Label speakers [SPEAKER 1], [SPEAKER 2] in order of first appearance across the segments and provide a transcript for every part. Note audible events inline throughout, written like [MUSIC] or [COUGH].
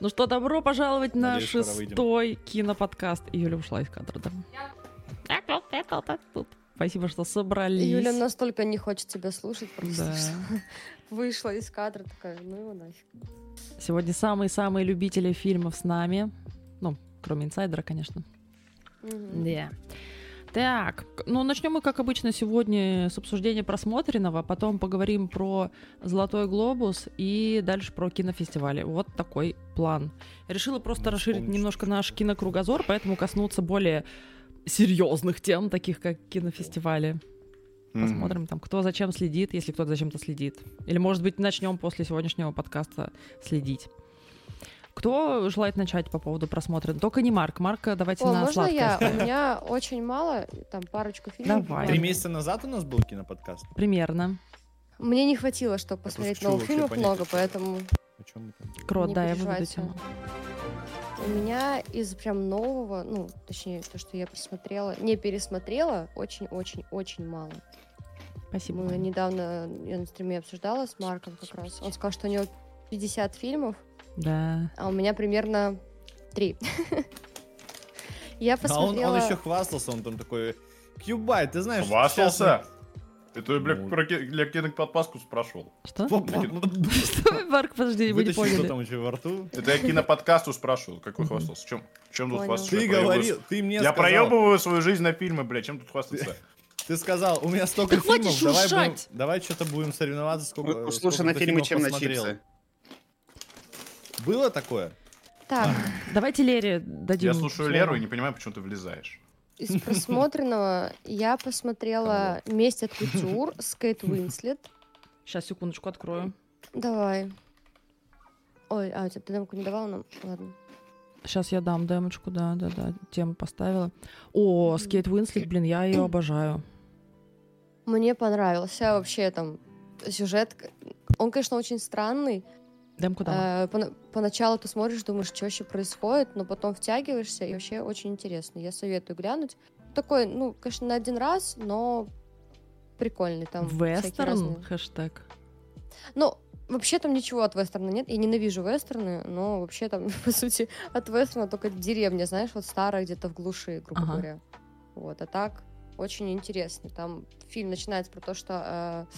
[SPEAKER 1] Ну что, добро пожаловать на
[SPEAKER 2] Надеюсь, скоро выйдем.
[SPEAKER 1] шестой киноподкаст. Юля ушла из кадра, да? Спасибо, что собрались.
[SPEAKER 3] Юля ну, настолько не хочет тебя слушать, просто
[SPEAKER 1] Да.
[SPEAKER 3] что [LAUGHS] вышла из кадра такая, ну его нафиг.
[SPEAKER 1] Сегодня самые-самые любители фильмов с нами. Ну, кроме инсайдера, конечно.
[SPEAKER 3] Мгм.
[SPEAKER 1] Да. Так, ну начнем мы, как обычно, сегодня с обсуждения просмотренного, потом поговорим про «Золотой глобус» и дальше про кинофестивали. Вот такой план. Решила просто
[SPEAKER 2] Ну,
[SPEAKER 1] расширить
[SPEAKER 2] вспомнишь,
[SPEAKER 1] немножко
[SPEAKER 2] что
[SPEAKER 1] наш
[SPEAKER 2] было.
[SPEAKER 1] кинокругозор, поэтому коснуться более серьезных тем, таких как кинофестивали. Посмотрим там, кто зачем следит, если кто-то зачем-то следит. Или, может быть, начнем после сегодняшнего подкаста следить. Кто желает начать по поводу просмотра? Только не Марк. Марка, давайте
[SPEAKER 3] О,
[SPEAKER 1] на
[SPEAKER 3] можно
[SPEAKER 1] сладкое
[SPEAKER 3] я?
[SPEAKER 1] оставим.
[SPEAKER 3] У меня очень мало, там парочку фильмов.
[SPEAKER 1] Давай.
[SPEAKER 2] Три
[SPEAKER 3] буквально.
[SPEAKER 2] месяца назад у нас был киноподкаст.
[SPEAKER 1] Примерно.
[SPEAKER 3] Мне не хватило, чтобы посмотреть
[SPEAKER 2] просто
[SPEAKER 3] новых
[SPEAKER 2] хочу вообще
[SPEAKER 3] фильмов
[SPEAKER 2] понять,
[SPEAKER 3] много,
[SPEAKER 2] о чём.
[SPEAKER 3] поэтому
[SPEAKER 2] О чем мы там говорили?
[SPEAKER 1] Крот,
[SPEAKER 3] Не
[SPEAKER 1] да, я выведу
[SPEAKER 3] переживайте.
[SPEAKER 1] тему.
[SPEAKER 3] у меня из прям нового, ну, точнее, то, что я посмотрела, не пересмотрела, очень-очень-очень мало.
[SPEAKER 1] Спасибо.
[SPEAKER 3] Мы
[SPEAKER 1] Аня.
[SPEAKER 3] недавно, я на стриме обсуждала с Марком как раз. Он сказал, что у него 50 фильмов,
[SPEAKER 1] Да.
[SPEAKER 3] а у меня примерно 3. [LAUGHS] Я
[SPEAKER 2] А он,
[SPEAKER 3] посмотрела...
[SPEAKER 2] еще хвастался, он там такой... Кьюбай, ты знаешь...
[SPEAKER 4] Хвастался? Это,
[SPEAKER 2] Ну.
[SPEAKER 4] блядь, про ки- для киноподпаску спрашивал.
[SPEAKER 1] Что?
[SPEAKER 2] Вытащил,
[SPEAKER 1] Что, [LAUGHS] Марк, подожди, вы не
[SPEAKER 2] ну, что
[SPEAKER 1] поняли.
[SPEAKER 2] там у тебя во рту.
[SPEAKER 4] Это я киноподкасту спрашивал. Какой
[SPEAKER 1] Мгм.
[SPEAKER 4] хвастался? Чем, чем тут
[SPEAKER 3] Понял.
[SPEAKER 4] хвастаться?
[SPEAKER 2] Ты
[SPEAKER 4] Я проебываю-
[SPEAKER 2] говорил, ты мне
[SPEAKER 4] Я
[SPEAKER 2] сказал.
[SPEAKER 4] проебываю свою жизнь на фильмы, блядь. Чем тут хвастаться?
[SPEAKER 2] Ты сказал, у меня столько
[SPEAKER 1] Да хватит
[SPEAKER 2] фильмов, давай, будем,
[SPEAKER 1] шуршать!
[SPEAKER 2] давай что-то будем соревноваться, сколько
[SPEAKER 5] Лу-
[SPEAKER 2] сколько
[SPEAKER 5] Лучше Ну, на
[SPEAKER 2] ты
[SPEAKER 5] фильмы,
[SPEAKER 2] фильмов
[SPEAKER 5] чем на
[SPEAKER 2] посмотрел.
[SPEAKER 5] чипсы.
[SPEAKER 2] Было такое?
[SPEAKER 3] Так,
[SPEAKER 1] Давайте Лере дадим.
[SPEAKER 4] Я слушаю
[SPEAKER 1] слово.
[SPEAKER 4] Леру и не понимаю, почему ты влезаешь.
[SPEAKER 3] из просмотренного я посмотрела «Месть от кутюр» с Кейт Уинслет.
[SPEAKER 1] Сейчас, секундочку, открою.
[SPEAKER 3] Давай. Ой, а у тебя ты демку не давала нам? Ладно.
[SPEAKER 1] Сейчас я дам демочку, да, да, да. Тему поставила. О,
[SPEAKER 3] Мгм.
[SPEAKER 1] Скейт Уинслет, блин, я ее обожаю.
[SPEAKER 3] Мне понравился вообще там сюжет. Он, конечно, очень странный.
[SPEAKER 1] Демку дам.
[SPEAKER 3] Э, пона- поначалу ты смотришь, думаешь, что вообще происходит, но потом втягиваешься, и вообще очень интересно. Я советую глянуть. Такой, ну, конечно, на один раз, но прикольный там. Эм, всякие разные.
[SPEAKER 1] Вестерн, хэштег.
[SPEAKER 3] Ну, вообще там ничего от вестерна нет. Я ненавижу вестерны, но вообще там, [LAUGHS] по сути, от вестерна только деревня, знаешь, вот старая где-то в глуши, грубо
[SPEAKER 1] Ага.
[SPEAKER 3] говоря. Вот, а так очень интересно. Там фильм начинается про то, что э,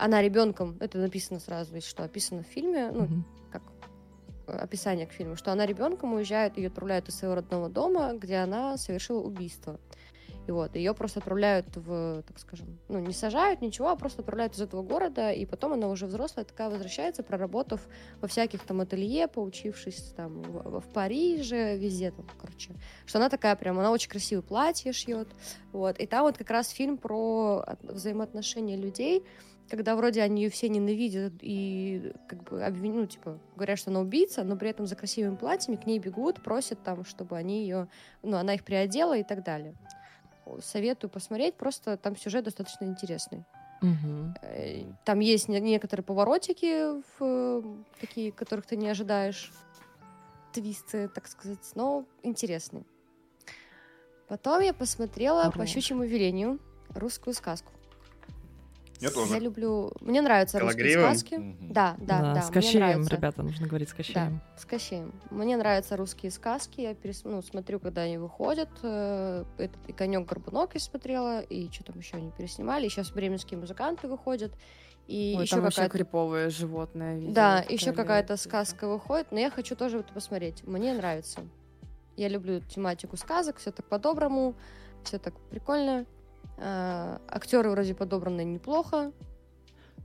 [SPEAKER 3] она ребенком, это написано сразу, если что, описано в фильме, ну,
[SPEAKER 1] Мгм.
[SPEAKER 3] э, описание к фильму, что она ребенком уезжает, ее отправляют из своего родного дома, где она совершила убийство. И вот, ее просто отправляют в, так скажем, ну, не сажают, ничего, а просто отправляют из этого города, и потом она уже взрослая такая возвращается, проработав во всяких там ателье, поучившись там в, в Париже, везде там, короче. Что она такая прям, она очень красивое платье шьет, вот. И там вот как раз фильм про от- взаимоотношения людей, когда вроде они ее все ненавидят и как бы обвин- ну, типа, говорят, что она убийца, но при этом за красивыми платьями к ней бегут, просят там, чтобы они ее, ну, она их приодела и так далее. Советую посмотреть, просто там сюжет достаточно интересный.
[SPEAKER 1] Мгм.
[SPEAKER 3] Э, Там есть не- некоторые поворотики, в, э, такие, которых ты не ожидаешь, твисты, так сказать, но интересный. Потом я посмотрела по
[SPEAKER 1] Хорош.
[SPEAKER 3] щучьему велению русскую сказку.
[SPEAKER 4] Я тоже.
[SPEAKER 3] Я люблю... Мне нравятся русские
[SPEAKER 5] Калагриевым?
[SPEAKER 3] сказки.
[SPEAKER 2] Мгм.
[SPEAKER 3] Да, да, да.
[SPEAKER 1] С
[SPEAKER 3] мне
[SPEAKER 1] Кащеем,
[SPEAKER 3] нравятся.
[SPEAKER 1] ребята, нужно говорить с Кащеем.
[SPEAKER 3] С Кащеем. Мне нравятся русские сказки. Я перес... ну, смотрю, когда они выходят. Э, Этот и конек горбунок я смотрела, и что там еще они переснимали. Сейчас бременские музыканты выходят. И
[SPEAKER 6] Ой,
[SPEAKER 3] еще
[SPEAKER 6] там вообще
[SPEAKER 3] какая-то.
[SPEAKER 6] криповое животное видела,
[SPEAKER 3] Да,
[SPEAKER 6] такая
[SPEAKER 3] еще какая-то
[SPEAKER 6] лето.
[SPEAKER 3] сказка выходит, но я хочу тоже это посмотреть. Мне нравится. Я люблю тематику сказок, все так по-доброму, все так прикольно. А, Актеры вроде подобраны неплохо.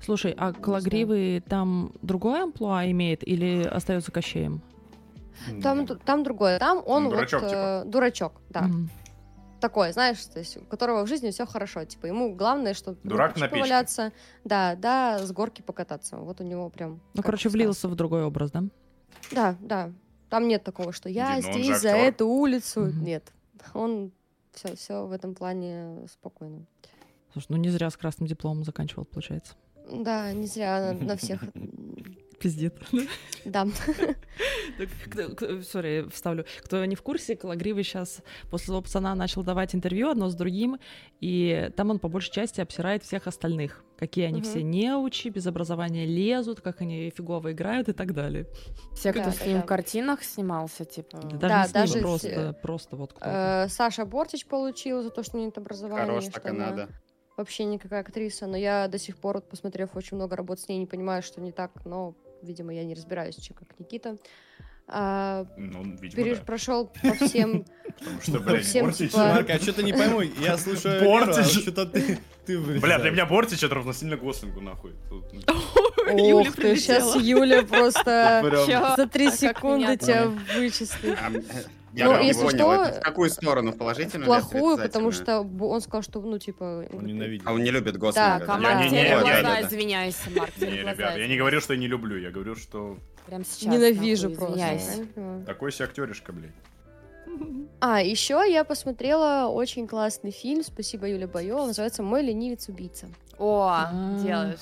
[SPEAKER 1] Слушай, а
[SPEAKER 3] Не
[SPEAKER 1] Калагривый там другое амплуа имеет или остается Кащеем?
[SPEAKER 3] Там, там другое. Там он
[SPEAKER 4] Ну, дурачок,
[SPEAKER 3] вот, э,
[SPEAKER 4] типа.
[SPEAKER 3] дурачок, да.
[SPEAKER 1] Мгм. Ну,
[SPEAKER 3] такой, знаешь, то есть, у которого в жизни все хорошо. Типа, ему главное, чтобы
[SPEAKER 4] Дурак на печке.
[SPEAKER 3] поваляться, да, да, с горки покататься. Вот у него прям.
[SPEAKER 1] Ну,
[SPEAKER 3] как
[SPEAKER 1] короче,
[SPEAKER 3] сказка.
[SPEAKER 1] влился в другой образ, да?
[SPEAKER 3] Да, да. Там нет такого, что я
[SPEAKER 4] Блин, ну он же
[SPEAKER 3] здесь за
[SPEAKER 4] актер.
[SPEAKER 3] эту улицу.
[SPEAKER 1] Мгм.
[SPEAKER 3] Нет. Он все, все в этом плане спокойно.
[SPEAKER 1] Слушай, ну не зря с красным дипломом заканчивал, получается.
[SPEAKER 4] [LAUGHS]
[SPEAKER 3] Да, не зря на, на всех м,
[SPEAKER 1] [LAUGHS] пиздит.
[SPEAKER 3] Да.
[SPEAKER 1] Кто- кто- Сори, вставлю. Кто не в курсе, Калагривый сейчас после злого пацана начал давать интервью одно с другим, и там он по большей части обсирает всех остальных. Какие они
[SPEAKER 3] Мгм.
[SPEAKER 1] все неучи, без образования лезут, как они фигово играют и так далее.
[SPEAKER 5] Все, кто
[SPEAKER 3] Да,
[SPEAKER 5] с
[SPEAKER 3] да,
[SPEAKER 5] ним
[SPEAKER 3] да.
[SPEAKER 5] в картинах снимался, типа...
[SPEAKER 1] Да,
[SPEAKER 3] Да,
[SPEAKER 1] даже, не с
[SPEAKER 3] даже
[SPEAKER 1] ним, а
[SPEAKER 3] с-
[SPEAKER 1] просто, просто вот кто это.
[SPEAKER 3] Э, Саша Бортич получила за то, что нет образования.
[SPEAKER 4] Хорош,
[SPEAKER 3] что
[SPEAKER 4] так и
[SPEAKER 3] она
[SPEAKER 4] надо.
[SPEAKER 3] Вообще никакая актриса, но я до сих пор, вот, посмотрев очень много работ с ней, не понимаю, что не так, но, видимо, я не разбираюсь, чем как Никита. А,
[SPEAKER 4] Ну, видимо,
[SPEAKER 3] пере-
[SPEAKER 4] да.
[SPEAKER 3] Прошел по всем...
[SPEAKER 4] Потому что, блядь,
[SPEAKER 3] всем,
[SPEAKER 4] Бортич...
[SPEAKER 3] типа,
[SPEAKER 4] Марк,
[SPEAKER 2] Марк, а что-то не пойму, я слушаю Леру, а
[SPEAKER 4] Бортич.
[SPEAKER 2] что-то ты... ты
[SPEAKER 4] Бля,
[SPEAKER 2] вырезаешь.
[SPEAKER 4] для меня Бортич это равносильно Гослингу, нахуй. Тут- ну,
[SPEAKER 1] Юля
[SPEAKER 3] Ох ты, сейчас
[SPEAKER 1] прилетела.
[SPEAKER 3] Юля просто
[SPEAKER 4] Прям.
[SPEAKER 3] за три
[SPEAKER 5] А как меня
[SPEAKER 3] секунды тебя вычислит.
[SPEAKER 5] [LAUGHS]
[SPEAKER 3] Ну,
[SPEAKER 6] прям не
[SPEAKER 3] если
[SPEAKER 6] понял,
[SPEAKER 3] что,
[SPEAKER 6] это в какую сторону? В положительную
[SPEAKER 3] В
[SPEAKER 6] или
[SPEAKER 3] плохую, потому
[SPEAKER 6] отрицательную?
[SPEAKER 3] что бу- он сказал, что, ну, типа...
[SPEAKER 2] Он ненавидит.
[SPEAKER 6] А он не любит
[SPEAKER 3] Да,
[SPEAKER 6] Гослинга. да?
[SPEAKER 3] Марк,
[SPEAKER 5] Марк,
[SPEAKER 4] Не-не-не,
[SPEAKER 5] тебе
[SPEAKER 4] я-
[SPEAKER 5] глаза,
[SPEAKER 6] да, да.
[SPEAKER 5] извиняйся, Марк, тебе
[SPEAKER 4] Не,
[SPEAKER 5] глаза.
[SPEAKER 4] ребят, я не говорил, что я не люблю, я говорю, что
[SPEAKER 5] Прям сейчас,
[SPEAKER 3] Ненавижу
[SPEAKER 5] нахуй,
[SPEAKER 3] просто.
[SPEAKER 5] извиняйся.
[SPEAKER 3] я не понимаю.
[SPEAKER 4] такой себе актеришка, блядь.
[SPEAKER 3] А, еще я посмотрела очень классный фильм, спасибо Юля Боева, называется «Мой ленивец-убийца».
[SPEAKER 1] А.
[SPEAKER 5] О, делаешь.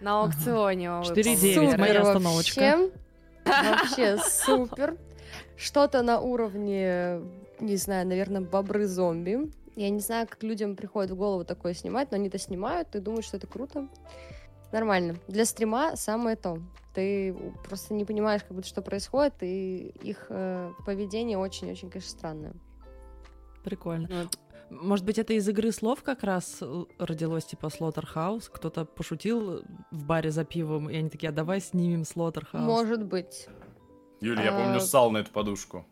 [SPEAKER 5] На аукционе его
[SPEAKER 1] 4,9,
[SPEAKER 5] выпал.
[SPEAKER 1] Девять, моя остановочка.
[SPEAKER 3] вообще. Вообще супер. Что-то на уровне, не знаю, наверное, бобры-зомби. Я не знаю, как людям приходит в голову такое снимать, но они это снимают и думают, что это круто. Нормально. Для стрима самое то. Ты просто не понимаешь, как будто что происходит, и их э, поведение очень-очень, конечно, странное. э,
[SPEAKER 1] Прикольно.
[SPEAKER 5] Ну,
[SPEAKER 1] Может быть, это из игры слов как раз э, родилось, типа Slaughterhouse? Кто-то пошутил в баре за пивом, и они такие, а давай снимем Slaughterhouse.
[SPEAKER 3] Может быть.
[SPEAKER 4] Юля, я помню,
[SPEAKER 3] А.
[SPEAKER 4] ссал на эту подушку.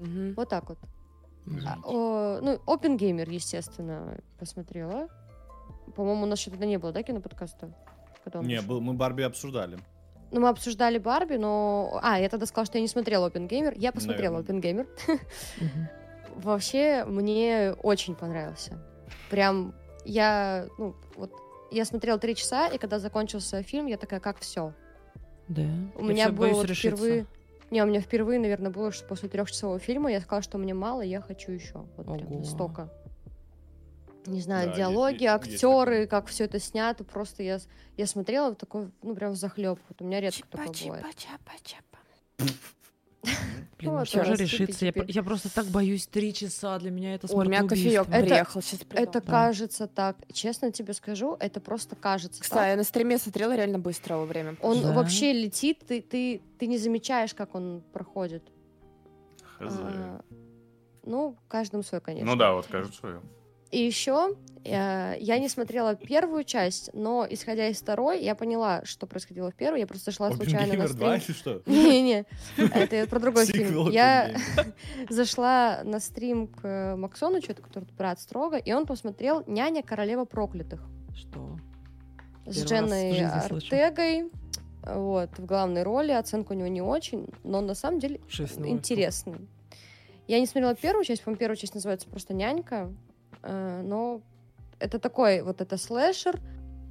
[SPEAKER 5] мгм.
[SPEAKER 3] Вот так вот. А,
[SPEAKER 4] Извините.
[SPEAKER 3] о, ну, Опенгеймер, естественно, посмотрела. По-моему, у нас еще тогда не было, да, киноподкаста? Когда он
[SPEAKER 2] Не,
[SPEAKER 3] вышел?
[SPEAKER 2] был, мы Барби обсуждали.
[SPEAKER 3] Ну, мы обсуждали Барби, но... А, я тогда сказала, что я не смотрела Опенгеймер. Я посмотрела
[SPEAKER 2] Наверное.
[SPEAKER 3] Опенгеймер.
[SPEAKER 1] Мгм.
[SPEAKER 3] Вообще, мне очень понравился. Прям, я, ну, вот, я смотрела три часа, и когда закончился фильм, я такая, как все.
[SPEAKER 1] Да.
[SPEAKER 3] У
[SPEAKER 1] Я
[SPEAKER 3] меня
[SPEAKER 1] всё
[SPEAKER 3] было
[SPEAKER 1] боюсь
[SPEAKER 3] вот
[SPEAKER 1] решиться.
[SPEAKER 3] впервые... Не, у меня впервые, наверное, было, что после трехчасового фильма я сказала, что мне мало, я хочу еще. Вот прям
[SPEAKER 1] Ого.
[SPEAKER 3] настолько. Не знаю,
[SPEAKER 2] Да, есть-
[SPEAKER 3] диалоги,
[SPEAKER 2] есть- есть
[SPEAKER 3] актеры, как все это снято. Просто я, с- я смотрела вот такой, ну, прям захлеб. Вот у меня редко такое бывает.
[SPEAKER 5] Чипа-чипа-чапа-чапа.
[SPEAKER 1] Блин,
[SPEAKER 3] Ну,
[SPEAKER 1] ну
[SPEAKER 3] это
[SPEAKER 1] всё же
[SPEAKER 3] раскипи,
[SPEAKER 1] решиться. Я,
[SPEAKER 3] кипи.
[SPEAKER 1] про- я просто так боюсь три часа. Для меня это
[SPEAKER 5] Ой, у меня кофеек
[SPEAKER 1] смертоубийство.
[SPEAKER 5] приехал, сейчас приду.
[SPEAKER 3] Это
[SPEAKER 1] Да.
[SPEAKER 3] кажется так. Честно тебе скажу, это просто кажется
[SPEAKER 5] Кстати,
[SPEAKER 3] так.
[SPEAKER 5] я на стриме смотрела реально быстро во время.
[SPEAKER 3] Он
[SPEAKER 1] Да.
[SPEAKER 3] вообще летит, ты, ты, ты не замечаешь, как он проходит.
[SPEAKER 4] Хз.
[SPEAKER 3] А, ну, каждому свой, конечно.
[SPEAKER 4] Ну да, вот кажется. я.
[SPEAKER 3] И еще я не смотрела первую часть, но исходя из второй, я поняла, что происходило в первой. Я просто шла случайно на
[SPEAKER 2] Опенгеймер 2
[SPEAKER 3] стрим.
[SPEAKER 2] или что?
[SPEAKER 3] Не-не, это я про другой фильм.
[SPEAKER 2] Сиквел
[SPEAKER 3] Я
[SPEAKER 2] Опенгеймер.
[SPEAKER 3] зашла на стрим к э, Максонычу, это который брат строго, и он посмотрел «Няня королева проклятых»
[SPEAKER 1] Что? Первый
[SPEAKER 3] с
[SPEAKER 1] раз в
[SPEAKER 3] Дженной
[SPEAKER 1] жизни слышу.
[SPEAKER 3] Артегой. Вот, в главной роли. Оценка у него не очень, но на самом деле
[SPEAKER 1] Шесть ноль.
[SPEAKER 3] интересный. Я не смотрела первую часть, по-моему, первая часть называется просто «Нянька», э, но это такой вот это слэшер,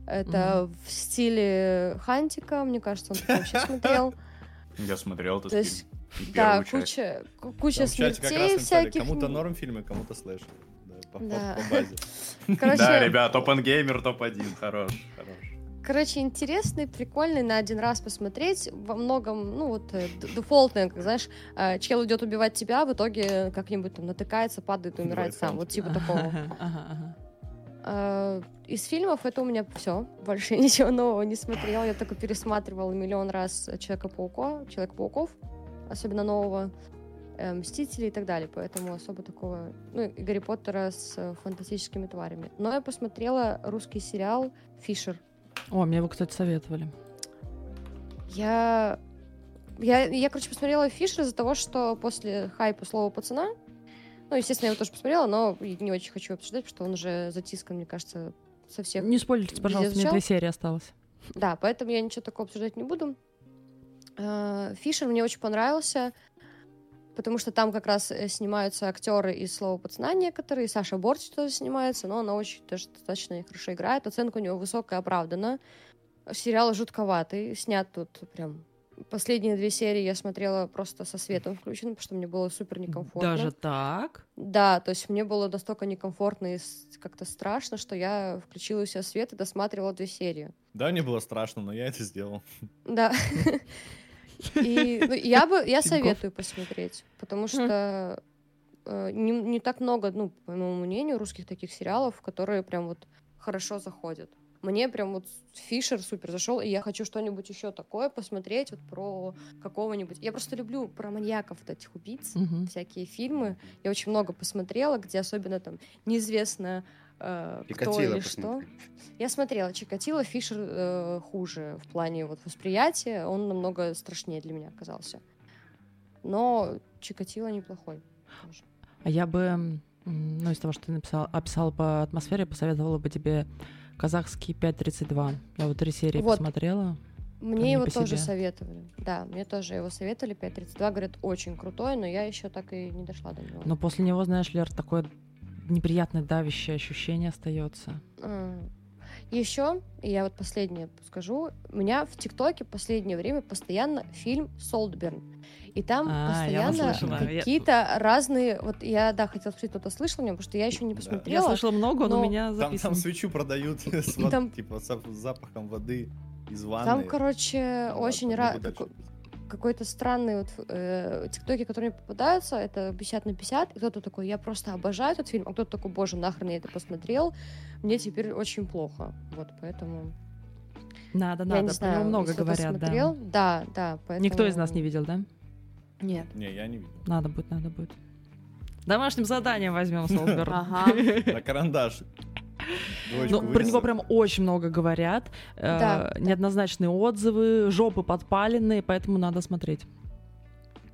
[SPEAKER 3] это в стиле Хантика, мне кажется, он такой вообще
[SPEAKER 4] [LAUGHS]
[SPEAKER 3] смотрел.
[SPEAKER 4] Я смотрел
[SPEAKER 3] То
[SPEAKER 4] этот
[SPEAKER 3] есть,
[SPEAKER 4] фильм. И
[SPEAKER 3] да,
[SPEAKER 4] первую часть.
[SPEAKER 3] куча, ку- куча
[SPEAKER 2] Там в чате как раз
[SPEAKER 3] смертей
[SPEAKER 2] написали,
[SPEAKER 3] всяких.
[SPEAKER 2] кому-то норм фильмы, кому-то слэш. Да, по- по-
[SPEAKER 3] Да.
[SPEAKER 2] по базе.
[SPEAKER 4] Да,
[SPEAKER 3] Короче,
[SPEAKER 4] ребят, топ-энгеймер топ-1. Хорош, хорош.
[SPEAKER 3] короче, интересный, прикольный, на один раз посмотреть. Во многом, ну вот, э, д- дефолтное, как знаешь, э, чел идет убивать тебя, в итоге как-нибудь там натыкается, падает и
[SPEAKER 2] Убивает
[SPEAKER 3] умирает сам.
[SPEAKER 2] Хантика.
[SPEAKER 3] Вот типа такого.
[SPEAKER 1] Ага, ага,
[SPEAKER 3] А, Из фильмов это у меня все. Больше [LAUGHS] я ничего нового не смотрела. Я только пересматривала миллион раз Человека-паука, Человек-пауков, особенно нового, э, Мстителей и так далее. Поэтому особо такого... Ну, и Гарри Поттера с э, фантастическими тварями. Но я посмотрела русский сериал «Фишер».
[SPEAKER 1] ага. О, мне его, кстати, советовали.
[SPEAKER 3] Я... Я, я, короче, посмотрела «Фишер» из-за того, что после хайпа слова пацана ну, естественно, я его тоже посмотрела, но не очень хочу обсуждать, потому что он уже затискан, мне кажется, со всех
[SPEAKER 1] Не спойлерите, пожалуйста, мне
[SPEAKER 3] изучал?
[SPEAKER 1] две серии осталось.
[SPEAKER 3] Да, поэтому я ничего такого обсуждать не буду. Э, Фишер мне очень понравился, потому что там как раз э, снимаются актеры из слова пацана некоторые. Саша Бортич тоже снимается, но она очень тоже достаточно хорошо играет. Оценка у него высокая, оправдана. Сериал жутковатый, снят тут прям. Последние две серии я смотрела просто со светом включенным, потому что мне было супер некомфортно.
[SPEAKER 1] Даже так?
[SPEAKER 3] Да, то есть мне было настолько некомфортно и с- как-то страшно, что я включила у себя свет и досматривала две серии.
[SPEAKER 2] Да, мне было страшно, но я это сделал.
[SPEAKER 3] Да. И ну, я бы, я
[SPEAKER 1] Тинькофф.
[SPEAKER 3] советую посмотреть, потому что э, не, не так много, ну, по моему мнению, русских таких сериалов, которые прям вот хорошо заходят. Мне прям вот Фишер супер зашел, и я хочу что-нибудь еще такое посмотреть вот про какого-нибудь. Я просто люблю про маньяков вот этих
[SPEAKER 1] [LAUGHS]
[SPEAKER 3] убийц
[SPEAKER 1] Мгм.
[SPEAKER 3] всякие фильмы. Я очень много посмотрела, где особенно там неизвестно э, кто
[SPEAKER 6] Чикатило
[SPEAKER 3] или что.
[SPEAKER 6] посмотри.
[SPEAKER 3] Я смотрела Чикатило, Фишер э, хуже в плане вот восприятия, он намного страшнее для меня оказался. Но Чикатило неплохой. тоже.
[SPEAKER 1] А я бы, м, ну, из того, что ты написал, описала по атмосфере, посоветовала бы тебе казахский 5.32. Я вот три серии
[SPEAKER 3] Вот.
[SPEAKER 1] посмотрела.
[SPEAKER 3] Мне
[SPEAKER 1] Прям не
[SPEAKER 3] его
[SPEAKER 1] по
[SPEAKER 3] тоже
[SPEAKER 1] себе.
[SPEAKER 3] советовали. Да, мне тоже его советовали. 5.32, говорят, очень крутой, но я еще так и не дошла до него.
[SPEAKER 1] Но после него, знаешь, Лер, такое неприятное давящее ощущение остается.
[SPEAKER 3] Еще, А, я вот последнее скажу, у меня в ТикТоке последнее время постоянно фильм Солдберн. И там
[SPEAKER 1] А, я его
[SPEAKER 3] постоянно
[SPEAKER 1] слышала. Я-
[SPEAKER 3] какие-то разные... Вот я, да, хотела спросить, кто-то слышал меня, потому что я еще
[SPEAKER 2] Да.
[SPEAKER 3] не
[SPEAKER 1] Я
[SPEAKER 3] посмотрела.
[SPEAKER 1] слышала много, он
[SPEAKER 3] но
[SPEAKER 1] у меня
[SPEAKER 2] Там,
[SPEAKER 1] записан.
[SPEAKER 2] там свечу
[SPEAKER 1] [LAUGHS]
[SPEAKER 2] продают [LAUGHS] с вод-
[SPEAKER 3] там-
[SPEAKER 2] типа с ап- с запахом воды из ванны.
[SPEAKER 3] Там, короче,
[SPEAKER 2] Ну ладно,
[SPEAKER 3] очень
[SPEAKER 2] не
[SPEAKER 3] ра-
[SPEAKER 2] буду дальше
[SPEAKER 3] какой- какой-то странный вот э, тиктоки, которые мне попадаются, это 50 на 50, и кто-то такой, я просто обожаю этот фильм, а кто-то такой, боже, нахрен я это посмотрел, мне теперь очень плохо. Вот, поэтому...
[SPEAKER 1] Надо,
[SPEAKER 3] я
[SPEAKER 1] надо.
[SPEAKER 3] не
[SPEAKER 1] Про
[SPEAKER 3] знаю,
[SPEAKER 1] него много
[SPEAKER 3] если кто-то
[SPEAKER 1] говорят,
[SPEAKER 3] смотрел.
[SPEAKER 1] да.
[SPEAKER 3] Да, да, поэтому...
[SPEAKER 1] Никто из нас не видел, да?
[SPEAKER 5] Нет.
[SPEAKER 2] Не, я
[SPEAKER 1] [LAUGHS]
[SPEAKER 2] не видел.
[SPEAKER 1] Надо будет, надо будет. Домашним заданием
[SPEAKER 2] [LAUGHS]
[SPEAKER 1] возьмем Солсберн.
[SPEAKER 3] А.
[SPEAKER 5] Ага.
[SPEAKER 2] На карандаш.
[SPEAKER 1] Ну,
[SPEAKER 2] Двоечку
[SPEAKER 1] про него
[SPEAKER 2] вырезал.
[SPEAKER 1] прям очень много говорят. э,
[SPEAKER 3] Да, да.
[SPEAKER 1] неоднозначные отзывы, жопы подпаленные, поэтому надо смотреть.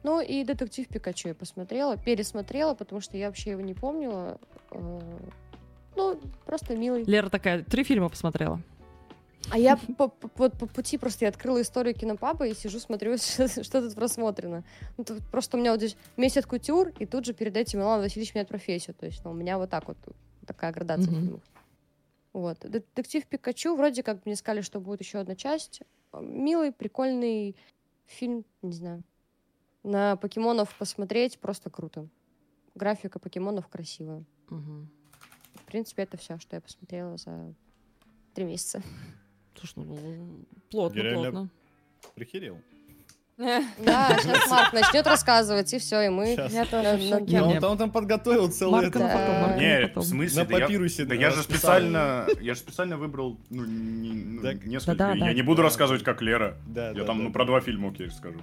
[SPEAKER 3] Ну и детектив Пикачу я посмотрела, пересмотрела, потому что я вообще его не помнила. Э, Ну, просто милый.
[SPEAKER 1] Лера такая, три фильма посмотрела.
[SPEAKER 3] А я по, по- вот по пути просто я открыла историю кинопаба и сижу, смотрю, [LAUGHS] что тут просмотрено. Ну, тут просто у меня вот здесь месяц кутюр, и тут же перед этим Иван Васильевич меняет профессию. То есть ну, у меня вот так вот такая градация
[SPEAKER 1] Мгм.
[SPEAKER 3] фильмов. Вот. Детектив Пикачу, вроде как мне сказали, что будет еще одна часть. Милый, прикольный фильм, не знаю. На покемонов посмотреть просто круто. Графика покемонов красивая. В принципе, это все, что я посмотрела за три месяца.
[SPEAKER 1] Слушай, ну, плотно,
[SPEAKER 2] Я реально-
[SPEAKER 1] плотно.
[SPEAKER 2] Прихерел. [LAUGHS]
[SPEAKER 3] Да, сейчас Марк начнет рассказывать, и все, и мы.
[SPEAKER 2] Щас.
[SPEAKER 5] Я тоже в
[SPEAKER 3] Ну,
[SPEAKER 5] шоке.
[SPEAKER 1] Я-
[SPEAKER 2] Да,
[SPEAKER 1] не-
[SPEAKER 2] он, там- он там подготовил целый
[SPEAKER 1] Марка
[SPEAKER 2] этот,
[SPEAKER 1] на потом,
[SPEAKER 2] э,
[SPEAKER 1] Марка на
[SPEAKER 4] Не,
[SPEAKER 1] потом.
[SPEAKER 4] в смысле?
[SPEAKER 2] на
[SPEAKER 4] да я-
[SPEAKER 2] папирусе.
[SPEAKER 4] Да я же
[SPEAKER 2] расписал.
[SPEAKER 4] специально, я же специально выбрал, ну, не- ну,
[SPEAKER 2] Так.
[SPEAKER 4] несколько.
[SPEAKER 1] Да-да, да.
[SPEAKER 4] я не буду рассказывать, как Лера.
[SPEAKER 2] Да,
[SPEAKER 4] я
[SPEAKER 2] да,
[SPEAKER 4] там,
[SPEAKER 2] да,
[SPEAKER 4] ну,
[SPEAKER 2] да.
[SPEAKER 4] про два фильма, окей, скажу.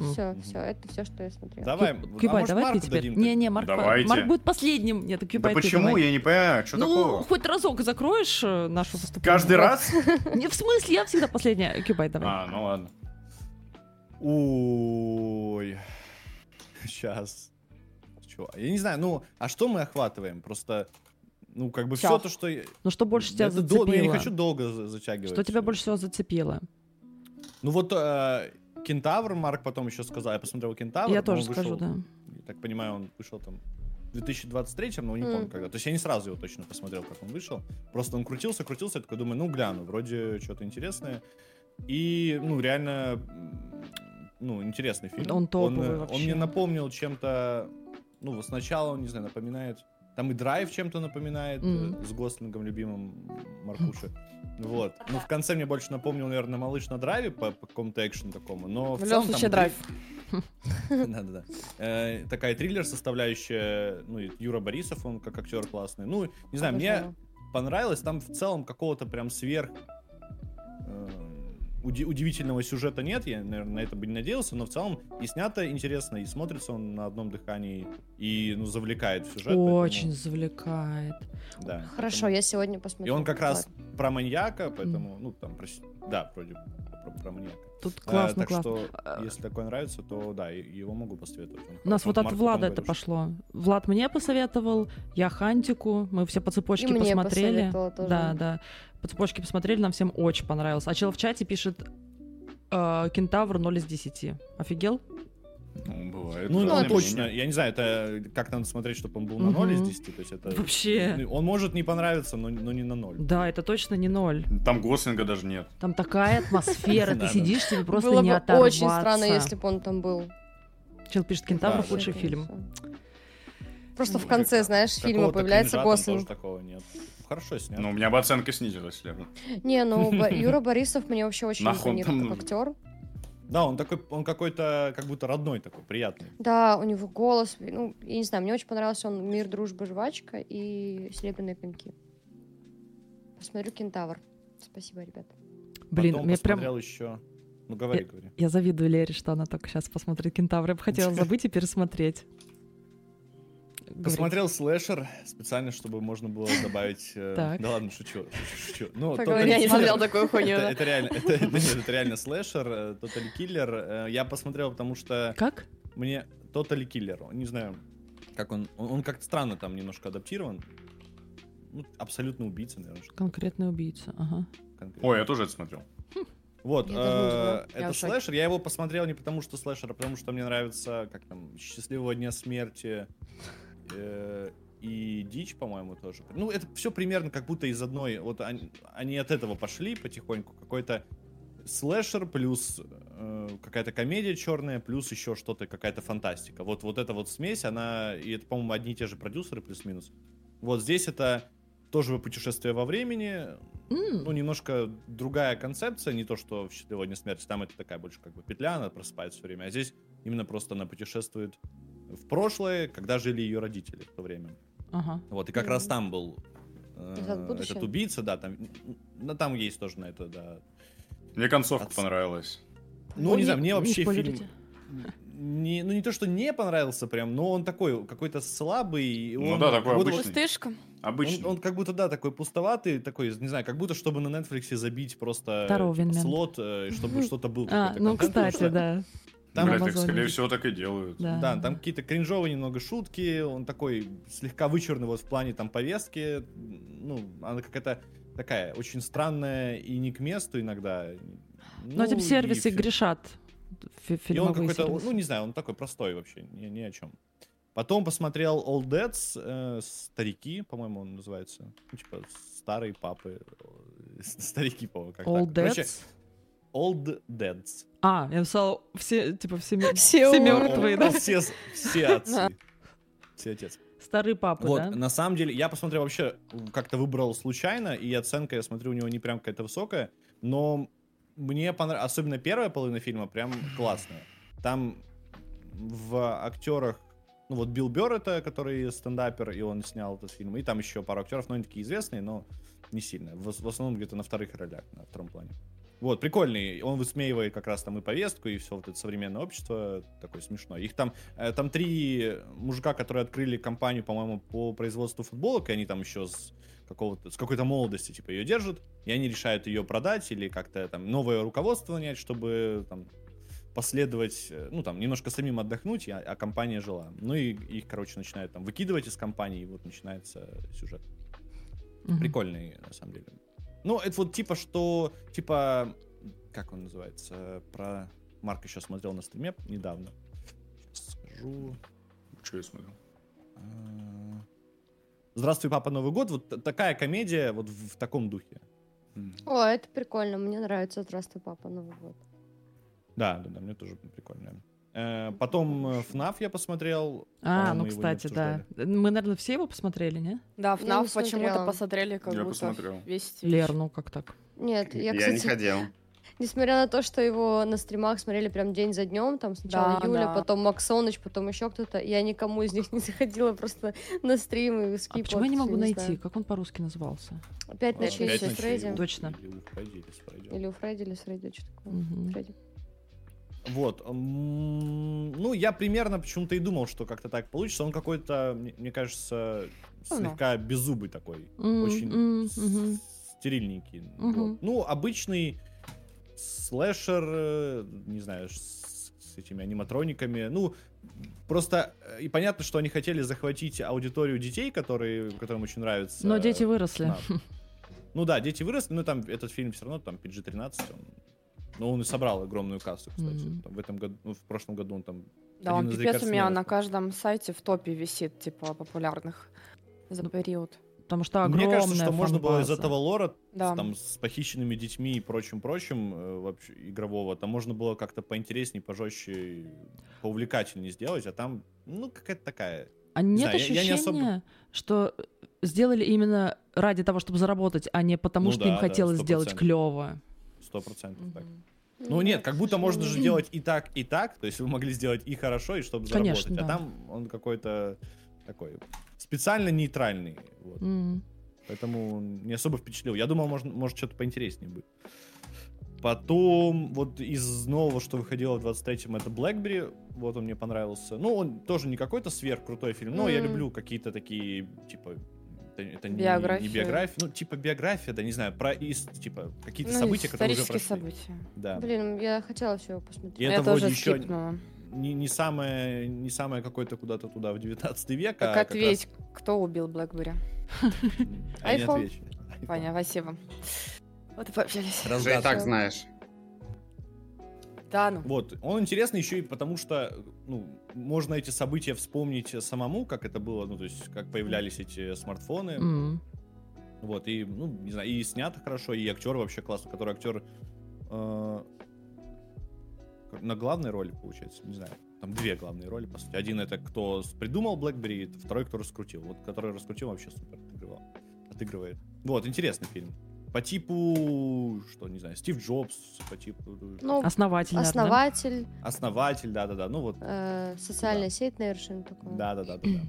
[SPEAKER 2] Ну.
[SPEAKER 3] Все, все, это все, что я смотрела.
[SPEAKER 2] Давай,
[SPEAKER 1] Кю-
[SPEAKER 2] а
[SPEAKER 1] Кьюбай,
[SPEAKER 2] может,
[SPEAKER 1] давай ты
[SPEAKER 2] Марку
[SPEAKER 1] теперь.
[SPEAKER 2] дадим
[SPEAKER 1] Не, не, Марк,
[SPEAKER 4] Давайте.
[SPEAKER 1] Марк будет последним. Нет, Кьюбай,
[SPEAKER 4] да
[SPEAKER 1] ты
[SPEAKER 4] почему?
[SPEAKER 1] Типа давай.
[SPEAKER 4] Я не понимаю, что
[SPEAKER 1] ну,
[SPEAKER 4] такого?
[SPEAKER 1] хоть разок закроешь э, нашу выступление.
[SPEAKER 4] Каждый раз?
[SPEAKER 1] Не, в смысле, я всегда последняя. Кьюбай, давай.
[SPEAKER 4] А, ну ладно.
[SPEAKER 2] Ой. Сейчас. Чё? Я не знаю, ну, а что мы охватываем? Просто, ну, как бы все
[SPEAKER 5] Щас.
[SPEAKER 2] то, что... я-
[SPEAKER 1] Ну что больше тебя
[SPEAKER 2] Это дол-
[SPEAKER 1] зацепило?
[SPEAKER 2] Я не хочу долго за- затягивать.
[SPEAKER 1] Что тебя больше всего зацепило?
[SPEAKER 2] Ну, вот э, Кентавр, Марк потом еще сказал. Я посмотрел Кентавр.
[SPEAKER 1] я
[SPEAKER 2] но он
[SPEAKER 1] тоже скажу,
[SPEAKER 2] вышел,
[SPEAKER 1] да.
[SPEAKER 2] Я так понимаю, он вышел там в 2023, но не
[SPEAKER 3] Мгм.
[SPEAKER 2] помню когда. То есть я не сразу его точно посмотрел, как он вышел. Просто он крутился, крутился, я такой думаю, ну, гляну, вроде что-то интересное. И, ну, реально, м, ну, интересный фильм.
[SPEAKER 1] Он топовый
[SPEAKER 2] э,
[SPEAKER 1] вообще.
[SPEAKER 2] Он мне напомнил чем-то, ну, вот сначала, он, не знаю, напоминает... Там и Драйв чем-то напоминает э,
[SPEAKER 1] Мгм.
[SPEAKER 2] с Гослингом, любимым Маркуши. Вот. Ну, в конце мне больше напомнил, наверное, «Малыш на драйве» по, по какому-то экшену такому, но в,
[SPEAKER 5] В любом
[SPEAKER 2] целом там
[SPEAKER 5] случае, драйв.
[SPEAKER 2] [LAUGHS] да-да-да. Э, Такая триллер составляющая, ну, и Юра Борисов, он как актер классный. Ну, не знаю, мне
[SPEAKER 3] Обожаю.
[SPEAKER 2] понравилось, там в целом какого-то прям сверх э, уди- удивительного сюжета нет, я, наверное, на это бы не надеялся, но в целом и снято интересно, и смотрится он на одном дыхании, и, ну, завлекает в сюжет.
[SPEAKER 1] Очень
[SPEAKER 2] поэтому,
[SPEAKER 1] завлекает.
[SPEAKER 2] да,
[SPEAKER 3] Хорошо,
[SPEAKER 2] поэтому-
[SPEAKER 3] я сегодня посмотрю.
[SPEAKER 2] И он как раз
[SPEAKER 3] Ладно.
[SPEAKER 2] про маньяка, поэтому, ну, там, про с- да, вроде про, про маньяка.
[SPEAKER 1] Тут
[SPEAKER 2] Э,
[SPEAKER 1] классно,
[SPEAKER 2] так
[SPEAKER 1] классно.
[SPEAKER 2] что, если такое нравится, то да, и- его могу посоветовать. Он
[SPEAKER 1] У нас
[SPEAKER 2] хороший.
[SPEAKER 1] вот от
[SPEAKER 2] Марк
[SPEAKER 1] Влада
[SPEAKER 2] потом
[SPEAKER 1] это
[SPEAKER 2] говорил, что-
[SPEAKER 1] пошло. Влад мне посоветовал, я Хантику, мы все по цепочке
[SPEAKER 3] И мне
[SPEAKER 1] посмотрели.
[SPEAKER 3] посоветовала тоже.
[SPEAKER 1] Да, да. По цепочке посмотрели, нам всем очень понравилось. А чел в чате пишет э, Кентавр 0 из 10. Офигел?
[SPEAKER 4] Ну, бывает.
[SPEAKER 2] Ну,
[SPEAKER 4] разные
[SPEAKER 2] ну, точно.
[SPEAKER 4] мнения.
[SPEAKER 2] Я не знаю, это как надо смотреть, чтобы он был на ноль из
[SPEAKER 1] Мгм.
[SPEAKER 2] 10. То есть это...
[SPEAKER 1] Вообще.
[SPEAKER 2] Он может не понравиться, но, но не на ноль.
[SPEAKER 1] Да, это точно не ноль.
[SPEAKER 4] Там Гослинга даже нет.
[SPEAKER 1] Там такая атмосфера, ты
[SPEAKER 2] Да, да.
[SPEAKER 1] сидишь, тебе просто
[SPEAKER 3] Было
[SPEAKER 1] не
[SPEAKER 3] бы
[SPEAKER 1] оторваться.
[SPEAKER 3] очень странно, если бы он там был.
[SPEAKER 1] Чел пишет Кентавр
[SPEAKER 2] Да,
[SPEAKER 1] худший
[SPEAKER 3] Вообще,
[SPEAKER 1] фильм.
[SPEAKER 3] конечно. Просто в
[SPEAKER 2] Ну,
[SPEAKER 3] конце,
[SPEAKER 2] как-
[SPEAKER 3] знаешь, фильма
[SPEAKER 2] Какого-то
[SPEAKER 3] появляется
[SPEAKER 2] кринжа там
[SPEAKER 3] Гослинг.
[SPEAKER 2] тоже такого нет. В хорошо снят.
[SPEAKER 4] Ну, у меня бы оценка снизилась, Лера.
[SPEAKER 2] [LAUGHS]
[SPEAKER 3] Не, ну Бо- Юра Борисов мне вообще очень
[SPEAKER 4] Нахуй он
[SPEAKER 3] импонирует
[SPEAKER 4] там
[SPEAKER 3] как актер.
[SPEAKER 2] Да, он такой, он какой-то, как будто родной такой, приятный.
[SPEAKER 3] Да, у него голос, ну, я не знаю, мне очень понравился он «Мир, дружба, жвачка» и «Серебряные коньки». Посмотрю «Кентавр». Спасибо, ребят.
[SPEAKER 1] Блин,
[SPEAKER 2] Потом
[SPEAKER 1] мне прям...
[SPEAKER 2] посмотрел еще... Ну, говори, говори.
[SPEAKER 1] Я завидую Лере, что она только сейчас посмотрит «Кентавра». Я бы
[SPEAKER 2] [LAUGHS]
[SPEAKER 1] хотела забыть и пересмотреть. Говори.
[SPEAKER 2] Посмотрел слэшер специально, чтобы можно было добавить... э,
[SPEAKER 1] Так.
[SPEAKER 2] Да ладно, шучу, шучу. шучу. Ну,
[SPEAKER 5] Поговорим,
[SPEAKER 2] «Тотали
[SPEAKER 5] я не смотрел
[SPEAKER 2] Киллер»
[SPEAKER 5] такую хуйню.
[SPEAKER 2] это,
[SPEAKER 5] да.
[SPEAKER 2] это реально, это, [LAUGHS] это- нет, это реально слэшер, э, Тотали Киллер. Э, Я посмотрел, потому что
[SPEAKER 1] Как?
[SPEAKER 2] мне Тотали Киллер, не знаю, как он, он, он как-то странно там немножко адаптирован. Ну, абсолютно убийца, наверное, что
[SPEAKER 1] Конкретный убийца, ага.
[SPEAKER 2] конкретно.
[SPEAKER 4] Ой, я тоже это смотрел.
[SPEAKER 2] Вот,
[SPEAKER 3] Я давно забыла.
[SPEAKER 2] э,
[SPEAKER 5] Я
[SPEAKER 2] это
[SPEAKER 5] в шоке.
[SPEAKER 2] слэшер. Я его посмотрел не потому, что слэшер, а потому, что мне нравится, как там, «Счастливого дня смерти» э, и «Дичь», по-моему, тоже. Ну, это все примерно как будто из одной... Вот они, они от этого пошли потихоньку. Какой-то слэшер плюс э, какая-то комедия черная, плюс еще что-то, какая-то фантастика. Вот, вот эта вот смесь, она... И это, по-моему, одни и те же продюсеры, плюс-минус. Вот здесь это тоже путешествие во времени,
[SPEAKER 1] М,
[SPEAKER 2] ну, немножко другая концепция, не то, что в «Счастливой дне смерти», там это такая больше как бы петля, она просыпается все время, а здесь именно просто она путешествует в прошлое, когда жили ее родители в то время.
[SPEAKER 1] Ага.
[SPEAKER 2] Вот, и как раз там был э,
[SPEAKER 3] Назад в будущее?
[SPEAKER 2] этот убийца, да, там, ну, там есть тоже на это, да.
[SPEAKER 4] Мне концовка
[SPEAKER 2] Отс-
[SPEAKER 4] понравилась.
[SPEAKER 2] Ну,
[SPEAKER 1] Ой,
[SPEAKER 2] не
[SPEAKER 1] не-
[SPEAKER 2] знаю, мне
[SPEAKER 1] не
[SPEAKER 2] вообще
[SPEAKER 1] спойлерите.
[SPEAKER 2] фильм... Не, ну, не то, что не понравился прям, но он такой, какой-то слабый. и
[SPEAKER 4] Ну
[SPEAKER 2] он
[SPEAKER 4] да, такой
[SPEAKER 2] как будто-
[SPEAKER 4] обычный.
[SPEAKER 5] Пустышка.
[SPEAKER 4] Обычный.
[SPEAKER 2] Он, он как будто, да, такой пустоватый, такой, не знаю, как будто, чтобы на Netflix забить просто
[SPEAKER 1] Второго
[SPEAKER 2] типа,
[SPEAKER 1] Винмена.
[SPEAKER 2] слот, э, и чтобы что-то было.
[SPEAKER 1] А,
[SPEAKER 2] какой-то
[SPEAKER 1] ну,
[SPEAKER 2] контент, потому
[SPEAKER 1] кстати,
[SPEAKER 2] что
[SPEAKER 1] да.
[SPEAKER 2] Там,
[SPEAKER 4] Блядь, так,
[SPEAKER 1] Амазоне.
[SPEAKER 4] скорее всего, так и делают.
[SPEAKER 1] Да.
[SPEAKER 2] да, там какие-то кринжовые немного шутки, он такой слегка вычурный вот в плане там повестки, ну, она какая-то такая очень странная и не к месту иногда.
[SPEAKER 1] Но этим
[SPEAKER 2] Ну, и
[SPEAKER 1] сервисы
[SPEAKER 2] фи-
[SPEAKER 1] грешат. Фи-
[SPEAKER 2] И он
[SPEAKER 1] Фильмовые
[SPEAKER 2] какой-то,
[SPEAKER 1] сервисы.
[SPEAKER 2] ну, не знаю, он такой простой вообще, ни, ни о чем. Потом посмотрел All Deads, э, «Старики», по-моему, он называется. Ну, типа, «Старые папы», [LAUGHS] э, «Старики», по-моему, как
[SPEAKER 1] All
[SPEAKER 2] так. Короче,
[SPEAKER 1] Deads?
[SPEAKER 2] Old Deads.
[SPEAKER 1] А, я написала все, типа, все, ме-
[SPEAKER 5] Все
[SPEAKER 1] все
[SPEAKER 5] умрут.
[SPEAKER 1] мертвые, [LAUGHS] да?
[SPEAKER 2] Все, с- все
[SPEAKER 5] Да.
[SPEAKER 2] отцы. Все отец.
[SPEAKER 1] Старые папы,
[SPEAKER 2] Вот,
[SPEAKER 1] да?
[SPEAKER 2] на самом деле, я посмотрел вообще, как-то выбрал случайно, и оценка, я смотрю, у него не прям какая-то высокая, но мне понравилось, особенно первая половина
[SPEAKER 1] [LAUGHS]
[SPEAKER 2] фильма прям классная. Там в актерах, ну вот Билл Бёрр это, который стендапер, и он снял этот фильм, и там еще пару актеров, но они такие известные, но не сильно. В, в основном где-то на вторых ролях, на втором плане. Вот, прикольный. Он высмеивает как раз там и повестку, и все вот это современное общество. Такое смешное. Их там, э, там три мужика, которые открыли компанию, по-моему, по производству футболок, и они там еще с какого-то, с какой-то молодости, типа, ее держат, и они решают ее продать или как-то там новое руководство нанять, чтобы там последовать, э, ну там, немножко самим отдохнуть, и- а, компания жила. Ну и их, короче, начинают там выкидывать из компании, и вот начинается сюжет
[SPEAKER 1] Мгм.
[SPEAKER 2] прикольный, на самом деле. Ну, это вот типа, что, типа, как он называется, про... Марк еще смотрел на стриме недавно. Сейчас скажу.
[SPEAKER 4] Что я смотрел?
[SPEAKER 2] А, Здравствуй, папа, Новый год. Вот т- такая комедия, вот в, в таком духе.
[SPEAKER 4] М.
[SPEAKER 3] О, а это прикольно, мне нравится «Здравствуй, папа, Новый год».
[SPEAKER 2] Да, да, да, мне тоже прикольно. Э, потом э, ФНАФ я посмотрел.
[SPEAKER 1] А,
[SPEAKER 2] По-моему,
[SPEAKER 1] ну,
[SPEAKER 2] его не
[SPEAKER 1] кстати, да.
[SPEAKER 2] обсуждали.
[SPEAKER 1] Мы, наверное, все его посмотрели, не?
[SPEAKER 5] Да,
[SPEAKER 3] Я Ну, не
[SPEAKER 5] ФНАФ почему-то
[SPEAKER 3] смотрела.
[SPEAKER 5] посмотрели, как
[SPEAKER 4] Я
[SPEAKER 5] будто
[SPEAKER 4] посмотрел.
[SPEAKER 5] весь
[SPEAKER 1] Лер, ну как так?
[SPEAKER 3] Нет, я,
[SPEAKER 6] Я, не
[SPEAKER 3] кстати,
[SPEAKER 6] ходил.
[SPEAKER 3] несмотря на то, что его на стримах смотрели прям день за днем, там сначала
[SPEAKER 5] Да,
[SPEAKER 3] Юля,
[SPEAKER 5] да.
[SPEAKER 3] потом Максоныч, потом еще кто-то, я никому из них не заходила просто на стримы и
[SPEAKER 1] А
[SPEAKER 3] скипала,
[SPEAKER 1] почему я не могу
[SPEAKER 3] потому что
[SPEAKER 1] найти? Как он по-русски назывался?
[SPEAKER 3] знаю. Опять
[SPEAKER 5] Ладно,
[SPEAKER 3] ночей
[SPEAKER 5] опять
[SPEAKER 3] с
[SPEAKER 5] ночей.
[SPEAKER 3] Фредди.
[SPEAKER 1] Точно.
[SPEAKER 2] Или у Фредди, или с Фредди.
[SPEAKER 3] Или у Фредди, или с Фредди, что такое.
[SPEAKER 1] Мгм.
[SPEAKER 3] Фредди.
[SPEAKER 2] Вот. м, Ну, я примерно почему-то и думал, что как-то так получится. Он какой-то, мне мне кажется,
[SPEAKER 5] Ну.
[SPEAKER 2] слегка беззубый такой.
[SPEAKER 1] М, м,
[SPEAKER 2] Очень
[SPEAKER 1] мгм.
[SPEAKER 2] с- стерильненький.
[SPEAKER 1] Мгм.
[SPEAKER 2] Вот. Ну, обычный слэшер, э, не знаю, с с этими аниматрониками. Ну, просто э, и понятно, что они хотели захватить аудиторию детей, которые, которым очень нравится.
[SPEAKER 1] Но
[SPEAKER 2] э,
[SPEAKER 1] дети выросли.
[SPEAKER 2] Надо.
[SPEAKER 1] [LAUGHS]
[SPEAKER 2] Ну да, дети выросли, но там этот фильм все равно там PG-13, он... но он и собрал огромную кассу, кстати.
[SPEAKER 1] Мгм.
[SPEAKER 2] Там в этом году, ну, в прошлом году он там.
[SPEAKER 5] Да, он
[SPEAKER 2] Один из
[SPEAKER 5] пипец у меня
[SPEAKER 2] рекордсменов.
[SPEAKER 5] на каждом сайте в топе висит, типа, популярных за
[SPEAKER 1] Ну,
[SPEAKER 5] период.
[SPEAKER 1] Потому что огромная
[SPEAKER 2] Мне кажется, что можно было из
[SPEAKER 1] фан-база.
[SPEAKER 2] этого лора
[SPEAKER 5] Да. Ну,
[SPEAKER 2] с, там с похищенными детьми и прочим прочим э, вообще игрового, там можно было как-то поинтереснее, пожестче, поувлекательнее сделать, а там ну какая-то такая.
[SPEAKER 1] А нет
[SPEAKER 2] знаю, я- я не
[SPEAKER 1] ощущения,
[SPEAKER 2] особо-
[SPEAKER 1] что э, сделали именно ради того, чтобы заработать, а не потому,
[SPEAKER 2] Ну
[SPEAKER 1] что
[SPEAKER 2] да,
[SPEAKER 1] им
[SPEAKER 2] да,
[SPEAKER 1] хотелось сделать
[SPEAKER 2] 100%.
[SPEAKER 1] клево.
[SPEAKER 2] Сто процентов так. Ну нет, как будто можно же делать и так, и так. То есть вы могли сделать и хорошо, и чтобы
[SPEAKER 1] Конечно,
[SPEAKER 2] заработать. А
[SPEAKER 1] да.
[SPEAKER 2] там он какой-то такой специально нейтральный. Вот.
[SPEAKER 1] Мгм.
[SPEAKER 2] Поэтому он не особо впечатлил. Я думал, может, может что-то поинтереснее будет. Потом, вот из нового, что выходило в 23-м, это Blackberry. Вот он мне понравился. Ну, он тоже не какой-то сверхкрутой фильм, но я
[SPEAKER 5] М.
[SPEAKER 2] люблю какие-то такие, типа, это, это не- не,
[SPEAKER 5] Биографии.
[SPEAKER 2] биография, ну, типа биография, да, не знаю, про ис- типа какие-то
[SPEAKER 5] Ну,
[SPEAKER 2] события, которые уже
[SPEAKER 5] исторические
[SPEAKER 2] прошли.
[SPEAKER 5] события.
[SPEAKER 2] Да.
[SPEAKER 3] Блин, я хотела все посмотреть.
[SPEAKER 2] И это
[SPEAKER 5] я тоже
[SPEAKER 2] вроде А, еще
[SPEAKER 5] скипнула.
[SPEAKER 2] не, не самое, не самое какое-то куда-то туда в 19 век, а
[SPEAKER 5] Так
[SPEAKER 2] как Типа.
[SPEAKER 5] ответь, кто убил Блэкбери?
[SPEAKER 2] раз- М, [LAUGHS] а не
[SPEAKER 3] iPhone.
[SPEAKER 2] отвечу.
[SPEAKER 5] Понятно, спасибо. Вот и пообщались.
[SPEAKER 6] Уже и
[SPEAKER 2] Разгадка.
[SPEAKER 6] так знаешь.
[SPEAKER 5] Да, ну.
[SPEAKER 2] Вот, он интересный еще и потому, что ну, можно эти события вспомнить самому, как это было, ну, то есть, как появлялись эти смартфоны,
[SPEAKER 1] М.
[SPEAKER 2] вот, и, ну, не знаю, и снято хорошо, и актер вообще классно, который актер э, на главной роли, получается, не знаю, там две главные роли, по сути. Один это кто с- придумал BlackBerry, это второй, кто раскрутил. Вот, который раскрутил, вообще супер отыгрывал, отыгрывает. Вот, интересный фильм. По типу, что, не знаю, Стив Джобс, по типу...
[SPEAKER 3] Ну,
[SPEAKER 1] Основатель, наверное.
[SPEAKER 3] основатель,
[SPEAKER 2] Основатель, да-да-да, ну вот,
[SPEAKER 3] э, социальная сеть, наверное, что-нибудь такое.
[SPEAKER 2] да-да-да. да.
[SPEAKER 3] Понял.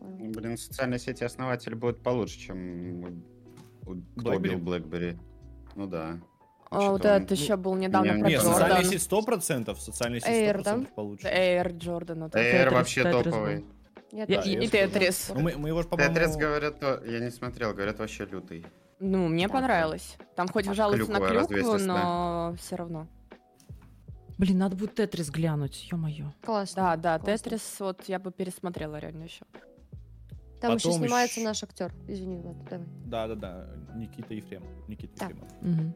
[SPEAKER 6] Ну, Блин, социальные сети основатель будет получше, чем у- у- кто
[SPEAKER 2] BlackBerry?
[SPEAKER 6] убил BlackBerry. Ну да.
[SPEAKER 5] А, вот
[SPEAKER 6] Что-то
[SPEAKER 5] этот
[SPEAKER 2] ну,
[SPEAKER 5] еще был недавно
[SPEAKER 6] Меня
[SPEAKER 5] про
[SPEAKER 6] не
[SPEAKER 2] Нет,
[SPEAKER 6] Джордан.
[SPEAKER 2] социальная
[SPEAKER 5] Джордана. Э,
[SPEAKER 2] сеть сто процентов, социальная сеть
[SPEAKER 3] Эйр,
[SPEAKER 2] сто
[SPEAKER 3] да?
[SPEAKER 2] процентов получше.
[SPEAKER 5] Эйр Джордана. там.
[SPEAKER 6] Эйр
[SPEAKER 1] Тетрис,
[SPEAKER 6] вообще
[SPEAKER 1] Тетрис
[SPEAKER 6] топовый.
[SPEAKER 3] Я
[SPEAKER 1] Я-
[SPEAKER 3] тоже
[SPEAKER 2] и-
[SPEAKER 3] не
[SPEAKER 2] и
[SPEAKER 3] смотрела.
[SPEAKER 5] Тетрис.
[SPEAKER 2] Ну, мы, мы его ж,
[SPEAKER 6] Тетрис,
[SPEAKER 2] по-моему...
[SPEAKER 6] говорят, то- я не смотрел, говорят, вообще лютый.
[SPEAKER 5] Ну, мне
[SPEAKER 3] Да.
[SPEAKER 5] понравилось. Там хоть жалуются на
[SPEAKER 6] Клюква
[SPEAKER 5] клюкву,
[SPEAKER 6] развесистая.
[SPEAKER 5] но все равно.
[SPEAKER 1] Блин, надо будет Тетрис глянуть, ё-моё.
[SPEAKER 3] Классно.
[SPEAKER 5] Да, да,
[SPEAKER 3] Классно.
[SPEAKER 5] Тетрис, вот я бы пересмотрела реально еще.
[SPEAKER 3] Там еще
[SPEAKER 2] Потом
[SPEAKER 3] снимается
[SPEAKER 2] ещё-
[SPEAKER 3] наш актер. Извини, Влад, давай.
[SPEAKER 2] Да-да-да, Никита Ефремов. Никита
[SPEAKER 3] Да.
[SPEAKER 2] Ефремов.
[SPEAKER 1] Мгм.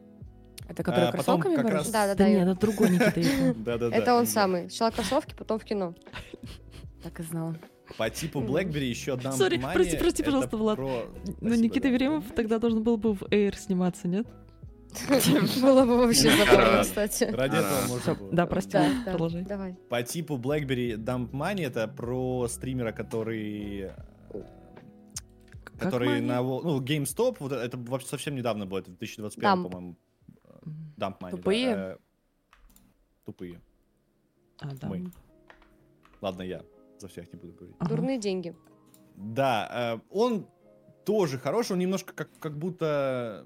[SPEAKER 5] Это который
[SPEAKER 2] А, потом
[SPEAKER 5] кроссовками
[SPEAKER 2] как
[SPEAKER 5] был?
[SPEAKER 2] раз-
[SPEAKER 3] Да, да,
[SPEAKER 1] Да
[SPEAKER 3] да.
[SPEAKER 1] нет,
[SPEAKER 3] я-
[SPEAKER 1] это другой Никита [LAUGHS] Ефремов.
[SPEAKER 2] Да-да-да.
[SPEAKER 3] Это он
[SPEAKER 2] да.
[SPEAKER 3] самый. Сначала кроссовки, потом в кино. [LAUGHS]
[SPEAKER 5] Так и знала.
[SPEAKER 2] По типу Blackberry еще дам
[SPEAKER 1] Сори,
[SPEAKER 2] внимание,
[SPEAKER 1] прости, прости,
[SPEAKER 2] это
[SPEAKER 1] пожалуйста, Влад.
[SPEAKER 2] про-
[SPEAKER 1] Ну,
[SPEAKER 2] Спасибо,
[SPEAKER 1] Никита
[SPEAKER 2] да.
[SPEAKER 1] Ефремов тогда должен был бы в Эйр сниматься, нет?
[SPEAKER 3] Было бы вообще забавно,
[SPEAKER 6] Да.
[SPEAKER 3] кстати.
[SPEAKER 2] Ради
[SPEAKER 6] А.
[SPEAKER 2] этого можно
[SPEAKER 1] Всё,
[SPEAKER 2] было.
[SPEAKER 1] Да, прости,
[SPEAKER 3] Да,
[SPEAKER 1] Влад,
[SPEAKER 3] да,
[SPEAKER 1] продолжай.
[SPEAKER 3] давай.
[SPEAKER 2] По типу Blackberry Dump Money это про стримера, который... э,
[SPEAKER 1] Как
[SPEAKER 2] Который
[SPEAKER 1] Мани?
[SPEAKER 2] на... вол- Ну, GameStop, вот это вообще совсем недавно было, это в 2021,
[SPEAKER 3] Dump.
[SPEAKER 2] по-моему. Dump Money. да,
[SPEAKER 5] Тупые?
[SPEAKER 2] э, Тупые.
[SPEAKER 1] А, да.
[SPEAKER 2] Мы. Ладно, я за всех не буду говорить.
[SPEAKER 1] Ага.
[SPEAKER 3] Дурные деньги.
[SPEAKER 2] Да, э, он тоже хороший, он немножко как, как будто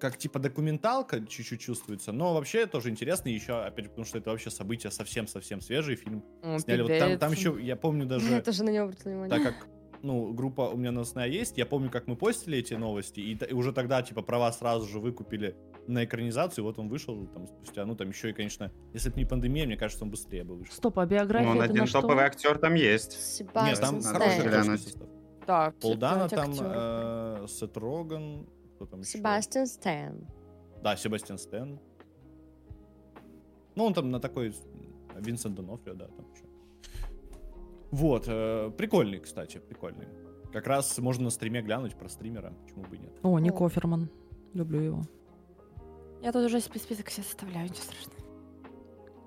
[SPEAKER 2] как типа документалка чуть-чуть чувствуется, но вообще тоже интересно еще, опять же, потому что это вообще событие совсем-совсем свежий фильм.
[SPEAKER 5] О,
[SPEAKER 2] Сняли вот там, там
[SPEAKER 5] пипец.
[SPEAKER 2] еще, я помню
[SPEAKER 3] Я
[SPEAKER 2] даже,
[SPEAKER 3] тоже на него обратила
[SPEAKER 2] так
[SPEAKER 3] внимание.
[SPEAKER 2] как ну, группа у меня новостная есть, я помню, как мы постили эти новости, и, т- и уже тогда, типа, права сразу же выкупили на экранизацию, вот он вышел там спустя, ну, там еще и, конечно, если бы не пандемия, мне кажется, он быстрее бы вышел.
[SPEAKER 1] Стоп, а биография
[SPEAKER 6] Он
[SPEAKER 1] это на
[SPEAKER 6] один
[SPEAKER 1] что?
[SPEAKER 6] топовый актер там есть.
[SPEAKER 3] Себастьян
[SPEAKER 2] Нет, там
[SPEAKER 6] Надо
[SPEAKER 2] хороший
[SPEAKER 3] Стэн.
[SPEAKER 6] глянуть.
[SPEAKER 2] актерский состав.
[SPEAKER 5] Да, все
[SPEAKER 2] Полдана
[SPEAKER 5] эти
[SPEAKER 2] там,
[SPEAKER 5] актеры.
[SPEAKER 2] э, Сет Роган, кто там еще?
[SPEAKER 3] Себастьян Стэн.
[SPEAKER 2] Да, Себастьян Стэн. Ну, он там на такой... э, Винсент Донофрио, да, там еще. Вот, э, прикольный, кстати, прикольный. Как раз можно на стриме глянуть про стримера, почему бы и нет.
[SPEAKER 1] О, Ник Оферман. Люблю его.
[SPEAKER 5] Я тут уже спи- список себе составляю, ничего страшного.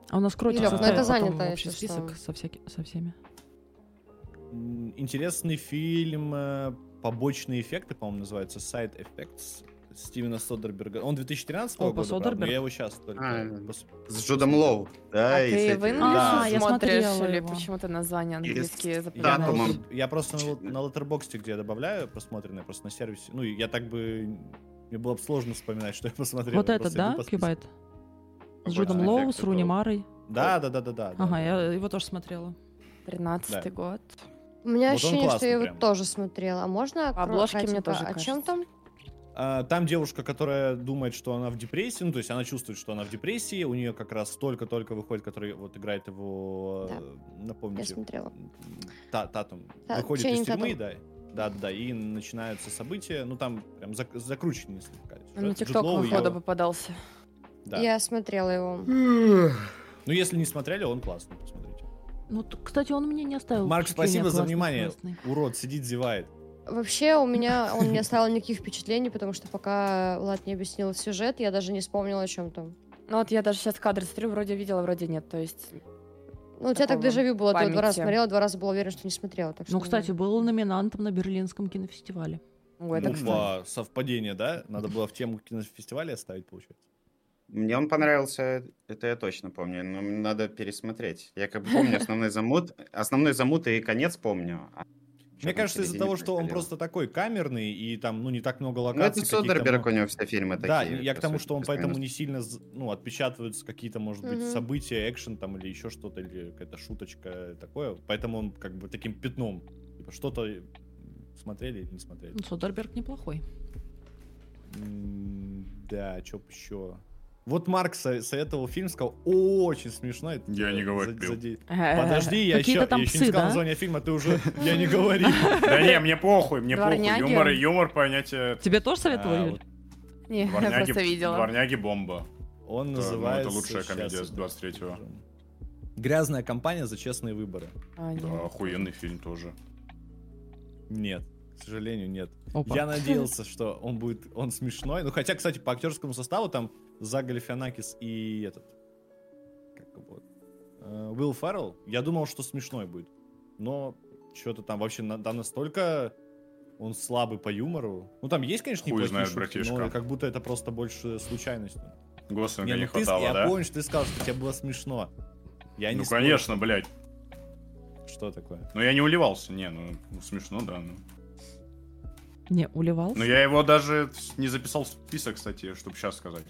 [SPEAKER 1] А у нас кротик
[SPEAKER 3] Юлёк, ну
[SPEAKER 1] составит
[SPEAKER 3] это
[SPEAKER 1] потом
[SPEAKER 3] занято,
[SPEAKER 1] общий
[SPEAKER 3] если что.
[SPEAKER 1] список со, всяки- со всеми.
[SPEAKER 2] М, Интересный фильм э, «Побочные эффекты», по-моему, называется, «Side Effects» Стивена Содерберга. Он 2013
[SPEAKER 1] О,
[SPEAKER 2] года,
[SPEAKER 1] по
[SPEAKER 2] правда,
[SPEAKER 1] Содерберг?
[SPEAKER 2] но я его сейчас только...
[SPEAKER 6] А,
[SPEAKER 2] пос-
[SPEAKER 6] С Джудом Лоу. Да,
[SPEAKER 5] а
[SPEAKER 6] и
[SPEAKER 5] ты
[SPEAKER 6] с
[SPEAKER 5] в
[SPEAKER 6] этим-
[SPEAKER 5] English
[SPEAKER 2] Да.
[SPEAKER 1] Я
[SPEAKER 5] смотришь
[SPEAKER 1] смотрела
[SPEAKER 5] или
[SPEAKER 1] его.
[SPEAKER 5] почему-то названия
[SPEAKER 6] И с
[SPEAKER 5] английские
[SPEAKER 2] Я,
[SPEAKER 6] Да,
[SPEAKER 5] запоминаешь?
[SPEAKER 6] Томом.
[SPEAKER 2] просто, я просто на, лот- на Letterboxd, где я добавляю просмотренное, просто на сервисе. Ну, и я так бы... Мне было бы сложно вспоминать, что я посмотрел.
[SPEAKER 1] Вот
[SPEAKER 2] Я
[SPEAKER 1] этот,
[SPEAKER 2] просто иду
[SPEAKER 1] да,
[SPEAKER 2] по списку.
[SPEAKER 1] кипает? С
[SPEAKER 6] Обычный
[SPEAKER 1] Джудом Лоу,
[SPEAKER 6] эффект
[SPEAKER 1] с Руни
[SPEAKER 6] этого.
[SPEAKER 1] Марой.
[SPEAKER 2] Да, да, да, да, да. да.
[SPEAKER 1] Ага, я его тоже смотрела.
[SPEAKER 5] Тринадцатый год.
[SPEAKER 3] У меня
[SPEAKER 2] Вот он
[SPEAKER 3] ощущение, что
[SPEAKER 2] классный
[SPEAKER 3] я
[SPEAKER 2] прям.
[SPEAKER 3] его тоже смотрела. А можно...
[SPEAKER 5] По
[SPEAKER 3] кро-
[SPEAKER 5] обложке мне
[SPEAKER 3] кратенько?
[SPEAKER 5] тоже
[SPEAKER 3] О чем там?
[SPEAKER 5] кажется.
[SPEAKER 2] А, Там девушка, которая думает, что она в депрессии, ну, то есть она чувствует, что она в депрессии, у нее как раз только-только выходит, который вот играет его,
[SPEAKER 3] Да.
[SPEAKER 2] э,
[SPEAKER 3] Я
[SPEAKER 2] напомните,
[SPEAKER 3] смотрела.
[SPEAKER 2] та, Татум,
[SPEAKER 3] Та-
[SPEAKER 2] выходит из
[SPEAKER 3] Ченнинг
[SPEAKER 2] тюрьмы,
[SPEAKER 3] Татум.
[SPEAKER 2] да, да, да, и начинаются события, ну, там прям зак- закрученный
[SPEAKER 3] Ну,
[SPEAKER 2] слегка. сюжет.
[SPEAKER 5] На
[SPEAKER 2] Джуд
[SPEAKER 5] ТикТок
[SPEAKER 2] Лоу
[SPEAKER 5] выхода
[SPEAKER 2] её-
[SPEAKER 5] попадался.
[SPEAKER 2] да.
[SPEAKER 3] Я смотрела его.
[SPEAKER 2] Ну, если не смотрели, он классный, посмотрите.
[SPEAKER 1] Ну, т- кстати, он мне не оставил.
[SPEAKER 2] Марк,
[SPEAKER 1] впечатления
[SPEAKER 2] спасибо за
[SPEAKER 1] классный,
[SPEAKER 2] внимание.
[SPEAKER 1] классный.
[SPEAKER 2] Урод сидит, зевает.
[SPEAKER 3] Вообще у меня он не оставил никаких впечатлений, потому что пока Влад не объяснил сюжет, я даже не вспомнила, о чем там.
[SPEAKER 5] Ну вот я даже сейчас кадры смотрю, вроде видела, вроде нет. То есть
[SPEAKER 3] Ну, у тебя так
[SPEAKER 5] такого
[SPEAKER 3] дежавю было, ты два раза
[SPEAKER 5] памяти.
[SPEAKER 3] смотрела, два раза была уверена, что не смотрела. Так что,
[SPEAKER 1] Ну, кстати, был номинантом на Берлинском кинофестивале.
[SPEAKER 5] Ой, это,
[SPEAKER 2] Ну,
[SPEAKER 5] кстати.
[SPEAKER 2] ба, совпадение, да? Надо было в тему кинофестиваля оставить, получается.
[SPEAKER 6] Мне он понравился, это я точно помню, но надо пересмотреть. Я как бы помню основной замут, основной замут и конец помню. а чё
[SPEAKER 2] Мне
[SPEAKER 6] там
[SPEAKER 2] кажется, из-за
[SPEAKER 6] середине
[SPEAKER 2] того, что он
[SPEAKER 6] происходило.
[SPEAKER 2] просто такой камерный и там, ну, не так много
[SPEAKER 6] Ну, это
[SPEAKER 2] локаций. каких-то
[SPEAKER 6] Содерберг,
[SPEAKER 2] много.
[SPEAKER 6] у него все фильмы такие.
[SPEAKER 2] Да, я к
[SPEAKER 6] по
[SPEAKER 2] тому,
[SPEAKER 6] сути,
[SPEAKER 2] что он
[SPEAKER 6] плюс-минус.
[SPEAKER 2] поэтому не сильно, з- ну, отпечатываются какие-то, может быть,
[SPEAKER 3] Мгм.
[SPEAKER 2] события, экшен там или еще что-то, или какая-то шуточка такое. Поэтому он как бы таким пятном. Типа, что-то смотрели или не смотрели.
[SPEAKER 1] Ну, Содерберг неплохой.
[SPEAKER 2] М, Да, чё б еще. Вот Марк со- советовал фильм, сказал, очень смешно. это
[SPEAKER 4] Я не
[SPEAKER 2] за-
[SPEAKER 4] говорил.
[SPEAKER 2] заде-
[SPEAKER 4] Э,
[SPEAKER 2] Подожди, я
[SPEAKER 1] Какие-то
[SPEAKER 2] еще,
[SPEAKER 1] там
[SPEAKER 2] еще
[SPEAKER 1] псы,
[SPEAKER 2] не сказал
[SPEAKER 1] да?
[SPEAKER 2] название фильма, ты уже, я не
[SPEAKER 4] [LAUGHS]
[SPEAKER 2] говорил.
[SPEAKER 4] Да не, мне похуй, мне похуй.
[SPEAKER 5] Дворняги.
[SPEAKER 4] Юмор и юмор понятие.
[SPEAKER 1] Тебе тоже советовал,
[SPEAKER 2] А,
[SPEAKER 1] Юль?
[SPEAKER 2] вот
[SPEAKER 5] Не, [LAUGHS] я
[SPEAKER 4] Дворняги,
[SPEAKER 5] просто видела.
[SPEAKER 4] дворняги бомба.
[SPEAKER 2] Он
[SPEAKER 4] Это, ну,
[SPEAKER 2] называется...
[SPEAKER 4] это лучшая
[SPEAKER 2] щас
[SPEAKER 4] комедия
[SPEAKER 2] я
[SPEAKER 4] с 23-го.
[SPEAKER 2] скажу. Грязная компания за честные выборы.
[SPEAKER 5] А, нет.
[SPEAKER 4] Да, охуенный фильм тоже.
[SPEAKER 2] Нет, к сожалению, нет.
[SPEAKER 1] Опа.
[SPEAKER 2] Я надеялся, что он будет, он смешной. Ну, хотя, кстати, по актерскому составу там Зак Галифианакис и этот, как его, э, Уилл Феррелл. Я думал, что смешной будет, но что-то там вообще на- там настолько он слабый по юмору. Ну, там есть, конечно,
[SPEAKER 4] Хуй
[SPEAKER 2] неплохие
[SPEAKER 4] знает,
[SPEAKER 2] шутки,
[SPEAKER 4] братишка.
[SPEAKER 2] но как будто это просто больше случайность.
[SPEAKER 4] Гослинга
[SPEAKER 2] Не,
[SPEAKER 4] не
[SPEAKER 2] ну ты,
[SPEAKER 4] хватало,
[SPEAKER 2] я
[SPEAKER 4] да?
[SPEAKER 2] помню, что ты сказал, что тебе было смешно. Я
[SPEAKER 4] Ну,
[SPEAKER 2] не спорю,
[SPEAKER 4] конечно, блядь.
[SPEAKER 2] Что такое?
[SPEAKER 4] Но я не уливался, не, ну ну, смешно, да. ну.
[SPEAKER 1] Не, уливался?
[SPEAKER 4] Но я его даже не записал в список, кстати, чтобы сейчас сказать.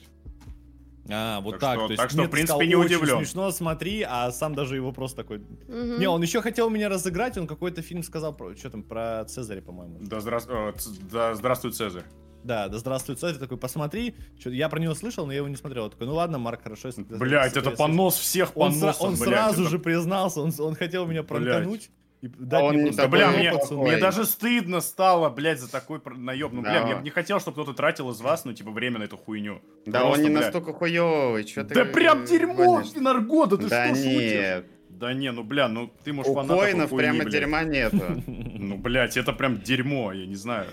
[SPEAKER 2] А, вот
[SPEAKER 4] Так
[SPEAKER 2] так.
[SPEAKER 4] что-
[SPEAKER 2] то есть
[SPEAKER 4] так что,
[SPEAKER 2] мне
[SPEAKER 4] в
[SPEAKER 2] ты
[SPEAKER 4] принципе,
[SPEAKER 2] сказал,
[SPEAKER 4] не
[SPEAKER 2] «Очень
[SPEAKER 4] удивлен».
[SPEAKER 2] Смешно, смотри, а сам даже его просто такой,
[SPEAKER 3] Мгм.
[SPEAKER 2] Не, он еще хотел меня разыграть, он какой-то фильм сказал про что там про Цезаря, по-моему.
[SPEAKER 4] Да, здрас- э, ц- да здравствуй, Цезарь.
[SPEAKER 2] Да, да здравствует Цезарь, такой, посмотри, Чё- я про него слышал, но я его не смотрел. Я такой, ну ладно, Марк, хорошо. если ты-
[SPEAKER 4] Блять,
[SPEAKER 2] если
[SPEAKER 4] это
[SPEAKER 2] ты-
[SPEAKER 4] понос всех
[SPEAKER 2] Он, сра-
[SPEAKER 4] поносов,
[SPEAKER 2] он
[SPEAKER 4] блядь,
[SPEAKER 2] сразу
[SPEAKER 4] это-
[SPEAKER 2] же признался, он, с- он хотел меня пранкануть. И дать
[SPEAKER 6] А он
[SPEAKER 2] мне
[SPEAKER 6] не
[SPEAKER 2] просто-
[SPEAKER 4] Да, бля,
[SPEAKER 6] Такой
[SPEAKER 4] мне,
[SPEAKER 6] неплохой.
[SPEAKER 4] мне даже стыдно стало, блядь, за такой про- наеб. Ну, бля,
[SPEAKER 6] Да.
[SPEAKER 4] я бы не хотел, чтобы кто-то тратил из вас, ну, типа, время на эту хуйню.
[SPEAKER 6] Да
[SPEAKER 4] Просто,
[SPEAKER 6] он не
[SPEAKER 4] бля.
[SPEAKER 6] настолько хуёвый, что ты...
[SPEAKER 4] Да прям дерьмо,
[SPEAKER 6] [LAUGHS] гонишь?
[SPEAKER 4] Наргода, ты
[SPEAKER 6] Да
[SPEAKER 4] что шутишь?
[SPEAKER 6] нет,
[SPEAKER 4] Да не, ну, бля, ну, ты, может,
[SPEAKER 6] у
[SPEAKER 4] фанат такой
[SPEAKER 6] коинов
[SPEAKER 4] хуйни,
[SPEAKER 6] прямо
[SPEAKER 4] блядь.
[SPEAKER 6] дерьма нету.
[SPEAKER 4] Ну, блядь, это прям дерьмо, я не знаю.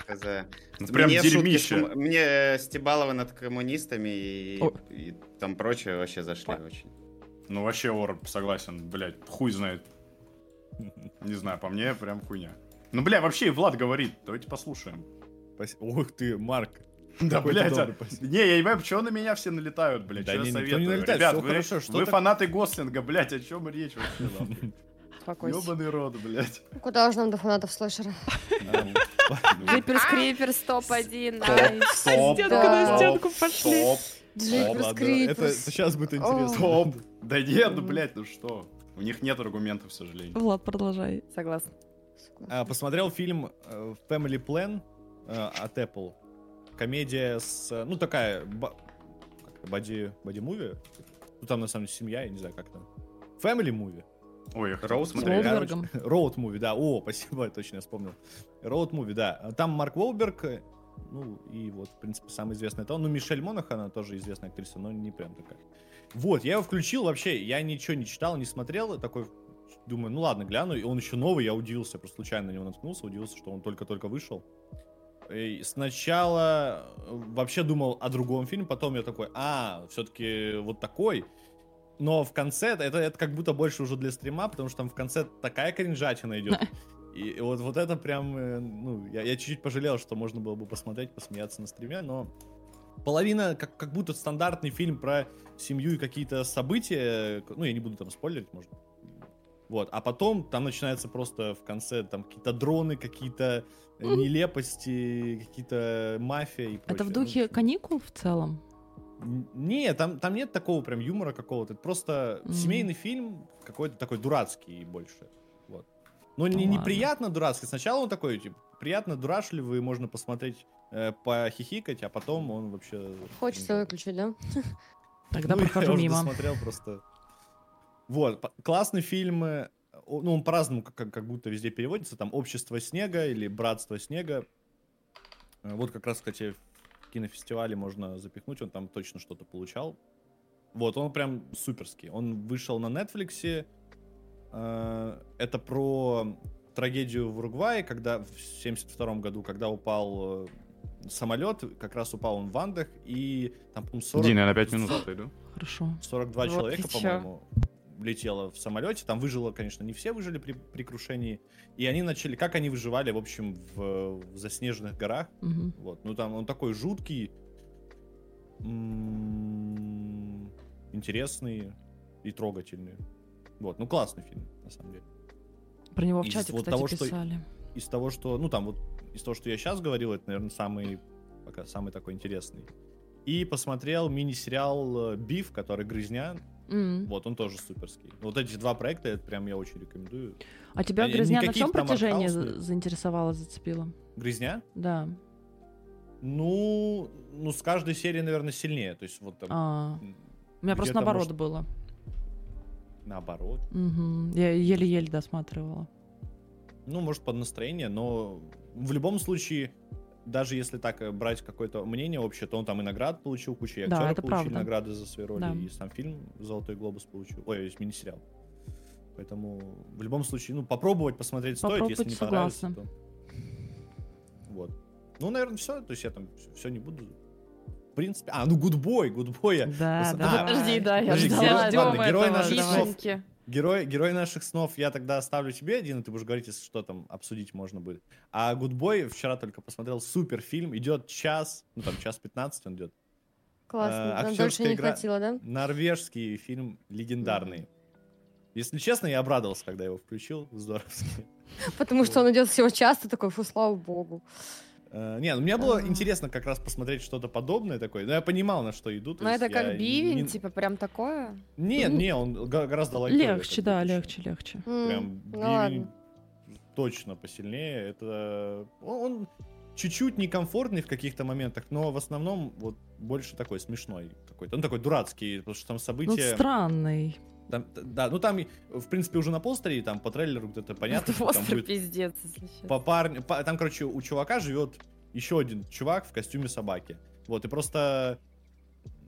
[SPEAKER 6] сказать.
[SPEAKER 4] Ну, прям
[SPEAKER 6] Мне шутки
[SPEAKER 4] дерьмище.
[SPEAKER 6] с кому- Мне э, Стебалова над коммунистами и,
[SPEAKER 1] О.
[SPEAKER 6] и там прочее вообще зашли очень.
[SPEAKER 4] Ну, вообще, Ор, согласен, блядь, хуй знает. [LAUGHS] Не знаю, по мне прям хуйня. Ну, бля, вообще и Влад говорит, давайте послушаем. [LAUGHS]
[SPEAKER 2] Спасибо. Ух ты, Марк.
[SPEAKER 4] Да,
[SPEAKER 2] какой ты
[SPEAKER 4] блядь,
[SPEAKER 2] добрый,
[SPEAKER 4] а-
[SPEAKER 2] спасибо.
[SPEAKER 4] не, я не понимаю, почему на меня все налетают, блядь,
[SPEAKER 2] Да
[SPEAKER 4] что
[SPEAKER 2] не,
[SPEAKER 4] я
[SPEAKER 2] никто не
[SPEAKER 4] советую.
[SPEAKER 2] налетает,
[SPEAKER 4] Ребят,
[SPEAKER 2] всё
[SPEAKER 4] вы,
[SPEAKER 2] хорошо, что
[SPEAKER 4] вы
[SPEAKER 2] так-
[SPEAKER 4] фанаты Гослинга, блядь, о чем речь вообще, нахуй?
[SPEAKER 5] Успокойся.
[SPEAKER 4] Ёбаный рот, блядь.
[SPEAKER 3] Куда же нам до фанатов слэшера?
[SPEAKER 4] [LAUGHS] Ну,
[SPEAKER 5] Джиперс Криперс топ-1, найс.
[SPEAKER 2] Ну,
[SPEAKER 4] Топ,
[SPEAKER 1] Стенка
[SPEAKER 3] на
[SPEAKER 1] стенку пошли.
[SPEAKER 4] топ.
[SPEAKER 3] Джиперс
[SPEAKER 2] Ладно, Это
[SPEAKER 3] Криперс.
[SPEAKER 2] сейчас будет интересно.
[SPEAKER 4] Топ. [LAUGHS] Да нет, ну, блядь, ну что? У них нет аргументов, к сожалению.
[SPEAKER 1] Влад, продолжай.
[SPEAKER 5] Согласна.
[SPEAKER 2] А, Посмотрел фильм э, Family Plan э, от Apple. Комедия с... э, Ну, такая... ба- как это, Боди... Боди-муви? Ну, там, на самом деле, семья, я не знаю, как там. Family movie.
[SPEAKER 4] Ой, я хотел
[SPEAKER 6] Роуд
[SPEAKER 4] посмотреть.
[SPEAKER 2] Короче, [LAUGHS]
[SPEAKER 1] Уолбергом.
[SPEAKER 2] Роуд муви, да. О, спасибо, [LAUGHS] точно я вспомнил. Роуд муви, да. Там Марк Волберг, ну и вот, в принципе, самый известный это он. Ну, Мишель Монах, она тоже известная актриса, но не прям такая. Вот, я его включил вообще, я ничего не читал, не смотрел, и такой думаю, ну ладно, гляну, и он еще новый, я удивился, просто случайно на него наткнулся, удивился, что он только-только вышел. И сначала э, вообще думал о другом фильме, потом я такой, а, все-таки вот такой. Но в конце это, это как будто больше уже для стрима, потому что там в конце такая кринжатина идет.
[SPEAKER 1] [LAUGHS]
[SPEAKER 2] И и вот, вот это прям, э, ну, я, я чуть-чуть пожалел, что можно было бы посмотреть, посмеяться на стриме, но половина как, как будто стандартный фильм про семью и какие-то события, ну, я не буду там спойлерить, может. Вот, а потом там начинается просто в конце там какие-то дроны, какие-то э, нелепости, какие-то мафия и
[SPEAKER 1] Это
[SPEAKER 2] прочее.
[SPEAKER 1] в
[SPEAKER 2] Ну,
[SPEAKER 1] духе каникул в целом?
[SPEAKER 2] Н- Не, там, там нет такого прям юмора какого-то. Это просто
[SPEAKER 1] Мгм.
[SPEAKER 2] семейный фильм какой-то такой дурацкий больше. Вот. Но не,
[SPEAKER 1] Ну ладно.
[SPEAKER 2] неприятно дурацкий. Сначала он такой, типа, приятно дурашливый, можно посмотреть, э, похихикать, а потом он вообще...
[SPEAKER 3] Хочется
[SPEAKER 2] Ну,
[SPEAKER 3] выключить, да?
[SPEAKER 1] Тогда
[SPEAKER 2] [LAUGHS] ну, я
[SPEAKER 1] прохожу
[SPEAKER 2] уже
[SPEAKER 1] мимо.
[SPEAKER 2] досмотрел просто. Вот, п- классный фильм. э, о- Ну, он по-разному как, как- как будто везде переводится. Там «Общество снега» или «Братство снега». Э, Вот как раз, кстати, в кинофестивале можно запихнуть. Он там точно что-то получал. Вот, он прям суперский. Он вышел на Netflix. Это про трагедию в Уругвае, когда в 72 году, когда упал э, самолет, как раз упал он в Андах, и там, по-моему, 40
[SPEAKER 4] я на 5 минут отойду.
[SPEAKER 1] Хорошо.
[SPEAKER 2] 42
[SPEAKER 5] Вот
[SPEAKER 2] человека,
[SPEAKER 5] ты чё.
[SPEAKER 2] по-моему, летела в самолете. Там выжило, конечно, не все выжили при, при крушении. И они начали, как они выживали, в общем, в, в заснеженных горах.
[SPEAKER 1] Мгм.
[SPEAKER 2] Вот, ну там он такой жуткий, м, интересный и трогательный. Вот, ну классный фильм, на самом деле.
[SPEAKER 1] Про него в
[SPEAKER 2] Из
[SPEAKER 1] чате,
[SPEAKER 2] вот
[SPEAKER 1] кстати,
[SPEAKER 2] того, что-
[SPEAKER 1] писали.
[SPEAKER 2] Из того, что, ну там вот, из того, что я сейчас говорил, это, наверное, самый, пока самый такой интересный. И посмотрел мини-сериал э, «Биф», который «Грызня».
[SPEAKER 1] М.
[SPEAKER 2] Вот, он тоже суперский. Вот эти два проекта, это прям я очень рекомендую.
[SPEAKER 1] А тебя
[SPEAKER 2] Э,
[SPEAKER 1] грязня на
[SPEAKER 2] никаких
[SPEAKER 1] всем
[SPEAKER 2] там
[SPEAKER 1] протяжении
[SPEAKER 2] артхаусных.
[SPEAKER 1] за- заинтересовала, зацепила?
[SPEAKER 2] «Грызня»?
[SPEAKER 1] Да.
[SPEAKER 2] Ну, ну, с каждой серии, наверное, сильнее. То есть вот там,
[SPEAKER 1] А,
[SPEAKER 2] м,
[SPEAKER 1] У меня просто
[SPEAKER 2] Где-то,
[SPEAKER 1] наоборот
[SPEAKER 2] может,
[SPEAKER 1] было.
[SPEAKER 2] наоборот.
[SPEAKER 1] Мгм. Я еле-еле досматривала.
[SPEAKER 2] Ну, может, под настроение, но в любом случае, даже если так э, брать какое-то мнение общее, то он там и наград получил, куча и
[SPEAKER 1] Да,
[SPEAKER 2] актеры
[SPEAKER 1] это
[SPEAKER 2] получили
[SPEAKER 1] правда.
[SPEAKER 2] награды за свои роли,
[SPEAKER 1] Да.
[SPEAKER 2] и сам фильм «Золотой глобус» получил, ой, есть мини-сериал. Поэтому в любом случае, ну, попробовать посмотреть стоит,
[SPEAKER 1] Попробовать,
[SPEAKER 2] если не понравится,
[SPEAKER 1] согласна.
[SPEAKER 2] то- Вот. Ну, наверное, все, то есть я там все не буду... В принципе... А, ну, гудбой, гудбой я...
[SPEAKER 1] Да,
[SPEAKER 2] просто-
[SPEAKER 1] да.
[SPEAKER 2] А,
[SPEAKER 5] Подожди, да, я
[SPEAKER 2] подожди,
[SPEAKER 5] ждала.
[SPEAKER 2] герой- ладно,
[SPEAKER 5] этого.
[SPEAKER 2] герой наших
[SPEAKER 1] давай.
[SPEAKER 2] слов.
[SPEAKER 5] Вишенки.
[SPEAKER 2] Герой, герой наших снов я тогда оставлю тебе, Дина, ты будешь говорить, если что там обсудить можно будет. А Гудбой вчера только посмотрел супер фильм, идет час, ну там час 15 он идет.
[SPEAKER 3] Классно.
[SPEAKER 2] А,
[SPEAKER 3] Нам
[SPEAKER 2] актерская
[SPEAKER 3] дольше не
[SPEAKER 2] игра-
[SPEAKER 3] хватило, да?
[SPEAKER 2] Норвежский фильм легендарный. Если честно, я обрадовался, когда его включил, здоровски.
[SPEAKER 3] Потому что он идет всего часто такой, фу, слава богу.
[SPEAKER 2] Э, Не, ну мне было
[SPEAKER 5] А.
[SPEAKER 2] интересно как раз посмотреть что-то подобное такое, но я понимал, на что идут.
[SPEAKER 5] Ну, это как бивень, типа, прям такое?
[SPEAKER 2] Нет, не, он га- гораздо лайтовее,
[SPEAKER 1] Легче,
[SPEAKER 2] как бы,
[SPEAKER 1] да,
[SPEAKER 2] еще.
[SPEAKER 1] легче, легче.
[SPEAKER 3] М,
[SPEAKER 2] Прям
[SPEAKER 3] ну
[SPEAKER 2] бивень
[SPEAKER 3] ладно.
[SPEAKER 2] точно посильнее. Это он, он чуть-чуть некомфортный в каких-то моментах, но в основном вот больше такой смешной какой-то. Он такой дурацкий, потому что там
[SPEAKER 1] Ну,
[SPEAKER 2] события.
[SPEAKER 1] странный.
[SPEAKER 2] там- т- да, ну там в принципе уже на постере, там по трейлеру где-то [LAUGHS]
[SPEAKER 3] [LAUGHS]
[SPEAKER 2] понятно, что там
[SPEAKER 5] Острый
[SPEAKER 2] будет
[SPEAKER 5] пиздец, если честно.
[SPEAKER 2] по парню. по- там, короче, у чувака живет еще один чувак в костюме собаки. Вот, и просто.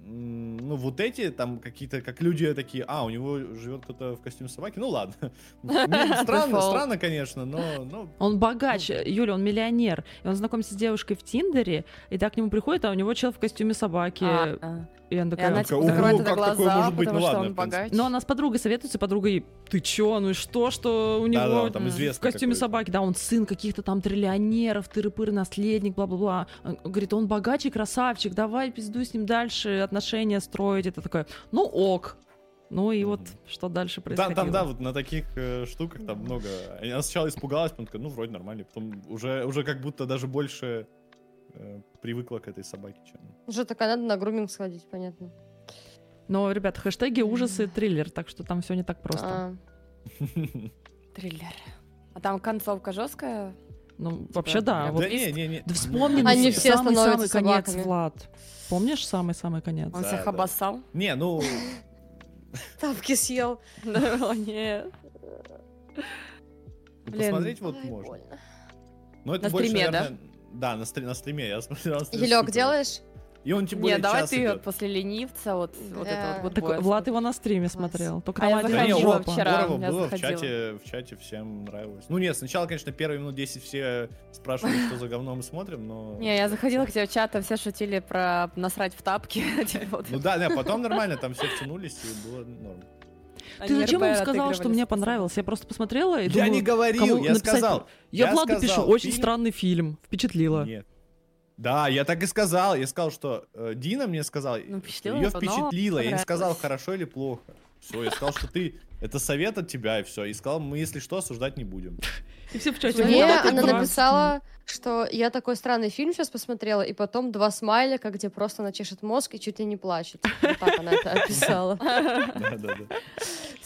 [SPEAKER 2] м, Ну, вот эти там какие-то, как люди такие, а, у него живет кто-то в костюме собаки,
[SPEAKER 1] [LAUGHS]
[SPEAKER 2] ну ладно. Ну, Странно,
[SPEAKER 5] Дефолт.
[SPEAKER 2] странно, конечно, но, ну, но
[SPEAKER 1] Он богач, Юля, он миллионер. И он знакомится с девушкой в Тиндере, и так к нему приходит, а у него чел в костюме собаки.
[SPEAKER 5] А, а.
[SPEAKER 1] И она
[SPEAKER 5] И
[SPEAKER 1] такая...
[SPEAKER 5] она
[SPEAKER 2] такая,
[SPEAKER 5] типа
[SPEAKER 2] «Ого,
[SPEAKER 5] закроет это
[SPEAKER 2] как такое
[SPEAKER 5] глаза,
[SPEAKER 2] может быть? Ну
[SPEAKER 5] потому что
[SPEAKER 2] ладно,
[SPEAKER 5] он
[SPEAKER 2] в принципе».
[SPEAKER 5] богач.
[SPEAKER 1] Но
[SPEAKER 5] [LAUGHS]
[SPEAKER 1] она с подругой советуется, и подруга ей, ты чё, ну и что, что у него
[SPEAKER 2] Да-да, он там
[SPEAKER 1] м, в
[SPEAKER 2] известный
[SPEAKER 1] костюме
[SPEAKER 2] какой-то.
[SPEAKER 1] собаки, да, он сын каких-то там триллионеров, тыры-пыры, наследник, бла-бла-бла. Он Говорит, он богач и красавчик, давай пизду с ним дальше отношения строить. Это такое, ну ок. Ну и вот
[SPEAKER 2] Мгм.
[SPEAKER 1] что дальше
[SPEAKER 2] Да,
[SPEAKER 1] происходило.
[SPEAKER 2] там, да, вот на таких э, штуках там много. Она сначала испугалась, потом такая, ну, вроде нормально. Потом уже, уже как будто даже больше э, привыкла к этой собаке, чем...
[SPEAKER 3] Ну что, такая надо на груминг сходить, понятно.
[SPEAKER 1] Но, ребят, хэштеги ужасы, триллер, так что там все не так просто.
[SPEAKER 3] А,
[SPEAKER 5] Триллер. А там концовка жесткая?
[SPEAKER 1] Ну, вообще да.
[SPEAKER 5] прям
[SPEAKER 1] вот-
[SPEAKER 2] Да не, не, не.
[SPEAKER 1] Да вспомни, ну,
[SPEAKER 3] Они
[SPEAKER 1] с-
[SPEAKER 3] все
[SPEAKER 1] самый-самый
[SPEAKER 3] становятся
[SPEAKER 1] конец,
[SPEAKER 3] собаками.
[SPEAKER 1] Влад. Помнишь самый-самый конец?
[SPEAKER 5] Он
[SPEAKER 2] Да,
[SPEAKER 5] всех
[SPEAKER 2] да.
[SPEAKER 5] обоссал?
[SPEAKER 2] Не, ну...
[SPEAKER 3] А, Тапки съел.
[SPEAKER 5] [LAUGHS] Да, о, нет. Блин.
[SPEAKER 2] Посмотреть вот
[SPEAKER 3] Ай,
[SPEAKER 2] можно.
[SPEAKER 3] больно.
[SPEAKER 2] Но Ну, это
[SPEAKER 5] На
[SPEAKER 2] больше,
[SPEAKER 5] стриме, да?
[SPEAKER 2] наверное, Да, на, стри- на стриме я смотрел. на стриме,
[SPEAKER 3] Елек
[SPEAKER 2] супер.
[SPEAKER 3] делаешь?
[SPEAKER 2] И он тем более
[SPEAKER 5] Нет, давай
[SPEAKER 2] час
[SPEAKER 5] ты
[SPEAKER 2] идет.
[SPEAKER 5] вот после ленивца вот вот это
[SPEAKER 3] Да.
[SPEAKER 5] вот
[SPEAKER 1] Так
[SPEAKER 5] good boy.
[SPEAKER 1] Влад его на стриме смотрел. Только там
[SPEAKER 5] А я
[SPEAKER 1] один
[SPEAKER 2] Да не,
[SPEAKER 5] заходила
[SPEAKER 2] здорово,
[SPEAKER 1] жопа.
[SPEAKER 5] вчера,
[SPEAKER 2] здорово
[SPEAKER 5] я
[SPEAKER 2] было,
[SPEAKER 5] заходила.
[SPEAKER 2] в чате, в чате всем нравилось. Ну нет, сначала, конечно, первые минут 10 все спрашивали, что за говно мы смотрим, но...
[SPEAKER 5] [LAUGHS] Не, я заходила к тебе в чат, а все шутили про насрать в тапки. [LAUGHS] Типа вот.
[SPEAKER 2] Ну да, да, потом нормально, там все втянулись, и было норм.
[SPEAKER 1] Ты
[SPEAKER 5] Они
[SPEAKER 1] зачем
[SPEAKER 5] РБ
[SPEAKER 1] им сказал,
[SPEAKER 5] отыгрывали
[SPEAKER 1] что мне
[SPEAKER 5] способы.
[SPEAKER 1] понравилось? Я просто посмотрела и
[SPEAKER 2] Я
[SPEAKER 1] думаю,
[SPEAKER 2] не говорил,
[SPEAKER 1] кому
[SPEAKER 2] я
[SPEAKER 1] написать?
[SPEAKER 2] сказал.
[SPEAKER 1] я,
[SPEAKER 2] я
[SPEAKER 1] Владу пишу,
[SPEAKER 2] сказал,
[SPEAKER 1] очень
[SPEAKER 2] фильм-
[SPEAKER 1] странный фильм, впечатлило.
[SPEAKER 2] Нет. Да, я так и сказал. Я сказал, что э, Дина мне сказал,
[SPEAKER 5] Ну, впечатлило,
[SPEAKER 2] ее
[SPEAKER 5] но
[SPEAKER 2] впечатлило. Я не
[SPEAKER 5] понравилось.
[SPEAKER 2] сказал, хорошо или плохо. Все, я сказал, что ты это совет от тебя, и все. И сказал, мы, если что, осуждать не
[SPEAKER 5] [LAUGHS]
[SPEAKER 2] будем.
[SPEAKER 1] И все в чате.
[SPEAKER 2] Типа,
[SPEAKER 3] Мне
[SPEAKER 1] «Вот это
[SPEAKER 3] она
[SPEAKER 1] дурак».
[SPEAKER 3] написала, что я такой странный фильм сейчас посмотрела, и потом два смайлика, где просто она чешет мозг и чуть ли не плачет. Вот так она
[SPEAKER 2] [LAUGHS]
[SPEAKER 3] это описала.
[SPEAKER 2] Да, да, да.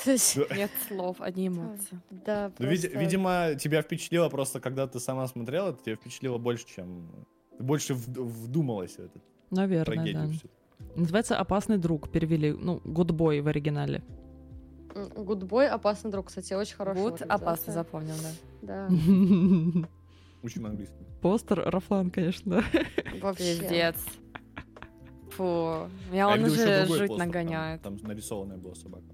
[SPEAKER 3] То есть,
[SPEAKER 5] [LAUGHS] Нет слов, одни эмоции.
[SPEAKER 3] Да,
[SPEAKER 2] Ну, вид-
[SPEAKER 3] просто-
[SPEAKER 2] Видимо, тебя впечатлило просто, когда ты сама смотрела, тебя впечатлило больше, чем... Ты больше вд- вдумалась в эту
[SPEAKER 1] Наверное,
[SPEAKER 2] трагедию.
[SPEAKER 1] да.
[SPEAKER 2] всю.
[SPEAKER 1] Называется «Опасный друг», перевели, ну, «Годбой» в оригинале.
[SPEAKER 3] М, Гудбой опасный друг, кстати, очень хороший.
[SPEAKER 5] Гуд опасно запомнил, да.
[SPEAKER 2] [LAUGHS]
[SPEAKER 3] Да,
[SPEAKER 2] Учим английский.
[SPEAKER 1] [LAUGHS] Постер Рафлан, конечно.
[SPEAKER 3] вообще.
[SPEAKER 5] Пиздец. Фу. Меня
[SPEAKER 2] А я
[SPEAKER 5] он
[SPEAKER 2] видел ещё
[SPEAKER 5] уже
[SPEAKER 2] другой постер,
[SPEAKER 5] жуть
[SPEAKER 2] там-
[SPEAKER 5] наgoняет.
[SPEAKER 2] Там нарисованная была собака.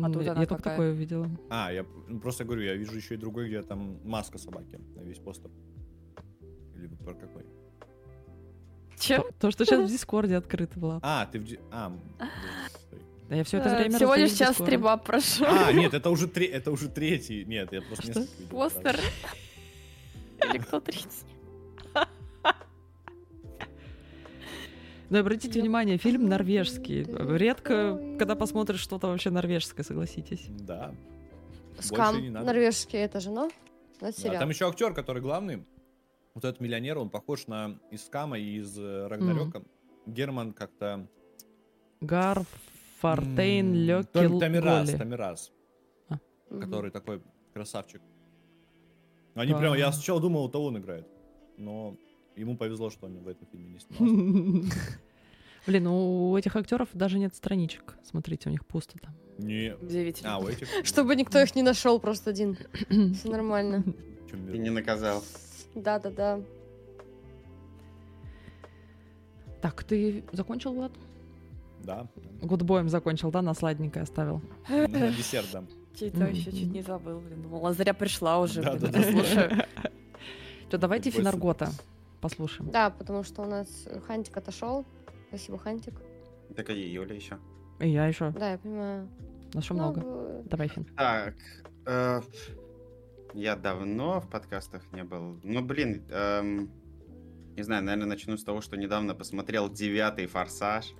[SPEAKER 5] А тут
[SPEAKER 1] я
[SPEAKER 5] она
[SPEAKER 1] только
[SPEAKER 5] какая?
[SPEAKER 1] такое видела.
[SPEAKER 2] А, я ну, просто говорю, я вижу еще и другой, где там маска собаки на весь постер. Или про какой?
[SPEAKER 5] Чем? [LAUGHS]
[SPEAKER 1] То, что сейчас в Дискорде открыто, Влад.
[SPEAKER 2] А, ты в... ди- А, м, подожди, стой.
[SPEAKER 1] Да я все это
[SPEAKER 5] Э,
[SPEAKER 1] время
[SPEAKER 5] Всего лишь
[SPEAKER 1] раздаю
[SPEAKER 5] час
[SPEAKER 1] дискорд.
[SPEAKER 5] стрима прошел.
[SPEAKER 2] А, нет, это уже, тре- это уже третий. Нет, я просто
[SPEAKER 1] Что?
[SPEAKER 2] несколько видел,
[SPEAKER 5] Постер.
[SPEAKER 2] правда.
[SPEAKER 5] Или кто третий?
[SPEAKER 1] Но обратите
[SPEAKER 3] Я
[SPEAKER 1] внимание, фильм норвежский.
[SPEAKER 3] помню,
[SPEAKER 1] Редко,
[SPEAKER 3] такое.
[SPEAKER 1] когда посмотришь что-то вообще норвежское, согласитесь.
[SPEAKER 2] Да. Больше не
[SPEAKER 3] Скам
[SPEAKER 2] надо.
[SPEAKER 3] норвежский, это же, но? Это
[SPEAKER 2] Да,
[SPEAKER 3] сериал.
[SPEAKER 2] Там еще актер, который главный. Вот этот миллионер, он похож на из Скама и из э, Рагнарёка. Герман как-то...
[SPEAKER 1] Гар, Фортейн,
[SPEAKER 2] М,
[SPEAKER 1] Лёки,
[SPEAKER 2] Том- Тамирас,
[SPEAKER 1] Лголи.
[SPEAKER 2] Тамирас,
[SPEAKER 3] Мгм.
[SPEAKER 2] который такой красавчик. Они
[SPEAKER 1] Да.
[SPEAKER 2] прям... Я сначала думал, это он играет. Но ему повезло, что он в этом фильме не
[SPEAKER 1] [LAUGHS]
[SPEAKER 2] снимался.
[SPEAKER 1] Блин, ну у этих актеров даже нет страничек. Смотрите, у них пусто там.
[SPEAKER 2] Не...
[SPEAKER 5] Удивительно.
[SPEAKER 2] А, у этих...
[SPEAKER 3] Чтобы никто их не нашел просто один.
[SPEAKER 1] [CLEARS THROAT]
[SPEAKER 3] Все нормально.
[SPEAKER 2] Чем
[SPEAKER 6] Ты
[SPEAKER 2] беру.
[SPEAKER 6] не наказал.
[SPEAKER 3] Да-да-да.
[SPEAKER 1] Так, ты закончил, Влад?
[SPEAKER 2] Да. Ну,
[SPEAKER 1] Гудбоем закончил, да? Насладненькое оставил.
[SPEAKER 2] На десерт
[SPEAKER 6] Ну,
[SPEAKER 2] дам.
[SPEAKER 5] Чей-то вообще чуть не забыл, блин. Думала, зря пришла уже,
[SPEAKER 2] А. Да,
[SPEAKER 5] блин,
[SPEAKER 2] да,
[SPEAKER 5] это
[SPEAKER 2] да.
[SPEAKER 3] [LAUGHS]
[SPEAKER 5] слушаю.
[SPEAKER 1] Что, давайте
[SPEAKER 2] Гудбой
[SPEAKER 1] Финаргота послушаем.
[SPEAKER 3] Да, потому что у нас Хантик отошел. Спасибо, Хантик.
[SPEAKER 6] Так и Юля еще.
[SPEAKER 1] И я еще.
[SPEAKER 3] Да, я понимаю.
[SPEAKER 1] Нас еще
[SPEAKER 3] Ну,
[SPEAKER 1] много.
[SPEAKER 3] э,
[SPEAKER 1] Давай, Фин.
[SPEAKER 6] Так. э, я давно в подкастах не был. Ну, блин, эм, не знаю, наверное, начну с того, что недавно посмотрел девятый форсаж.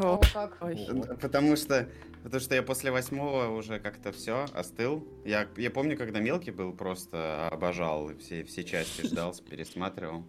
[SPEAKER 3] о,
[SPEAKER 5] О,
[SPEAKER 3] как.
[SPEAKER 5] ой.
[SPEAKER 6] [LAUGHS] Потому что, потому что я после восьмого уже как-то все остыл. Я, я помню, когда мелкий был, просто обожал и все, все части [LAUGHS] ждал, пересматривал.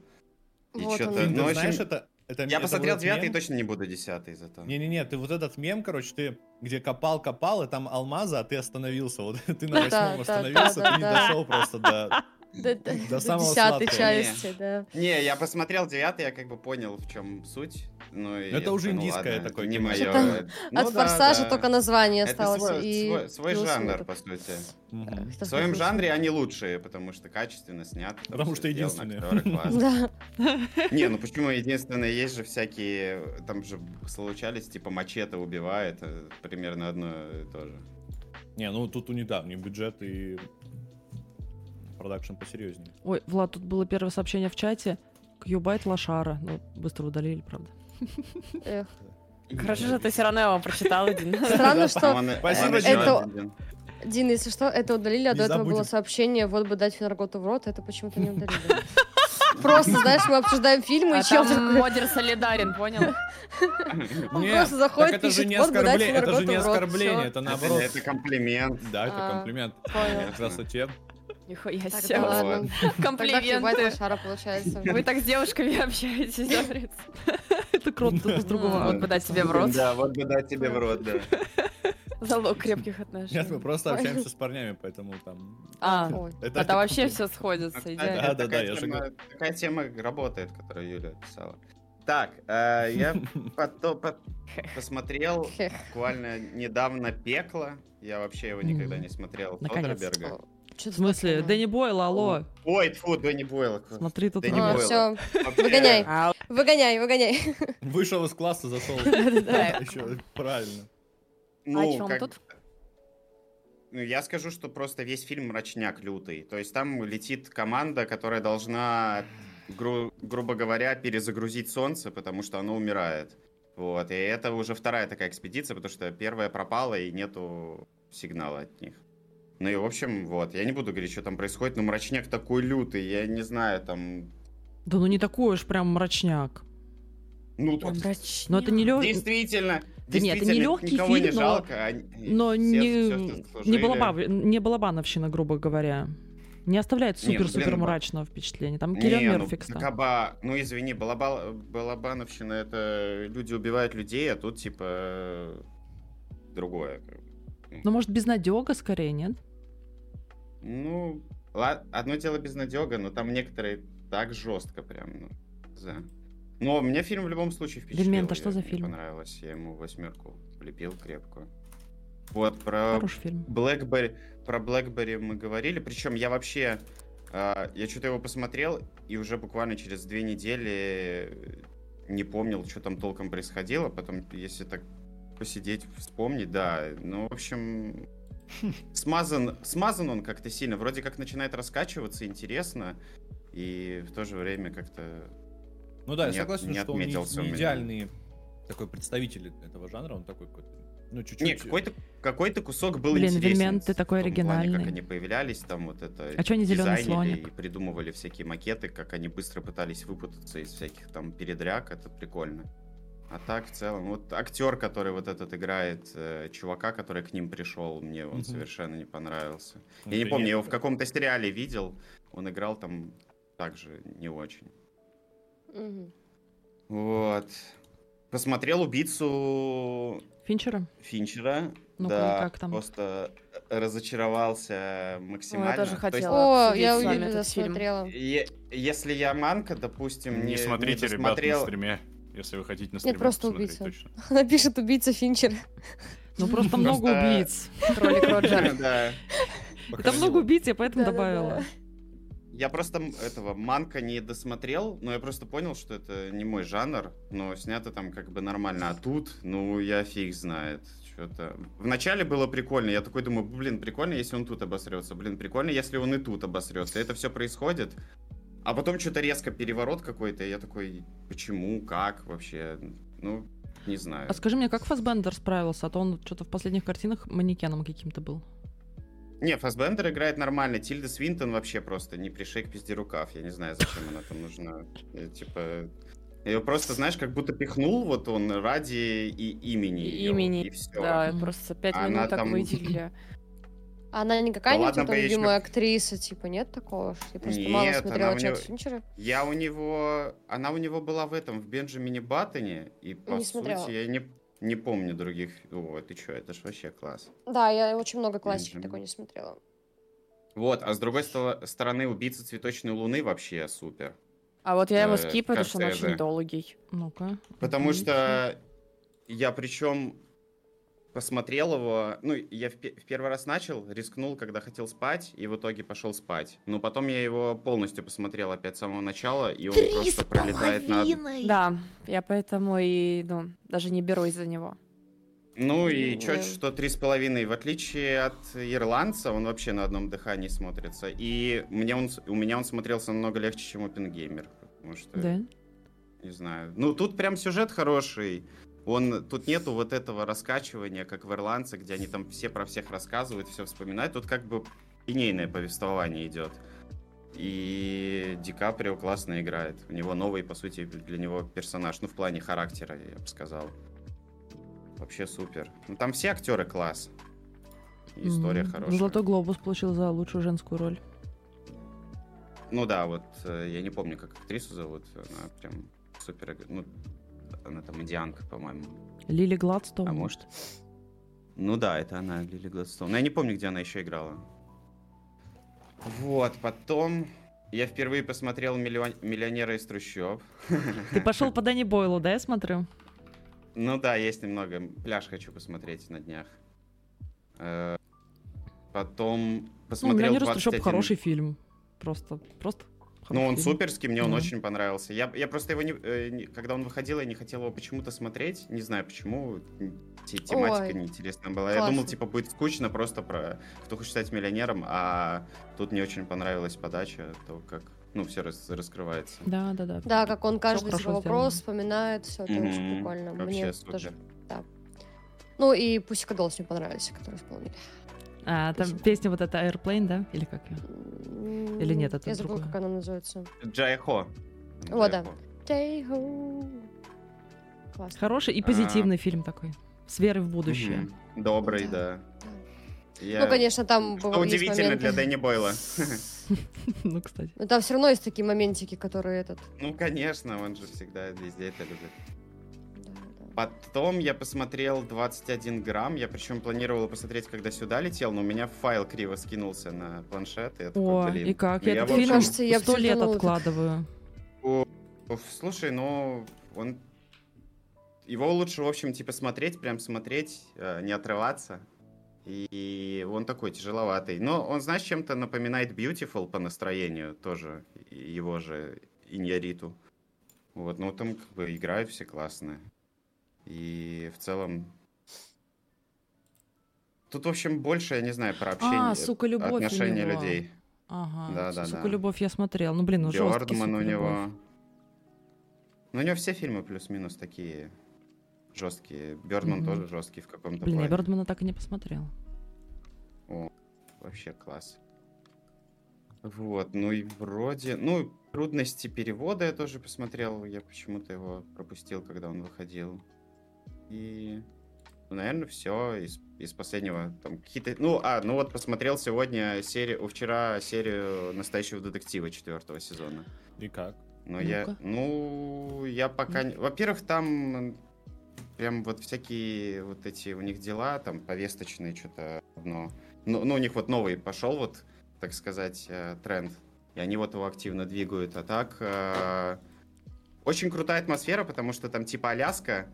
[SPEAKER 6] И
[SPEAKER 3] Вот
[SPEAKER 6] чё-то-
[SPEAKER 2] Ты
[SPEAKER 3] он.
[SPEAKER 6] ну, очень-
[SPEAKER 2] знаешь, это... это-
[SPEAKER 6] Я
[SPEAKER 2] это
[SPEAKER 6] посмотрел
[SPEAKER 2] вот
[SPEAKER 6] девятый и
[SPEAKER 2] мем.
[SPEAKER 6] точно не буду десятый зато.
[SPEAKER 2] Не-не-не, ты вот этот мем, короче, ты где копал-копал, и там алмазы, а ты остановился. Вот ты на
[SPEAKER 3] Да,
[SPEAKER 2] восьмом
[SPEAKER 3] да, да,
[SPEAKER 2] остановился,
[SPEAKER 3] да,
[SPEAKER 2] ты не
[SPEAKER 3] да.
[SPEAKER 2] дошел просто
[SPEAKER 3] [LAUGHS]
[SPEAKER 2] до...
[SPEAKER 3] До до-
[SPEAKER 2] до
[SPEAKER 3] до
[SPEAKER 2] самого
[SPEAKER 3] десятой
[SPEAKER 2] сладкого.
[SPEAKER 3] части, да.
[SPEAKER 6] Не, я посмотрел девятый, я как бы понял, в чем суть. Ну, и
[SPEAKER 2] Это
[SPEAKER 6] я
[SPEAKER 2] уже
[SPEAKER 6] такой, ну
[SPEAKER 2] индийское
[SPEAKER 6] ладно,
[SPEAKER 2] такое
[SPEAKER 6] Не
[SPEAKER 2] кино.
[SPEAKER 6] мое.
[SPEAKER 3] Что-то От форсажа только название
[SPEAKER 6] Это
[SPEAKER 3] осталось.
[SPEAKER 6] свой,
[SPEAKER 3] и
[SPEAKER 6] свой- свой
[SPEAKER 3] плюс Э,
[SPEAKER 6] жанр,
[SPEAKER 3] вот
[SPEAKER 6] по сути.
[SPEAKER 2] Мгм.
[SPEAKER 3] это-
[SPEAKER 6] В своем
[SPEAKER 3] Плюс.
[SPEAKER 6] жанре они лучшие, потому что качественно снят.
[SPEAKER 2] Потому что
[SPEAKER 6] сделано,
[SPEAKER 2] единственные.
[SPEAKER 6] актеры классные.
[SPEAKER 3] [LAUGHS] Да.
[SPEAKER 6] Не, ну почему единственное, есть же всякие, там же случались, типа мачете убивает, э, примерно одно и то же.
[SPEAKER 2] Не, ну тут у недавний бюджет и продакшн посерьезнее.
[SPEAKER 1] Ой, Влад, тут было первое сообщение в чате. Кьюбайт Лошара. Ну, быстро удалили, правда.
[SPEAKER 3] Эх.
[SPEAKER 5] Хорошо, что ты все равно его
[SPEAKER 3] [LAUGHS]
[SPEAKER 5] прочитал А один.
[SPEAKER 3] Странно, что
[SPEAKER 6] Роман-
[SPEAKER 2] Спасибо,
[SPEAKER 6] Роман
[SPEAKER 3] Дина.
[SPEAKER 6] Иван Дин.
[SPEAKER 3] Дин, если что, это удалили, а
[SPEAKER 2] Не
[SPEAKER 3] до этого
[SPEAKER 2] забудем.
[SPEAKER 3] было сообщение, вот бы дать Финарготу в рот, это почему-то не удалили. Просто, знаешь, мы обсуждаем фильмы, и
[SPEAKER 5] А
[SPEAKER 3] чел
[SPEAKER 5] там
[SPEAKER 3] такой,
[SPEAKER 5] модер солидарен,
[SPEAKER 3] [LAUGHS]
[SPEAKER 5] понял?
[SPEAKER 3] он
[SPEAKER 2] Не, Так
[SPEAKER 3] просто заходит,
[SPEAKER 2] это же не
[SPEAKER 3] пишет, вот бы дать
[SPEAKER 2] оскорбление, это же
[SPEAKER 3] Финарготу
[SPEAKER 2] не
[SPEAKER 3] в рот.
[SPEAKER 2] оскорбление,
[SPEAKER 3] Всё,
[SPEAKER 2] это
[SPEAKER 6] Это
[SPEAKER 2] наоборот.
[SPEAKER 6] это комплимент.
[SPEAKER 2] Да, это
[SPEAKER 5] А.
[SPEAKER 2] комплимент.
[SPEAKER 3] понял.
[SPEAKER 2] Красоте.
[SPEAKER 5] Нихуя
[SPEAKER 3] Так,
[SPEAKER 5] себе.
[SPEAKER 3] да
[SPEAKER 5] [LAUGHS]
[SPEAKER 3] ладно. Тогда Фигуайт
[SPEAKER 5] Комплименты.
[SPEAKER 3] Лошара получается.
[SPEAKER 5] Вы так с девушками [LAUGHS] общаетесь, да, в принципе?
[SPEAKER 1] [LAUGHS] Это круто, тут без [LAUGHS] другого.
[SPEAKER 5] Вот бы дать тебе в рот.
[SPEAKER 6] Да, вот бы дать тебе в рот, да.
[SPEAKER 5] Залог крепких отношений.
[SPEAKER 2] Нет, мы просто общаемся с парнями, поэтому там...
[SPEAKER 5] А,
[SPEAKER 3] Ой.
[SPEAKER 2] Это типа
[SPEAKER 5] это вообще все сходится, идеально.
[SPEAKER 2] Да, да, да,
[SPEAKER 6] Такая
[SPEAKER 2] я же
[SPEAKER 6] тема-
[SPEAKER 2] говорю.
[SPEAKER 6] Такая тема работает, которую Юля писала. Так, э,
[SPEAKER 2] [LAUGHS]
[SPEAKER 6] я потом по- посмотрел
[SPEAKER 3] Хех.
[SPEAKER 6] буквально недавно «Пекло». Я вообще его никогда
[SPEAKER 1] Мгм.
[SPEAKER 6] не смотрел.
[SPEAKER 1] Наконец-то.
[SPEAKER 6] Содерберга.
[SPEAKER 1] В смысле, Дэнни Бойл, алло.
[SPEAKER 6] Ой, тьфу, Дэнни Бойла.
[SPEAKER 1] Смотри, тут...
[SPEAKER 6] Дэнни
[SPEAKER 1] А,
[SPEAKER 6] Бойл.
[SPEAKER 3] Все,
[SPEAKER 6] Вообще,
[SPEAKER 3] выгоняй. выгоняй, выгоняй.
[SPEAKER 2] [LAUGHS] Вышел из класса,
[SPEAKER 3] [LAUGHS]
[SPEAKER 2] зашел.
[SPEAKER 5] да.
[SPEAKER 2] Еще правильно.
[SPEAKER 6] ну,
[SPEAKER 5] чём
[SPEAKER 6] как-
[SPEAKER 5] тут?
[SPEAKER 6] Ну, я скажу, что просто весь фильм мрачняк лютый. То есть там летит команда, которая должна, гру- грубо говоря, перезагрузить солнце, потому что оно умирает. Вот, и это уже вторая такая экспедиция, потому что первая пропала и нету сигнала от них. Ну и, в общем, вот, я не буду говорить, что там происходит, но мрачняк такой лютый, я не знаю, там...
[SPEAKER 1] Да ну не такой уж прям мрачняк.
[SPEAKER 6] Ну,
[SPEAKER 5] Прям
[SPEAKER 6] тут
[SPEAKER 5] мрачнее.
[SPEAKER 1] Но это не легкий...
[SPEAKER 6] действительно,
[SPEAKER 1] Да нет, это не
[SPEAKER 6] действительно,
[SPEAKER 1] лёгкий
[SPEAKER 6] никого не
[SPEAKER 1] фильм, но-
[SPEAKER 6] жалко, они-
[SPEAKER 1] Но
[SPEAKER 6] все-
[SPEAKER 1] не,
[SPEAKER 6] всё, что
[SPEAKER 1] не,
[SPEAKER 6] заслужили.
[SPEAKER 1] балабав, не балабановщина, грубо говоря. Не оставляет
[SPEAKER 6] Не, ну, блин,
[SPEAKER 1] супер-супер
[SPEAKER 6] ба-
[SPEAKER 1] мрачного впечатления. Там
[SPEAKER 6] Не,
[SPEAKER 1] Кирилл
[SPEAKER 6] ну,
[SPEAKER 1] Мерфикс. там.
[SPEAKER 6] Каба, ну извини, балабал, Балабановщина это люди убивают людей, а тут типа э, другое. как бы.
[SPEAKER 1] Ну, может, безнадега скорее, нет?
[SPEAKER 6] Ну, ла- одно дело безнадега, но там некоторые так жестко прям. Ну, за. Но мне фильм в любом случае впечатлил.
[SPEAKER 1] Демента, а что
[SPEAKER 6] я-
[SPEAKER 1] за
[SPEAKER 6] мне
[SPEAKER 1] фильм?
[SPEAKER 6] понравилось, я ему восьмерку влепил крепкую. Вот, про
[SPEAKER 1] Хороший фильм.
[SPEAKER 6] Блэкбери, про Блэкбери мы говорили, причем я вообще, э, я что-то его посмотрел и уже буквально через две недели э, не помнил, что там толком происходило, потом если так посидеть, вспомнить, да, ну, в общем, смазан, смазан он как-то сильно, вроде как начинает раскачиваться, интересно, и в то же время как-то...
[SPEAKER 2] Ну да, я
[SPEAKER 6] Нет,
[SPEAKER 2] согласен,
[SPEAKER 6] не
[SPEAKER 2] что он не,
[SPEAKER 6] отметился у
[SPEAKER 2] не
[SPEAKER 6] меня.
[SPEAKER 2] идеальный такой представитель этого жанра, он такой какой-то Ну, чуть-чуть.
[SPEAKER 6] Не, какой-то какой-то кусок был
[SPEAKER 1] Блин,
[SPEAKER 6] интересен
[SPEAKER 1] Вельмен, ты
[SPEAKER 6] в
[SPEAKER 1] такой
[SPEAKER 6] том плане,
[SPEAKER 1] оригинальный.
[SPEAKER 6] как они появлялись, там вот это
[SPEAKER 1] А чё не зелёный
[SPEAKER 6] дизайнили
[SPEAKER 1] слоник?
[SPEAKER 6] и придумывали всякие макеты, как они быстро пытались выпутаться из всяких там передряг, это прикольно. А так в целом, вот актер, который вот этот играет, э, чувака, который к ним пришел, мне он
[SPEAKER 2] Мгм.
[SPEAKER 6] совершенно не понравился.
[SPEAKER 2] Ну,
[SPEAKER 6] Я не помню, я его в
[SPEAKER 2] принято.
[SPEAKER 6] каком-то сериале видел, он играл там также не очень.
[SPEAKER 3] Мгм.
[SPEAKER 6] Вот. Посмотрел убийцу
[SPEAKER 1] Финчера?
[SPEAKER 6] Финчера.
[SPEAKER 1] Ну-ка,
[SPEAKER 6] да,
[SPEAKER 1] и как там?
[SPEAKER 6] просто э, разочаровался э, максимально.
[SPEAKER 5] тоже
[SPEAKER 6] То есть,
[SPEAKER 5] хотела.
[SPEAKER 3] О,
[SPEAKER 5] обсудить
[SPEAKER 3] я
[SPEAKER 5] с вами
[SPEAKER 3] увидела,
[SPEAKER 5] этот фильм.
[SPEAKER 3] смотрела.
[SPEAKER 6] е- если я манка, допустим, не,
[SPEAKER 4] Не смотрите, ребят, на
[SPEAKER 6] досмотрел-
[SPEAKER 4] стриме. Если вы хотите на стриме
[SPEAKER 3] просто
[SPEAKER 4] посмотреть,
[SPEAKER 3] убийца.
[SPEAKER 4] точно.
[SPEAKER 3] Она пишет убийца Финчер.
[SPEAKER 6] [LAUGHS]
[SPEAKER 1] Ну просто много
[SPEAKER 6] Просто- [LAUGHS]
[SPEAKER 1] убийц.
[SPEAKER 5] Кролик Роджер.
[SPEAKER 6] Да.
[SPEAKER 1] И Там много убийц, я поэтому
[SPEAKER 3] Да-да-да.
[SPEAKER 6] [LAUGHS]
[SPEAKER 1] добавила.
[SPEAKER 6] Я просто м- этого манка не досмотрел, но я просто понял, что это не мой жанр, но снято там как бы нормально. А тут, ну, я фиг знает. Что-то. Вначале было прикольно. Я такой думаю, блин, прикольно, если он тут обосрется. Блин, прикольно, если он и тут обосрется. Это все происходит. А потом что-то резко переворот какой-то. и Я такой, почему, как вообще? Ну, не знаю.
[SPEAKER 1] А скажи мне, как Фасбендер справился? А то он что-то в последних картинах манекеном каким-то был.
[SPEAKER 6] Не, Фасбендер играет нормально. Тильда Свинтон вообще просто не пришей к пизде рукав. Я не знаю, зачем она там нужна. Э, Типа... Ее просто, знаешь, как будто пихнул вот он ради и имени. её,
[SPEAKER 5] Имени.
[SPEAKER 6] И все.
[SPEAKER 5] Да,
[SPEAKER 1] Мгм.
[SPEAKER 5] А, просто пять
[SPEAKER 6] Она
[SPEAKER 5] минут так
[SPEAKER 6] там-
[SPEAKER 5] выделили.
[SPEAKER 3] Она не какая-нибудь
[SPEAKER 6] ладно
[SPEAKER 3] там
[SPEAKER 6] бы я ещё-
[SPEAKER 3] любимая актриса, типа, нет такого? что Я просто мало
[SPEAKER 6] Нет, она
[SPEAKER 3] смотрела
[SPEAKER 6] у
[SPEAKER 3] Чак
[SPEAKER 6] неё-
[SPEAKER 3] Финчера.
[SPEAKER 6] Я у него... Она у него была в этом, в Бенджамине Баттоне. И, по
[SPEAKER 3] Не
[SPEAKER 6] сути,
[SPEAKER 3] смотрела.
[SPEAKER 6] я не, не помню других... О, ты что, это ж вообще класс.
[SPEAKER 3] Да, я очень много классики
[SPEAKER 6] Мгм.
[SPEAKER 3] такой не смотрела.
[SPEAKER 6] Вот, а с другой сто- стороны, убийца цветочной луны вообще супер.
[SPEAKER 5] А вот я его
[SPEAKER 6] Э,
[SPEAKER 5] скипаю, потому что он
[SPEAKER 6] Скорсезе.
[SPEAKER 5] очень долгий.
[SPEAKER 1] Ну-ка.
[SPEAKER 6] Потому
[SPEAKER 1] Отлично.
[SPEAKER 6] что я причем посмотрел его, ну, я в, пе- в первый раз начал, рискнул, когда хотел спать, и в итоге пошел спать. Но потом я его полностью посмотрел опять с самого начала, и он просто пролетает на...
[SPEAKER 5] Да, я поэтому и, ну, даже не берусь за него.
[SPEAKER 6] Ну и
[SPEAKER 3] Ну,
[SPEAKER 6] чё,
[SPEAKER 3] да.
[SPEAKER 6] что три с половиной, в отличие от ирландца, он вообще на одном дыхании смотрится. И мне он, с- у меня он смотрелся намного легче, чем Опенгеймер, потому что...
[SPEAKER 1] Да.
[SPEAKER 6] Не знаю. Ну, тут прям сюжет хороший. Он, тут нету вот этого раскачивания, как в «Ирландце», где они там все про всех рассказывают, все вспоминают. Тут как бы линейное повествование идет. И Ди Каприо классно играет. У него новый, по сути, для него персонаж. Ну, в плане характера, я бы сказал. Вообще супер. Ну, там все актеры класс. И История
[SPEAKER 1] М,
[SPEAKER 6] хорошая.
[SPEAKER 1] Золотой глобус получил за лучшую женскую роль.
[SPEAKER 6] Ну да, вот э, я не помню, как актрису зовут. Она прям супер. игр- Ну, она там индианка, по-моему.
[SPEAKER 1] Лили Гладстоун.
[SPEAKER 6] А может? Ну да, это она, Лили Гладстоун. Но я не помню, где она еще играла. Вот, потом я впервые посмотрел «Миллион- «Миллионера из трущоб».
[SPEAKER 1] Ты пошел
[SPEAKER 6] [LAUGHS]
[SPEAKER 1] по Дани Бойлу, да, я смотрю?
[SPEAKER 6] Ну да, есть немного. Пляж хочу посмотреть на днях. Э, Потом
[SPEAKER 1] Ну,
[SPEAKER 6] посмотрел
[SPEAKER 1] «Миллионер из трущоб»
[SPEAKER 6] 21
[SPEAKER 1] хороший фильм. Просто, просто
[SPEAKER 6] Ну,
[SPEAKER 1] хороший
[SPEAKER 6] он
[SPEAKER 1] фильм.
[SPEAKER 6] суперский, мне он
[SPEAKER 1] Да.
[SPEAKER 6] очень понравился. Я, я просто его не, э, не- Когда он выходил, я не хотел его почему-то смотреть. Не знаю почему. Те- тематика
[SPEAKER 3] Ой,
[SPEAKER 6] неинтересная была. Я
[SPEAKER 3] классно.
[SPEAKER 6] думал, типа, будет скучно просто про кто хочет стать миллионером, а тут мне очень понравилась подача, то как, ну, все раскрывается.
[SPEAKER 1] Да, да, да.
[SPEAKER 3] Да, как он каждый
[SPEAKER 1] хорошо
[SPEAKER 3] свой вопрос
[SPEAKER 1] сделано.
[SPEAKER 3] вспоминает, все это очень
[SPEAKER 6] Мгм,
[SPEAKER 3] прикольно.
[SPEAKER 6] вообще
[SPEAKER 3] Мне
[SPEAKER 6] супер.
[SPEAKER 3] тоже, да. Ну и Пусика Долс мне понравился, который исполнили.
[SPEAKER 1] А, там
[SPEAKER 3] Спасибо.
[SPEAKER 1] песня вот эта Airplane, да? Или как ее?
[SPEAKER 3] Или
[SPEAKER 1] нет, это
[SPEAKER 3] Я забыла,
[SPEAKER 1] другое.
[SPEAKER 3] как она называется.
[SPEAKER 6] Джайхо.
[SPEAKER 3] О, да.
[SPEAKER 6] Джайхо.
[SPEAKER 3] Stay home. Классно.
[SPEAKER 1] Хороший и позитивный фильм такой. С верой в будущее.
[SPEAKER 6] А. Мгм. Добрый,
[SPEAKER 3] Да.
[SPEAKER 6] да. Я-
[SPEAKER 3] Ну, конечно, там
[SPEAKER 6] Что
[SPEAKER 3] бывают есть
[SPEAKER 6] удивительно для
[SPEAKER 3] моменты.
[SPEAKER 6] Дэнни
[SPEAKER 3] [LAUGHS]
[SPEAKER 6] Бойла.
[SPEAKER 1] [LAUGHS] Ну, кстати.
[SPEAKER 3] Но там все равно есть такие моментики, которые этот...
[SPEAKER 6] Ну, конечно, он же всегда везде это любит.
[SPEAKER 3] да, да.
[SPEAKER 6] Потом я посмотрел 21 грамм. Я причем планировал посмотреть, когда сюда летел, но у меня файл криво скинулся на планшет. И я такой,
[SPEAKER 1] О,
[SPEAKER 6] блин.
[SPEAKER 1] и как?
[SPEAKER 6] ну
[SPEAKER 1] Я
[SPEAKER 6] я
[SPEAKER 1] этот
[SPEAKER 6] вот-
[SPEAKER 1] фильм
[SPEAKER 3] Кажется, я
[SPEAKER 1] сто лет
[SPEAKER 3] психанула так.
[SPEAKER 1] откладываю.
[SPEAKER 6] Уф, Слушай, ну он. Его лучше, в общем, типа смотреть, прям смотреть, э, не отрываться. И он такой тяжеловатый. Но он, знаешь, чем-то напоминает Beautiful по настроению тоже. и Его же Иньяриту. Вот, ну там как бы играют все классные. И в целом... Тут, в общем, больше, я не знаю, про общение,
[SPEAKER 1] А, сука, любовь у
[SPEAKER 6] отношения
[SPEAKER 1] него.
[SPEAKER 6] людей.
[SPEAKER 1] Ага.
[SPEAKER 6] Да, да,
[SPEAKER 1] сука,
[SPEAKER 6] да.
[SPEAKER 1] любовь я смотрел. Ну, блин, ну жесткий,
[SPEAKER 6] Бёрдман
[SPEAKER 1] сука,
[SPEAKER 6] у
[SPEAKER 1] любовь.
[SPEAKER 6] него. Ну, у него все фильмы плюс-минус такие. жесткие. Бердман
[SPEAKER 1] Мгм.
[SPEAKER 6] тоже жесткий в каком-то
[SPEAKER 1] Блин, я
[SPEAKER 6] плане.
[SPEAKER 1] Бердмана так и не посмотрела.
[SPEAKER 6] О, вообще класс. Вот, ну и вроде... Ну, трудности перевода я тоже посмотрел. Я почему-то его пропустил, когда он выходил. И, наверное, все из, из последнего. Там какие-то... Ну, а, ну вот посмотрел сегодня серию... Вчера серию «Настоящего детектива» четвертого сезона.
[SPEAKER 2] И как?
[SPEAKER 6] Но я,
[SPEAKER 1] Ну-ка.
[SPEAKER 6] ну, я пока... не- Во-первых, там м, прям вот всякие вот эти у них дела, там повесточные что-то одно. Ну, ну, у них вот новый пошел вот, так сказать, э, тренд. И они вот его активно двигают. А так, э, очень крутая атмосфера, потому что там типа Аляска,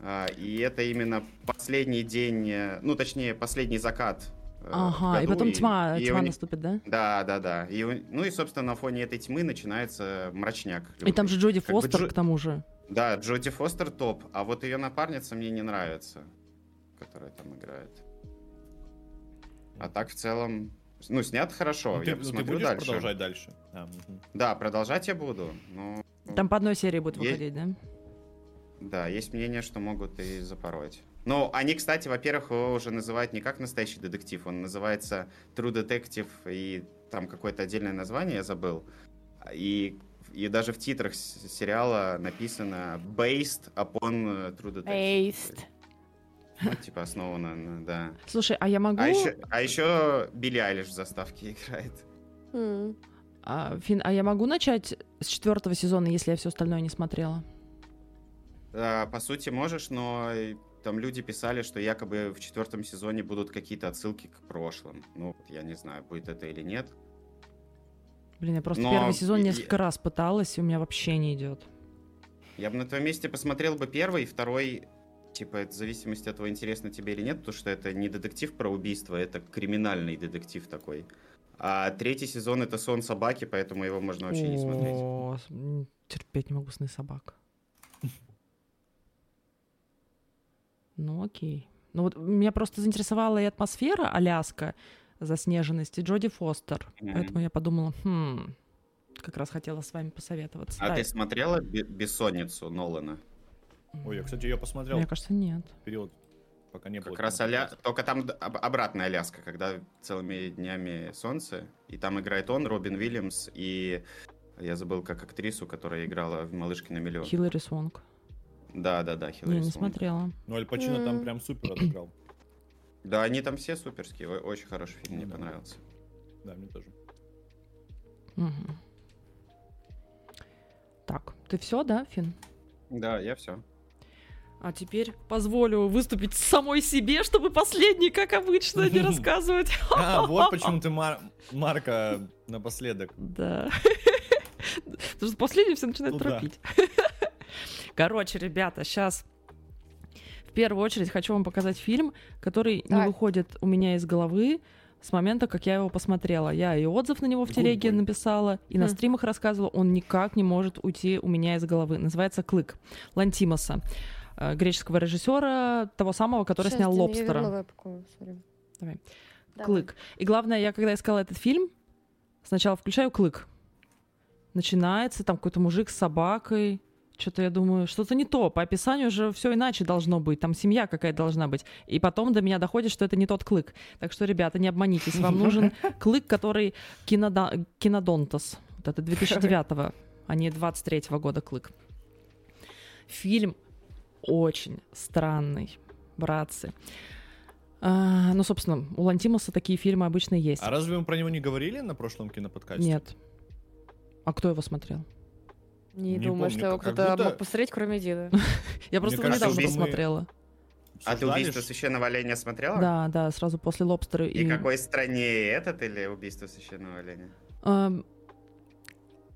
[SPEAKER 6] э, и это именно последний день, э, ну, точнее, последний закат. э, в
[SPEAKER 1] Ага, и
[SPEAKER 6] году,
[SPEAKER 1] потом тьма,
[SPEAKER 6] и
[SPEAKER 1] тьма
[SPEAKER 6] у них-
[SPEAKER 1] наступит, да?
[SPEAKER 6] да, да, да. И, у- ну и, собственно, на фоне этой тьмы начинается мрачняк.
[SPEAKER 1] И там
[SPEAKER 6] лютый.
[SPEAKER 1] же Джоди
[SPEAKER 6] Как бы
[SPEAKER 1] Фостер,
[SPEAKER 6] Джо-
[SPEAKER 1] к тому же.
[SPEAKER 6] Да, Джоди Фостер топ, а вот ее напарница мне не нравится, которая там играет. А так в целом... Ну, снят хорошо,
[SPEAKER 2] Ну, ты,
[SPEAKER 6] я
[SPEAKER 2] ну, ты
[SPEAKER 6] посмотрю
[SPEAKER 2] будешь
[SPEAKER 6] дальше.
[SPEAKER 2] продолжать дальше? А, мгм.
[SPEAKER 6] Да, продолжать я буду, Ну, но...
[SPEAKER 1] Там по одной серии будет
[SPEAKER 6] Есть-
[SPEAKER 1] выходить, да?
[SPEAKER 6] Да, есть мнение, что могут и запороть. Ну, они, кстати, во-первых, его уже называют не как настоящий детектив, он называется True Detective, и там какое-то отдельное название я забыл. И, и даже в титрах с- сериала написано Based upon э, True Detective.
[SPEAKER 5] Эйст.
[SPEAKER 6] Ну, типа основано, на- да.
[SPEAKER 1] Слушай, а я могу...
[SPEAKER 6] А еще, а еще Билли Айлиш в заставке [LAUGHS] играет.
[SPEAKER 3] М.
[SPEAKER 1] А, Фин, а я могу начать с четвертого сезона, если я все остальное не смотрела?
[SPEAKER 6] А, по сути, можешь, но и там люди писали, что якобы в четвертом сезоне будут какие-то отсылки к прошлым. Ну, вот я не знаю, будет это или нет.
[SPEAKER 1] Блин, я просто
[SPEAKER 6] Но
[SPEAKER 1] первый сезон
[SPEAKER 6] и-
[SPEAKER 1] несколько раз пыталась, и у меня вообще не идет.
[SPEAKER 6] Я бы на твоем месте посмотрел бы первый, второй, типа, это в зависимости от того, интересно тебе или нет, потому что это не детектив про убийство, это криминальный детектив такой. А третий сезон это сон собаки, поэтому его можно вообще не смотреть.
[SPEAKER 1] О, с- м, терпеть не могу сны собак. Ну окей. Ну вот меня просто заинтересовала и атмосфера Аляска, заснеженность, и Джоди Фостер.
[SPEAKER 6] Мгм.
[SPEAKER 1] Поэтому я подумала, хм, как раз хотела с вами посоветоваться.
[SPEAKER 6] А
[SPEAKER 1] Да,
[SPEAKER 6] ты смотрела «Бе- «Бессонницу» Нолана?
[SPEAKER 1] м,
[SPEAKER 2] Ой, я, кстати, ее посмотрел
[SPEAKER 1] Мне кажется, нет.
[SPEAKER 2] в период, пока не было.
[SPEAKER 6] Как раз
[SPEAKER 2] там
[SPEAKER 6] Аля...
[SPEAKER 2] подкаста.
[SPEAKER 6] Только там д- об- обратная Аляска, когда целыми днями солнце, и там играет он, Робин Уильямс, и я забыл, как актрису, которая играла в «Малышке на миллион».
[SPEAKER 1] Хиллари Сонг.
[SPEAKER 6] Да-да-да,
[SPEAKER 1] Не,
[SPEAKER 6] Хиллари
[SPEAKER 1] не
[SPEAKER 6] Свонк.
[SPEAKER 1] смотрела.
[SPEAKER 2] Ну, Аль Пачино там
[SPEAKER 3] М.
[SPEAKER 2] прям супер отыграл.
[SPEAKER 6] Да, они там все суперские, о- очень хороший фильм, мне
[SPEAKER 2] Да.
[SPEAKER 6] понравился.
[SPEAKER 2] Да,
[SPEAKER 1] [LAUGHS]
[SPEAKER 2] мне тоже.
[SPEAKER 1] Мгм. Так, ты все, да, Фин?
[SPEAKER 6] Да, я все.
[SPEAKER 1] А теперь позволю выступить самой себе, чтобы последний, как обычно, [LAUGHS] не рассказывать.
[SPEAKER 2] А, вот почему ты Мар- Марка напоследок.
[SPEAKER 1] Да. [LAUGHS] Потому что последний все начинает
[SPEAKER 2] Ну да.
[SPEAKER 1] торопить. [LAUGHS] Короче, ребята, сейчас в первую очередь хочу вам показать фильм, который не
[SPEAKER 3] Давай.
[SPEAKER 1] выходит у меня из головы с момента, как я его посмотрела. Я и отзыв на него в
[SPEAKER 2] Good
[SPEAKER 1] телеге
[SPEAKER 2] boy.
[SPEAKER 1] написала, и на
[SPEAKER 5] Хм.
[SPEAKER 1] стримах рассказывала. Он никак не может уйти у меня из головы. Называется «Клык» Лантимоса, э, греческого режиссера, того самого, который
[SPEAKER 3] Щас,
[SPEAKER 1] снял
[SPEAKER 3] Дина, я
[SPEAKER 1] «Лобстера».
[SPEAKER 3] вернула вебку, сорян.
[SPEAKER 1] Давай.
[SPEAKER 3] Давай.
[SPEAKER 1] Клык. И главное, я когда искала этот фильм, сначала включаю клык. Начинается там какой-то мужик с собакой. Что-то я думаю, что-то не то. По описанию же все иначе должно быть. Там семья какая-то должна быть. И потом до меня доходит, что это не тот клык. Так что, ребята, не обманитесь. Вам нужен клык, который кинода- кинодонтос. Вот это 2009 а не 23 года клык. Фильм очень странный, братцы. А, ну, собственно, у Лантимуса такие фильмы обычно есть.
[SPEAKER 2] А разве мы про него не говорили на прошлом киноподкасте?
[SPEAKER 1] Нет. А кто его смотрел?
[SPEAKER 5] Не,
[SPEAKER 2] Не
[SPEAKER 5] думаю,
[SPEAKER 2] помню,
[SPEAKER 5] что его
[SPEAKER 2] как
[SPEAKER 5] кто-то
[SPEAKER 2] будто-
[SPEAKER 5] мог посмотреть, кроме Дины.
[SPEAKER 1] Я просто его
[SPEAKER 2] кажется,
[SPEAKER 1] недавно
[SPEAKER 6] убийство-
[SPEAKER 1] посмотрела.
[SPEAKER 6] А ты
[SPEAKER 2] Обсуждали
[SPEAKER 6] «Убийство
[SPEAKER 2] ж-
[SPEAKER 6] священного оленя» смотрела?
[SPEAKER 1] Да, да, сразу после лобстера и.
[SPEAKER 6] И какой стране этот или «Убийство священного оленя»?
[SPEAKER 1] Эм,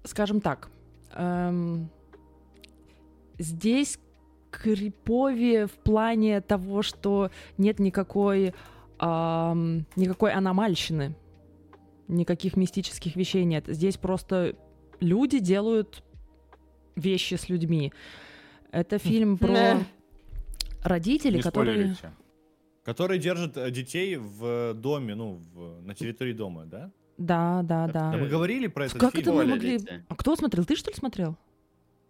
[SPEAKER 1] скажем так. эм, здесь крипове в плане того, что нет никакой, ам, никакой аномальщины, никаких мистических вещей нет. Здесь просто люди делают вещи с людьми. Это фильм про
[SPEAKER 5] Не.
[SPEAKER 1] родителей,
[SPEAKER 4] Не
[SPEAKER 1] которые...
[SPEAKER 4] спойлерите.
[SPEAKER 2] Который держит э, детей в доме, ну, в- на территории дома, да?
[SPEAKER 1] Да, да, да.
[SPEAKER 2] Да мы говорили про этот
[SPEAKER 1] Как
[SPEAKER 2] фильм.
[SPEAKER 1] это мы
[SPEAKER 6] Оля,
[SPEAKER 1] могли...
[SPEAKER 6] дети.
[SPEAKER 1] А кто смотрел? Ты что ли смотрел?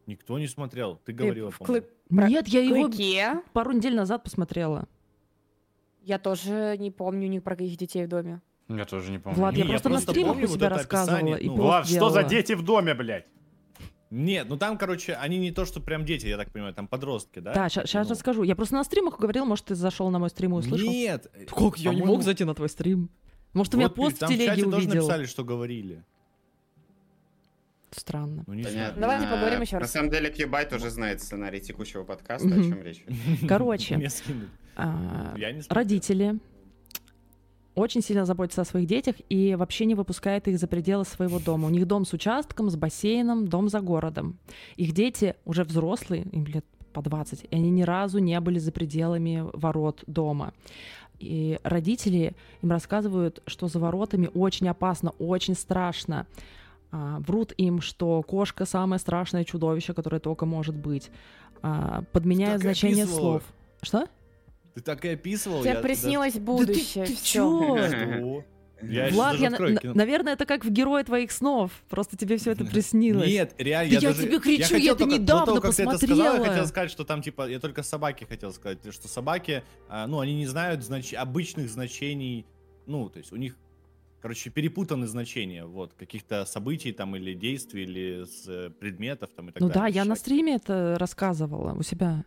[SPEAKER 2] Никто не смотрел. Ты
[SPEAKER 5] Ты
[SPEAKER 2] говорила,
[SPEAKER 5] в
[SPEAKER 2] по-моему.
[SPEAKER 5] клык Про-
[SPEAKER 1] Нет, я его
[SPEAKER 5] Какие?
[SPEAKER 1] пару недель назад посмотрела.
[SPEAKER 5] Я тоже не помню ни про каких детей в доме.
[SPEAKER 4] Я тоже не помню.
[SPEAKER 1] Влад,
[SPEAKER 2] Не,
[SPEAKER 1] я
[SPEAKER 2] я
[SPEAKER 1] просто на
[SPEAKER 2] просто
[SPEAKER 1] стримах
[SPEAKER 2] помню
[SPEAKER 1] у
[SPEAKER 2] вот
[SPEAKER 1] тебя
[SPEAKER 2] это
[SPEAKER 1] рассказывала.
[SPEAKER 2] описание.
[SPEAKER 1] и
[SPEAKER 2] Ну,
[SPEAKER 1] пост
[SPEAKER 4] Влад, что за
[SPEAKER 1] делала.
[SPEAKER 4] дети в доме, блядь?
[SPEAKER 2] Нет, ну там, короче, они не то, что прям дети, я так понимаю, там подростки, да?
[SPEAKER 1] Да, сейчас
[SPEAKER 2] Ну.
[SPEAKER 1] расскажу. Я просто на стримах говорила, может, ты зашел на мой стрим и услышал.
[SPEAKER 2] Нет.
[SPEAKER 1] Как, я не
[SPEAKER 2] по-моему,
[SPEAKER 1] мог зайти на твой стрим. Может, у
[SPEAKER 2] вот
[SPEAKER 1] меня
[SPEAKER 2] перед-
[SPEAKER 1] пост в
[SPEAKER 2] там в чате
[SPEAKER 1] телеге
[SPEAKER 2] тоже
[SPEAKER 1] увидел.
[SPEAKER 2] написали, что говорили.
[SPEAKER 1] Странно.
[SPEAKER 2] Ну не знаю.
[SPEAKER 6] Понятно.
[SPEAKER 5] Давайте поговорим еще
[SPEAKER 6] На
[SPEAKER 5] раз.
[SPEAKER 6] самом деле, Кьюбайт уже знает сценарий текущего подкаста, о
[SPEAKER 1] Мгм.
[SPEAKER 6] чем речь.
[SPEAKER 1] Короче.
[SPEAKER 2] [LAUGHS] Мне скинули.
[SPEAKER 1] А,
[SPEAKER 2] Я не смотрел.
[SPEAKER 1] Родители очень сильно заботятся о своих детях и вообще не выпускают их за пределы своего дома. У них дом с участком, с бассейном, дом за городом. Их дети уже взрослые, им лет по 20, и они ни разу не были за пределами ворот дома. И родители им рассказывают, что за воротами очень опасно, очень страшно. А, Врут им, что кошка самое страшное чудовище, которое только может быть. А, Подменяют
[SPEAKER 2] Так и
[SPEAKER 1] значение
[SPEAKER 2] описывала.
[SPEAKER 1] слов. Что?
[SPEAKER 2] Ты так и описывал.
[SPEAKER 5] Тебе
[SPEAKER 2] я
[SPEAKER 5] приснилось будущее.
[SPEAKER 1] Да ты, ты
[SPEAKER 5] всё.
[SPEAKER 1] чё?
[SPEAKER 2] даже- Что? Я сейчас
[SPEAKER 1] Влад,
[SPEAKER 2] даже
[SPEAKER 1] я, на-
[SPEAKER 2] открою
[SPEAKER 1] на-
[SPEAKER 2] кино.
[SPEAKER 1] наверное, это как в герое твоих снов. Просто тебе все
[SPEAKER 2] [LAUGHS]
[SPEAKER 1] это приснилось.
[SPEAKER 2] Нет, реально,
[SPEAKER 1] Да
[SPEAKER 2] я
[SPEAKER 1] я
[SPEAKER 2] даже-
[SPEAKER 1] тебе кричу,
[SPEAKER 2] хотел
[SPEAKER 1] я это
[SPEAKER 2] только- до
[SPEAKER 1] недавно
[SPEAKER 2] того, как ты это сказала, я
[SPEAKER 1] посмотрела.
[SPEAKER 2] хотел сказать, что там, типа, я только собаки хотел сказать, что собаки, а, ну, они не знают знач- обычных значений, ну, то есть у них, короче, перепутаны значения, вот, каких-то событий там или действий, или с, э, предметов там и так
[SPEAKER 1] ну
[SPEAKER 2] далее.
[SPEAKER 1] да, я на
[SPEAKER 2] Щас-
[SPEAKER 1] стриме это рассказывала у себя.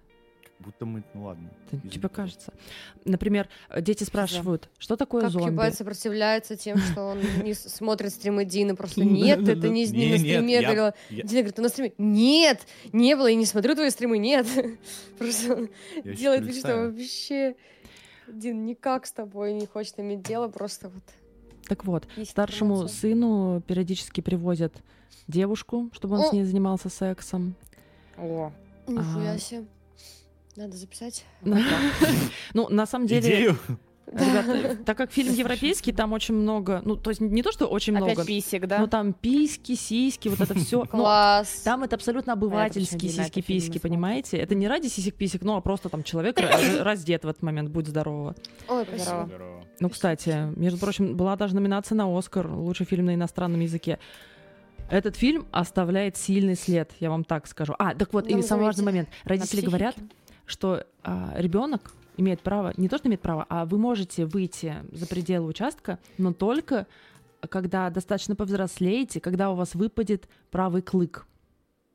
[SPEAKER 2] Как будто мы, ну ладно.
[SPEAKER 1] Это
[SPEAKER 2] извини,
[SPEAKER 1] тебе
[SPEAKER 2] пожалуйста.
[SPEAKER 1] кажется. Например, э, дети спрашивают, что такое
[SPEAKER 3] Как
[SPEAKER 1] зомби?
[SPEAKER 3] Кьюбайт сопротивляется тем, что он не с- смотрит стримы Дины, просто нет, это не из- не
[SPEAKER 2] Не,
[SPEAKER 3] на
[SPEAKER 2] нет,
[SPEAKER 3] стриме.
[SPEAKER 2] я-
[SPEAKER 3] говорила.
[SPEAKER 2] я-
[SPEAKER 3] Дина говорит, ты на стриме? Нет, не было, я не смотрю твои стримы, нет. [LAUGHS] Просто он
[SPEAKER 1] [LAUGHS]
[SPEAKER 2] Я щас
[SPEAKER 3] делает вид, что
[SPEAKER 2] представил.
[SPEAKER 3] вообще... Дин, никак с тобой не хочет иметь дело, просто вот...
[SPEAKER 1] Так вот,
[SPEAKER 3] есть
[SPEAKER 1] старшему
[SPEAKER 3] информация.
[SPEAKER 1] сыну периодически привозят девушку, чтобы он с
[SPEAKER 3] О.
[SPEAKER 1] ней занимался
[SPEAKER 3] [LAUGHS]
[SPEAKER 1] сексом.
[SPEAKER 5] О,
[SPEAKER 3] Нихуя
[SPEAKER 1] А.
[SPEAKER 3] себе. Надо записать.
[SPEAKER 1] Ну, на самом деле,
[SPEAKER 2] Идею.
[SPEAKER 1] ребята, так как фильм европейский, там очень много, ну, то есть не то, что очень много,
[SPEAKER 5] опять писек, да?
[SPEAKER 1] но там письки, сиськи, вот это все.
[SPEAKER 3] Класс.
[SPEAKER 1] Ну, Там это абсолютно обывательские
[SPEAKER 5] Дина это фильм
[SPEAKER 1] сиськи-письки,
[SPEAKER 5] смотрит.
[SPEAKER 1] понимаете? Это не ради сисек-писек, ну а просто там человек раз- раздет в этот момент, будь здорово.
[SPEAKER 3] Ой,
[SPEAKER 5] Здорово.
[SPEAKER 3] спасибо.
[SPEAKER 4] Здорово.
[SPEAKER 1] Ну, кстати, между прочим, была даже номинация на Оскар, лучший фильм на иностранном языке. Этот фильм оставляет сильный след, я вам так скажу. А, так вот,
[SPEAKER 3] Ну,
[SPEAKER 1] и самый важный
[SPEAKER 3] назовите.
[SPEAKER 1] момент. Родители
[SPEAKER 5] психике?
[SPEAKER 1] говорят, что ребенок имеет право, не то что имеет право, а вы можете выйти за пределы участка, но только а, когда достаточно повзрослеете, когда у вас выпадет правый клык.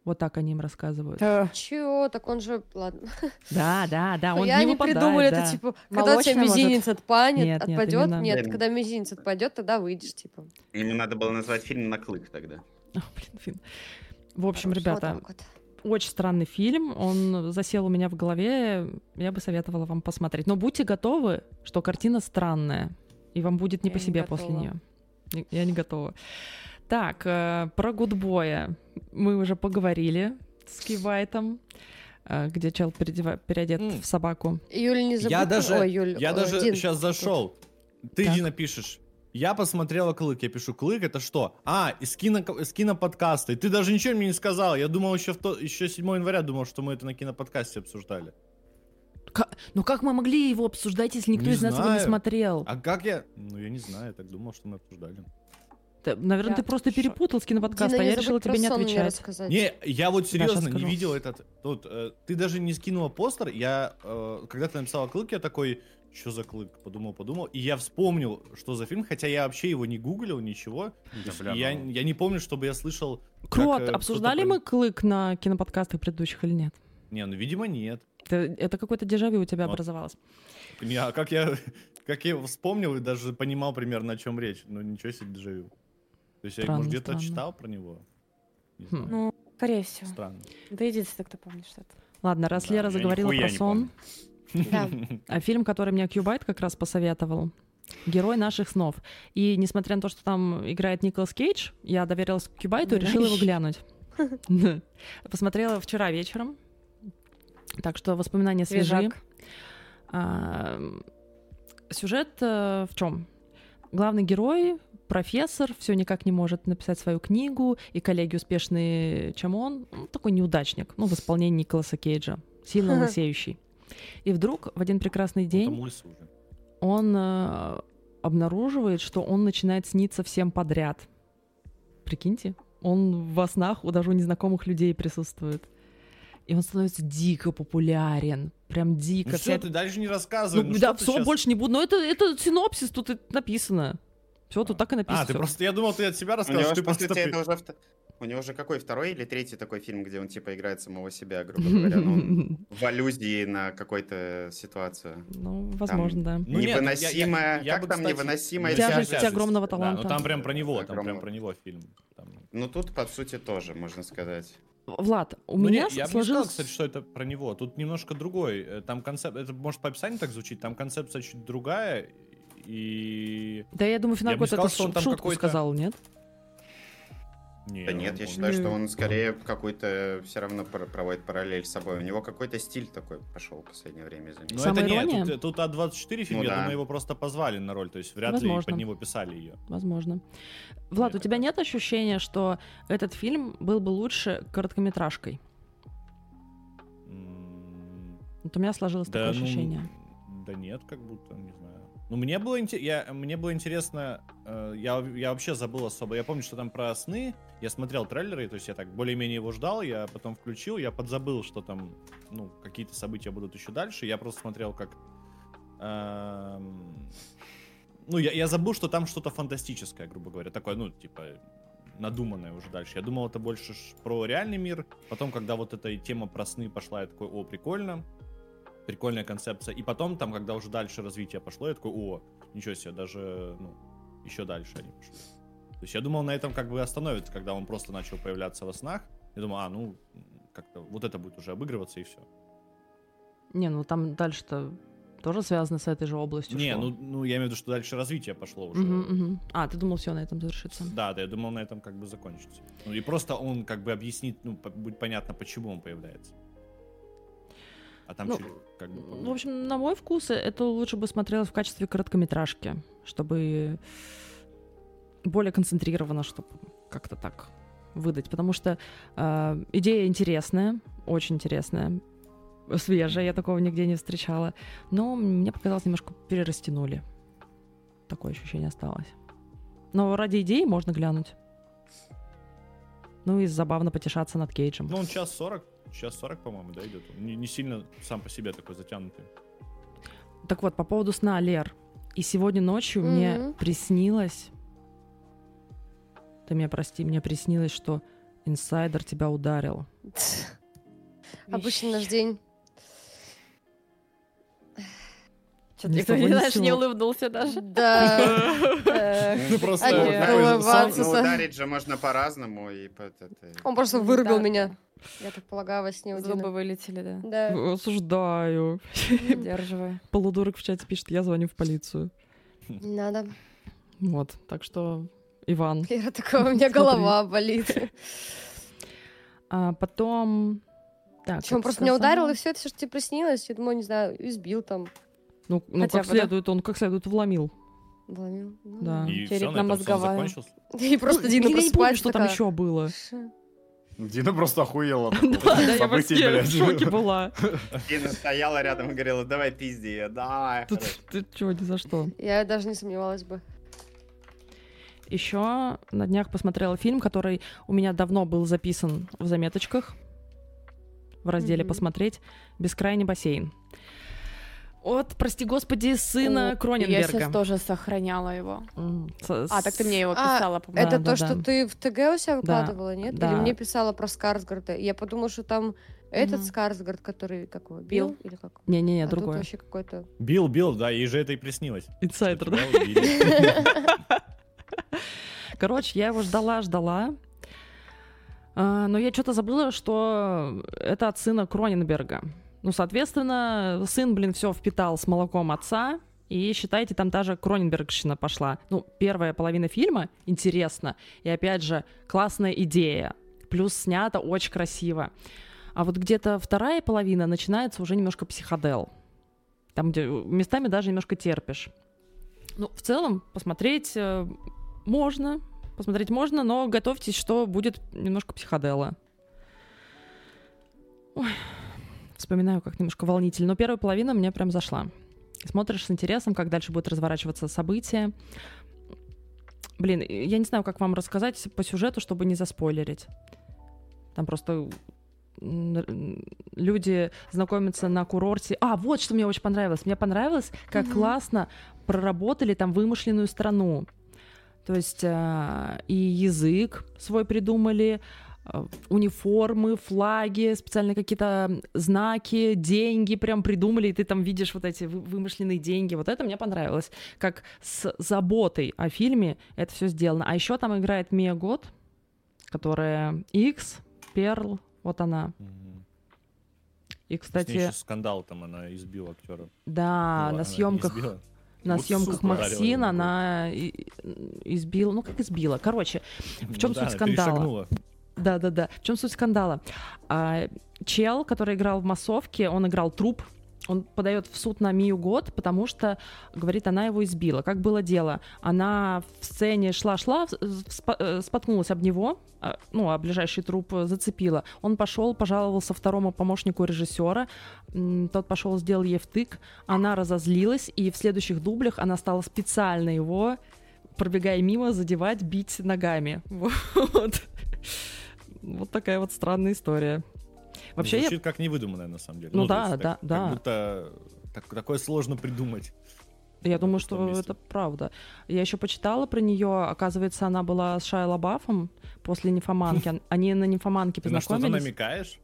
[SPEAKER 1] Вот так они им рассказывают.
[SPEAKER 5] Э,
[SPEAKER 3] Чё? Так он же... Ладно.
[SPEAKER 1] Да, да, да, А он
[SPEAKER 3] Я
[SPEAKER 1] не
[SPEAKER 3] не
[SPEAKER 1] выпадает,
[SPEAKER 3] придумали
[SPEAKER 1] да. [LAUGHS]
[SPEAKER 3] это, типа, когда у тебя
[SPEAKER 5] Молочный, может?
[SPEAKER 3] мизинец отпанет,
[SPEAKER 1] Нет, нет,
[SPEAKER 3] отпадет,
[SPEAKER 1] именно.
[SPEAKER 3] нет,
[SPEAKER 6] Да.
[SPEAKER 3] когда мизинец отпадет, тогда выйдешь, типа.
[SPEAKER 6] Ему надо было назвать фильм «На клык» тогда.
[SPEAKER 1] Ах, блин, фин. В общем,
[SPEAKER 3] Вот
[SPEAKER 1] ребята,
[SPEAKER 3] так вот.
[SPEAKER 1] очень странный фильм, он засел у меня в голове, я бы советовала вам посмотреть. Но будьте готовы, что картина странная, и вам будет не
[SPEAKER 5] Я
[SPEAKER 1] по
[SPEAKER 5] не
[SPEAKER 1] себе после
[SPEAKER 5] готова.
[SPEAKER 1] нее. Я не готова. Так, э, про Гудбоя мы уже поговорили с Кивайтом, э, где чел передева- переодет
[SPEAKER 2] М.
[SPEAKER 1] в собаку.
[SPEAKER 3] Юль, не забудь.
[SPEAKER 2] Я даже,
[SPEAKER 3] Ой, Юль,
[SPEAKER 2] я
[SPEAKER 3] ой,
[SPEAKER 2] даже
[SPEAKER 3] Дин.
[SPEAKER 2] сейчас зашел. Ты,
[SPEAKER 1] Э, Так.
[SPEAKER 2] Дина, пишешь. Я посмотрела клык. Я пишу, клык это что? А, из, кино, из киноподкаста. И ты даже ничего мне не сказал. Я думал, еще, в то, еще 7 января думал, что мы это на киноподкасте обсуждали.
[SPEAKER 1] Ну как мы могли его обсуждать, если никто
[SPEAKER 2] Не
[SPEAKER 1] из нас его не
[SPEAKER 2] знаю.
[SPEAKER 1] смотрел?
[SPEAKER 2] А как я? Ну, я не знаю, я так думал, что мы обсуждали.
[SPEAKER 1] Ты- наверное,
[SPEAKER 5] Я
[SPEAKER 1] ты просто
[SPEAKER 5] в шоке.
[SPEAKER 1] перепутал с
[SPEAKER 3] Дина,
[SPEAKER 1] киноподкаста, а
[SPEAKER 3] не
[SPEAKER 1] я
[SPEAKER 3] забудь
[SPEAKER 1] решила
[SPEAKER 3] про
[SPEAKER 1] тебе не
[SPEAKER 3] сон мне
[SPEAKER 1] отвечать.
[SPEAKER 3] рассказать.
[SPEAKER 2] Не, я вот серьезно не
[SPEAKER 1] скажу.
[SPEAKER 2] видел этот. Тут, э, ты даже не скинула постер. Я, э, когда ты написала клык, я такой, что за клык? Подумал, подумал. И я вспомнил, что за фильм, хотя я вообще его не гуглил, ничего.
[SPEAKER 4] Да,
[SPEAKER 2] И я, я не помню, чтобы я слышал. как, э,
[SPEAKER 1] Крот,
[SPEAKER 2] кто-то
[SPEAKER 1] обсуждали
[SPEAKER 2] про-
[SPEAKER 1] мы клык на киноподкастах предыдущих или нет?
[SPEAKER 2] Не, ну, видимо, нет.
[SPEAKER 1] Это, это какое-то дежавю у тебя
[SPEAKER 2] Вот.
[SPEAKER 1] образовалось.
[SPEAKER 2] Я, а как я, [LAUGHS] как я вспомнил и даже понимал примерно, о чем речь. Ну, ничего себе дежавю. То есть я,
[SPEAKER 1] Странно,
[SPEAKER 2] может, где-то
[SPEAKER 1] странно.
[SPEAKER 2] читал про него? Не
[SPEAKER 1] Хм.
[SPEAKER 2] знаю.
[SPEAKER 5] Ну, скорее всего.
[SPEAKER 2] Странно.
[SPEAKER 5] Да единственное, кто помнит что-то.
[SPEAKER 1] Ладно, раз
[SPEAKER 4] Да,
[SPEAKER 1] Лера
[SPEAKER 4] я
[SPEAKER 1] заговорила
[SPEAKER 4] нихуя
[SPEAKER 1] про
[SPEAKER 4] не
[SPEAKER 1] сон,
[SPEAKER 3] Да.
[SPEAKER 2] [LAUGHS]
[SPEAKER 1] а фильм, который мне Кьюбайт как раз посоветовал, «Герой наших снов». И несмотря на то, что там играет Николас Кейдж, я доверилась Кьюбайту и решила его глянуть. [LAUGHS] Да. Посмотрела вчера вечером, так что воспоминания свежи.
[SPEAKER 5] Свежак.
[SPEAKER 1] А, Сюжет э, в чем? Главный герой, профессор, все никак не может написать свою книгу, и коллеги успешные, чем он, ну, такой неудачник, ну, в исполнении Николаса Кейджа, сильно лысеющий. И вдруг в один прекрасный
[SPEAKER 2] Там
[SPEAKER 1] день
[SPEAKER 2] лысый уже.
[SPEAKER 1] он э, обнаруживает, что он начинает сниться всем подряд. Прикиньте, он во снах у даже у незнакомых людей присутствует. и он становится дико популярен. Прям дико.
[SPEAKER 2] Ну
[SPEAKER 1] Вся
[SPEAKER 2] все,
[SPEAKER 1] эта-
[SPEAKER 2] ты дальше не рассказывай.
[SPEAKER 1] Ну,
[SPEAKER 2] ну
[SPEAKER 1] да,
[SPEAKER 2] что ты
[SPEAKER 1] все,
[SPEAKER 2] щас-
[SPEAKER 1] больше не буду. Но это, это синопсис, тут и написано. Все, тут так и написано.
[SPEAKER 2] А, ты
[SPEAKER 1] всё.
[SPEAKER 2] просто, я думал, ты от себя
[SPEAKER 6] У него,
[SPEAKER 2] рассказываешь,
[SPEAKER 6] ж,
[SPEAKER 2] ты
[SPEAKER 6] по
[SPEAKER 2] просто...
[SPEAKER 6] сути, это
[SPEAKER 2] при-
[SPEAKER 6] уже вт- у него же какой второй или третий такой фильм, где он типа играет самого
[SPEAKER 1] [LAUGHS]
[SPEAKER 6] себя, грубо говоря, ну, он в аллюзии на какую-то ситуацию.
[SPEAKER 1] Ну, возможно, да.
[SPEAKER 2] Ну, нет, я- я-
[SPEAKER 6] невыносимая-
[SPEAKER 2] я
[SPEAKER 6] как
[SPEAKER 2] бы,
[SPEAKER 6] там
[SPEAKER 2] кстати,
[SPEAKER 6] невыносимая
[SPEAKER 1] Тяжесть
[SPEAKER 6] тяжесть.
[SPEAKER 1] огромного
[SPEAKER 2] Да,
[SPEAKER 1] таланта.
[SPEAKER 2] ну там прям про него, там прям
[SPEAKER 6] Огромного.
[SPEAKER 2] про него фильм. Там.
[SPEAKER 6] Ну тут, по сути, тоже, можно сказать.
[SPEAKER 1] Влад, у
[SPEAKER 2] Ну,
[SPEAKER 1] меня
[SPEAKER 2] не, я бы не сказал,
[SPEAKER 1] сложилось...
[SPEAKER 2] кстати, что это про него. Тут немножко другой. э, Там концепт, это может по описанию так звучит, там концепция чуть другая. И...
[SPEAKER 1] Да, я думаю,
[SPEAKER 2] Я
[SPEAKER 1] финал
[SPEAKER 2] бы не
[SPEAKER 1] какой-то
[SPEAKER 2] сказал,
[SPEAKER 1] ш-
[SPEAKER 2] что он там
[SPEAKER 1] шутку
[SPEAKER 2] какой-то-
[SPEAKER 1] сказал, нет?
[SPEAKER 2] Не, ну,
[SPEAKER 6] Да нет, я
[SPEAKER 2] он-
[SPEAKER 6] считаю, что
[SPEAKER 5] М.
[SPEAKER 6] он скорее какой-то все равно пр- проводит параллель с собой. У него какой-то стиль такой пошел в последнее время. за ним.
[SPEAKER 2] Ну это
[SPEAKER 1] Самоирония?
[SPEAKER 2] нет, тут, тут А24 фильм,
[SPEAKER 6] Ну
[SPEAKER 2] я
[SPEAKER 6] да.
[SPEAKER 2] думаю, его просто позвали на роль, то есть вряд ли
[SPEAKER 1] Возможно.
[SPEAKER 2] под него писали ее.
[SPEAKER 1] Возможно. Влад,
[SPEAKER 2] Мне
[SPEAKER 1] у тебя
[SPEAKER 2] так
[SPEAKER 1] нет ощущения, что этот фильм был бы лучше короткометражкой? Вот у меня сложилось такое
[SPEAKER 2] ну,
[SPEAKER 1] ощущение.
[SPEAKER 2] Да нет, как будто, не знаю. Ну, мне было, инте- я, мне было интересно, э, я, я вообще забыл особо, я помню, что там про сны, я смотрел трейлеры, то есть я так более-менее его ждал, я потом включил, я подзабыл, что там, ну, какие-то события будут еще дальше, я просто смотрел, как... эм, ну, я, я забыл, что там что-то фантастическое, грубо говоря, такое, ну, типа, надуманное уже дальше. Я думал, это больше ж про реальный мир. Потом, когда вот эта и тема про сны пошла, я такой, о, прикольно. Прикольная концепция. И потом, там, когда уже дальше развитие пошло, я такой, о, ничего себе, даже, ну, еще дальше они пошли. То есть я думал, на этом как бы и остановится, когда он просто начал появляться во снах. Я думал, а, ну, как-то вот это будет уже обыгрываться и все.
[SPEAKER 1] Не, ну там дальше-то тоже связано с этой же областью.
[SPEAKER 2] Не,
[SPEAKER 1] шло.
[SPEAKER 2] ну, ну, я имею в виду, что дальше развитие пошло уже.
[SPEAKER 1] Мгм, мгм. А, ты думал, все на этом завершится?
[SPEAKER 2] Да, да, я думал, на этом как бы закончится. Ну и просто он как бы объяснит, ну, по- будет понятно, почему он появляется. А там
[SPEAKER 1] Ну,
[SPEAKER 2] чуть как бы...
[SPEAKER 1] В
[SPEAKER 2] погру-
[SPEAKER 1] общем, на мой вкус, э, это лучше бы смотрелось в качестве короткометражки, чтобы более концентрированно, чтобы как-то так выдать. Потому что э, идея интересная, очень интересная, свежая, я такого нигде не встречала. Но мне показалось, немножко перерастянули. Такое ощущение осталось. Но ради идеи можно глянуть. Ну и забавно потешаться над Кейджем.
[SPEAKER 2] Ну, он час сорок, час сорок, по-моему, да, идет. Он Не, не сильно сам по себе такой затянутый.
[SPEAKER 1] Так вот, по поводу сна, Лер. И сегодня ночью мне
[SPEAKER 3] Мгм.
[SPEAKER 1] приснилось... Ты меня прости, мне приснилось, что инсайдер тебя ударил.
[SPEAKER 3] Обычный наш день.
[SPEAKER 5] Чё-то
[SPEAKER 1] Никто
[SPEAKER 5] никто
[SPEAKER 1] не
[SPEAKER 5] не, знаешь, не
[SPEAKER 1] ничего.
[SPEAKER 5] улыбнулся [LAUGHS] даже.
[SPEAKER 3] [LAUGHS] Да.
[SPEAKER 1] [LAUGHS]
[SPEAKER 3] э,
[SPEAKER 2] Ну, просто...
[SPEAKER 3] а
[SPEAKER 6] Ну,
[SPEAKER 2] вот такой
[SPEAKER 3] не,
[SPEAKER 6] знаешь,
[SPEAKER 2] же самый-
[SPEAKER 3] улыбаться.
[SPEAKER 6] ну, ударить же можно по-разному. И по- это- это-
[SPEAKER 3] Он просто
[SPEAKER 5] Ну,
[SPEAKER 3] вырубил
[SPEAKER 5] да.
[SPEAKER 3] меня. Я так полагаю, во сне у Дины.
[SPEAKER 5] Зубы вылетели, да.
[SPEAKER 3] Да.
[SPEAKER 1] Осуждаю.
[SPEAKER 5] Поддерживаю.
[SPEAKER 1] Полудурок в чате пишет, я звоню в полицию.
[SPEAKER 3] Не надо.
[SPEAKER 1] Вот, так что, Иван.
[SPEAKER 3] Лера такая, у меня
[SPEAKER 1] Смотри. [LAUGHS]
[SPEAKER 3] голова болит.
[SPEAKER 1] А потом... Так,
[SPEAKER 3] Чем он
[SPEAKER 1] это
[SPEAKER 3] просто меня
[SPEAKER 1] сказала.
[SPEAKER 3] ударил, и все это, что тебе приснилось, я думаю, не знаю, избил там,
[SPEAKER 1] Ну, ну
[SPEAKER 5] Хотя
[SPEAKER 1] как
[SPEAKER 5] бы, да?
[SPEAKER 1] следует, он как следует вломил.
[SPEAKER 3] вломил. Ну,
[SPEAKER 1] Да.
[SPEAKER 2] И
[SPEAKER 5] Череп
[SPEAKER 2] все, на
[SPEAKER 5] на
[SPEAKER 2] этом сон
[SPEAKER 5] мозговая.
[SPEAKER 2] закончился.
[SPEAKER 3] [LAUGHS] И просто
[SPEAKER 1] Ну,
[SPEAKER 3] Дина
[SPEAKER 1] я не помню,
[SPEAKER 3] просыпается
[SPEAKER 1] что там
[SPEAKER 3] такая,
[SPEAKER 1] еще было.
[SPEAKER 3] «Ш».
[SPEAKER 4] Дина
[SPEAKER 1] [LAUGHS]
[SPEAKER 4] просто охуела. от
[SPEAKER 1] Да,
[SPEAKER 4] такого
[SPEAKER 1] да, я
[SPEAKER 4] события,
[SPEAKER 1] вообще в
[SPEAKER 4] блядь.
[SPEAKER 1] шоке была.
[SPEAKER 6] Дина стояла рядом и говорила, давай пизди её, давай.
[SPEAKER 1] Тут
[SPEAKER 6] Хорошо.
[SPEAKER 1] ты чего, ни за что.
[SPEAKER 3] Я даже не сомневалась бы.
[SPEAKER 1] Еще на днях посмотрела фильм, который у меня давно был записан в заметочках в разделе
[SPEAKER 5] Мгм.
[SPEAKER 1] «Посмотреть» «Бескрайний бассейн». От, прости господи, сына
[SPEAKER 5] О, Я сейчас
[SPEAKER 1] Кроненберга.
[SPEAKER 5] тоже сохраняла его.
[SPEAKER 1] М, со-
[SPEAKER 5] А, так ты мне его
[SPEAKER 3] А,
[SPEAKER 5] писала, по-моему.
[SPEAKER 1] Да,
[SPEAKER 3] Это
[SPEAKER 1] да,
[SPEAKER 3] то, что
[SPEAKER 1] да.
[SPEAKER 3] ты в ТГ у себя
[SPEAKER 1] Да,
[SPEAKER 3] выкладывала, нет?
[SPEAKER 1] да.
[SPEAKER 3] Или мне писала про Скарсгарда. И Я подумала, что там этот
[SPEAKER 5] Мгм.
[SPEAKER 3] Скарсгард, который как его, бил?
[SPEAKER 5] Бил.
[SPEAKER 3] Или как?
[SPEAKER 1] Не-не-не,
[SPEAKER 3] А тут
[SPEAKER 1] другой.
[SPEAKER 3] вообще какой-то...
[SPEAKER 2] Бил, бил, да, ей же это и приснилось.
[SPEAKER 1] Инсайдер, да?
[SPEAKER 2] Тебя убили.
[SPEAKER 1] [LAUGHS] Короче, я его ждала-ждала. А, Но я что-то забыла, что это от сына Кроненберга. Ну, соответственно, сын, блин, все впитал с молоком отца. И считайте, там та же Кроненбергщина пошла. Ну, первая половина фильма интересно. И опять же, классная идея. Плюс снято очень красиво. А вот где-то вторая половина начинается уже немножко психодел. Там, где э, местами даже немножко терпишь. Ну, в целом, посмотреть э, можно. Посмотреть можно, но готовьтесь, что будет немножко психодела. Ой, вспоминаю, как немножко волнительно. Но первая половина мне прям зашла. Смотришь с интересом, как дальше будет разворачиваться событие. Блин, я не знаю, как вам рассказать по сюжету, чтобы не заспойлерить. Там просто н- люди знакомятся на курорте. А, вот что мне очень понравилось. Мне понравилось, как
[SPEAKER 5] Мгм.
[SPEAKER 1] классно проработали там вымышленную страну. То есть а, и язык свой придумали, а, униформы, флаги, специальные какие-то знаки, деньги прям придумали, и ты там видишь вот эти вы- вымышленные деньги. Вот это мне понравилось. Как с заботой о фильме это все сделано. А еще там играет Мия Год, которая X, Перл, вот она.
[SPEAKER 2] Мгм.
[SPEAKER 1] И,
[SPEAKER 2] С Ну, ней
[SPEAKER 1] кстати,
[SPEAKER 2] еще скандал там, она избила актера.
[SPEAKER 1] да, на съемках на
[SPEAKER 4] Вот
[SPEAKER 1] съемках
[SPEAKER 4] сука.
[SPEAKER 1] Максина она и- и- избила, ну как избила, короче, в
[SPEAKER 2] Ну
[SPEAKER 1] чем суть скандала? да, да, да. В чем суть скандала? А, чел, который играл в массовке, он играл труп. Он подает в суд на Мию год, потому что, говорит, она его избила. Как было дело? Она в сцене шла-шла, в- в- спо- э, споткнулась об него, а, ну, а ближайший труп э, зацепила. Он пошел, пожаловался второму помощнику режиссера. М, Тот пошел, сделал ей втык. Она разозлилась, и в следующих дублях она стала специально его, пробегая мимо, задевать, бить ногами. [LAUGHS] Вот. Вот такая вот странная история. Вообще, я-
[SPEAKER 2] Вообще Звучит как невыдуманное, на самом деле.
[SPEAKER 1] Ну
[SPEAKER 2] то
[SPEAKER 1] да,
[SPEAKER 2] есть
[SPEAKER 1] да,
[SPEAKER 2] так-
[SPEAKER 1] да.
[SPEAKER 2] Как будто так- такое сложно придумать.
[SPEAKER 1] я,
[SPEAKER 2] на
[SPEAKER 1] думаю,
[SPEAKER 2] пустом
[SPEAKER 1] что
[SPEAKER 2] месте.
[SPEAKER 1] это правда. Я еще почитала про нее. Оказывается, она была с Шайла Баффом после
[SPEAKER 2] [LAUGHS]
[SPEAKER 1] нимфоманки. Они на нимфоманке
[SPEAKER 2] Ты на что-то
[SPEAKER 1] познакомились.
[SPEAKER 2] намекаешь?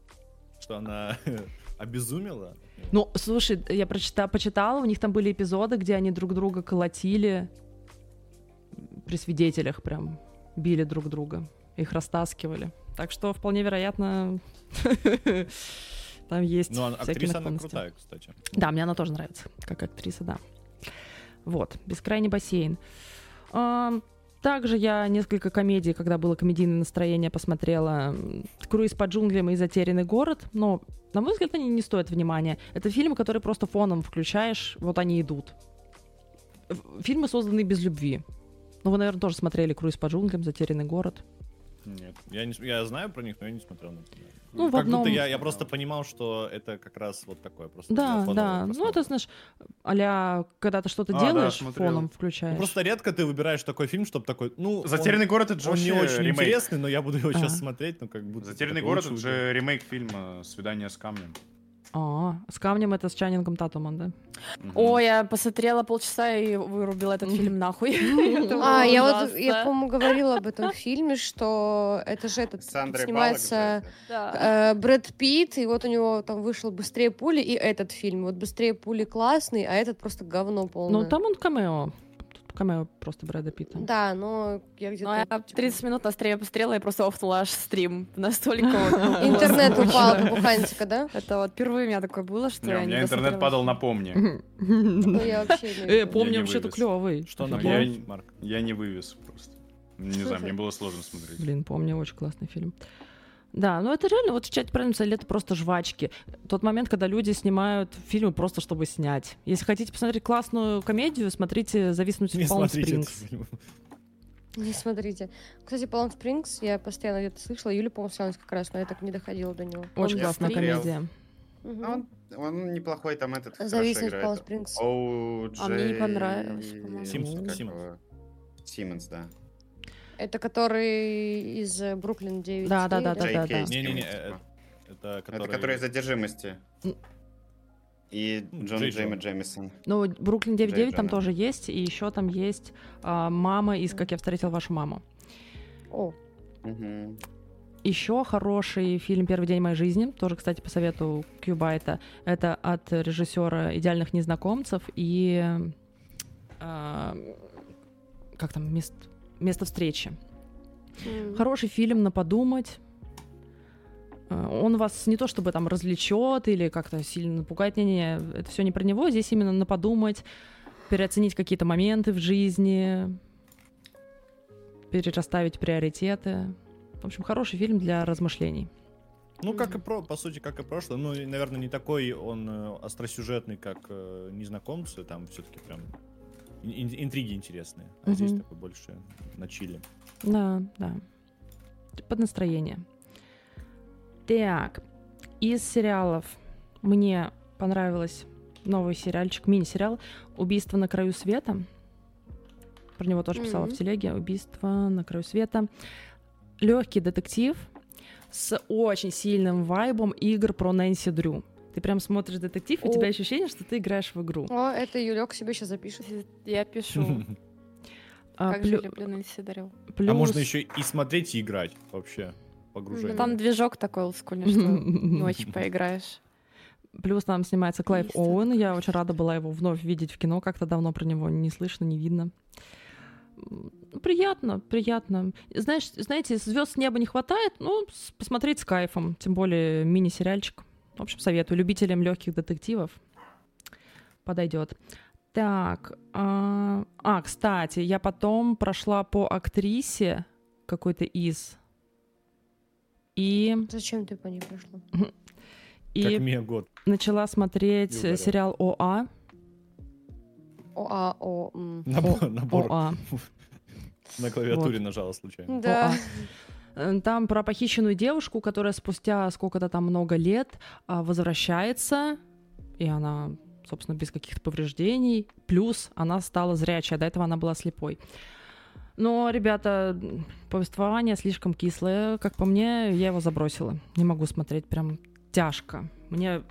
[SPEAKER 2] Что она [LAUGHS] обезумела?
[SPEAKER 1] Ну, слушай, я прочита- почитала, у них там были эпизоды, где они друг друга колотили при свидетелях прям били друг друга, их растаскивали. Так что вполне вероятно [LAUGHS] там есть
[SPEAKER 2] Ну, а
[SPEAKER 1] всякие
[SPEAKER 2] актриса она
[SPEAKER 1] наклонности.
[SPEAKER 2] крутая, кстати.
[SPEAKER 1] Да, мне она тоже нравится, как актриса, да. Вот, «Бескрайний бассейн». Ам, Также я несколько комедий, когда было комедийное настроение, посмотрела м, «Круиз по джунглям» и «Затерянный город», но, на мой взгляд, они не стоят внимания. Это фильмы, которые просто фоном включаешь, вот они идут. Ф- Фильмы, созданные без любви. Ну, вы, наверное, тоже смотрели «Круиз по джунглям», «Затерянный город».
[SPEAKER 4] Нет.
[SPEAKER 2] Я, не, с- я знаю про них, но я не смотрел на них.
[SPEAKER 1] Ну, в
[SPEAKER 2] как
[SPEAKER 1] одном-
[SPEAKER 2] будто я, я просто понимал, что это как раз вот такое. Просто
[SPEAKER 1] Да,
[SPEAKER 2] фоновое
[SPEAKER 1] да. Ну,
[SPEAKER 2] просмотр.
[SPEAKER 1] это, знаешь, а когда ты что-то
[SPEAKER 4] А, да,
[SPEAKER 1] делаешь,
[SPEAKER 4] смотрел.
[SPEAKER 1] фоном
[SPEAKER 2] Ну,
[SPEAKER 1] включаешь.
[SPEAKER 2] просто редко ты выбираешь такой фильм, чтобы такой, ну, он-
[SPEAKER 4] [LAUGHS] Затерянный город это же
[SPEAKER 2] он, не
[SPEAKER 4] вообще
[SPEAKER 2] очень
[SPEAKER 4] ремейк.
[SPEAKER 2] интересный, но я буду его
[SPEAKER 1] Ага.
[SPEAKER 2] сейчас смотреть, ну, как будто...
[SPEAKER 4] Затерянный
[SPEAKER 2] такой,
[SPEAKER 4] город
[SPEAKER 2] лучше
[SPEAKER 4] это же ремейк фильма «Свидание с камнем».
[SPEAKER 1] А, с камнем это с Чанингом Татумом, да?
[SPEAKER 4] Мгм.
[SPEAKER 5] Ой, я посмотрела полчаса и вырубила этот фильм нахуй. [LAUGHS] Это было
[SPEAKER 3] А, я вот, я,
[SPEAKER 5] ужасно.
[SPEAKER 3] по-моему, говорила об этом фильме, что это же этот
[SPEAKER 6] Сандрой
[SPEAKER 3] снимается
[SPEAKER 6] Баллок, кстати.
[SPEAKER 5] Да.
[SPEAKER 3] э, Брэд Питт, и вот у него там вышел «Быстрее пули» и этот фильм. Вот «Быстрее пули» классный, а этот просто говно полное.
[SPEAKER 1] Ну, там он камео. Тут камео просто Брэда Питта.
[SPEAKER 3] Да, но я
[SPEAKER 5] Ну,
[SPEAKER 3] где-то...
[SPEAKER 5] я 30 минут на стриме посмотрела и просто офнула аж стрим. Настолько
[SPEAKER 1] [LAUGHS]
[SPEAKER 5] вот, ну,
[SPEAKER 3] Интернет
[SPEAKER 5] [LAUGHS] было
[SPEAKER 3] упал
[SPEAKER 5] скучно.
[SPEAKER 3] по бухантика, да?
[SPEAKER 5] Это вот впервые у меня такое было, что
[SPEAKER 4] Не,
[SPEAKER 5] я
[SPEAKER 4] у
[SPEAKER 5] не
[SPEAKER 4] меня интернет
[SPEAKER 5] досмотрела.
[SPEAKER 4] падал на помни.
[SPEAKER 3] Ну, я вообще... не
[SPEAKER 1] Э,
[SPEAKER 3] люблю.
[SPEAKER 1] помню,
[SPEAKER 4] не
[SPEAKER 1] вообще-то
[SPEAKER 4] вывез.
[SPEAKER 1] клевый.
[SPEAKER 2] Что
[SPEAKER 4] на
[SPEAKER 2] на
[SPEAKER 1] Офигел.
[SPEAKER 4] Я-
[SPEAKER 2] плане, Марк?
[SPEAKER 4] Я не вывез просто. Не знаю, мне было сложно смотреть.
[SPEAKER 1] Блин, помню, очень классный фильм. Да, ну это реально, вот в чате правильно писали, это просто жвачки. Тот момент, когда люди снимают фильмы просто, чтобы снять. Если хотите посмотреть классную комедию, смотрите «Зависнуть
[SPEAKER 2] [LAUGHS] Не
[SPEAKER 1] в Палм
[SPEAKER 2] смотрите этот
[SPEAKER 1] Спрингс».
[SPEAKER 2] фильм.
[SPEAKER 3] Не смотрите. Кстати, Palm Springs я постоянно где-то слышала. Юля, по-моему, снялась как раз, но я так и не доходила до него.
[SPEAKER 1] Очень
[SPEAKER 5] Я
[SPEAKER 1] классная
[SPEAKER 5] смотрел.
[SPEAKER 1] комедия.
[SPEAKER 3] Мгм.
[SPEAKER 6] Ну, Он, он неплохой там этот. хорошо
[SPEAKER 3] Зависнуть в
[SPEAKER 6] играет.
[SPEAKER 3] Palm Springs.
[SPEAKER 6] Оу,
[SPEAKER 5] А мне не
[SPEAKER 6] Джей-
[SPEAKER 5] понравилось, по-моему.
[SPEAKER 2] Симпсон-
[SPEAKER 6] как
[SPEAKER 2] Симмонс.
[SPEAKER 6] его? Симмонс, да.
[SPEAKER 3] Это который из э, Бруклин 9.
[SPEAKER 1] Да-да-да,
[SPEAKER 6] Джей
[SPEAKER 1] да-да.
[SPEAKER 6] Кей
[SPEAKER 2] Не-не-не,
[SPEAKER 6] Симмонс,
[SPEAKER 2] э,
[SPEAKER 6] типа.
[SPEAKER 2] Это
[SPEAKER 6] Это который из задержимости.
[SPEAKER 1] М.
[SPEAKER 6] И
[SPEAKER 2] Ну,
[SPEAKER 6] Джон
[SPEAKER 2] Джей
[SPEAKER 6] Джейми
[SPEAKER 2] Джона.
[SPEAKER 6] Джеймисон.
[SPEAKER 1] Ну, «Бруклин 9.9» там
[SPEAKER 6] Джейкона.
[SPEAKER 1] тоже есть, и еще там есть а, «Мама» из «Как я встретил вашу маму».
[SPEAKER 3] О,
[SPEAKER 6] Мгм.
[SPEAKER 1] Еще хороший фильм «Первый день моей жизни», тоже, кстати, по совету Кьюбайта, это от режиссера «Идеальных незнакомцев» и а, как там, мест, «Место встречи». Хороший фильм на подумать. Э, Он вас не то чтобы там развлечет или как-то сильно напугает. Не-не, это все не про него. Здесь именно на подумать, переоценить какие-то моменты в жизни, перерасставить приоритеты. В общем, хороший фильм для размышлений.
[SPEAKER 2] Ну, как и про, по сути, как и прошлое. Ну, и, наверное, не такой он э, остросюжетный, как э, незнакомцы. Там все-таки прям ин- ин- интриги интересные. А здесь
[SPEAKER 1] Мгм.
[SPEAKER 2] такой больше на чиле.
[SPEAKER 1] Да, да. Под настроение. Так, из сериалов мне понравилось новый сериальчик, мини-сериал «Убийство на краю света». Про него тоже писала в
[SPEAKER 3] Мгм.
[SPEAKER 1] телеге. «Убийство на краю света». Легкий детектив с очень сильным вайбом игр про Нэнси Дрю. Ты прям смотришь детектив, и у
[SPEAKER 3] О.
[SPEAKER 1] тебя ощущение, что ты играешь в игру.
[SPEAKER 3] О, это Юлек себе сейчас запишет.
[SPEAKER 4] [LAUGHS]
[SPEAKER 5] Я пишу.
[SPEAKER 1] А,
[SPEAKER 5] Как
[SPEAKER 1] плю-
[SPEAKER 5] же люблю Нэнси Дрю.
[SPEAKER 1] плюс-
[SPEAKER 2] А можно
[SPEAKER 1] [LAUGHS]
[SPEAKER 2] еще и смотреть, и играть вообще. Погружение.
[SPEAKER 5] Там движок такой олдскульный,
[SPEAKER 1] [LAUGHS]
[SPEAKER 5] что ночь поиграешь.
[SPEAKER 1] Плюс там снимается Клайв
[SPEAKER 5] Есть
[SPEAKER 1] Оуэн.
[SPEAKER 5] такое,
[SPEAKER 1] Я
[SPEAKER 5] кстати.
[SPEAKER 1] очень рада была его вновь видеть в кино. Как-то давно про него не слышно, не видно. М, Приятно, приятно. Знаешь, знаете, звезд с неба не хватает, ну, с- посмотреть с кайфом. Тем более мини-сериальчик. В общем, советую любителям легких детективов. Подойдет. Так. А, а, кстати, я потом прошла по актрисе какой-то из. И,
[SPEAKER 3] Зачем ты по ней пришла?
[SPEAKER 2] Как
[SPEAKER 1] и
[SPEAKER 2] Мия год.
[SPEAKER 1] начала смотреть
[SPEAKER 2] Не угорел.
[SPEAKER 1] сериал А». ОА.
[SPEAKER 3] О, а, о, м.
[SPEAKER 2] Набор, набор
[SPEAKER 1] ОА.
[SPEAKER 2] на клавиатуре нажала случайно.
[SPEAKER 4] а,
[SPEAKER 3] Да.
[SPEAKER 1] Э, Там про похищенную девушку, которая спустя сколько-то там много лет а, возвращается, и она, собственно, без каких-то повреждений. Плюс она стала зрячая, до этого она была слепой. Но, ребята, м, повествование слишком кислое. Как по мне, я его забросила. Не могу смотреть, прям тяжко. Мне,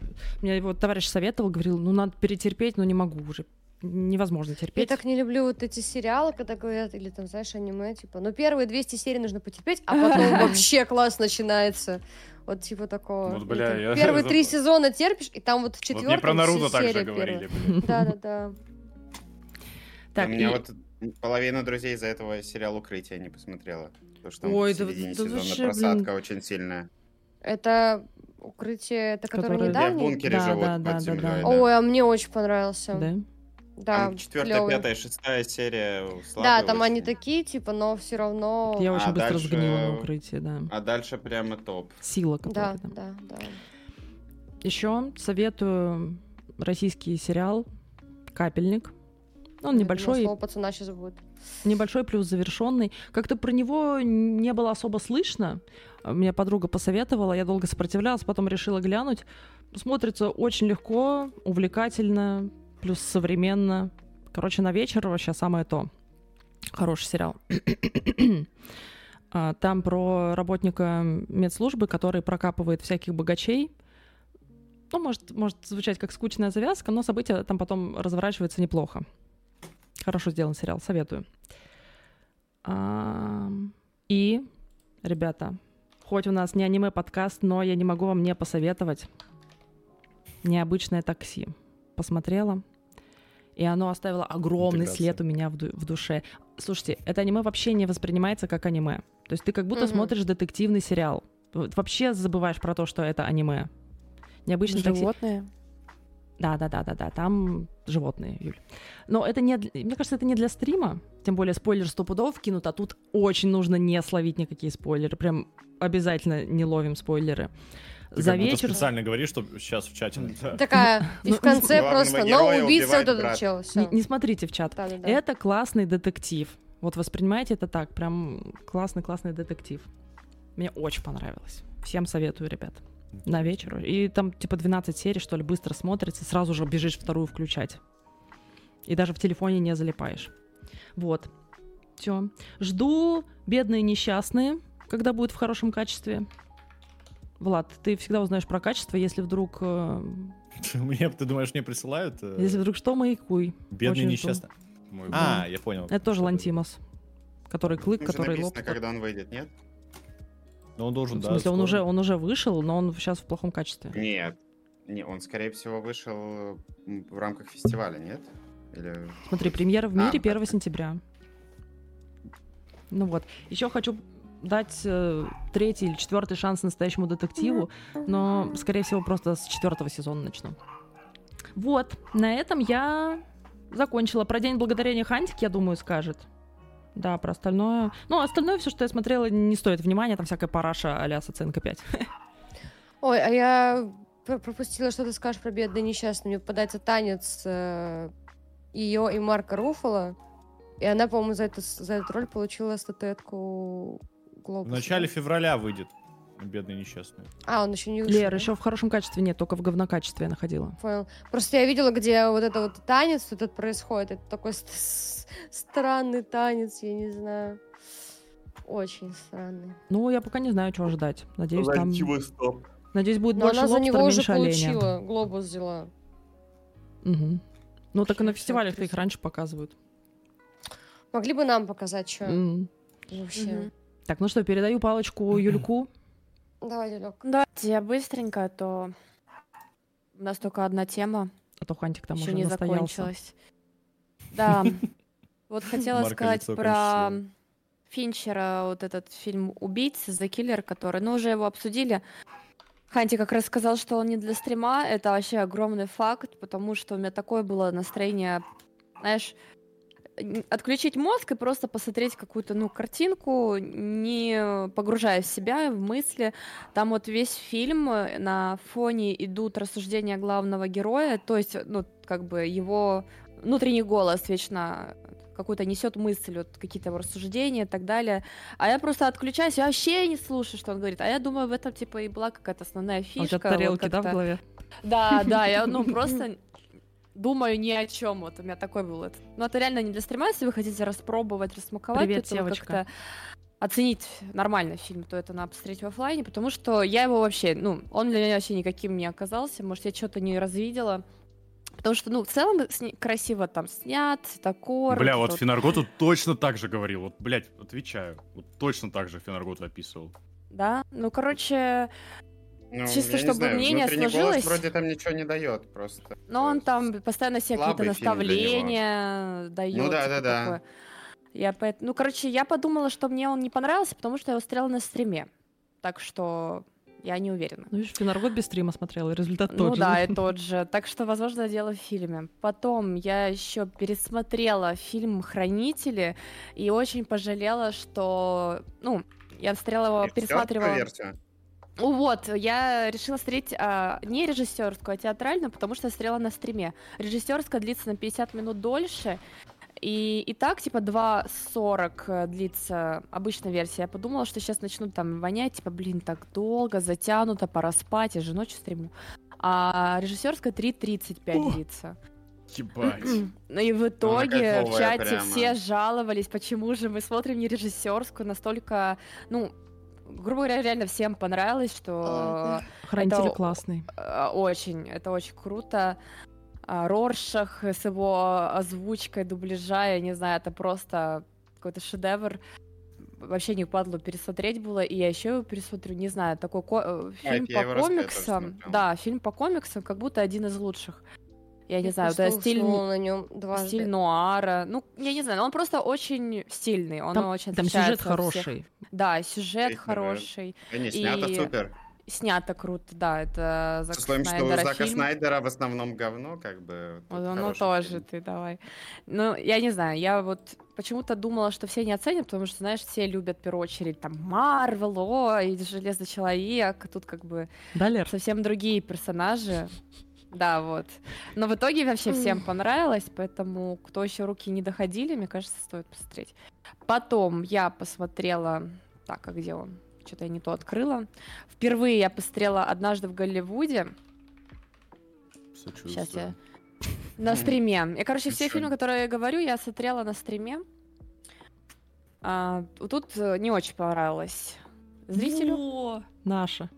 [SPEAKER 1] мне его товарищ советовал, говорил, ну, надо перетерпеть, но не могу уже. Невозможно
[SPEAKER 3] Я
[SPEAKER 1] терпеть.
[SPEAKER 3] так не люблю вот эти сериалы, когда говорят, или там, знаешь, аниме, типа, ну, первые 200 серий нужно потерпеть, а
[SPEAKER 4] [LAUGHS]
[SPEAKER 3] потом вообще класс начиная Вот типа такого.
[SPEAKER 4] Ну, Вот,
[SPEAKER 3] И
[SPEAKER 4] бля,
[SPEAKER 3] ты
[SPEAKER 4] я-
[SPEAKER 3] Первые три сезона терпишь, и там вот в
[SPEAKER 4] Вот
[SPEAKER 3] четвертом
[SPEAKER 4] мне про Наруто
[SPEAKER 3] все
[SPEAKER 4] так же
[SPEAKER 3] серии
[SPEAKER 4] говорили,
[SPEAKER 1] [LAUGHS]
[SPEAKER 3] первые.
[SPEAKER 4] блин.
[SPEAKER 3] Да-да-да.
[SPEAKER 1] Так,
[SPEAKER 6] У меня
[SPEAKER 1] и-
[SPEAKER 6] вот половина друзей из-за этого сериал «Укрытие» не посмотрела. Потому что там
[SPEAKER 1] Ой,
[SPEAKER 6] в
[SPEAKER 1] да вот-
[SPEAKER 6] середине
[SPEAKER 1] да
[SPEAKER 6] сезона
[SPEAKER 1] вообще, блин.
[SPEAKER 6] просадка очень сильная.
[SPEAKER 3] Это укрытие, это которое
[SPEAKER 1] Которое-
[SPEAKER 6] Где в
[SPEAKER 3] недавнее?
[SPEAKER 6] бункере
[SPEAKER 1] Да,
[SPEAKER 6] живут
[SPEAKER 1] да,
[SPEAKER 6] под
[SPEAKER 1] да, да,
[SPEAKER 6] землей,
[SPEAKER 1] да.
[SPEAKER 6] да.
[SPEAKER 3] Ой, а мне очень понравился.
[SPEAKER 1] да?
[SPEAKER 3] Да,
[SPEAKER 6] Там четвертая,
[SPEAKER 3] клёвый.
[SPEAKER 6] пятая, шестая серия слабые
[SPEAKER 3] Да, там они
[SPEAKER 6] очень.
[SPEAKER 3] такие, типа, но все равно...
[SPEAKER 1] Я очень
[SPEAKER 6] а
[SPEAKER 1] быстро
[SPEAKER 6] дальше-
[SPEAKER 1] сгнила на укрытие, да.
[SPEAKER 6] А дальше прямо топ.
[SPEAKER 1] Сила
[SPEAKER 3] Да,
[SPEAKER 1] какая-то.
[SPEAKER 3] да, да.
[SPEAKER 1] Еще советую российский сериал «Капельник». Он
[SPEAKER 3] Я
[SPEAKER 1] небольшой,
[SPEAKER 3] думала, Э, Слово пацана сейчас будет.
[SPEAKER 1] небольшой плюс завершенный. Как-то про него не было особо слышно. Меня подруга посоветовала, я долго сопротивлялась, потом решила глянуть. Смотрится очень легко, увлекательно, плюс современно. Короче, на вечер вообще самое то. Хороший сериал. А, Там про работника медслужбы, который прокапывает всяких богачей. Ну, может, может звучать как скучная завязка, но события там потом разворачиваются неплохо. Хорошо сделан сериал, советую. Ам, И, ребята, хоть у нас не аниме-подкаст, но я не могу вам не посоветовать «Необычное такси». Посмотрела, и оно оставило огромный
[SPEAKER 2] Интеграция.
[SPEAKER 1] след у меня в, ду- в душе. Слушайте, это аниме вообще не воспринимается как аниме. То есть ты как будто
[SPEAKER 3] Мгм.
[SPEAKER 1] смотришь детективный сериал. Вот Вообще забываешь про то, что это аниме. Необычное такси.
[SPEAKER 5] Животные.
[SPEAKER 1] Да, да, да, да, да. Там животные, Юль. Но это не для- мне кажется, это не для стрима. Тем более спойлер сто пудов кинут, а тут очень нужно не словить никакие спойлеры. Прям обязательно не ловим спойлеры.
[SPEAKER 2] Ты
[SPEAKER 1] За
[SPEAKER 2] как будто
[SPEAKER 1] вечер.
[SPEAKER 2] специально говоришь, что сейчас в чате написано.
[SPEAKER 3] Такая, и
[SPEAKER 1] ну,
[SPEAKER 3] в конце
[SPEAKER 6] главного
[SPEAKER 3] просто, но
[SPEAKER 6] героя
[SPEAKER 3] убийца
[SPEAKER 6] убивает
[SPEAKER 3] вот это
[SPEAKER 6] брат.
[SPEAKER 3] чел,
[SPEAKER 1] Не,
[SPEAKER 3] всё.
[SPEAKER 1] не смотрите в чат.
[SPEAKER 3] Да, да, да.
[SPEAKER 1] Это классный детектив. Вот воспринимайте это так. Прям классный-классный детектив. Мне очень понравилось. Всем советую, ребят. На вечер. И там типа 12 серий, что ли, быстро смотрится. Сразу же бежишь вторую включать. И даже в телефоне не залипаешь. Вот. Все. Жду бедные несчастные, когда будет в хорошем качестве. Влад, ты всегда узнаешь про качество, если вдруг... э,
[SPEAKER 2] [LAUGHS] Мне, ты думаешь, мне присылают? э,
[SPEAKER 1] если вдруг что, маякуй.
[SPEAKER 2] Бедный
[SPEAKER 1] очень
[SPEAKER 2] несчастный.
[SPEAKER 4] Мой
[SPEAKER 2] А, я понял.
[SPEAKER 1] Это тоже Лантимос. Который клык,
[SPEAKER 6] Там же
[SPEAKER 1] который
[SPEAKER 6] написано,
[SPEAKER 1] лоб.
[SPEAKER 6] когда он выйдет, нет?
[SPEAKER 2] Но Ну, он должен,
[SPEAKER 1] В
[SPEAKER 2] да,
[SPEAKER 1] смысле, он
[SPEAKER 2] скоро.
[SPEAKER 1] уже, он уже вышел, но он сейчас в плохом качестве.
[SPEAKER 6] Нет. Не, он, скорее всего, вышел м, в рамках фестиваля, нет? Или...
[SPEAKER 1] Смотри, премьера в
[SPEAKER 6] А,
[SPEAKER 1] мире
[SPEAKER 6] да.
[SPEAKER 1] 1 сентября. Ну вот. Еще хочу дать э, третий или четвертый шанс настоящему детективу, но, скорее всего, просто с четвертого сезона начну. Вот, на этом я закончила. Про День Благодарения Хантик, я думаю, скажет. Да, про остальное. Ну, остальное все, что я смотрела, не стоит внимания. Там всякая параша а-ля с оценкой 5.
[SPEAKER 3] Ой, а я пр- пропустила, что ты скажешь про бедный несчастный. Мне попадается танец э, ее и Марка Руфала. И она, по-моему, за, это, с- за этот роль получила статуэтку
[SPEAKER 2] В
[SPEAKER 3] Глобуса.
[SPEAKER 2] начале
[SPEAKER 3] да?
[SPEAKER 2] февраля выйдет. Бедный несчастный.
[SPEAKER 3] А, он еще не вышел.
[SPEAKER 1] Лер,
[SPEAKER 3] да?
[SPEAKER 1] еще в хорошем качестве нет, только в говнокачестве я находила.
[SPEAKER 3] Понял. Просто я видела, где вот это вот танец вот этот происходит. Это такой ст- с- странный танец, я не знаю. очень странный.
[SPEAKER 1] Ну, я пока не знаю, чего ждать. Надеюсь, там...
[SPEAKER 4] Чего стоп?
[SPEAKER 1] Надеюсь, будет
[SPEAKER 3] Но
[SPEAKER 1] больше
[SPEAKER 3] она за
[SPEAKER 1] лобстера,
[SPEAKER 3] него уже
[SPEAKER 1] меньше оленя.
[SPEAKER 3] получила, глобус взяла.
[SPEAKER 1] Мгм. Ну, так и на
[SPEAKER 3] Вообще,
[SPEAKER 1] фестивалях-то их
[SPEAKER 3] отлично.
[SPEAKER 1] раньше показывают.
[SPEAKER 3] Могли бы нам показать, что
[SPEAKER 1] М.
[SPEAKER 3] вообще.
[SPEAKER 5] Мгм.
[SPEAKER 1] Так, ну что, передаю палочку Юльку.
[SPEAKER 3] Давай, Юлек.
[SPEAKER 5] Давайте я быстренько, а то у нас только одна тема
[SPEAKER 1] А то Хантик там
[SPEAKER 5] еще
[SPEAKER 1] уже
[SPEAKER 5] не
[SPEAKER 1] настоялся. А
[SPEAKER 5] закончилась. Да.
[SPEAKER 1] [LAUGHS]
[SPEAKER 5] Вот хотела
[SPEAKER 2] Марка
[SPEAKER 5] сказать
[SPEAKER 2] лицо
[SPEAKER 5] про Финчера, вот этот фильм «Убийца», «The Killer», который, ну, уже его обсудили. Ханти как раз сказал, что он не для стрима. Это вообще огромный факт, потому что у меня такое было настроение, знаешь, н- отключить мозг и просто посмотреть какую-то, ну, картинку, не погружая в себя, в мысли. Там вот весь фильм э, на фоне идут рассуждения главного героя, то есть, ну, как бы его внутренний голос вечно какую-то несет мысль, вот какие-то его рассуждения и так далее. А я просто отключаюсь, я вообще не слушаю, что он говорит. А я думаю, в этом типа и была какая-то основная
[SPEAKER 1] А у
[SPEAKER 5] фишка.
[SPEAKER 1] тебя
[SPEAKER 5] вот
[SPEAKER 1] тарелки, да, в
[SPEAKER 5] как-то-
[SPEAKER 1] голове?
[SPEAKER 5] да, да, я ну просто думаю ни о чем. Вот у меня такой был этот. Ну это реально не для стрима, если вы хотите распробовать, рассмаковать,
[SPEAKER 1] Привет,
[SPEAKER 5] то это вы
[SPEAKER 1] девочка.
[SPEAKER 5] как-то оценить нормально фильм, то это надо посмотреть в оффлайне, потому что я его вообще, ну, он для меня вообще никаким не оказался, может, я что-то не развидела, потому что, ну, в целом сни- красиво там снят, такой.
[SPEAKER 4] Бля, вот Финарго тут точно так же говорил. Вот, блядь, отвечаю. Вот точно так же Финарго тут описывал.
[SPEAKER 5] Да, ну, короче,
[SPEAKER 6] Ну,
[SPEAKER 5] Чисто
[SPEAKER 6] я не
[SPEAKER 5] чтобы
[SPEAKER 6] знаю,
[SPEAKER 5] мнение
[SPEAKER 6] внутренний голос
[SPEAKER 5] сложилось.
[SPEAKER 6] вроде там ничего не дает просто. э,
[SPEAKER 5] Но он там постоянно себе какие-то
[SPEAKER 6] слабый фильм для него.
[SPEAKER 5] наставления дает.
[SPEAKER 6] Ну да,
[SPEAKER 5] типа
[SPEAKER 6] да, да.
[SPEAKER 5] такое. Я поэт- Ну, короче, я подумала, что мне он не понравился, потому что я его смотрела на стриме. Так что я не уверена.
[SPEAKER 1] Ну, видишь, Финаргот без стрима смотрела, и результат
[SPEAKER 5] ну
[SPEAKER 1] тот же.
[SPEAKER 5] да, и
[SPEAKER 1] [LAUGHS]
[SPEAKER 5] тот же. Так что, возможно, дело в фильме. Потом я еще пересмотрела фильм «Хранители» и очень пожалела, что... Ну, я смотрела его, пересматривала...
[SPEAKER 6] версию.
[SPEAKER 5] Ну Вот, я решила смотреть а, не режиссерскую, а театральную, потому что я смотрела на стриме. Режиссерская длится на 50 минут дольше, и, и так, типа, 2.40 э, длится обычная версия. Я подумала, что сейчас начнут там вонять, типа, блин, так долго, затянуто, пора спать, я же ночью стриму. А режиссерская 3.35
[SPEAKER 4] О.
[SPEAKER 5] длится.
[SPEAKER 4] Ебать.
[SPEAKER 5] Ну и в итоге в
[SPEAKER 6] кайфовая
[SPEAKER 5] чате
[SPEAKER 6] прямо.
[SPEAKER 5] все жаловались, почему же мы смотрим не режиссерскую, настолько, ну, грубо говоря, реально всем понравилось, что
[SPEAKER 1] Хранитель
[SPEAKER 5] это-
[SPEAKER 1] классный.
[SPEAKER 5] э, очень, это очень круто. А, Роршах с его озвучкой, дубляжа, я не знаю, это просто какой-то шедевр. Вообще не падло пересмотреть было, и я еще его пересмотрю, не знаю, такой ко- э, фильм
[SPEAKER 6] А, это я его раз пять
[SPEAKER 5] по
[SPEAKER 6] тоже
[SPEAKER 5] комиксам,
[SPEAKER 6] смотрела.
[SPEAKER 5] да, фильм по комиксам, как будто один из лучших. Я не знаю, да,
[SPEAKER 3] просто
[SPEAKER 5] стиль
[SPEAKER 3] уснула на нем дважды.
[SPEAKER 5] стиль нуара. Ну, я не знаю, но он просто очень стильный. Он
[SPEAKER 1] Там,
[SPEAKER 5] очень
[SPEAKER 1] там
[SPEAKER 5] отличается
[SPEAKER 1] сюжет
[SPEAKER 5] от всех.
[SPEAKER 1] хороший.
[SPEAKER 5] Да, сюжет
[SPEAKER 6] Их нравится.
[SPEAKER 5] хороший.
[SPEAKER 6] Да Э, не, снято
[SPEAKER 5] И-
[SPEAKER 6] супер.
[SPEAKER 5] Снято круто, да, это Зак
[SPEAKER 6] Со словом, что у
[SPEAKER 5] Снайдера
[SPEAKER 6] Зака
[SPEAKER 5] фильм.
[SPEAKER 6] Снайдера в основном говно, как бы. тут
[SPEAKER 5] Вот, ну
[SPEAKER 6] хороший
[SPEAKER 5] тоже
[SPEAKER 6] фильм.
[SPEAKER 5] ты давай. Ну, я не знаю, я вот почему-то думала, что все не оценят, потому что, знаешь, все любят в первую очередь там Марвел, ой, Железный Человек, тут как бы
[SPEAKER 1] Да, Лер?
[SPEAKER 5] совсем другие персонажи. Да, вот. Но в итоге вообще всем понравилось, поэтому кто еще руки не доходили, мне кажется, стоит посмотреть. Потом я посмотрела... Так, а где он? Что-то я не то открыла. Впервые я посмотрела «Однажды в Голливуде». Сейчас я...
[SPEAKER 4] Сочувствую.
[SPEAKER 5] На стриме. Я, короче,
[SPEAKER 2] Ну
[SPEAKER 5] все
[SPEAKER 6] Ничего
[SPEAKER 5] фильмы,
[SPEAKER 6] не-
[SPEAKER 5] которые я говорю, я смотрела на стриме. А, тут э, не очень понравилось зрителю.
[SPEAKER 1] Во, Наша.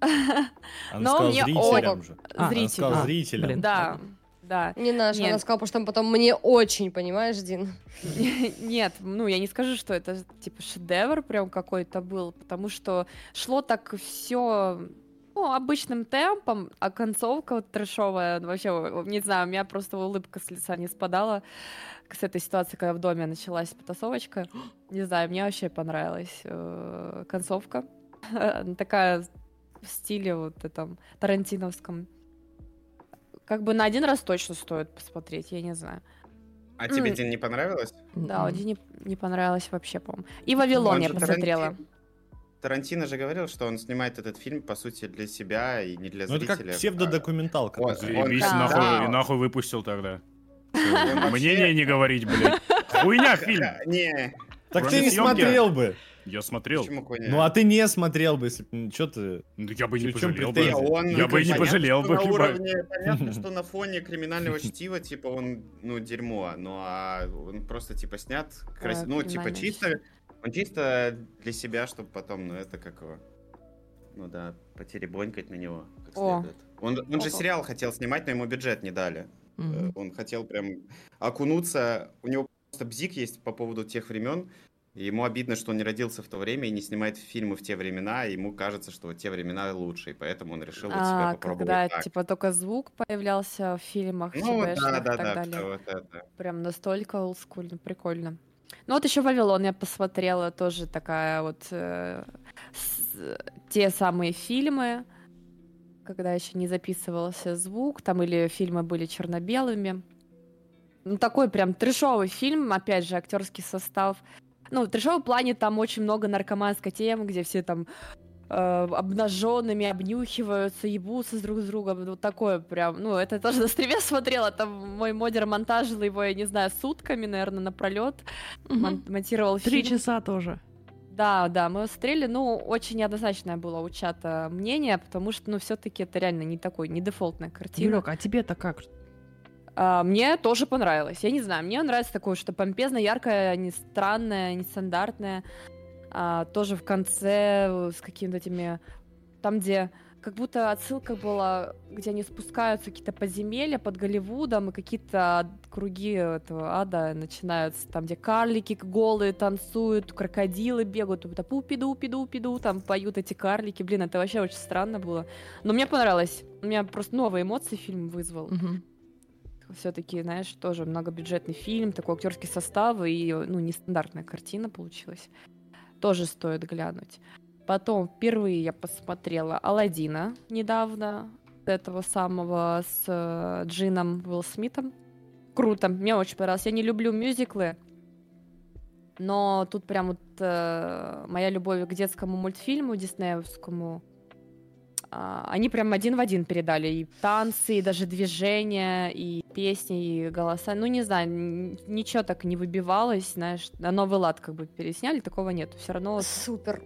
[SPEAKER 2] Она
[SPEAKER 5] [LAUGHS]
[SPEAKER 2] сказала
[SPEAKER 5] Но мне
[SPEAKER 2] зрителям
[SPEAKER 5] ок.
[SPEAKER 2] же.
[SPEAKER 1] А,
[SPEAKER 2] Она
[SPEAKER 5] зрителю.
[SPEAKER 2] сказала
[SPEAKER 1] А,
[SPEAKER 2] зрителям.
[SPEAKER 1] блин.
[SPEAKER 5] Да, да.
[SPEAKER 3] Не наш,
[SPEAKER 5] Нет.
[SPEAKER 3] она сказала, потому что там потом мне очень, понимаешь, Дин?
[SPEAKER 5] [LAUGHS] Нет, ну я не скажу, что это типа шедевр прям какой-то был, потому что шло так все ну, обычным темпом, а концовка вот трэшовая, ну, вообще, о, не знаю, у меня просто улыбка с лица не спадала с этой ситуации, когда в доме началась потасовочка. [GASPS] Не знаю, мне вообще понравилась э, концовка. [LAUGHS] Она Такая в стиле вот этом тарантиновском. Как бы на один раз точно стоит посмотреть, я не знаю.
[SPEAKER 6] А тебе,
[SPEAKER 5] М.
[SPEAKER 6] Дин, не понравилось?
[SPEAKER 5] Да,
[SPEAKER 1] М-м.
[SPEAKER 5] Оди не, не понравилось вообще, по-моему. И Вавилон
[SPEAKER 6] Он
[SPEAKER 5] я
[SPEAKER 6] же
[SPEAKER 5] посмотрела.
[SPEAKER 6] Тарантино. Тарантино же говорил, что он снимает этот фильм, по сути, для себя и не для
[SPEAKER 2] Ну это
[SPEAKER 6] зрителя.
[SPEAKER 2] как псевдодокументалка.
[SPEAKER 6] Ой,
[SPEAKER 2] назовем.
[SPEAKER 6] он-
[SPEAKER 4] Заебись,
[SPEAKER 5] да.
[SPEAKER 4] нахуй,
[SPEAKER 6] Да.
[SPEAKER 4] и нахуй выпустил тогда.
[SPEAKER 6] вообще-
[SPEAKER 4] Мнение не говорить, блядь. Хуйня фильм.
[SPEAKER 6] Да, Не,
[SPEAKER 2] Так
[SPEAKER 4] Кроме
[SPEAKER 2] ты не
[SPEAKER 4] съемки.
[SPEAKER 2] смотрел бы.
[SPEAKER 4] Я смотрел.
[SPEAKER 6] почему хуйня?
[SPEAKER 2] Ну а ты не смотрел бы, если бы... Что ты?
[SPEAKER 4] Ну, Я бы
[SPEAKER 2] При
[SPEAKER 4] не
[SPEAKER 2] чем
[SPEAKER 4] пожалел
[SPEAKER 6] Не,
[SPEAKER 2] претензия?
[SPEAKER 4] бы.
[SPEAKER 6] он-
[SPEAKER 4] Я бы и не
[SPEAKER 6] понятно,
[SPEAKER 4] пожалел
[SPEAKER 6] что
[SPEAKER 4] бы,
[SPEAKER 6] на
[SPEAKER 4] ебать.
[SPEAKER 6] уровне- Понятно, что на фоне криминального чтива, типа, он, ну, дерьмо. Ну, а он просто, типа, снят, красиво.
[SPEAKER 5] Ой,
[SPEAKER 6] ну, типа,
[SPEAKER 5] криминальное
[SPEAKER 6] чисто Он чисто для себя, чтобы потом, ну это как его, ну да, потеребонькать на него как
[SPEAKER 5] О.
[SPEAKER 6] следует. Он, он же
[SPEAKER 5] Ого.
[SPEAKER 6] сериал хотел снимать, но ему бюджет не дали. Э,
[SPEAKER 1] Мгм.
[SPEAKER 6] Он хотел прям окунуться. У него просто бзик есть по поводу тех времен. И ему обидно, что он не родился в то время и не снимает фильмы в те времена. И ему кажется, что вот те времена лучше. И поэтому он решил вот себя
[SPEAKER 5] А,
[SPEAKER 6] попробовать
[SPEAKER 5] когда,
[SPEAKER 6] так.
[SPEAKER 5] типа, только звук появлялся в фильмах,
[SPEAKER 6] Ну
[SPEAKER 5] ЧБшных
[SPEAKER 6] да, да,
[SPEAKER 5] и так
[SPEAKER 6] да,
[SPEAKER 5] далее.
[SPEAKER 6] всё вот это.
[SPEAKER 5] Прям настолько олдскульно, прикольно. Ну вот еще Вавилон я посмотрела, тоже такая вот э, с- те самые фильмы, когда еще не записывался звук, там или фильмы были черно-белыми. Ну такой прям трешовый фильм, опять же, актерский состав. Ну, в трешовом плане там очень много наркоманской темы, где все там э, обнаженными обнюхиваются, ебутся друг с другом. Вот такое прям. Ну, это тоже на стриме [LAUGHS] смотрела. Там мой модер монтажил его, я не знаю, сутками, наверное, напролет. Мон- монтировал
[SPEAKER 1] Три
[SPEAKER 5] фильм.
[SPEAKER 1] часа тоже.
[SPEAKER 5] Да, да, мы смотрели, ну, очень неоднозначное было у чата мнение, потому что, ну, все-таки это реально не такой, не дефолтная картина.
[SPEAKER 1] Юлек, а тебе-то как?
[SPEAKER 5] А, мне тоже понравилось. Я не знаю, мне нравится такое, что помпезно, яркое, не странное, нестандартное. А, тоже в конце э, с какими-то этими... Там, где как будто отсылка была, где они спускаются в какие-то подземелья под Голливудом, и какие-то круги этого ада начинаются, там, где карлики голые танцуют, крокодилы бегают, там, пупиду, пиду, пиду, там поют эти карлики. Блин, это вообще очень странно было. Но мне понравилось. У меня просто новые эмоции фильм вызвал
[SPEAKER 1] Мгм.
[SPEAKER 5] все-таки, знаешь, тоже многобюджетный фильм, такой актерский состав и, ну, нестандартная картина получилась. Тоже стоит глянуть. Потом впервые я посмотрела Алладина недавно, этого самого с э, Джином Уилл Смитом. Круто, мне очень понравилось. Я не люблю мюзиклы, но тут прям вот э, моя любовь к детскому мультфильму диснеевскому а, они прям один в один передали и танцы, и даже движения, и песни, и голоса. Ну, не знаю, н- ничего так не выбивалось, знаешь, на новый лад как бы пересняли, такого нет. Все равно, вот,
[SPEAKER 3] Супер.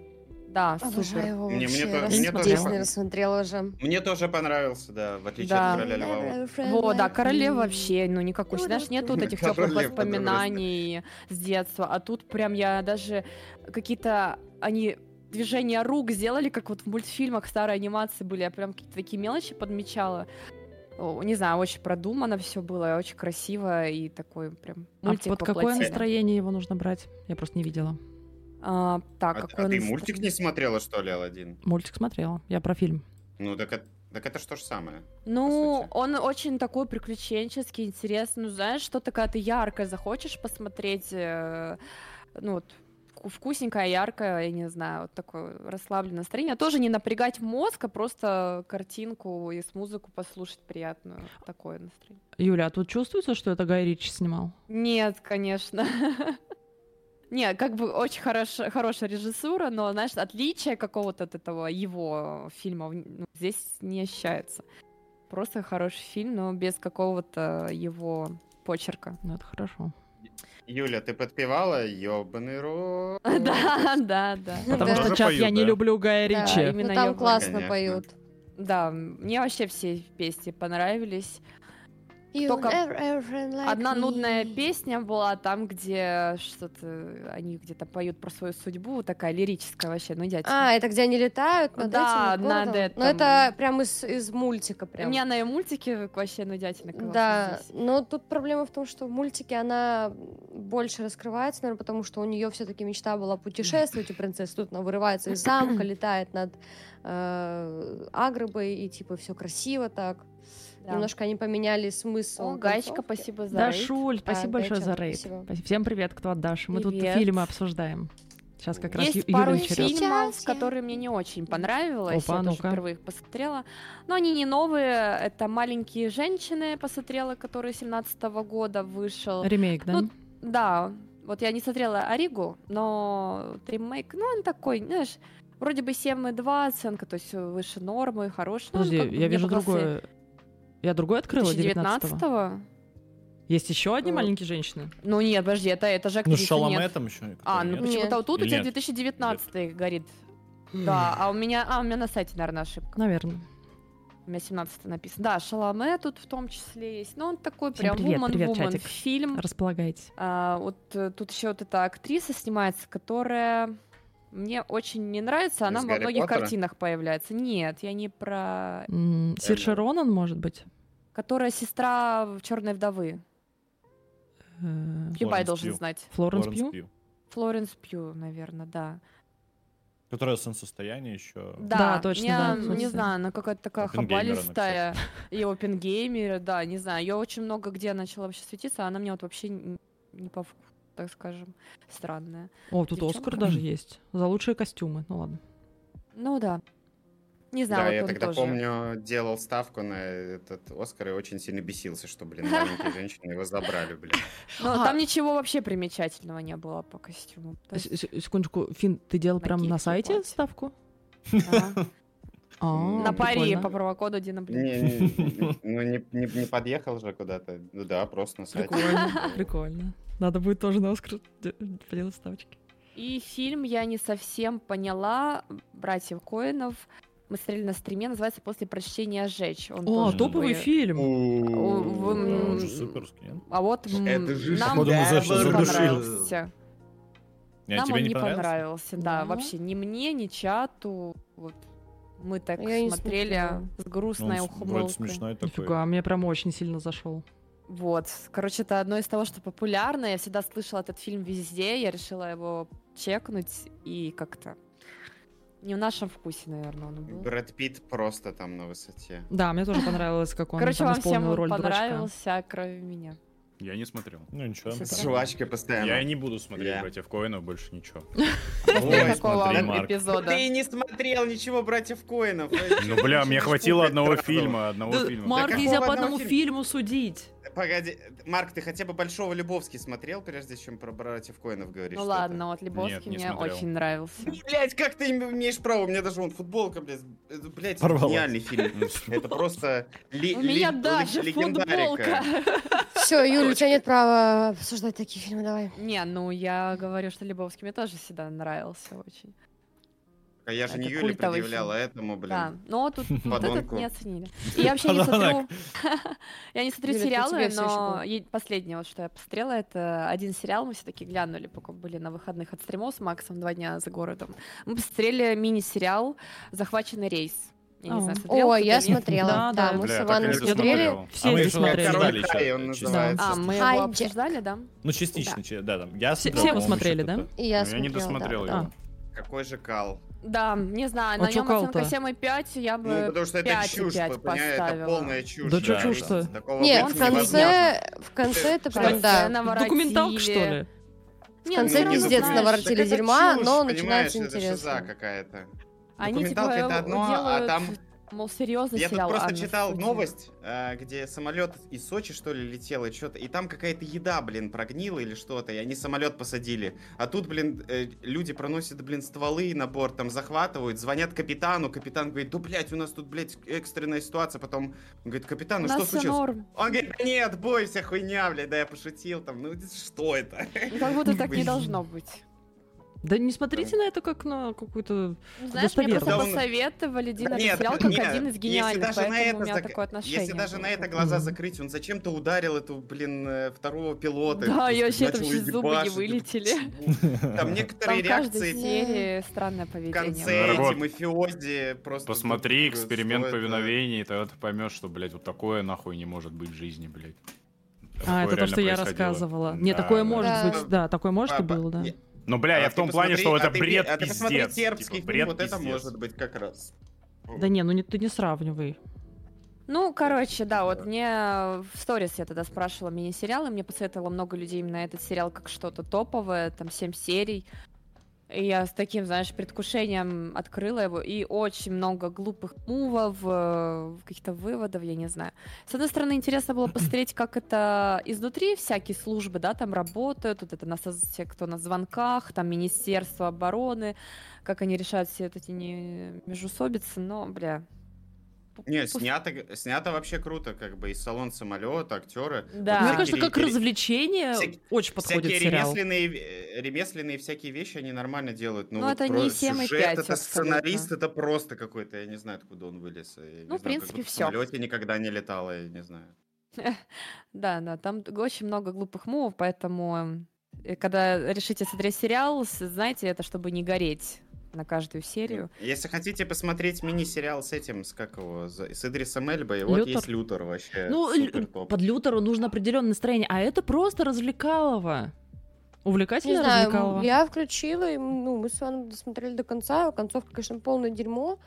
[SPEAKER 5] да,
[SPEAKER 3] Обожаю
[SPEAKER 5] супер.
[SPEAKER 3] его
[SPEAKER 6] Не, мне
[SPEAKER 3] вообще.
[SPEAKER 6] то-
[SPEAKER 3] Раз
[SPEAKER 1] мне тоже
[SPEAKER 3] Дисней
[SPEAKER 1] понравилось.
[SPEAKER 3] рассмотрела уже.
[SPEAKER 6] Мне тоже понравился, да, в отличие
[SPEAKER 5] Да.
[SPEAKER 6] от короля Льва.
[SPEAKER 5] Во, да, королева вообще, ну никакой. Знаешь, нет вот этих теплых
[SPEAKER 6] Королева, да,
[SPEAKER 5] воспоминаний с детства. А тут прям я даже какие-то они движения рук сделали, как вот в мультфильмах старые анимации были. Я прям какие-то такие мелочи подмечала. О, Не знаю, очень продумано все было, очень красиво и такой прем
[SPEAKER 1] А
[SPEAKER 5] мультик
[SPEAKER 1] под
[SPEAKER 5] по
[SPEAKER 1] какое
[SPEAKER 5] плотине.
[SPEAKER 1] настроение его нужно брать? Я просто не видела.
[SPEAKER 5] А, так,
[SPEAKER 6] А,
[SPEAKER 5] какое
[SPEAKER 6] а ты
[SPEAKER 5] настро-
[SPEAKER 6] мультик не смотрела, что ли, Алладин?
[SPEAKER 1] Мультик смотрела. Я про фильм.
[SPEAKER 6] Ну, так, это- так это что же самое.
[SPEAKER 5] Ну,
[SPEAKER 6] сути.
[SPEAKER 5] он очень такой приключенческий, интересный. Ну, знаешь, что-то, когда ты ярко захочешь посмотреть, э, ну, вот, вку- вкусненькое, яркое, я не знаю, вот такое расслабленное настроение. Тоже не напрягать мозг, а просто картинку и с музыку послушать приятную. Такое настроение.
[SPEAKER 1] Юля, а тут чувствуется, что это Гай Ричи снимал?
[SPEAKER 5] Нет, конечно. [LAUGHS] Не, как бы очень хорош, хорошая режиссура, но, знаешь, отличие какого-то от этого его фильма в- ну, здесь не ощущается. Просто хороший фильм, но без какого-то его почерка.
[SPEAKER 1] Ну, это хорошо.
[SPEAKER 6] Юля, ты подпевала? Ёбаный
[SPEAKER 5] [LAUGHS]
[SPEAKER 6] рот.
[SPEAKER 5] [LAUGHS] Да, да, да.
[SPEAKER 1] Потому
[SPEAKER 3] Ну да.
[SPEAKER 1] что
[SPEAKER 4] Тоже
[SPEAKER 1] сейчас
[SPEAKER 4] поют,
[SPEAKER 1] я не
[SPEAKER 4] да?
[SPEAKER 1] люблю Гая
[SPEAKER 3] Да,
[SPEAKER 1] Ричи.
[SPEAKER 5] именно
[SPEAKER 3] ну, там
[SPEAKER 5] его.
[SPEAKER 3] классно
[SPEAKER 6] Ну, Конечно.
[SPEAKER 3] поют.
[SPEAKER 5] Да, мне вообще все песни понравились.
[SPEAKER 3] You
[SPEAKER 5] Только
[SPEAKER 3] never ever like
[SPEAKER 5] Одна
[SPEAKER 3] me.
[SPEAKER 5] нудная песня была там, где что-то они где-то поют про свою судьбу, такая лирическая вообще, ну идите.
[SPEAKER 3] А, это где они летают над
[SPEAKER 5] Да,
[SPEAKER 3] этим, над
[SPEAKER 5] над
[SPEAKER 3] городом?
[SPEAKER 5] этим.
[SPEAKER 3] Но это прям из, из мультика прям.
[SPEAKER 5] У меня на и мультике вообще нудятина колоссальная
[SPEAKER 3] Да,
[SPEAKER 5] здесь.
[SPEAKER 3] но тут проблема в том, что в мультике она больше раскрывается, наверное, потому что у нее все-таки мечта была путешествовать у принцессы. Тут она вырывается из замка, летает над э, Агробой, и типа все красиво так.
[SPEAKER 5] Да.
[SPEAKER 3] Немножко они поменяли смысл.
[SPEAKER 5] О, Гаечка,
[SPEAKER 3] концовки.
[SPEAKER 5] спасибо за рейд.
[SPEAKER 1] Дашуль,
[SPEAKER 3] Да,
[SPEAKER 1] спасибо большое
[SPEAKER 3] Дача,
[SPEAKER 1] за рейд.
[SPEAKER 3] спасибо.
[SPEAKER 1] Спасибо. Всем привет, кто от Даши. Мы тут
[SPEAKER 5] Привет.
[SPEAKER 1] фильмы обсуждаем. Сейчас как раз Ю-
[SPEAKER 5] Есть пару
[SPEAKER 1] Юлин черед.
[SPEAKER 5] фильмов,
[SPEAKER 3] Сейчас я-
[SPEAKER 5] которые мне не очень понравилось.
[SPEAKER 1] Опа,
[SPEAKER 5] я тоже
[SPEAKER 1] ну-ка.
[SPEAKER 5] впервые их посмотрела. Но они не новые. Это «Маленькие женщины» посмотрела, который 17 года вышел.
[SPEAKER 1] Ремейк, да?
[SPEAKER 5] Ну, Да, вот я не смотрела «Оригу», но вот ремейк, ну он такой, знаешь, вроде бы 7,2 оценка, то есть выше нормы, хороший. Ну, он
[SPEAKER 1] Подожди,
[SPEAKER 5] как бы
[SPEAKER 1] я
[SPEAKER 5] мне
[SPEAKER 1] вижу
[SPEAKER 5] показался
[SPEAKER 1] другое. Я другой открыла, 19-го.
[SPEAKER 5] 2019-го?
[SPEAKER 1] Есть еще одни
[SPEAKER 5] Э,
[SPEAKER 1] маленькие женщины?
[SPEAKER 5] Ну нет, подожди, это, это же
[SPEAKER 2] Ну,
[SPEAKER 5] актриса,
[SPEAKER 2] с
[SPEAKER 5] нет.
[SPEAKER 2] Шалометом еще.
[SPEAKER 5] А, ну
[SPEAKER 2] нет?
[SPEAKER 3] почему?
[SPEAKER 5] почему-то вот тут у
[SPEAKER 2] Или
[SPEAKER 5] тебя
[SPEAKER 2] нет?
[SPEAKER 5] 2019 горит. Да, а у меня, а у меня на сайте, наверное, ошибка.
[SPEAKER 1] Наверное.
[SPEAKER 5] У меня 17 написано. Да, Шаломе тут в том числе есть. Но он такой
[SPEAKER 1] Всем
[SPEAKER 5] прям
[SPEAKER 1] привет, привет,
[SPEAKER 5] вуман-вуман
[SPEAKER 1] чатик.
[SPEAKER 5] фильм.
[SPEAKER 1] Располагайтесь.
[SPEAKER 5] А, вот э, тут еще вот эта актриса снимается, которая мне очень не нравится. Она
[SPEAKER 6] Из
[SPEAKER 5] во
[SPEAKER 6] Гарри
[SPEAKER 5] многих
[SPEAKER 6] Поттера?
[SPEAKER 5] картинах появляется. Нет, я не про...
[SPEAKER 1] М, Сирша
[SPEAKER 6] Эм.
[SPEAKER 1] Ронан, может быть?
[SPEAKER 5] Которая сестра Черной вдовы.
[SPEAKER 1] Э,
[SPEAKER 5] Любай
[SPEAKER 2] Флоренс
[SPEAKER 5] должен
[SPEAKER 2] Пью.
[SPEAKER 5] знать.
[SPEAKER 1] Флоренс
[SPEAKER 2] Лоренс
[SPEAKER 1] Пью?
[SPEAKER 2] Пью,
[SPEAKER 5] Флоренс Пью, наверное, да.
[SPEAKER 2] Которая состояние еще.
[SPEAKER 1] Да, точно, да,
[SPEAKER 5] Я не
[SPEAKER 1] слушай.
[SPEAKER 5] знаю, она какая-то такая
[SPEAKER 6] ну,
[SPEAKER 2] Оппенгеймера
[SPEAKER 5] хабалистая.
[SPEAKER 6] [LAUGHS]
[SPEAKER 5] И опенгеймер, да, не знаю. Ее очень много где начала вообще светиться, а она мне вот вообще н- не по вкусу, так скажем, странная.
[SPEAKER 1] О, тут
[SPEAKER 5] Девчонка.
[SPEAKER 1] Оскар даже есть. За лучшие костюмы. Ну ладно.
[SPEAKER 5] Ну да. Не знаю,
[SPEAKER 6] Да,
[SPEAKER 5] вот
[SPEAKER 6] я
[SPEAKER 5] он
[SPEAKER 6] тогда
[SPEAKER 5] тоже.
[SPEAKER 6] помню, делал ставку на этот Оскар и очень сильно бесился, что,
[SPEAKER 5] [LAUGHS]
[SPEAKER 6] блин, маленькие женщины его забрали, блин.
[SPEAKER 5] Но
[SPEAKER 1] А.
[SPEAKER 5] там ничего вообще примечательного не было по костюму. То
[SPEAKER 1] С- [LAUGHS]
[SPEAKER 5] есть,
[SPEAKER 1] с- Секундочку, Фин, ты делал прям на
[SPEAKER 5] Накидки
[SPEAKER 1] сайте
[SPEAKER 5] платье.
[SPEAKER 1] ставку?
[SPEAKER 5] да.
[SPEAKER 1] А,
[SPEAKER 5] На паре
[SPEAKER 1] прикольно.
[SPEAKER 5] по промокоду Дина
[SPEAKER 6] Не,
[SPEAKER 5] Блин.
[SPEAKER 6] не,
[SPEAKER 5] [LAUGHS]
[SPEAKER 6] не- ну, не, не- не подъехал же куда-то. Ну да, просто на сайте.
[SPEAKER 5] [LAUGHS]
[SPEAKER 1] Прикольно, прикольно. Надо будет тоже на Оскар де- делать ставочки.
[SPEAKER 5] И фильм я не совсем поняла. Братьев Коинов. Мы смотрели на стриме, называется «После прочтения жечь». Он
[SPEAKER 1] О,
[SPEAKER 5] тоже
[SPEAKER 1] топовый
[SPEAKER 5] такой-
[SPEAKER 1] фильм.
[SPEAKER 5] О,
[SPEAKER 6] У,
[SPEAKER 5] вы-
[SPEAKER 2] Да, он же
[SPEAKER 5] м,
[SPEAKER 2] суперский, нет?
[SPEAKER 5] А вот м,
[SPEAKER 6] Это же
[SPEAKER 5] нам
[SPEAKER 2] Походу, мы
[SPEAKER 5] не
[SPEAKER 2] зашли, задушили.
[SPEAKER 5] понравился.
[SPEAKER 2] Не, а
[SPEAKER 5] Нам
[SPEAKER 2] тебе
[SPEAKER 5] он
[SPEAKER 2] не
[SPEAKER 5] не
[SPEAKER 2] понравился?
[SPEAKER 5] понравился, да,
[SPEAKER 1] Ну.
[SPEAKER 5] вообще ни мне, ни чату. Вот мы так
[SPEAKER 3] Я не
[SPEAKER 5] смотрели
[SPEAKER 3] смотрела.
[SPEAKER 2] Ну,
[SPEAKER 5] с
[SPEAKER 2] он
[SPEAKER 5] грустной
[SPEAKER 2] с- вроде
[SPEAKER 5] ухмылкой.
[SPEAKER 2] смешной такой.
[SPEAKER 1] Нифига, мне прям очень сильно зашел.
[SPEAKER 5] Вот, короче, это одно из того, что популярно. Я всегда слышала этот фильм везде, я решила его чекнуть и как-то не в нашем вкусе, наверное, он был.
[SPEAKER 6] Брэд Питт просто там на высоте.
[SPEAKER 1] Да, мне тоже понравилось, как он
[SPEAKER 5] Короче,
[SPEAKER 1] там
[SPEAKER 5] вам всем
[SPEAKER 1] исполнил
[SPEAKER 5] он
[SPEAKER 1] роль дурачка.
[SPEAKER 5] понравился, кроме меня.
[SPEAKER 4] Я не смотрел.
[SPEAKER 2] Ну ничего.
[SPEAKER 5] С
[SPEAKER 6] С
[SPEAKER 5] Да.
[SPEAKER 6] жвачкой постоянно.
[SPEAKER 4] Я и не буду смотреть
[SPEAKER 6] Я.
[SPEAKER 4] «Братьев Коинов» больше ничего.
[SPEAKER 2] Ой,
[SPEAKER 5] Такого
[SPEAKER 2] смотри, Марк.
[SPEAKER 5] эпизода.
[SPEAKER 6] Ты не смотрел ничего братьев [LAUGHS] Коинов.
[SPEAKER 4] Ну, бля, мне хватило одного фильма, одного
[SPEAKER 1] Да,
[SPEAKER 4] фильма.
[SPEAKER 1] Марк,
[SPEAKER 6] Да
[SPEAKER 1] нельзя
[SPEAKER 6] какого
[SPEAKER 1] по
[SPEAKER 6] одного
[SPEAKER 1] одному
[SPEAKER 6] фильма?
[SPEAKER 1] фильму судить.
[SPEAKER 6] Погоди, Марк, ты хотя бы Большого Любовский смотрел, прежде чем про братьев Коинов говоришь?
[SPEAKER 5] Ну
[SPEAKER 6] что-то?
[SPEAKER 5] ладно, вот
[SPEAKER 4] Нет,
[SPEAKER 5] Лебовский
[SPEAKER 4] не
[SPEAKER 5] мне
[SPEAKER 4] смотрел.
[SPEAKER 5] очень нравился.
[SPEAKER 6] Блять, как ты им- имеешь право? У меня даже вон футболка, блядь. Это, блядь, это
[SPEAKER 2] Порвалась.
[SPEAKER 1] [LAUGHS]
[SPEAKER 6] гениальный фильм.
[SPEAKER 1] Ну
[SPEAKER 6] Это просто ли-
[SPEAKER 5] У меня
[SPEAKER 6] ли-
[SPEAKER 5] даже
[SPEAKER 6] лег- легендарика.
[SPEAKER 5] футболка.
[SPEAKER 3] Все, Юля, у тебя нет права обсуждать такие фильмы, давай.
[SPEAKER 5] [LAUGHS] Не, ну я говорю, что Лебовский мне тоже всегда нравился очень.
[SPEAKER 6] А я же
[SPEAKER 5] Это
[SPEAKER 6] не Юле
[SPEAKER 5] культовый
[SPEAKER 6] предъявляла а этому,
[SPEAKER 5] Да,
[SPEAKER 6] блин.
[SPEAKER 5] но
[SPEAKER 6] [LAUGHS]
[SPEAKER 5] тут вот этот
[SPEAKER 6] Подонку.
[SPEAKER 5] не оценили. И я вообще не смотрю...
[SPEAKER 2] Подонок.
[SPEAKER 5] Я не смотрю [LAUGHS]
[SPEAKER 3] Юля, это
[SPEAKER 5] сериалы,
[SPEAKER 3] тебе всё ещё
[SPEAKER 5] но
[SPEAKER 3] было.
[SPEAKER 5] е- последнее, вот что я посмотрела, это один сериал, мы все-таки глянули, пока были на выходных от стримов с Максом два дня за городом. Мы посмотрели мини-сериал «Захваченный рейс». Я не
[SPEAKER 1] А.
[SPEAKER 5] знаю, смотрел
[SPEAKER 3] Ой,
[SPEAKER 5] кто-то,
[SPEAKER 3] я
[SPEAKER 5] нет?
[SPEAKER 3] смотрела.
[SPEAKER 1] Да,
[SPEAKER 3] Да,
[SPEAKER 1] да.
[SPEAKER 3] мы
[SPEAKER 4] Бля,
[SPEAKER 3] с
[SPEAKER 4] так
[SPEAKER 3] Иваном
[SPEAKER 4] и не
[SPEAKER 3] смотрели.
[SPEAKER 4] смотрел.
[SPEAKER 1] Все
[SPEAKER 2] А мы
[SPEAKER 1] здесь
[SPEAKER 2] же на
[SPEAKER 1] смотрели.
[SPEAKER 2] Король
[SPEAKER 1] да.
[SPEAKER 6] Король
[SPEAKER 2] да.
[SPEAKER 6] Кай, он
[SPEAKER 2] Чисто.
[SPEAKER 6] называется.
[SPEAKER 5] А, мы его
[SPEAKER 3] Хайджек.
[SPEAKER 5] обсуждали, да?
[SPEAKER 2] Ну, частично, че- да, там. Я
[SPEAKER 1] Все-
[SPEAKER 2] смотрел,
[SPEAKER 1] все его
[SPEAKER 2] по-моему,
[SPEAKER 1] смотрели, да?
[SPEAKER 2] что-то.
[SPEAKER 3] И я
[SPEAKER 4] Ну, я не
[SPEAKER 3] смотрела, да,
[SPEAKER 4] досмотрел
[SPEAKER 3] да,
[SPEAKER 4] его.
[SPEAKER 3] да.
[SPEAKER 6] Какой же кал.
[SPEAKER 5] Да, не знаю,
[SPEAKER 1] А
[SPEAKER 5] на
[SPEAKER 1] чё
[SPEAKER 5] нем оценка
[SPEAKER 1] кал-то?
[SPEAKER 5] 7,5, я бы...
[SPEAKER 6] Ну, потому что это
[SPEAKER 5] пять и
[SPEAKER 6] чушь,
[SPEAKER 5] пять
[SPEAKER 6] по- понимаешь, это
[SPEAKER 5] поставила.
[SPEAKER 6] полная чушь.
[SPEAKER 1] Да чё
[SPEAKER 6] да,
[SPEAKER 1] чушь-то?
[SPEAKER 6] есть такого
[SPEAKER 3] Не,
[SPEAKER 6] быть
[SPEAKER 3] в
[SPEAKER 6] невозможно. Ну,
[SPEAKER 3] конце, в конце это
[SPEAKER 5] Что,
[SPEAKER 3] прям, да.
[SPEAKER 5] сцена наворотили?
[SPEAKER 1] Документалка, что ли?
[SPEAKER 5] Не,
[SPEAKER 3] В конце
[SPEAKER 5] ну,
[SPEAKER 6] не
[SPEAKER 3] пиздец
[SPEAKER 5] знаешь,
[SPEAKER 3] наворотили
[SPEAKER 6] так это
[SPEAKER 3] дерьма,
[SPEAKER 6] чушь,
[SPEAKER 3] но
[SPEAKER 6] понимаешь,
[SPEAKER 3] начинается
[SPEAKER 6] Это шиза
[SPEAKER 3] интересно.
[SPEAKER 6] какая-то.
[SPEAKER 5] Они типа
[SPEAKER 6] Документалка это одно, а
[SPEAKER 5] делают,
[SPEAKER 6] там-
[SPEAKER 5] мол, серьезный
[SPEAKER 6] Я тут
[SPEAKER 5] сериал.
[SPEAKER 6] просто
[SPEAKER 5] Анна
[SPEAKER 6] читал
[SPEAKER 5] Сутина.
[SPEAKER 6] новость, а, где самолет из Сочи, что ли, летел, и что-то. И там какая-то еда, блин, прогнила или что-то, и они самолет посадили. А тут, блин, э, люди проносят, блин, стволы на борт, там захватывают, звонят капитану. Капитан говорит: да, блядь, у нас тут, блядь, экстренная ситуация. Потом он говорит, капитан,
[SPEAKER 5] У
[SPEAKER 6] ну
[SPEAKER 5] нас
[SPEAKER 6] что
[SPEAKER 5] все
[SPEAKER 6] случилось?
[SPEAKER 5] норм.
[SPEAKER 6] Он говорит, «Да нет, бойся, хуйня, блядь, да я пошутил там. Ну что это?
[SPEAKER 5] Ну, Как будто так не
[SPEAKER 6] Блин.
[SPEAKER 5] должно быть.
[SPEAKER 1] Да не смотрите на это как на какую-то...
[SPEAKER 5] Ну, Знаешь, мне
[SPEAKER 1] Достоверно.
[SPEAKER 5] просто
[SPEAKER 6] Да он-
[SPEAKER 5] посоветовали Дина
[SPEAKER 6] Нет,
[SPEAKER 5] сериал как
[SPEAKER 6] нет,
[SPEAKER 5] один из
[SPEAKER 6] если
[SPEAKER 5] гениальных,
[SPEAKER 6] даже на
[SPEAKER 5] поэтому у
[SPEAKER 6] это
[SPEAKER 5] меня
[SPEAKER 6] зак-
[SPEAKER 5] такое отношение.
[SPEAKER 6] Если даже
[SPEAKER 5] было
[SPEAKER 6] на
[SPEAKER 5] к
[SPEAKER 6] это
[SPEAKER 5] этому.
[SPEAKER 6] глаза
[SPEAKER 1] Мгм.
[SPEAKER 6] закрыть, он зачем-то ударил эту, блин, э, второго пилота.
[SPEAKER 5] Да, я вообще
[SPEAKER 6] Начал
[SPEAKER 5] там вообще
[SPEAKER 6] ебашить.
[SPEAKER 5] зубы не вылетели.
[SPEAKER 6] Там
[SPEAKER 5] Там
[SPEAKER 6] некоторые
[SPEAKER 5] в каждой
[SPEAKER 6] реакции
[SPEAKER 5] серии странное
[SPEAKER 6] в
[SPEAKER 5] поведение.
[SPEAKER 6] конце,
[SPEAKER 4] Народ,
[SPEAKER 6] эти мафиози просто...
[SPEAKER 4] Посмотри
[SPEAKER 6] тут, э,
[SPEAKER 4] эксперимент
[SPEAKER 6] что это?
[SPEAKER 4] повиновения, и тогда ты поймешь, что, блядь, вот такое нахуй не может быть в жизни, блядь.
[SPEAKER 1] А,
[SPEAKER 4] Такое
[SPEAKER 1] это то, что
[SPEAKER 4] реально
[SPEAKER 1] я
[SPEAKER 4] происходило.
[SPEAKER 1] рассказывала. Не,
[SPEAKER 4] Да,
[SPEAKER 1] такое
[SPEAKER 4] да.
[SPEAKER 1] может
[SPEAKER 3] Да.
[SPEAKER 1] быть, да, такое может и
[SPEAKER 6] А, по-
[SPEAKER 1] было, да.
[SPEAKER 6] я-
[SPEAKER 4] Ну, бля, я
[SPEAKER 6] а
[SPEAKER 4] в
[SPEAKER 6] ты
[SPEAKER 4] том плане,
[SPEAKER 6] посмотри,
[SPEAKER 4] что это
[SPEAKER 6] а ты
[SPEAKER 4] бред
[SPEAKER 6] пи- А ты посмотри
[SPEAKER 4] пиздец.
[SPEAKER 6] сербский
[SPEAKER 4] Типа,
[SPEAKER 6] фильм,
[SPEAKER 4] бред
[SPEAKER 6] вот это
[SPEAKER 4] пиздец.
[SPEAKER 6] может быть как раз.
[SPEAKER 1] Да не, ну не, ты не сравнивай.
[SPEAKER 5] Ну, короче, да, вот
[SPEAKER 6] Да.
[SPEAKER 5] мне в сторис я тогда спрашивала мини-сериалы, мне посоветовало много людей именно этот сериал как что-то топовое, там 7 серий. И я с таким, знаешь, предвкушением открыла его, и очень много глупых мувов, э, каких-то выводов, я не знаю. С одной стороны, интересно было посмотреть, как это изнутри всякие службы, да, там работают, вот это нас, все, кто на звонках, там Министерство обороны, как они решают все вот эти не... межусобицы, но, бля,
[SPEAKER 6] Не, снято, снято вообще круто, как бы и салон самолета, актеры.
[SPEAKER 5] Да.
[SPEAKER 1] Мне
[SPEAKER 5] всякие
[SPEAKER 1] кажется, как
[SPEAKER 6] ре-
[SPEAKER 1] развлечение
[SPEAKER 6] всякие-
[SPEAKER 1] очень подходит
[SPEAKER 6] Всякие
[SPEAKER 1] сериал.
[SPEAKER 6] ремесленные, э, ремесленные всякие вещи они нормально делают. Но
[SPEAKER 5] Ну,
[SPEAKER 6] вот
[SPEAKER 5] это не
[SPEAKER 6] про
[SPEAKER 5] семь и
[SPEAKER 6] сюжет,
[SPEAKER 5] пять
[SPEAKER 6] это сценарист,
[SPEAKER 5] абсолютно.
[SPEAKER 6] это просто какой-то, я не знаю, откуда он вылез. э, Я не
[SPEAKER 5] Ну, в
[SPEAKER 6] знаю, как
[SPEAKER 5] принципе,
[SPEAKER 6] будто в
[SPEAKER 5] всё.
[SPEAKER 6] самолете никогда не летала, я не знаю.
[SPEAKER 5] Да, да, там г- очень много глупых мувов, поэтому эм, э, когда решите смотреть сериал, с- знайте это, чтобы не гореть на каждую серию.
[SPEAKER 6] Если хотите посмотреть мини-сериал с этим, с как его, за- с Идрисом Эльбой, вот
[SPEAKER 1] Лютер.
[SPEAKER 6] есть Лютер вообще.
[SPEAKER 1] Ну, лю-
[SPEAKER 6] супер топ.
[SPEAKER 1] под Лютеру нужно определенное настроение, а это просто развлекалово.
[SPEAKER 3] Не
[SPEAKER 1] Увлекательно
[SPEAKER 3] знаю,
[SPEAKER 1] развлекалово.
[SPEAKER 3] м, я включила, и, м, ну, мы с вами досмотрели до конца. Концовка, конечно, полное дерьмо,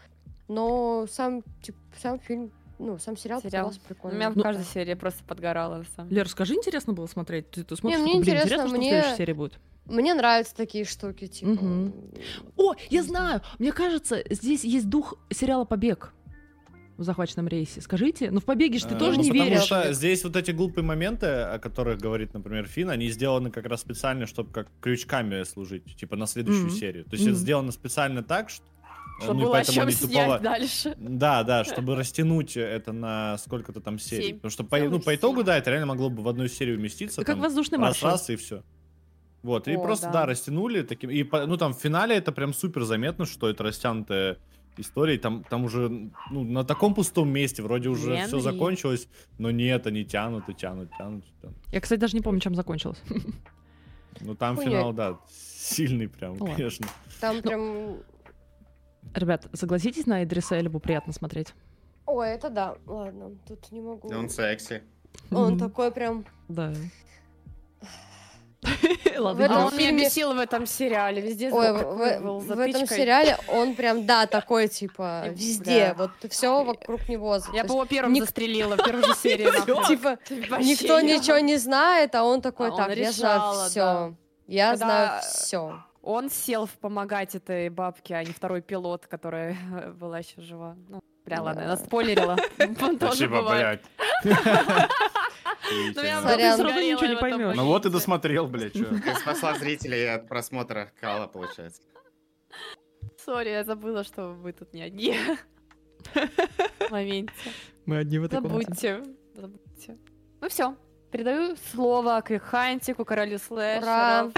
[SPEAKER 3] но сам, тип- сам фильм, ну, сам сериал,
[SPEAKER 5] Сериал.
[SPEAKER 3] показался
[SPEAKER 5] У
[SPEAKER 3] прикольным.
[SPEAKER 5] меня в
[SPEAKER 1] Ну-
[SPEAKER 5] каждой серии просто подгорала. на самом деле.
[SPEAKER 1] Лер, скажи, интересно было смотреть? Ты, ты смотришь,
[SPEAKER 3] мне
[SPEAKER 1] такой, блин,
[SPEAKER 3] интересно,
[SPEAKER 1] интересно, что в
[SPEAKER 3] мне-
[SPEAKER 1] следующей серии будет.
[SPEAKER 3] Мне нравятся такие штуки, типа...
[SPEAKER 1] Мгм.
[SPEAKER 3] м,
[SPEAKER 1] О, я знаю! Мне кажется, здесь есть дух сериала «Побег» в захваченном рейсе. Скажите, ну в «Побеге» же ты
[SPEAKER 2] Э,
[SPEAKER 1] тоже
[SPEAKER 2] ну,
[SPEAKER 1] не
[SPEAKER 2] потому
[SPEAKER 1] веришь.
[SPEAKER 2] что здесь вот эти глупые моменты, о которых говорит, например, Фин, они сделаны как раз специально, чтобы как крючками служить, типа на следующую
[SPEAKER 1] Мгм.
[SPEAKER 2] серию. То есть это
[SPEAKER 1] Мгм.
[SPEAKER 2] сделано специально так, что э,
[SPEAKER 5] Чтобы
[SPEAKER 2] ну, и
[SPEAKER 5] было о
[SPEAKER 2] поэтому
[SPEAKER 5] чем
[SPEAKER 2] они
[SPEAKER 5] снять
[SPEAKER 2] тупого-
[SPEAKER 5] дальше.
[SPEAKER 2] Да, да, чтобы растянуть это на сколько-то там серий.
[SPEAKER 5] Семь.
[SPEAKER 2] Потому что по, ну,
[SPEAKER 5] Целых
[SPEAKER 2] по итогу,
[SPEAKER 5] семь.
[SPEAKER 2] да, это реально могло бы в одну серию вместиться.
[SPEAKER 1] А Как
[SPEAKER 2] там,
[SPEAKER 1] воздушный
[SPEAKER 2] раз,
[SPEAKER 1] маршал.
[SPEAKER 2] раз и все. Вот, и
[SPEAKER 5] О,
[SPEAKER 2] просто,
[SPEAKER 5] да.
[SPEAKER 2] да, растянули таким. И, по- ну, там в финале это прям супер заметно, что это растянутая история. и Там, там уже, ну, на таком пустом месте вроде уже
[SPEAKER 5] Блин,
[SPEAKER 1] ну
[SPEAKER 2] все
[SPEAKER 5] блин.
[SPEAKER 2] закончилось, но нет, они тянут и тянут, тянут. и тянут.
[SPEAKER 1] Я, кстати, даже не помню, чем закончилось.
[SPEAKER 2] Ну, там
[SPEAKER 3] Хуйня.
[SPEAKER 2] финал, да, сильный прям,
[SPEAKER 1] Ну ладно.
[SPEAKER 2] конечно.
[SPEAKER 3] Там прям...
[SPEAKER 1] Ребят, согласитесь, на Идриса Эльбу приятно смотреть.
[SPEAKER 3] Ой, это да, ладно, тут не могу.
[SPEAKER 6] И Он секси.
[SPEAKER 3] Он
[SPEAKER 1] Мгм.
[SPEAKER 3] такой прям...
[SPEAKER 1] Да.
[SPEAKER 3] В этом
[SPEAKER 5] А
[SPEAKER 1] Ладно,
[SPEAKER 5] [LAUGHS] он меня
[SPEAKER 3] фильме-
[SPEAKER 5] бесил в этом сериале. Везде
[SPEAKER 3] Ой,
[SPEAKER 5] звук
[SPEAKER 3] в,
[SPEAKER 5] такой
[SPEAKER 3] в-
[SPEAKER 5] был,
[SPEAKER 3] в этом
[SPEAKER 5] затычкой.
[SPEAKER 3] сериале он прям, да, такой, типа,
[SPEAKER 5] И
[SPEAKER 3] везде,
[SPEAKER 5] [LAUGHS] бля.
[SPEAKER 3] вот все вокруг него. То
[SPEAKER 5] Я
[SPEAKER 3] есть
[SPEAKER 5] бы его первым
[SPEAKER 3] ник-
[SPEAKER 5] застрелила в первой же
[SPEAKER 3] [LAUGHS]
[SPEAKER 5] серии. нахуй.
[SPEAKER 3] Типа,
[SPEAKER 5] [LAUGHS] Вообще
[SPEAKER 3] никто
[SPEAKER 5] не-
[SPEAKER 3] ничего не знает, а он такой,
[SPEAKER 5] А он
[SPEAKER 3] так, я
[SPEAKER 5] решала,
[SPEAKER 3] знаю
[SPEAKER 5] да.
[SPEAKER 3] все. Я
[SPEAKER 5] Когда-
[SPEAKER 3] знаю все.
[SPEAKER 5] Он сел в помогать этой бабке, а не второй пилот, которая [LAUGHS] э, была еще жива. Ну, бля, ладно, я
[SPEAKER 2] [LAUGHS]
[SPEAKER 3] Да.
[SPEAKER 5] спойлерила. Тоже
[SPEAKER 4] Спасибо,
[SPEAKER 5] бывает.
[SPEAKER 4] блядь. [LAUGHS]
[SPEAKER 5] Ну, я
[SPEAKER 4] Охуительно.
[SPEAKER 1] Да ты
[SPEAKER 3] Сорян.
[SPEAKER 1] все равно ничего не
[SPEAKER 5] Горела я в этом
[SPEAKER 1] поймешь.
[SPEAKER 4] Ну вот и досмотрел, блядь, чё.
[SPEAKER 6] Ты спасла зрителей от просмотра Кала, получается.
[SPEAKER 5] Сори, я забыла, что вы тут не одни. В моменте.
[SPEAKER 1] Мы одни в этой комнате.
[SPEAKER 5] Забудьте. Забудьте. Ну все. Передаю слово к Хантику, королю
[SPEAKER 3] Ура!
[SPEAKER 5] слэшеров.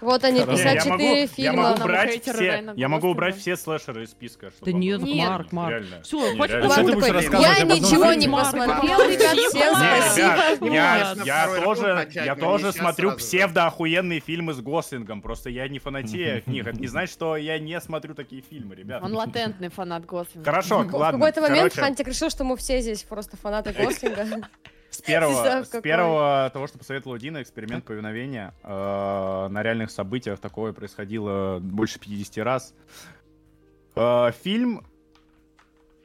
[SPEAKER 3] Вот они,
[SPEAKER 2] Хорошо.
[SPEAKER 3] 54
[SPEAKER 4] я
[SPEAKER 3] фильма.
[SPEAKER 4] могу
[SPEAKER 5] Нам
[SPEAKER 4] убрать
[SPEAKER 5] хейтеры
[SPEAKER 4] все,
[SPEAKER 5] реально
[SPEAKER 4] я могу
[SPEAKER 5] просто,
[SPEAKER 4] убрать
[SPEAKER 5] да.
[SPEAKER 4] все слэшеры из списка. чтобы
[SPEAKER 1] Да
[SPEAKER 4] он-
[SPEAKER 1] нет,
[SPEAKER 5] Нет.
[SPEAKER 1] Марк, Марк.
[SPEAKER 4] Реально.
[SPEAKER 1] Все,
[SPEAKER 4] Не,
[SPEAKER 1] хватит. хватит.
[SPEAKER 2] Что ты
[SPEAKER 4] реально.
[SPEAKER 3] Ладно,
[SPEAKER 2] будешь
[SPEAKER 6] такой,
[SPEAKER 2] рассказывать
[SPEAKER 3] я
[SPEAKER 2] об одном
[SPEAKER 3] ничего не
[SPEAKER 2] фильме?
[SPEAKER 1] Марк,
[SPEAKER 3] посмотрел,
[SPEAKER 5] Марк,
[SPEAKER 3] ребят,
[SPEAKER 5] Марк,
[SPEAKER 3] всем
[SPEAKER 5] Марк.
[SPEAKER 3] спасибо.
[SPEAKER 4] Не, ребят, я, я
[SPEAKER 6] Можно второй
[SPEAKER 4] тоже,
[SPEAKER 6] раунд начать,
[SPEAKER 4] я
[SPEAKER 6] но
[SPEAKER 4] тоже
[SPEAKER 6] не сейчас
[SPEAKER 4] смотрю
[SPEAKER 6] сразу же.
[SPEAKER 4] псевдоохуенные фильмы с Гослингом. Просто я не фанатею от них.
[SPEAKER 6] [LAUGHS]
[SPEAKER 4] Это не значит, что я не смотрю такие фильмы, ребят.
[SPEAKER 5] Он латентный фанат Гослинга.
[SPEAKER 4] Хорошо,
[SPEAKER 3] В
[SPEAKER 4] ладно.
[SPEAKER 3] какой-то момент
[SPEAKER 4] короче,
[SPEAKER 3] Хантик решил, что мы все здесь просто фанаты [LAUGHS] Гослинга.
[SPEAKER 4] с первого,
[SPEAKER 3] Представь,
[SPEAKER 4] с
[SPEAKER 3] какой.
[SPEAKER 4] первого того, что посоветовал Дина, эксперимент повиновения э, на реальных событиях такое происходило больше 50 раз. Э, фильм,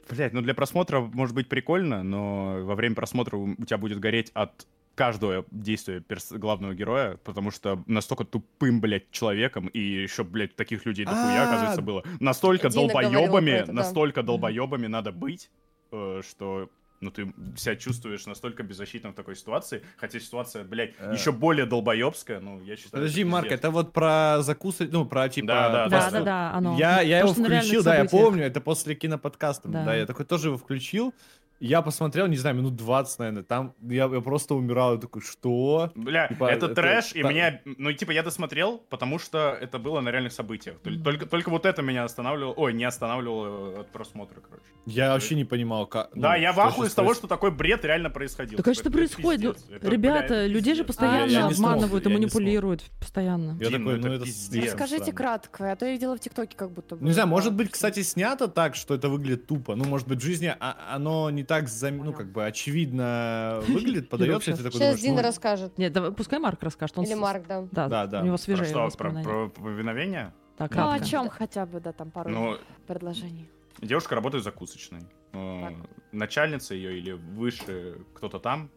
[SPEAKER 4] блять, ну для просмотра может быть прикольно, но во время просмотра у у тебя будет гореть от каждого действия перс- главного героя, потому что настолько тупым, блядь, человеком, и еще, блядь, таких людей
[SPEAKER 2] А,
[SPEAKER 4] дохуя, оказывается, было. Настолько
[SPEAKER 3] Дина говорила про
[SPEAKER 4] долбоебами,
[SPEAKER 3] это, да.
[SPEAKER 4] настолько долбоебами надо быть, э, что ну ты себя чувствуешь настолько беззащитным в такой ситуации, хотя ситуация, блядь,
[SPEAKER 2] Э.
[SPEAKER 4] еще более долбоебская, ну я считаю...
[SPEAKER 2] Подожди,
[SPEAKER 4] это
[SPEAKER 2] Марк,
[SPEAKER 4] пиздец.
[SPEAKER 2] это вот про закусать, ну, про типа...
[SPEAKER 4] Да, да,
[SPEAKER 2] фастфуд.
[SPEAKER 1] Да, да, да, оно.
[SPEAKER 2] Я, я
[SPEAKER 1] То,
[SPEAKER 2] его
[SPEAKER 1] что на реальных
[SPEAKER 2] включил, да, я
[SPEAKER 1] событиях.
[SPEAKER 2] помню, это после киноподкаста. Да.
[SPEAKER 1] Да.
[SPEAKER 2] я такой тоже его включил. Я посмотрел, не знаю, минут 20, наверное. Там я, я просто умирал, я такой, что?
[SPEAKER 4] Бля,
[SPEAKER 2] Типа,
[SPEAKER 4] это,
[SPEAKER 2] это-
[SPEAKER 4] трэш, и
[SPEAKER 2] та-
[SPEAKER 4] меня, ну, типа, я досмотрел, потому что это было на реальных событиях. Тол-
[SPEAKER 1] Мгм.
[SPEAKER 4] Только, только вот это меня останавливало, ой, не останавливало э, от просмотра, короче.
[SPEAKER 2] Я вообще не понимал, как.
[SPEAKER 4] да,
[SPEAKER 2] ну,
[SPEAKER 4] я в
[SPEAKER 2] что
[SPEAKER 4] ахуе
[SPEAKER 2] сейчас
[SPEAKER 4] с того,
[SPEAKER 2] происходит.
[SPEAKER 4] что такой бред реально происходил.
[SPEAKER 1] Да,
[SPEAKER 4] Типа,
[SPEAKER 1] конечно,
[SPEAKER 4] это
[SPEAKER 1] происходит. Ну,
[SPEAKER 4] пиздец. Это,
[SPEAKER 1] Ребята,
[SPEAKER 4] бля, это
[SPEAKER 1] людей же
[SPEAKER 4] пиздец.
[SPEAKER 1] постоянно
[SPEAKER 5] Я- я
[SPEAKER 2] не смог,
[SPEAKER 1] обманывают
[SPEAKER 2] А, я
[SPEAKER 1] и
[SPEAKER 2] не
[SPEAKER 1] манипулируют постоянно.
[SPEAKER 2] Я
[SPEAKER 4] Дин,
[SPEAKER 2] такой,
[SPEAKER 4] это
[SPEAKER 2] ну это
[SPEAKER 4] пиздец,
[SPEAKER 2] след.
[SPEAKER 5] Расскажите
[SPEAKER 4] странно.
[SPEAKER 5] кратко, а то я видела в ТикТоке, как будто
[SPEAKER 4] Ну,
[SPEAKER 5] бы.
[SPEAKER 2] Не знаю, может
[SPEAKER 3] э,
[SPEAKER 5] Да.
[SPEAKER 2] быть, кстати, снято так, что это выглядит тупо. Ну, может быть, в жизни а- оно не так, зам- ну,
[SPEAKER 5] Понял.
[SPEAKER 2] как бы,
[SPEAKER 3] [LAUGHS]
[SPEAKER 2] очевидно выглядит, подается, и ты такой
[SPEAKER 3] Сейчас
[SPEAKER 2] думаешь,
[SPEAKER 3] Дина
[SPEAKER 2] ну,
[SPEAKER 3] расскажет.
[SPEAKER 1] Нет, давай, пускай Марк расскажет. Он
[SPEAKER 3] Или
[SPEAKER 1] с-
[SPEAKER 3] Марк, да.
[SPEAKER 1] Да,
[SPEAKER 2] Да, да.
[SPEAKER 1] у него
[SPEAKER 4] Про
[SPEAKER 1] свежее
[SPEAKER 4] что? Про,
[SPEAKER 1] воспоминания.
[SPEAKER 4] про повиновение?
[SPEAKER 1] Так,
[SPEAKER 5] Ну, о
[SPEAKER 3] а
[SPEAKER 1] кратко.
[SPEAKER 5] чем хотя бы, да, там пару
[SPEAKER 4] Ну,
[SPEAKER 5] предложений.
[SPEAKER 4] Девушка работает закусочной. Э,
[SPEAKER 5] Так.
[SPEAKER 4] Начальница ее или выше кто-то там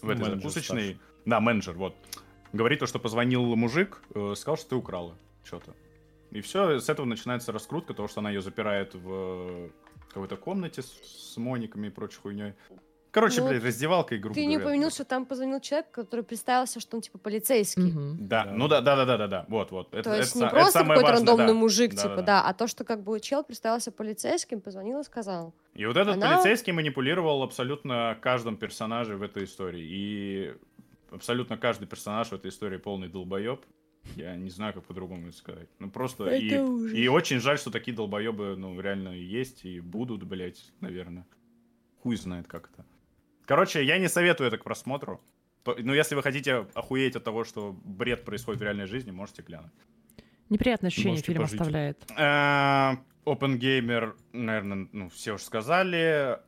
[SPEAKER 4] в
[SPEAKER 2] Ну,
[SPEAKER 4] этой
[SPEAKER 2] менеджер
[SPEAKER 4] закусочной. Да, менеджер, вот. Говорит то, что позвонил мужик, э, сказал, что ты украла что-то. И все, с этого начинается раскрутка, того, что она ее запирает в э, какой-то комнате с, с мониками и прочей хуйней. Короче,
[SPEAKER 3] Ну,
[SPEAKER 4] блядь, раздевалка и грубо
[SPEAKER 3] Ты не
[SPEAKER 4] говоря.
[SPEAKER 3] упомянул, что там позвонил человек, который представился, что он типа полицейский.
[SPEAKER 1] Мгм.
[SPEAKER 4] Да, ну да, да, да, да, да, да. Вот, вот. Это,
[SPEAKER 3] То есть
[SPEAKER 4] это
[SPEAKER 3] не
[SPEAKER 4] са- это
[SPEAKER 3] просто
[SPEAKER 4] самое
[SPEAKER 3] какой-то
[SPEAKER 4] важное,
[SPEAKER 3] рандомный
[SPEAKER 4] да.
[SPEAKER 3] мужик,
[SPEAKER 4] Да,
[SPEAKER 3] типа, да,
[SPEAKER 4] да, да.
[SPEAKER 3] а то, что как бы чел представился полицейским, позвонил и сказал.
[SPEAKER 4] И вот этот
[SPEAKER 3] Она-
[SPEAKER 4] полицейский манипулировал абсолютно каждым персонаже в этой истории. И абсолютно каждый персонаж в этой истории полный долбоеб. Я не знаю, как по-другому это сказать. Ну просто
[SPEAKER 3] Это
[SPEAKER 4] и,
[SPEAKER 3] ужас.
[SPEAKER 4] и очень жаль, что такие долбоебы, ну, реально есть и будут, блядь, наверное. Хуй знает, как это. Короче, я не советую это к просмотру. То- ну, если вы хотите охуеть от того, что бред происходит в реальной жизни, можете глянуть.
[SPEAKER 1] Неприятное ощущение
[SPEAKER 4] Можете
[SPEAKER 1] фильм
[SPEAKER 4] пожить.
[SPEAKER 1] оставляет.
[SPEAKER 4] Э, Open Gamer, наверное, ну, все уже сказали.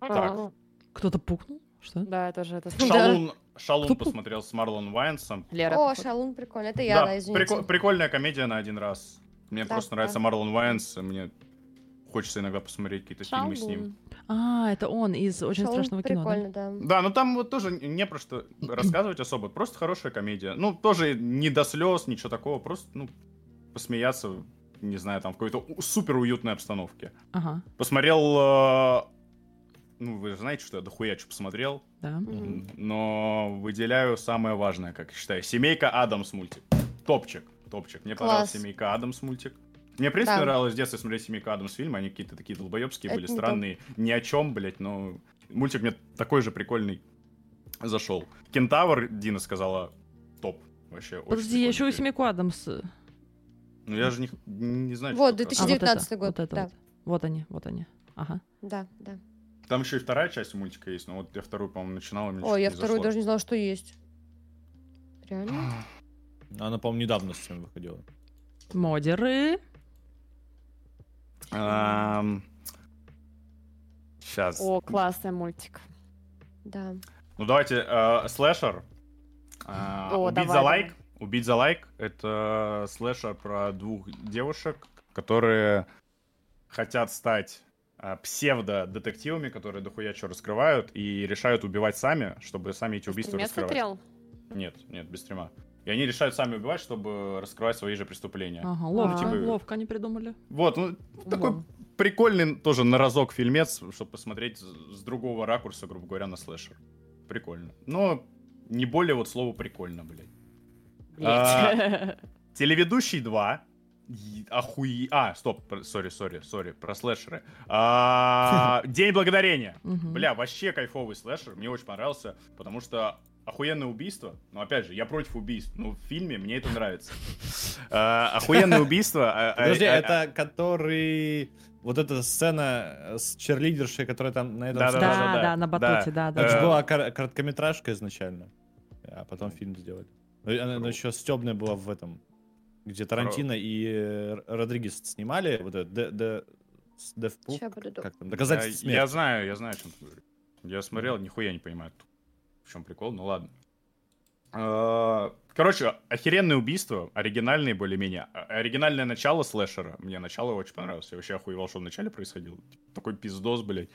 [SPEAKER 4] ну, Так.
[SPEAKER 1] Кто-то пукнул? Что?
[SPEAKER 5] Да, это же это.
[SPEAKER 4] Шалун, Шалун
[SPEAKER 1] Кто пу-
[SPEAKER 4] посмотрел с Марлон Вайнсом.
[SPEAKER 5] Лера.
[SPEAKER 3] О,
[SPEAKER 5] походу.
[SPEAKER 3] Шалун, прикольно. Это я, да, извините.
[SPEAKER 4] прико- прикольная комедия на один раз. Мне
[SPEAKER 3] Да,
[SPEAKER 4] просто
[SPEAKER 3] да.
[SPEAKER 4] нравится Марлон Вайнс, и мне хочется иногда посмотреть какие-то фильмы с ним.
[SPEAKER 5] Шалун.
[SPEAKER 1] А, это он из очень
[SPEAKER 3] Шалун
[SPEAKER 1] страшного кино. да?
[SPEAKER 3] прикольно, да.
[SPEAKER 4] Да, ну там вот тоже не про что рассказывать особо, просто хорошая комедия. Ну, тоже не до слез, ничего такого, просто, ну, посмеяться, не знаю, там в какой-то у- супер уютной обстановке.
[SPEAKER 1] Ага,
[SPEAKER 4] Посмотрел, э, ну, вы же знаете, что я дохуя что посмотрел,
[SPEAKER 1] да.
[SPEAKER 3] Мгм.
[SPEAKER 4] но выделяю самое важное, как я считаю. Семейка Адамс мультик. Топчик, топчик. Мне
[SPEAKER 3] Класс.
[SPEAKER 4] понравился Семейка Адамс мультик. Мне, в принципе,
[SPEAKER 3] Да.
[SPEAKER 4] нравилось в детстве смотреть Семейка Адамс фильмы, они какие-то такие долбоебские
[SPEAKER 3] Это не
[SPEAKER 4] были,
[SPEAKER 3] то.
[SPEAKER 4] странные, ни о чем, блядь, но мультик мне такой же прикольный зашел. Кентавр, Дина сказала, топ. Вообще, очень
[SPEAKER 1] Подожди, я еще и
[SPEAKER 4] прикольный фильм.
[SPEAKER 1] семейку Адамс.
[SPEAKER 4] Ну, я же не, не знаю,
[SPEAKER 3] Вот,
[SPEAKER 4] что тут
[SPEAKER 3] 2000
[SPEAKER 1] А, вот это,
[SPEAKER 3] 2019 год,
[SPEAKER 1] Вот это
[SPEAKER 3] да.
[SPEAKER 1] вот. Вот они, вот они. Ага.
[SPEAKER 3] Да, да.
[SPEAKER 4] рассказывать. Там еще и вторая часть мультика есть, но вот я вторую, по-моему, начинал, и мне
[SPEAKER 3] Ой,
[SPEAKER 4] чё-то
[SPEAKER 3] я
[SPEAKER 4] не
[SPEAKER 3] вторую
[SPEAKER 4] зашло.
[SPEAKER 3] даже не знала, что есть. Реально? [GASPS]
[SPEAKER 2] Она, по-моему, недавно с ним выходила.
[SPEAKER 1] Модеры.
[SPEAKER 4] Сейчас.
[SPEAKER 5] О, классный мультик.
[SPEAKER 3] Да.
[SPEAKER 4] Ну давайте, э, слэшер. Э,
[SPEAKER 5] О,
[SPEAKER 4] убить
[SPEAKER 5] давай,
[SPEAKER 4] за
[SPEAKER 5] давай.
[SPEAKER 4] лайк. Убить за лайк. Это слэшер про двух девушек, которые хотят стать э, псевдо-детективами, которые дохуя что раскрывают, и решают убивать сами, чтобы сами эти
[SPEAKER 5] Ты
[SPEAKER 4] убийства
[SPEAKER 5] меня
[SPEAKER 4] раскрывать.
[SPEAKER 5] смотрел?
[SPEAKER 4] Нет, нет, без стрима. И они решают сами убивать, чтобы раскрывать свои же преступления.
[SPEAKER 5] А.
[SPEAKER 1] Ага, ловко,
[SPEAKER 4] типа-
[SPEAKER 1] ловко они придумали.
[SPEAKER 4] Вот, ну, такой
[SPEAKER 5] Вау.
[SPEAKER 4] прикольный тоже на разок фильмец, чтобы посмотреть с с другого ракурса, грубо говоря, на слэшер. Прикольно. Но не более вот слово прикольно, блядь. А,
[SPEAKER 5] Блядь.
[SPEAKER 4] Телеведущий 2. И- Охуе... А, стоп, пр- сори, сори, сори, про слэшеры. А, День Благодарения.
[SPEAKER 1] Мгм.
[SPEAKER 4] Бля, вообще кайфовый слэшер, мне очень понравился, потому что охуенное убийство, ну опять же, я против убийств, но в фильме мне это нравится. А, Охуенное убийство. а- а-
[SPEAKER 2] Подожди,
[SPEAKER 4] а-
[SPEAKER 2] это который... Вот эта сцена с черлидершей, которая там на этом...
[SPEAKER 4] Да,
[SPEAKER 1] Да,
[SPEAKER 2] самом-
[SPEAKER 1] да,
[SPEAKER 4] да, да.
[SPEAKER 1] на батуте, да, да.
[SPEAKER 2] Ну, Это же
[SPEAKER 4] Э,
[SPEAKER 2] была кор- короткометражка изначально, а потом фильм сделали. Ну, и Она,
[SPEAKER 4] Круто.
[SPEAKER 2] еще стебная была в этом, где Тарантино и э, Р- Родригес снимали вот это Д- Д- с- Death Proof,
[SPEAKER 3] Ща подойду.
[SPEAKER 2] как там,
[SPEAKER 4] Я,
[SPEAKER 2] доказательство
[SPEAKER 4] я
[SPEAKER 2] смерти.
[SPEAKER 4] знаю, я знаю, о чем ты говоришь. Я смотрел, нихуя не понимаю, тут в чем прикол, ну ладно. А, Короче, охеренные убийства, оригинальные более-менее. А- Оригинальное начало слэшера, мне начало очень понравилось. Я вообще охуевал, что в начале происходило. Типа, Такой пиздос, блядь.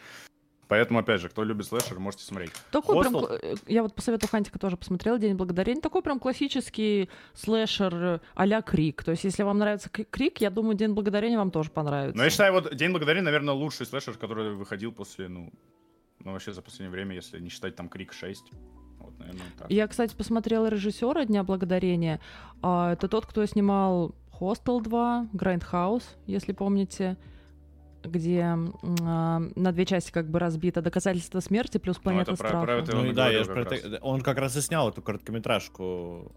[SPEAKER 4] Поэтому, опять же, кто любит слэшер, можете смотреть.
[SPEAKER 1] Такой прям,
[SPEAKER 4] Хостел.
[SPEAKER 1] кла- э, я вот по совету Хантика тоже посмотрела «День благодарения». Такой прям классический слэшер э, а-ля Крик. То есть, если вам нравится К- Крик, я думаю, «День благодарения» вам тоже понравится.
[SPEAKER 4] Но Ну, я считаю, вот День Благодарения, наверное, лучший слэшер, который выходил после, ну, ну, вообще за последнее время, если не считать там Крик 6. Вот, наверное, так.
[SPEAKER 1] Я, кстати, посмотрела режиссера «Дня благодарения». А, Это тот, кто снимал «Хостел 2», «Грайндхаус», если помните, где м, а, на две части как бы разбито «Доказательство смерти» плюс
[SPEAKER 4] Ну, это
[SPEAKER 1] «Планета
[SPEAKER 4] про- про
[SPEAKER 1] страха».
[SPEAKER 4] это-
[SPEAKER 2] Ну
[SPEAKER 4] он
[SPEAKER 2] и да,
[SPEAKER 4] говорил
[SPEAKER 2] я ж
[SPEAKER 4] как
[SPEAKER 2] про
[SPEAKER 4] раз.
[SPEAKER 2] это- он как раз и снял эту короткометражку.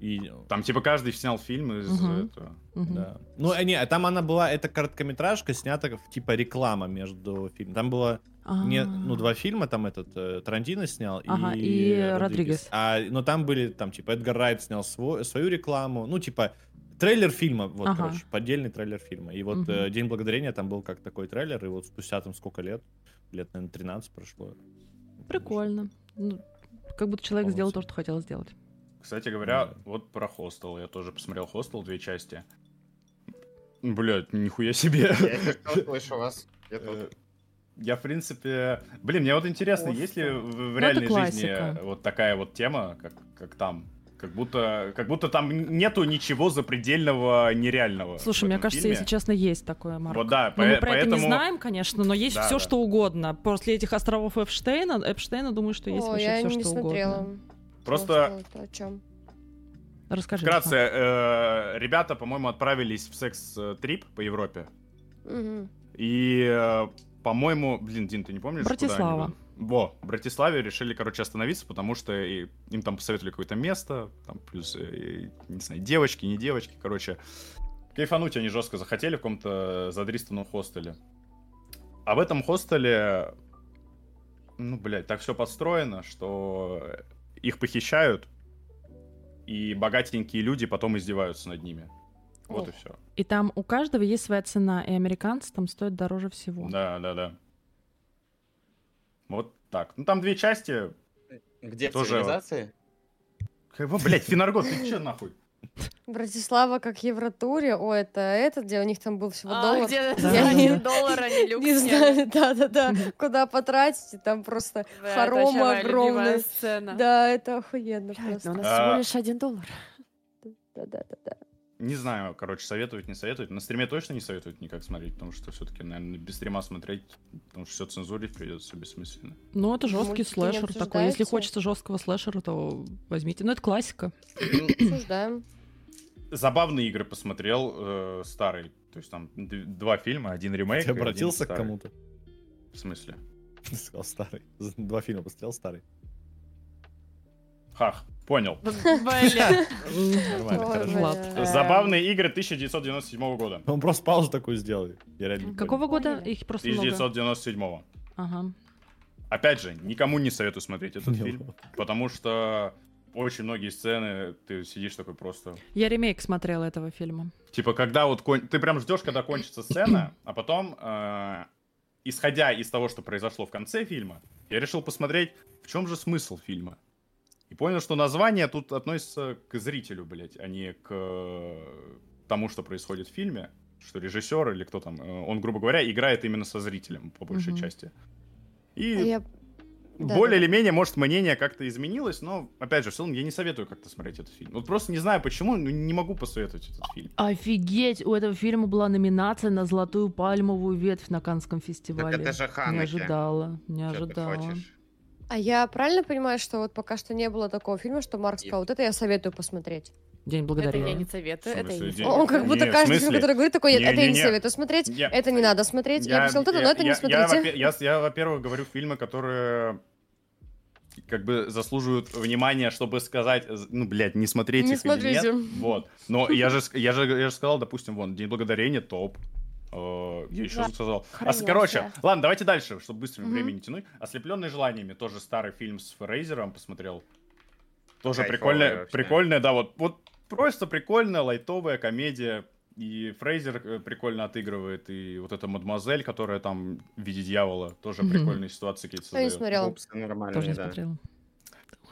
[SPEAKER 2] И,
[SPEAKER 4] Там, типа, каждый снял фильм из
[SPEAKER 1] Мгм.
[SPEAKER 4] этого.
[SPEAKER 1] Мгм.
[SPEAKER 2] да. Ну, э, не, а там она была, эта короткометражка снята как, типа реклама между фильмами. Там было Не, ну,
[SPEAKER 1] А.
[SPEAKER 2] два фильма там этот э, Тарантино снял
[SPEAKER 1] Ага,
[SPEAKER 2] и,
[SPEAKER 1] и Родригес.
[SPEAKER 2] А, но там были, там, типа, Эдгар Райт снял сво- свою рекламу. Ну, типа, трейлер фильма, вот,
[SPEAKER 1] Ага.
[SPEAKER 2] короче, поддельный трейлер фильма. И вот
[SPEAKER 1] Мгм.
[SPEAKER 2] э, День Благодарения там был как такой трейлер, и вот спустя там сколько лет? Лет, наверное, 13 прошло.
[SPEAKER 1] Прикольно. Ну, как будто человек сделал то,
[SPEAKER 2] Полностью.
[SPEAKER 1] что хотел сделать.
[SPEAKER 4] Кстати говоря,
[SPEAKER 2] Да.
[SPEAKER 4] вот про хостел. Я тоже посмотрел хостел, две части. Блять, нихуя себе.
[SPEAKER 6] Я не слышу вас. Я
[SPEAKER 4] Э,
[SPEAKER 6] тут.
[SPEAKER 4] Я, в принципе... Блин, мне вот интересно,
[SPEAKER 5] Хостел.
[SPEAKER 4] есть ли в- в
[SPEAKER 1] Ну, это
[SPEAKER 4] реальной жизни
[SPEAKER 1] классика.
[SPEAKER 4] вот такая вот тема, как, как там? Как будто, как будто там нету ничего запредельного нереального. в
[SPEAKER 1] Слушай, мне
[SPEAKER 4] этом
[SPEAKER 1] кажется,
[SPEAKER 4] фильме.
[SPEAKER 1] если честно, есть такое, Марк.
[SPEAKER 4] Вот да,
[SPEAKER 1] Но
[SPEAKER 4] пое-
[SPEAKER 1] мы про это не
[SPEAKER 4] поэтому-
[SPEAKER 1] знаем, конечно, но есть
[SPEAKER 4] Да,
[SPEAKER 1] все,
[SPEAKER 4] да.
[SPEAKER 1] что угодно. После этих островов Эпштейна, Эпштейна, думаю, что есть
[SPEAKER 3] О,
[SPEAKER 1] вообще
[SPEAKER 3] я
[SPEAKER 1] все,
[SPEAKER 3] не
[SPEAKER 1] что
[SPEAKER 3] смотрела.
[SPEAKER 1] угодно.
[SPEAKER 4] Просто-
[SPEAKER 3] Что, что, О чем?
[SPEAKER 1] Расскажи.
[SPEAKER 4] Вкратце, э, ребята, по-моему, отправились в секс-трип по Европе.
[SPEAKER 3] Мгм.
[SPEAKER 4] И, э, по-моему, блин, Дин, ты не помнишь? куда они
[SPEAKER 1] Братислава.
[SPEAKER 4] были? Во, в Братиславе решили, короче, остановиться, потому что и- им там посоветовали какое-то место, там плюс, э, не знаю, девочки, не девочки, короче. Кайфануть они жестко захотели в каком-то задристанном хостеле. А в этом хостеле, ну, блядь, так все подстроено, что их похищают, и богатенькие люди потом издеваются над ними. Вот и
[SPEAKER 3] Ох.
[SPEAKER 4] все.
[SPEAKER 1] И там у каждого есть своя цена, и американцы там стоят дороже всего.
[SPEAKER 4] Да, да, да. Вот так. Ну там две части.
[SPEAKER 6] Где в
[SPEAKER 4] Тоже-
[SPEAKER 6] цивилизации?
[SPEAKER 4] Кого, блядь, Финаргот, ты че нахуй?
[SPEAKER 3] Братислава как Евротуре. О, это этот, где у них там был всего Ну, доллар.
[SPEAKER 5] А, где
[SPEAKER 1] Да,
[SPEAKER 3] да,
[SPEAKER 5] они [LAUGHS]
[SPEAKER 3] да.
[SPEAKER 5] доллара, не люкс.
[SPEAKER 3] Не знаю, [LAUGHS] да-да-да, куда потратить, и там просто хоромы огромные.
[SPEAKER 5] сцена.
[SPEAKER 3] Да, это охуенно
[SPEAKER 5] Блядь, но
[SPEAKER 3] просто.
[SPEAKER 5] у нас
[SPEAKER 4] А.
[SPEAKER 5] [LAUGHS] всего лишь один доллар.
[SPEAKER 3] [CLEARS THROAT] Да-да-да-да.
[SPEAKER 4] Не знаю, короче, советовать, не советовать. На стриме точно не советуют никак смотреть, потому что все-таки, наверное, без стрима смотреть, потому что все цензурить придется бессмысленно.
[SPEAKER 1] Ну, это жесткий
[SPEAKER 3] Мультики не
[SPEAKER 1] слэшер такой. Если
[SPEAKER 3] обсуждаются?
[SPEAKER 1] хочется жесткого слэшера, то возьмите. Ну, это классика.
[SPEAKER 3] Обсуждаем.
[SPEAKER 4] Забавные игры посмотрел, э, старый. То есть там д- два фильма, один ремейк.
[SPEAKER 2] Ты
[SPEAKER 4] и один
[SPEAKER 2] обратился к
[SPEAKER 4] старый.
[SPEAKER 2] кому-то?
[SPEAKER 4] В смысле?
[SPEAKER 2] Ты [LAUGHS] сказал старый. Два фильма посмотрел старый.
[SPEAKER 4] Хах, понял.
[SPEAKER 5] Ну, Блин.
[SPEAKER 2] Нормально,
[SPEAKER 3] Ой,
[SPEAKER 2] хорошо.
[SPEAKER 3] бля.
[SPEAKER 1] Влад.
[SPEAKER 5] Эм.
[SPEAKER 4] Забавные игры 1997
[SPEAKER 5] ну,
[SPEAKER 4] года.
[SPEAKER 2] Он просто паузу такую сделал. Я реально не
[SPEAKER 1] Какого года?
[SPEAKER 3] Поняли.
[SPEAKER 1] Их просто много.
[SPEAKER 4] 1997.
[SPEAKER 1] Ага.
[SPEAKER 4] Опять же, никому не советую смотреть этот
[SPEAKER 2] понял.
[SPEAKER 4] фильм.
[SPEAKER 2] [LAUGHS]
[SPEAKER 4] Потому что очень многие сцены ты сидишь такой просто.
[SPEAKER 1] Я ремейк смотрела этого фильма.
[SPEAKER 4] Типа, когда вот кон- ты прям ждешь, когда кончится сцена, а потом, э, исходя из того, что произошло в конце фильма, я решил посмотреть, в чем же смысл фильма. И понял, что название тут относится к зрителю, блядь, а не к э, тому, что происходит в фильме. Что режиссер или кто там, э, он, грубо говоря, играет именно со зрителем, по большей
[SPEAKER 1] Мгм.
[SPEAKER 4] части. И
[SPEAKER 3] А Я- Да,
[SPEAKER 4] более
[SPEAKER 3] да.
[SPEAKER 4] или менее, может, мнение как-то изменилось, но, опять же, в целом я не советую как-то смотреть этот фильм. Вот просто не знаю почему, но не могу посоветовать этот фильм.
[SPEAKER 1] Офигеть, у этого фильма была номинация на золотую пальмовую ветвь на Канском
[SPEAKER 6] Так
[SPEAKER 1] фестивале.
[SPEAKER 6] это же
[SPEAKER 1] не
[SPEAKER 6] Ханеке.
[SPEAKER 1] ожидала, не
[SPEAKER 6] Чё ты
[SPEAKER 1] ожидала.
[SPEAKER 6] хочешь?
[SPEAKER 3] А я правильно понимаю, что вот пока что не было такого фильма, что Марк
[SPEAKER 6] Нет.
[SPEAKER 3] сказал, вот это я советую посмотреть?
[SPEAKER 1] День
[SPEAKER 5] Это я не
[SPEAKER 1] благодарения.
[SPEAKER 5] советую,
[SPEAKER 4] В
[SPEAKER 5] это я не
[SPEAKER 4] смысле,
[SPEAKER 5] советую.
[SPEAKER 4] Нет,
[SPEAKER 3] Он как будто
[SPEAKER 4] Э, не, в
[SPEAKER 3] каждый фильм,
[SPEAKER 4] смысле?
[SPEAKER 3] который говорит, такой, «Нет, это я не
[SPEAKER 4] Не-не-не.
[SPEAKER 3] советую смотреть,
[SPEAKER 4] Я-
[SPEAKER 3] это не надо смотреть, я посмотрел это, но это не
[SPEAKER 4] я- я
[SPEAKER 3] смотрите.
[SPEAKER 4] вопе- я- я, во-первых, говорю фильмы, которые как бы заслуживают внимания, чтобы сказать, э, ну, блядь, не смотрите
[SPEAKER 3] Не
[SPEAKER 4] их или нет.
[SPEAKER 3] смотрите.
[SPEAKER 4] Вот.
[SPEAKER 3] [LAUGHS]
[SPEAKER 4] Но я же, с- я же, я же сказал, допустим, вон, День Благодарения топ. Э, Я еще
[SPEAKER 5] Да.
[SPEAKER 4] сказал. А, с-
[SPEAKER 5] Хранился.
[SPEAKER 4] короче, ладно, давайте дальше, чтобы быстро
[SPEAKER 3] Мгм.
[SPEAKER 4] времени не тянуть. Ослепленный желаниями тоже старый фильм с Фрейзером посмотрел. Тоже
[SPEAKER 6] Кайфовый
[SPEAKER 4] прикольная,
[SPEAKER 6] вообще.
[SPEAKER 4] прикольная, да, вот, вот просто прикольная лайтовая комедия. И Фрейзер э, прикольно отыгрывает, и вот эта мадемуазель, которая там в виде дьявола, тоже
[SPEAKER 1] Мгм.
[SPEAKER 4] прикольные ситуации какие-то
[SPEAKER 3] Я не
[SPEAKER 4] создает.
[SPEAKER 3] смотрела.
[SPEAKER 6] Упсы нормальные,
[SPEAKER 1] Тоже не
[SPEAKER 6] да.
[SPEAKER 1] смотрела.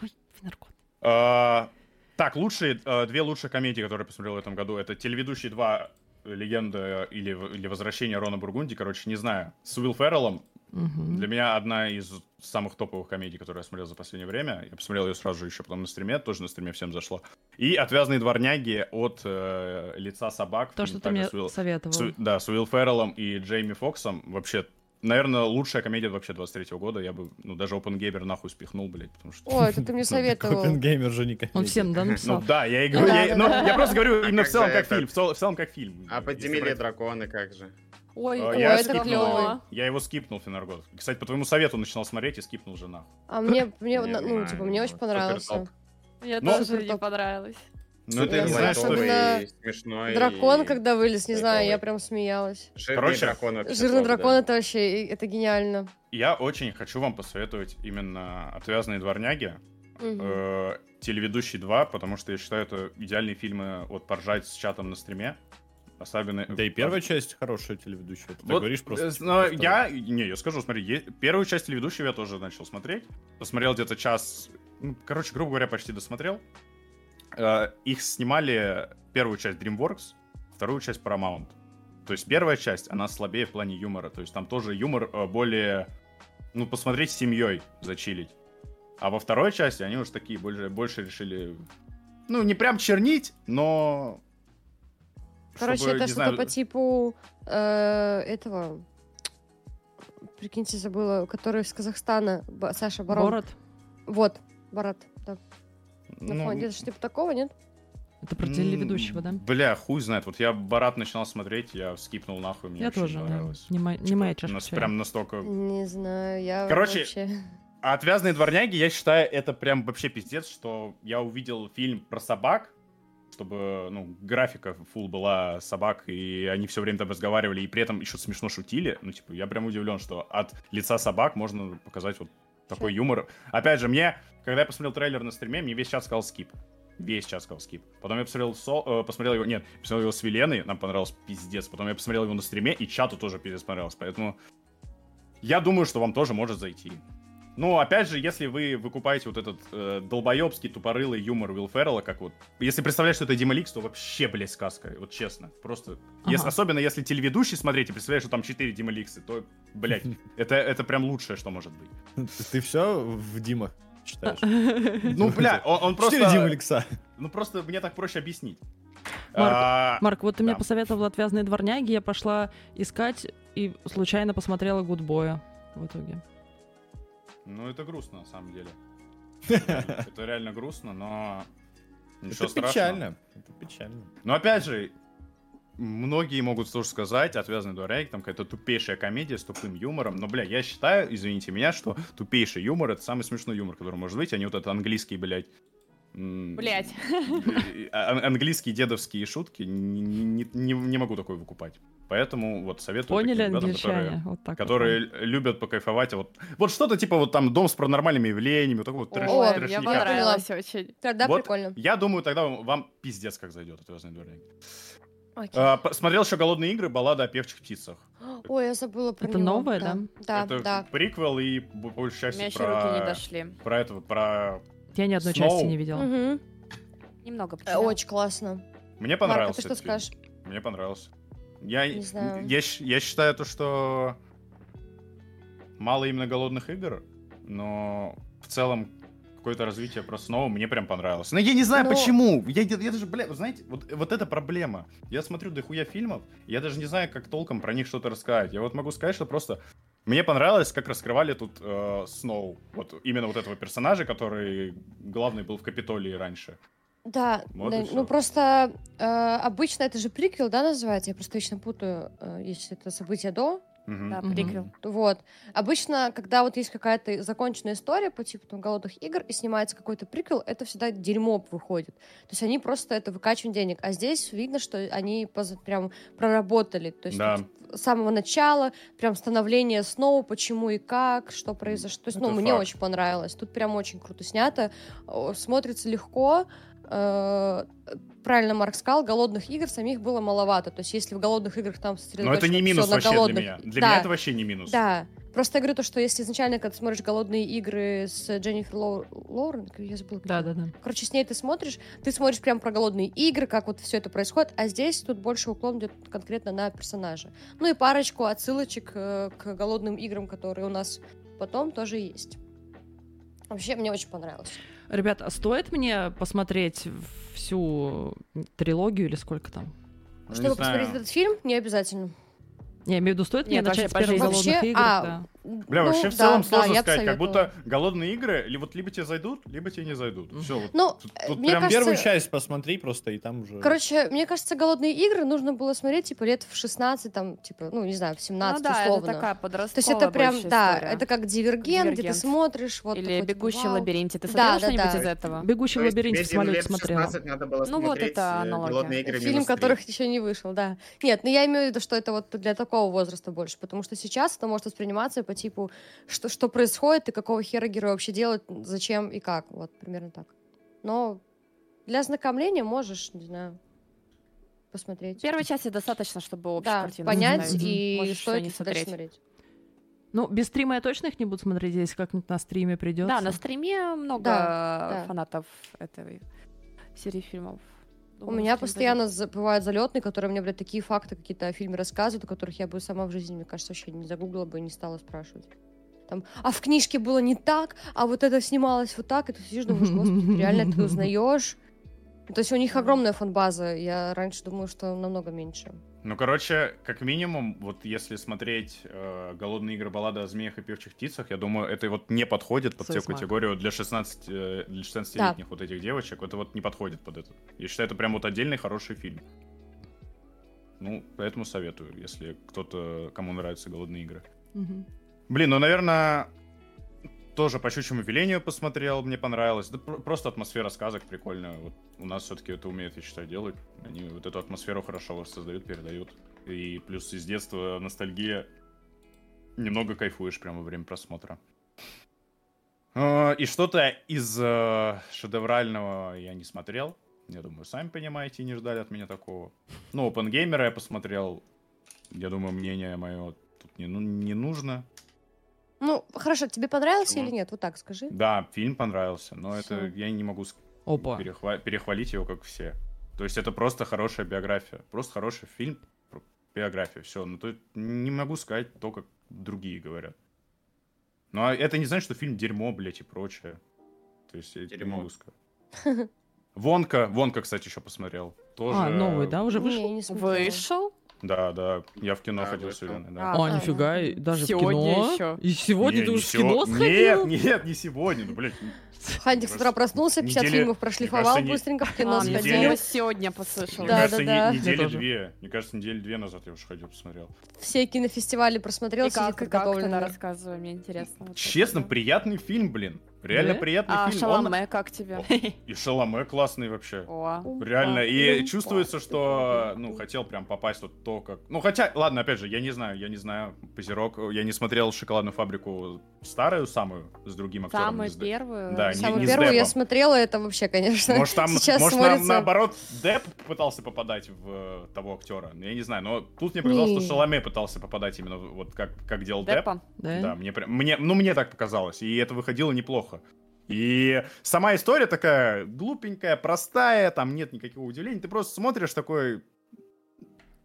[SPEAKER 1] Ой, Финаркот.
[SPEAKER 4] А, Так, лучшие, э, две лучшие комедии, которые я посмотрел в этом году, это «Телеведущие 2. Легенда или, в- или «Возвращение Рона Бургунди», короче, не знаю. С Уилл Ферреллом
[SPEAKER 1] Мгм.
[SPEAKER 4] для меня одна из самых топовых комедий, которые я смотрел за последнее время. Я посмотрел ее сразу же еще потом на стриме, тоже на стриме всем зашло. И «Отвязные дворняги» от э, «Лица собак».
[SPEAKER 1] То,
[SPEAKER 4] фильм
[SPEAKER 1] что ты
[SPEAKER 4] также
[SPEAKER 1] мне
[SPEAKER 4] с Уилл-
[SPEAKER 1] советовал.
[SPEAKER 4] с- да, с Уилл Ферреллом и Джейми Фоксом вообще, наверное, лучшая комедия вообще 23 года. Я бы, ну, даже Опенгеймер нахуй спихнул, блядь, потому что...
[SPEAKER 3] О, это ты мне советовал.
[SPEAKER 2] Копенгеймер же не
[SPEAKER 1] Он
[SPEAKER 2] комедия.
[SPEAKER 1] всем, да, написал?
[SPEAKER 4] [LAUGHS] Ну да, я и говорю, я, ну, я просто говорю
[SPEAKER 6] А
[SPEAKER 4] именно в
[SPEAKER 6] как
[SPEAKER 4] целом
[SPEAKER 6] же
[SPEAKER 4] как
[SPEAKER 6] это?
[SPEAKER 4] фильм, в цел- в целом как фильм.
[SPEAKER 6] А
[SPEAKER 4] Если
[SPEAKER 6] подземелье
[SPEAKER 4] брать-
[SPEAKER 6] дракона как же?
[SPEAKER 5] Ой,
[SPEAKER 4] Э,
[SPEAKER 5] ой,
[SPEAKER 4] я, ну,
[SPEAKER 3] это
[SPEAKER 5] это
[SPEAKER 4] скипнул его.
[SPEAKER 5] клево.
[SPEAKER 4] я его скипнул, Финаргот. Кстати, по твоему совету начинал смотреть и скипнул жена.
[SPEAKER 3] А мне, мне,
[SPEAKER 6] Не
[SPEAKER 3] на- ну,
[SPEAKER 6] знаю,
[SPEAKER 3] типа, мне очень
[SPEAKER 6] супер
[SPEAKER 3] понравился.
[SPEAKER 6] топ.
[SPEAKER 5] Мне
[SPEAKER 4] Ну,
[SPEAKER 5] тоже
[SPEAKER 3] супер
[SPEAKER 5] не
[SPEAKER 3] топ.
[SPEAKER 5] понравилось.
[SPEAKER 4] Ну,
[SPEAKER 6] Супер
[SPEAKER 4] ты
[SPEAKER 3] я
[SPEAKER 4] не знаешь, что...
[SPEAKER 6] лайтовый,
[SPEAKER 3] Особенно
[SPEAKER 6] смешной.
[SPEAKER 3] Дракон, когда вылез, не знаю, я
[SPEAKER 6] Приколы.
[SPEAKER 3] прям смеялась.
[SPEAKER 6] Жирный
[SPEAKER 4] Короче,
[SPEAKER 6] дракон вообще
[SPEAKER 3] Жирный
[SPEAKER 6] топ,
[SPEAKER 3] дракон,
[SPEAKER 6] да.
[SPEAKER 3] это вообще, и- это гениально.
[SPEAKER 4] Я очень хочу вам посоветовать именно «Отвязные дворняги»,
[SPEAKER 3] Мгм.
[SPEAKER 4] э, «Телеведущий 2», потому что я считаю, это идеальные фильмы вот поржать с чатом на стриме. Особенно... э,
[SPEAKER 2] Да и первая часть хорошая телеведущая. Ты так
[SPEAKER 4] Вот,
[SPEAKER 2] говоришь
[SPEAKER 4] э,
[SPEAKER 2] просто. типа,
[SPEAKER 4] но
[SPEAKER 2] про вторую.
[SPEAKER 4] я, не, я скажу, смотри, е- первую часть телеведущего я тоже начал смотреть. Посмотрел где-то час, ну, короче, грубо говоря, почти досмотрел. Э, их снимали первую часть DreamWorks, вторую часть Paramount. То есть первая часть, она слабее в плане юмора. То есть там тоже юмор э, более, ну, посмотреть с семьей, зачилить. А во второй части они уж такие, больше, больше решили Ну, не прям чернить, но...
[SPEAKER 3] Короче,
[SPEAKER 4] чтобы,
[SPEAKER 3] это
[SPEAKER 4] не
[SPEAKER 3] что-то
[SPEAKER 4] знаю,
[SPEAKER 3] по типу э, этого. Прикиньте, забыла, который из Казахстана, Ба- Саша Барон.
[SPEAKER 1] Город.
[SPEAKER 3] Вот, Барат. Да. На
[SPEAKER 4] ну,
[SPEAKER 3] фоне где-то что-то типа такого, нет?
[SPEAKER 1] Это про
[SPEAKER 4] м,
[SPEAKER 1] телеведущего, да?
[SPEAKER 4] Бля, хуй знает. Вот я Барат начинал смотреть, я скипнул нахуй, мне
[SPEAKER 1] Я
[SPEAKER 4] вообще не
[SPEAKER 1] тоже, да.
[SPEAKER 4] понравилось.
[SPEAKER 1] Не моя не
[SPEAKER 4] Типа,
[SPEAKER 1] моя чашка
[SPEAKER 4] нас
[SPEAKER 1] чая.
[SPEAKER 4] Прям настолько...
[SPEAKER 3] Не знаю, я
[SPEAKER 4] Короче,
[SPEAKER 3] вообще...
[SPEAKER 4] А «Отвязные дворняги», я считаю, это прям вообще пиздец, что я увидел фильм про собак, чтобы, ну, графика full была собак, и они все время там разговаривали, и при этом еще смешно шутили. Ну, типа, я прям удивлен, что от лица собак можно показать вот такой юмор. Опять же, мне, когда я посмотрел трейлер на стриме, мне весь час сказал скип. Весь час сказал скип. Потом я посмотрел, со- э, посмотрел его, нет, посмотрел его с Веленой, нам понравилось пиздец. Потом я посмотрел его на стриме, и чату тоже пиздец понравилось. Поэтому я думаю, что вам тоже может зайти. Ну, опять же, если вы выкупаете вот этот э, долбоебский тупорылый юмор Уилл Феррелла, как вот... Если представляешь, что это Дима Ликс, то вообще, блядь, сказка. Вот честно. Просто...
[SPEAKER 1] Ага.
[SPEAKER 4] Если, особенно если телеведущий смотреть и представляешь, что там 4 Дима Ликса, то, блядь, это, это прям лучшее, что может быть.
[SPEAKER 2] Ты все в Димах читаешь? [LAUGHS]
[SPEAKER 4] Ну, бля, он, он просто...
[SPEAKER 2] Четыре Дима Лекса. [LAUGHS]
[SPEAKER 4] Ну, просто мне так проще объяснить.
[SPEAKER 1] Марк,
[SPEAKER 4] А,
[SPEAKER 1] [LAUGHS] Марк, вот ты мне
[SPEAKER 4] Да.
[SPEAKER 1] посоветовал «Отвязные дворняги», я пошла искать и случайно посмотрела «Гудбоя» в итоге.
[SPEAKER 4] Ну, это грустно, на
[SPEAKER 2] [LAUGHS]
[SPEAKER 4] самом деле. Это реально грустно, но... Ничего
[SPEAKER 2] Это
[SPEAKER 4] страшного.
[SPEAKER 2] печально. Это печально.
[SPEAKER 4] Но опять же, многие могут тоже сказать, отвязанный дворяник, там какая-то тупейшая комедия с тупым юмором. Но, бля, я считаю, извините меня, что тупейший юмор — это самый смешной юмор, который может быть, а не вот этот английский, блядь, м,
[SPEAKER 5] Блять.
[SPEAKER 4] э, ан- Английские дедовские шутки не, не- не- не могу такое выкупать. Поэтому вот советую
[SPEAKER 1] Поняли,
[SPEAKER 4] таким ребятам, которые-
[SPEAKER 1] англичане? Вот так вот.
[SPEAKER 4] которые л- любят покайфовать. а Вот, вот что-то типа вот там дом с паранормальными явлениями, вот такого вот трэш-
[SPEAKER 3] Ой,
[SPEAKER 5] мне
[SPEAKER 4] трэшняка.
[SPEAKER 5] понравилось очень.
[SPEAKER 3] Тогда
[SPEAKER 4] Вот
[SPEAKER 3] прикольно.
[SPEAKER 4] Я думаю, тогда вам вам пиздец как зайдет «Отвязанный дворник».
[SPEAKER 5] Окей.
[SPEAKER 4] А, посмотрел еще «Голодные игры», баллада о певчих птицах.
[SPEAKER 3] Ой, я забыла про
[SPEAKER 1] Это
[SPEAKER 3] него,
[SPEAKER 1] новое,
[SPEAKER 3] Да,
[SPEAKER 4] Это
[SPEAKER 3] да.
[SPEAKER 4] приквел и по большей
[SPEAKER 5] У меня
[SPEAKER 4] части
[SPEAKER 5] еще руки не
[SPEAKER 4] про...
[SPEAKER 5] дошли.
[SPEAKER 4] про этого, про...
[SPEAKER 1] Я ни одной
[SPEAKER 4] Сноу.
[SPEAKER 1] части не видела.
[SPEAKER 3] Мгм.
[SPEAKER 5] Немного
[SPEAKER 3] Э,
[SPEAKER 5] потеряла.
[SPEAKER 3] Очень классно.
[SPEAKER 4] Мне понравился.
[SPEAKER 3] Марк, а ты что
[SPEAKER 4] этот фильм.
[SPEAKER 3] скажешь?
[SPEAKER 4] Мне понравился. Я,
[SPEAKER 3] Не знаю.
[SPEAKER 4] я, щ- я считаю то, что мало именно голодных игр, но в целом какое-то развитие про Сноу мне прям понравилось. Но я не знаю
[SPEAKER 3] Но-
[SPEAKER 4] почему. Я, я- я даже, бля, вы знаете, вот, вот это проблема. Я смотрю дохуя фильмов, я даже не знаю, как толком про них что-то рассказать. Я вот могу сказать, что просто мне понравилось, как раскрывали тут э, Сноу. Вот именно вот этого персонажа, который главный был в Капитолии раньше.
[SPEAKER 3] Да,
[SPEAKER 4] Вот
[SPEAKER 3] да,
[SPEAKER 4] и всё.
[SPEAKER 3] ну просто э, обычно это же приквел, да, называется? Я просто вечно путаю, э, если это событие до.
[SPEAKER 4] Мгм.
[SPEAKER 5] Да,
[SPEAKER 1] Мгм.
[SPEAKER 5] прикрыл.
[SPEAKER 3] Вот. Обычно, когда вот есть какая-то законченная история по типу там, голодных игр и снимается какой-то приквел, это всегда дерьмо выходит. То есть они просто это выкачивают денег. А здесь видно, что они поз- прям проработали. То есть
[SPEAKER 4] Да.
[SPEAKER 3] вот с самого начала, прям становление снова, почему и как, что произошло. То есть, ну,
[SPEAKER 4] Это
[SPEAKER 3] мне
[SPEAKER 4] факт.
[SPEAKER 3] очень понравилось. Тут прям очень круто снято. О, Смотрится легко. Э, Правильно Марк сказал, голодных игр самих было маловато. То есть, если в голодных играх там
[SPEAKER 4] Но это не
[SPEAKER 3] сосредоточено
[SPEAKER 4] минус
[SPEAKER 3] всё на
[SPEAKER 4] вообще
[SPEAKER 3] голодных-
[SPEAKER 4] для меня. Для
[SPEAKER 3] Да.
[SPEAKER 4] меня это вообще не минус.
[SPEAKER 3] Да. Просто я говорю то, что если изначально, когда ты смотришь «Голодные игры» с Дженнифер Лоу- Лоурен, я забыла, как
[SPEAKER 1] Да,
[SPEAKER 3] её-
[SPEAKER 1] да, да.
[SPEAKER 3] короче, с ней ты смотришь, ты смотришь прям про «Голодные игры», как вот все это происходит, а здесь тут больше уклон идет конкретно на персонажа. Ну и парочку отсылочек э, к «Голодным играм», которые у нас потом тоже есть. Вообще, мне очень понравилось.
[SPEAKER 1] Ребят, а стоит мне посмотреть всю трилогию или сколько там?
[SPEAKER 4] Ну, не
[SPEAKER 3] Чтобы
[SPEAKER 4] знаю.
[SPEAKER 3] посмотреть этот фильм, не обязательно.
[SPEAKER 1] Я имею в виду, стоит мне
[SPEAKER 5] Нет,
[SPEAKER 1] начать
[SPEAKER 5] вообще
[SPEAKER 1] с
[SPEAKER 5] по
[SPEAKER 1] первых
[SPEAKER 5] жизни.
[SPEAKER 1] голодных
[SPEAKER 3] Вообще,
[SPEAKER 1] игр?
[SPEAKER 3] а,
[SPEAKER 1] да.
[SPEAKER 4] Бля,
[SPEAKER 3] Ну,
[SPEAKER 4] вообще
[SPEAKER 3] да,
[SPEAKER 4] в целом
[SPEAKER 3] да,
[SPEAKER 4] сложно
[SPEAKER 3] я бы
[SPEAKER 4] сказать, как
[SPEAKER 3] советовала.
[SPEAKER 4] будто голодные игры, ли- вот либо тебе зайдут, либо тебе не зайдут.
[SPEAKER 1] Мгм.
[SPEAKER 4] Все, вот.
[SPEAKER 3] Ну,
[SPEAKER 4] тут, тут
[SPEAKER 3] мне
[SPEAKER 4] прям
[SPEAKER 3] кажется-
[SPEAKER 2] Первую часть посмотри просто, и там уже...
[SPEAKER 3] Короче, мне кажется, «Голодные игры» нужно было смотреть, типа, лет в 16, там, типа, ну, не знаю, в 17,
[SPEAKER 5] Ну да,
[SPEAKER 3] условно.
[SPEAKER 5] это такая
[SPEAKER 3] То есть
[SPEAKER 5] подростковая
[SPEAKER 3] это прям,
[SPEAKER 5] больше
[SPEAKER 3] да,
[SPEAKER 5] история.
[SPEAKER 3] это как дивергент, где ты
[SPEAKER 5] Дивергент.
[SPEAKER 3] смотришь, вот
[SPEAKER 5] Или
[SPEAKER 3] такой, типа,
[SPEAKER 5] «Бегущий в
[SPEAKER 3] «Вау».
[SPEAKER 5] лабиринте». Ты
[SPEAKER 3] Да,
[SPEAKER 5] смотрела
[SPEAKER 3] да,
[SPEAKER 5] что-нибудь
[SPEAKER 3] да.
[SPEAKER 5] из этого?
[SPEAKER 1] «Бегущий
[SPEAKER 6] То
[SPEAKER 1] в
[SPEAKER 6] есть
[SPEAKER 1] лабиринте» в
[SPEAKER 6] тебе
[SPEAKER 1] самолете
[SPEAKER 6] лет
[SPEAKER 1] смотрела.
[SPEAKER 6] 16 надо было
[SPEAKER 5] Ну вот
[SPEAKER 6] смотреть,
[SPEAKER 5] это
[SPEAKER 6] э,
[SPEAKER 5] аналогия.
[SPEAKER 6] «Голодные игры»
[SPEAKER 3] Фильм,
[SPEAKER 6] минус три.
[SPEAKER 3] которых [LAUGHS] еще не вышел, да. Нет, но я имею в виду, что это вот для такого возраста больше, потому что сейчас это может восприниматься по типу, что, что происходит и какого хера герой вообще делает, зачем и как, вот примерно так. Но для ознакомления можешь, не знаю, посмотреть.
[SPEAKER 5] Первой части достаточно, чтобы общую
[SPEAKER 3] да,
[SPEAKER 5] картину
[SPEAKER 3] понять
[SPEAKER 1] составить.
[SPEAKER 3] и
[SPEAKER 5] Можешь
[SPEAKER 3] стоит
[SPEAKER 5] ещё не
[SPEAKER 3] ли дальше
[SPEAKER 5] смотреть.
[SPEAKER 3] смотреть.
[SPEAKER 1] Ну, без стрима я точно их не буду смотреть, если как-нибудь на стриме придется.
[SPEAKER 5] Да, на стриме много
[SPEAKER 3] Да, да.
[SPEAKER 5] фанатов этой серии фильмов.
[SPEAKER 3] У меня постоянно за- бывают залетные, которые мне, блядь, такие факты какие-то о фильме рассказывают, о которых я бы сама в жизни, мне кажется, вообще не загуглила бы и не стала спрашивать. Там, а в книжке было не так, а вот это снималось вот так, и ты сидишь, думаешь, господи, ты реально ты узнаешь То есть у них огромная фанбаза. Я раньше думала, что намного меньше.
[SPEAKER 4] Ну, короче, как минимум, вот если смотреть э, «Голодные игры. Баллада о змеях и певчих птицах», я думаю, это вот не подходит под
[SPEAKER 1] Сойсмак.
[SPEAKER 4] ту категорию для 16, э, для 16-летних вот этих девочек. Это вот не подходит под этот. Я считаю, это прям вот отдельный хороший фильм. Ну, поэтому советую, если кто-то, кому нравятся «Голодные игры».
[SPEAKER 1] Мгм.
[SPEAKER 4] Блин, ну, наверное, тоже по щучьему велению посмотрел, мне понравилось. Да пр- просто атмосфера сказок прикольная. Вот у нас все-таки это умеют, я считаю, делать. Они вот эту атмосферу хорошо воссоздают, передают. И плюс из детства ностальгия. Немного кайфуешь прямо во время просмотра. Э, И что-то из э, шедеврального я не смотрел. Я думаю, сами понимаете, не ждали от меня такого. Ну, опенгеймера я посмотрел. Я думаю, мнение мое тут не, ну- не нужно.
[SPEAKER 3] Ну, хорошо, тебе понравился
[SPEAKER 6] Почему?
[SPEAKER 3] или нет? Вот так скажи.
[SPEAKER 4] Да, фильм понравился, но это
[SPEAKER 3] Всё.
[SPEAKER 4] я не могу с-
[SPEAKER 1] Опа.
[SPEAKER 4] перехва- перехвалить его, как все. То есть это просто хорошая биография. Просто хороший фильм, про- биография, все. Ну, то есть не могу сказать то, как другие говорят. Но это не значит, что фильм дерьмо, блядь, и прочее. То есть я не
[SPEAKER 6] Дерьмо.
[SPEAKER 4] могу сказать. Вонка, Вонка, кстати, еще посмотрел. Тоже...
[SPEAKER 1] А, новый, да, уже
[SPEAKER 3] Не, я
[SPEAKER 1] вышел?
[SPEAKER 3] не смотрела.
[SPEAKER 5] Вышел?
[SPEAKER 4] Да, да, я в кино
[SPEAKER 6] Да,
[SPEAKER 4] ходил с
[SPEAKER 6] вышел.
[SPEAKER 4] Еленой, да.
[SPEAKER 1] А,
[SPEAKER 5] А,
[SPEAKER 1] нифига, и даже
[SPEAKER 5] Сегодня
[SPEAKER 1] в кино.
[SPEAKER 5] ещё.
[SPEAKER 1] И сегодня
[SPEAKER 4] Не,
[SPEAKER 1] ты
[SPEAKER 4] не
[SPEAKER 1] уж в
[SPEAKER 4] сего-
[SPEAKER 1] кино
[SPEAKER 4] Нет,
[SPEAKER 1] сходил?
[SPEAKER 4] нет, не сегодня, ну, блядь.
[SPEAKER 3] Хантик с утра
[SPEAKER 4] Просто
[SPEAKER 3] проснулся, 50
[SPEAKER 4] неделя-
[SPEAKER 3] фильмов прошлифовал,
[SPEAKER 4] кажется, не-
[SPEAKER 3] быстренько в кино
[SPEAKER 5] А, мне
[SPEAKER 4] неделя-
[SPEAKER 3] сходил.
[SPEAKER 5] казалось, сегодня послышала.
[SPEAKER 4] Мне
[SPEAKER 3] Да,
[SPEAKER 4] кажется,
[SPEAKER 3] да, да.
[SPEAKER 4] не- недели
[SPEAKER 1] Я тоже.
[SPEAKER 4] две. Мне кажется, недели две назад я уже ходил, посмотрел.
[SPEAKER 3] Все кинофестивали просмотрел,
[SPEAKER 5] И как,
[SPEAKER 3] сидит
[SPEAKER 5] и как тогда
[SPEAKER 3] подготовленный.
[SPEAKER 5] рассказывай, мне интересно. вот это
[SPEAKER 4] Честно,
[SPEAKER 5] всё.
[SPEAKER 4] приятный фильм, блин. Реально
[SPEAKER 1] Да?
[SPEAKER 4] приятный
[SPEAKER 5] А
[SPEAKER 4] фильм. Он-
[SPEAKER 5] Шаломе, как тебе?
[SPEAKER 4] И Шаломе классный вообще.
[SPEAKER 5] [LAUGHS] О.
[SPEAKER 4] Реально, и чувствуется, что, ну, хотел прям попасть вот то, как... Ну, хотя, ладно, опять же, я не знаю, я не знаю, Позерок, я не смотрел «Шоколадную фабрику» старую, самую, с другим актером.
[SPEAKER 5] Самую
[SPEAKER 4] не с Дэ-
[SPEAKER 5] первую.
[SPEAKER 4] Да, А, не-
[SPEAKER 3] Самую
[SPEAKER 4] не с
[SPEAKER 3] первую я
[SPEAKER 4] Деппом.
[SPEAKER 3] смотрела, это вообще, конечно,
[SPEAKER 4] Может, там,
[SPEAKER 3] сейчас
[SPEAKER 4] может, на-
[SPEAKER 3] смотрится...
[SPEAKER 4] наоборот, Депп пытался попадать в э, того актера, я не знаю, но тут мне показалось, что
[SPEAKER 3] Не.
[SPEAKER 4] Шаломе пытался попадать именно в- вот как, как делал Депп.
[SPEAKER 5] Деппа.
[SPEAKER 1] Да?
[SPEAKER 4] Да, мне прям, мне, ну мне так показалось, и это выходило неплохо. И сама история такая глупенькая, простая, там нет никакого удивления. Ты просто смотришь такой,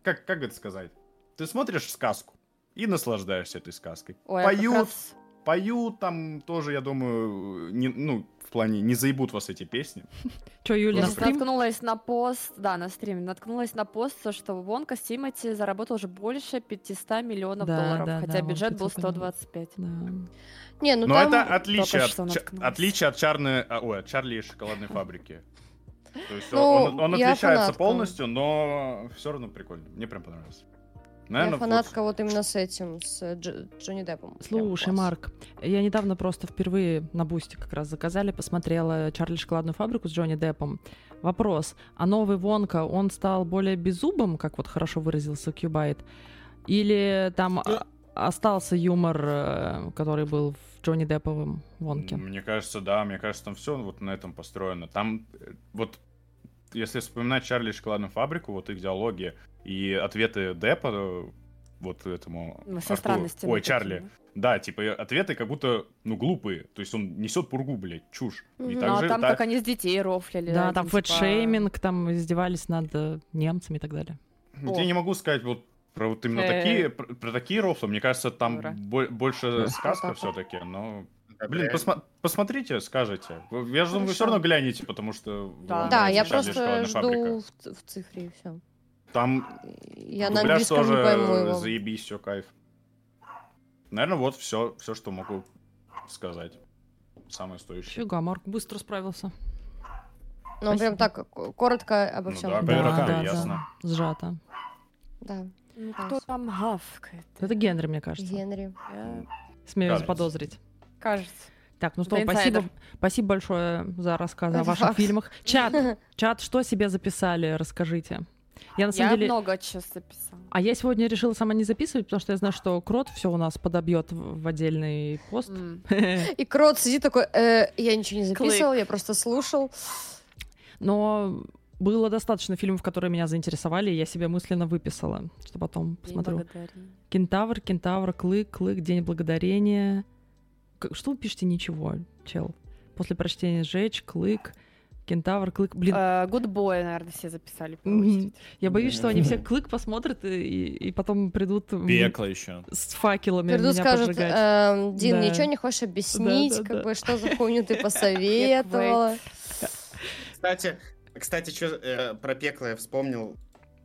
[SPEAKER 4] как как это сказать? Ты смотришь сказку и наслаждаешься этой сказкой.
[SPEAKER 5] Ой, я как
[SPEAKER 4] поют,
[SPEAKER 5] раз-
[SPEAKER 4] поют там тоже, я думаю, не- ну в плане не заебут вас эти песни.
[SPEAKER 1] Че, Юля,
[SPEAKER 5] Я
[SPEAKER 1] на
[SPEAKER 5] сейчас
[SPEAKER 1] стрим?
[SPEAKER 5] наткнулась на пост, да, на стриме, наткнулась на пост, то, что Вонка с Тимати заработал уже больше 500 миллионов
[SPEAKER 1] Да,
[SPEAKER 5] долларов,
[SPEAKER 1] да,
[SPEAKER 5] хотя
[SPEAKER 1] да, он
[SPEAKER 5] бюджет был
[SPEAKER 1] 500 миллионов.
[SPEAKER 5] 125.
[SPEAKER 1] Да.
[SPEAKER 3] [LAUGHS] Не, ну
[SPEAKER 4] Но
[SPEAKER 3] там...
[SPEAKER 4] это отличие
[SPEAKER 5] только
[SPEAKER 4] от,
[SPEAKER 5] что
[SPEAKER 4] Ча-
[SPEAKER 5] наткнулась.
[SPEAKER 4] отличие от Чарны, а, ой, от Чарли и шоколадной фабрики. То есть
[SPEAKER 3] Ну,
[SPEAKER 4] он, он
[SPEAKER 3] я
[SPEAKER 4] отличается
[SPEAKER 3] фанатка.
[SPEAKER 4] полностью, но все равно прикольно. Мне прям понравилось.
[SPEAKER 3] Я
[SPEAKER 4] Наверное,
[SPEAKER 3] фанатка вот именно с этим, с э, Дж- Джонни Деппом.
[SPEAKER 1] Слушай,
[SPEAKER 3] Марк.
[SPEAKER 1] Марк, я недавно просто впервые на Бусте как раз заказали, посмотрела «Чарли шоколадную фабрику» с Джонни Деппом. Вопрос, а новый Вонка, он стал более беззубым, как вот хорошо выразился Кьюбайт, или там
[SPEAKER 4] Ну,
[SPEAKER 1] а, остался юмор, э, который был в Джонни Депповом Вонке?
[SPEAKER 4] Мне кажется, да, мне кажется, там все вот на этом построено. Там э, вот если вспоминать Чарли и шоколадную фабрику, вот их диалоги и ответы Деппа э, вот этому
[SPEAKER 5] Ну, Со
[SPEAKER 4] Артуру.
[SPEAKER 5] странностями.
[SPEAKER 4] Ой, Чарли.
[SPEAKER 5] такими. Ну,
[SPEAKER 4] Да, типа э, ответы как будто ну глупые, то есть он несет пургу, блядь, чушь. И
[SPEAKER 3] Мгм.
[SPEAKER 5] Ну, а
[SPEAKER 4] также
[SPEAKER 5] там
[SPEAKER 4] та-
[SPEAKER 5] как они с детей рофлили.
[SPEAKER 1] Да,
[SPEAKER 5] один,
[SPEAKER 1] там
[SPEAKER 5] типа,
[SPEAKER 1] фэтшейминг, там издевались над э, немцами и так далее.
[SPEAKER 4] Вот Ну, Я
[SPEAKER 5] О.
[SPEAKER 4] не могу сказать вот про вот именно
[SPEAKER 5] Э.
[SPEAKER 4] такие, про, про такие рофлы. Мне кажется, там
[SPEAKER 5] Дура.
[SPEAKER 4] бо- больше
[SPEAKER 5] [LAUGHS]
[SPEAKER 4] сказка
[SPEAKER 5] Вот так вот.
[SPEAKER 4] все-таки, но...
[SPEAKER 6] Это
[SPEAKER 4] Блин,
[SPEAKER 6] реально.
[SPEAKER 4] посма- посмотрите, скажете. Вы- Я же думаю, вы все
[SPEAKER 3] Хорошо.
[SPEAKER 4] равно глянете, потому что... вам
[SPEAKER 5] Да,
[SPEAKER 3] Да,
[SPEAKER 4] нравится
[SPEAKER 3] я
[SPEAKER 4] «Чарли и
[SPEAKER 3] просто
[SPEAKER 4] шоколадная
[SPEAKER 3] жду
[SPEAKER 4] фабрика».
[SPEAKER 3] в, ц- в цифре и все.
[SPEAKER 4] Там
[SPEAKER 3] Я на
[SPEAKER 4] дубляж
[SPEAKER 3] английском
[SPEAKER 4] тоже
[SPEAKER 3] не пойму его.
[SPEAKER 4] заебись, все кайф. Наверное, вот все, все, что могу сказать. Самое стоящее.
[SPEAKER 1] Фига, Марк быстро справился.
[SPEAKER 3] Ну, он прям
[SPEAKER 1] Спасибо.
[SPEAKER 3] так к- коротко обо
[SPEAKER 4] Ну
[SPEAKER 3] всем.
[SPEAKER 4] да, по
[SPEAKER 1] Да,
[SPEAKER 4] игрокам
[SPEAKER 1] да,
[SPEAKER 4] ясно.
[SPEAKER 1] Сжато.
[SPEAKER 3] Да,
[SPEAKER 5] Ну, кто там гавкает?
[SPEAKER 1] Это Генри, мне кажется.
[SPEAKER 3] Генри.
[SPEAKER 5] Я-
[SPEAKER 1] Смею
[SPEAKER 4] Кажется.
[SPEAKER 1] заподозрить.
[SPEAKER 5] Кажется.
[SPEAKER 1] Так, ну что,
[SPEAKER 5] Это
[SPEAKER 1] спасибо,
[SPEAKER 5] инсайдер.
[SPEAKER 1] спасибо большое за рассказы о
[SPEAKER 3] Это
[SPEAKER 1] ваших
[SPEAKER 3] факт.
[SPEAKER 1] фильмах. Чат, чат, что себе записали, расскажите. Я на самом
[SPEAKER 5] Я
[SPEAKER 1] деле...
[SPEAKER 5] много чего записала.
[SPEAKER 1] А я сегодня решила сама не записывать, потому что я знаю, что Крот все у нас подобьет в в отдельный пост.
[SPEAKER 5] М.
[SPEAKER 1] [LAUGHS]
[SPEAKER 3] И Крот сидит такой, «Э, я ничего не записывал,
[SPEAKER 5] Клык.
[SPEAKER 3] я просто слушал.
[SPEAKER 1] Но было достаточно фильмов, которые меня заинтересовали, и я себе мысленно выписала, что потом
[SPEAKER 5] День
[SPEAKER 1] посмотрю.
[SPEAKER 5] благодарения.
[SPEAKER 1] Кентавр, Кентавр, Клык, Клык, День Благодарения. К- Что вы пишете? Ничего, чел. После прочтения «Сжечь», Клык, Кентавр, Клык. Блин,
[SPEAKER 5] Э, Гудбоя, наверное, все записали. по
[SPEAKER 1] Мгм.
[SPEAKER 5] очереди.
[SPEAKER 1] Я боюсь, что они все клык посмотрят и, и- и потом придут м,
[SPEAKER 2] Пекло еще.
[SPEAKER 1] с факелами
[SPEAKER 3] Перду
[SPEAKER 1] меня
[SPEAKER 3] скажет,
[SPEAKER 1] поджигать.
[SPEAKER 3] «Эм, Дин,
[SPEAKER 1] Да.
[SPEAKER 3] ничего не хочешь объяснить,
[SPEAKER 1] да,
[SPEAKER 3] как
[SPEAKER 1] да. [LAUGHS]
[SPEAKER 3] бы что за хуйню ты посоветовала.
[SPEAKER 6] Кстати, Кстати, чё, э, про пекло я вспомнил.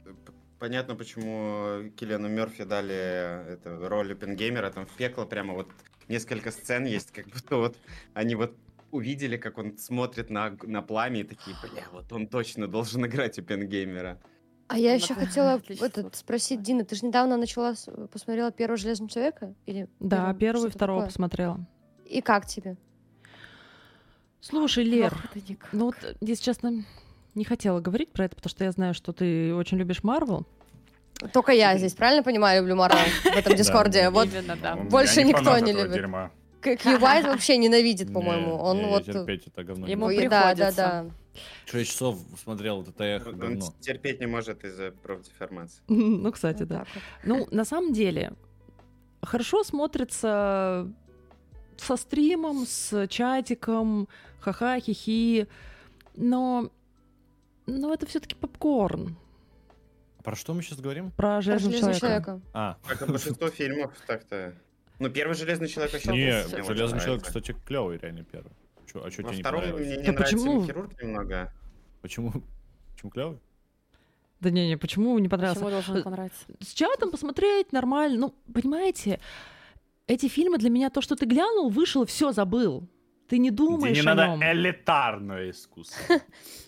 [SPEAKER 6] П- Понятно, почему Киллиану Мерфи дали э, это, роль Оппенгеймера. Там в пекло прямо вот несколько сцен есть, как будто вот они вот увидели, как он смотрит на, ог- на пламя и такие, бля, вот он точно должен играть Оппенгеймера.
[SPEAKER 3] А я
[SPEAKER 5] Ну,
[SPEAKER 3] еще
[SPEAKER 5] это
[SPEAKER 1] [LAUGHS]
[SPEAKER 3] хотела
[SPEAKER 5] отлично
[SPEAKER 3] этот,
[SPEAKER 5] вот.
[SPEAKER 3] спросить, Дина, ты же недавно начала, с- посмотрела первого Железного Человека? Или
[SPEAKER 1] Да, первую и
[SPEAKER 3] что-то
[SPEAKER 1] второго
[SPEAKER 3] такое?
[SPEAKER 1] посмотрела.
[SPEAKER 3] И как тебе?
[SPEAKER 1] Слушай, Лер,
[SPEAKER 5] Ох, это никак.
[SPEAKER 1] ну вот, э, если честно, не хотела говорить про это, потому что я знаю, что ты очень любишь Марвел. [LAUGHS]
[SPEAKER 3] Только я здесь, правильно понимаю, люблю Марвел в этом дискорде? Вот
[SPEAKER 5] Именно, да.
[SPEAKER 4] Я
[SPEAKER 3] больше никто
[SPEAKER 4] фанат
[SPEAKER 3] не
[SPEAKER 4] этого
[SPEAKER 3] любит.
[SPEAKER 4] дерьма.
[SPEAKER 3] Кьюбайт вообще ненавидит,
[SPEAKER 2] Не,
[SPEAKER 3] по-моему. Он
[SPEAKER 2] я- я
[SPEAKER 3] вот...
[SPEAKER 2] терпеть это говно. не
[SPEAKER 5] Ему
[SPEAKER 1] Ну,
[SPEAKER 2] могу.
[SPEAKER 3] Ой, да, да,
[SPEAKER 5] приходится.
[SPEAKER 3] да.
[SPEAKER 2] Шесть часов смотрел вот это эхо
[SPEAKER 6] Он
[SPEAKER 2] говно.
[SPEAKER 6] терпеть не может из-за профдеформации.
[SPEAKER 1] Ну, кстати,
[SPEAKER 5] Вот
[SPEAKER 1] да.
[SPEAKER 5] так вот.
[SPEAKER 1] Ну, на самом деле, хорошо смотрится со стримом, с чатиком, ха-ха, хихи, но, но это все-таки попкорн
[SPEAKER 2] Про что мы сейчас говорим?
[SPEAKER 1] про
[SPEAKER 3] Про
[SPEAKER 1] железного
[SPEAKER 3] Железного
[SPEAKER 1] человека.
[SPEAKER 3] Человека.
[SPEAKER 2] А,
[SPEAKER 6] [LAUGHS] Как и большинство фильмов, так-то. Ну, первый «Железный человек» вообще
[SPEAKER 2] не,
[SPEAKER 6] мне очень
[SPEAKER 2] Железный человек,
[SPEAKER 6] нравится.
[SPEAKER 2] кстати, клевый реально первый. Чё, а что
[SPEAKER 6] Во
[SPEAKER 2] тебе не
[SPEAKER 6] втором мне
[SPEAKER 2] понравилось?
[SPEAKER 6] не
[SPEAKER 1] Да
[SPEAKER 6] нравится
[SPEAKER 1] почему?
[SPEAKER 6] хирург немного.
[SPEAKER 2] Почему? Почему клевый?
[SPEAKER 1] Да не-не, почему не понравился?
[SPEAKER 5] Почему
[SPEAKER 1] Э,
[SPEAKER 5] должен понравиться?
[SPEAKER 1] С чатом посмотреть нормально, ну, понимаете, эти фильмы для меня то, что ты глянул, вышел и все забыл. Ты не думаешь
[SPEAKER 4] не
[SPEAKER 1] о
[SPEAKER 4] надо
[SPEAKER 1] нем.
[SPEAKER 4] элитарное искусство.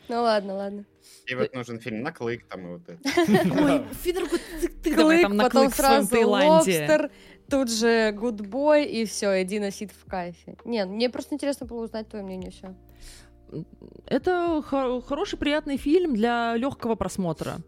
[SPEAKER 3] Ну ладно, ладно.
[SPEAKER 6] И вот нужен фильм на клык там и вот это.
[SPEAKER 1] [LAUGHS] Ой, Федор, вот ты, ты давай
[SPEAKER 3] Клык,
[SPEAKER 1] там на
[SPEAKER 3] потом
[SPEAKER 1] клык в своем
[SPEAKER 3] сразу
[SPEAKER 1] Таиланде.
[SPEAKER 3] лобстер, тут же гудбой, и все, иди сид в кайфе. Не, мне просто интересно было узнать твое мнение все.
[SPEAKER 1] Это хо- хороший, приятный фильм для легкого просмотра.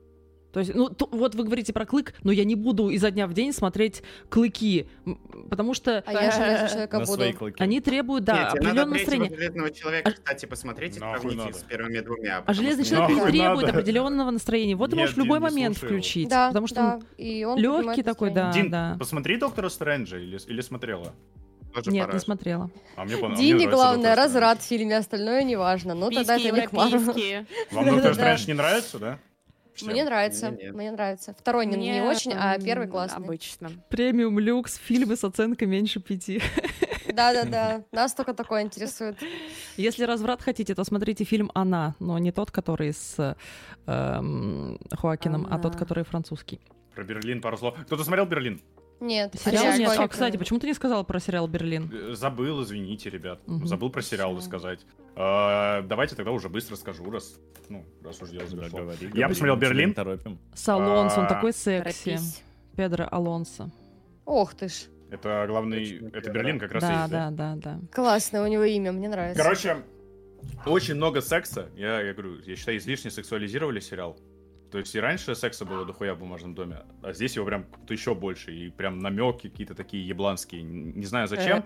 [SPEAKER 1] То есть, ну, то- вот вы говорите про клык, но я не буду изо дня в день смотреть клыки, м, потому что
[SPEAKER 3] А я железного человека
[SPEAKER 2] На свои
[SPEAKER 3] буду.
[SPEAKER 2] клыки.
[SPEAKER 1] они требуют, да,
[SPEAKER 6] Нет, тебе надо
[SPEAKER 1] определенного
[SPEAKER 6] третьего
[SPEAKER 1] настроения.
[SPEAKER 6] железного человека, кстати, посмотреть и
[SPEAKER 4] Нахуй
[SPEAKER 6] сравнить их
[SPEAKER 4] надо.
[SPEAKER 6] с первыми двумя.
[SPEAKER 1] А
[SPEAKER 6] потому
[SPEAKER 1] «Железный
[SPEAKER 6] что
[SPEAKER 1] человек»
[SPEAKER 6] мне
[SPEAKER 1] и
[SPEAKER 4] Нахуй
[SPEAKER 1] требует
[SPEAKER 4] надо.
[SPEAKER 1] определенного настроения. Вот ты
[SPEAKER 4] Нет,
[SPEAKER 1] можешь в любой
[SPEAKER 4] Дин, не
[SPEAKER 1] момент
[SPEAKER 4] слушай его.
[SPEAKER 1] включить,
[SPEAKER 3] Да,
[SPEAKER 1] потому что
[SPEAKER 3] да,
[SPEAKER 1] он
[SPEAKER 3] и он
[SPEAKER 1] лёгкий
[SPEAKER 3] поднимает
[SPEAKER 1] такой,
[SPEAKER 3] настроение.
[SPEAKER 1] А,
[SPEAKER 4] Дин,
[SPEAKER 1] да.
[SPEAKER 4] посмотри Доктора Стрэнджа или, или смотрела?
[SPEAKER 6] тоже
[SPEAKER 1] нет,
[SPEAKER 6] пора.
[SPEAKER 1] не смотрела.
[SPEAKER 4] А мне понравилось.
[SPEAKER 3] Дине главное разврат в фильме, остальное неважно. Ну тогда это
[SPEAKER 5] Письки
[SPEAKER 3] не к Марвелу. [LAUGHS]
[SPEAKER 5] европейские.
[SPEAKER 4] Вам Доктор
[SPEAKER 3] Да-да-да.
[SPEAKER 4] Стрэндж не нравится, да? Всем?
[SPEAKER 3] Мне нравится,
[SPEAKER 6] Мне нет.
[SPEAKER 3] мне нравится. Второй не, не
[SPEAKER 5] Мне,
[SPEAKER 3] очень, а
[SPEAKER 5] м,
[SPEAKER 3] первый классный.
[SPEAKER 5] Обычно.
[SPEAKER 1] Премиум люкс, фильмы с оценкой меньше пяти.
[SPEAKER 3] Да-да-да, нас только такое интересует.
[SPEAKER 1] [LAUGHS] Если разврат хотите, то смотрите фильм «Она», но не тот, который с эм, Хоакином, а тот,
[SPEAKER 5] «Она».
[SPEAKER 1] который французский.
[SPEAKER 4] Про Берлин пару слов. Кто-то смотрел Берлин?
[SPEAKER 3] Нет,
[SPEAKER 1] Сериал
[SPEAKER 5] реально
[SPEAKER 3] «Железный
[SPEAKER 1] нет. А,
[SPEAKER 3] человек»
[SPEAKER 1] кстати,
[SPEAKER 3] люблю.
[SPEAKER 1] почему ты не сказала про сериал «Берлин»?
[SPEAKER 4] Э, Забыл, извините, ребят.
[SPEAKER 1] Мгм.
[SPEAKER 4] Забыл про сериал рассказать. Э, Давайте тогда уже быстро скажу, раз, ну, раз уж дело
[SPEAKER 2] Да,
[SPEAKER 4] зашло.
[SPEAKER 2] говори,
[SPEAKER 4] Я
[SPEAKER 2] говори,
[SPEAKER 4] посмотрел
[SPEAKER 2] мы тебя не
[SPEAKER 4] «Берлин».
[SPEAKER 2] торопим.
[SPEAKER 1] С Алонсо, он такой секси.
[SPEAKER 5] Торопись.
[SPEAKER 1] А, Педро Алонсо.
[SPEAKER 3] Ох ты ж,
[SPEAKER 4] Это главный...
[SPEAKER 6] Точно,
[SPEAKER 4] Это
[SPEAKER 6] да.
[SPEAKER 4] Берлин как раз и
[SPEAKER 1] Да,
[SPEAKER 4] есть, да?
[SPEAKER 1] да, да, да.
[SPEAKER 3] классное у него имя, мне нравится.
[SPEAKER 4] Короче, очень много секса. Я, я говорю, я считаю, излишне сексуализировали сериал. То есть и раньше секса было дохуя в бумажном доме, а здесь его прям как-то еще больше. И прям намеки какие-то такие ебланские. н- Не знаю зачем.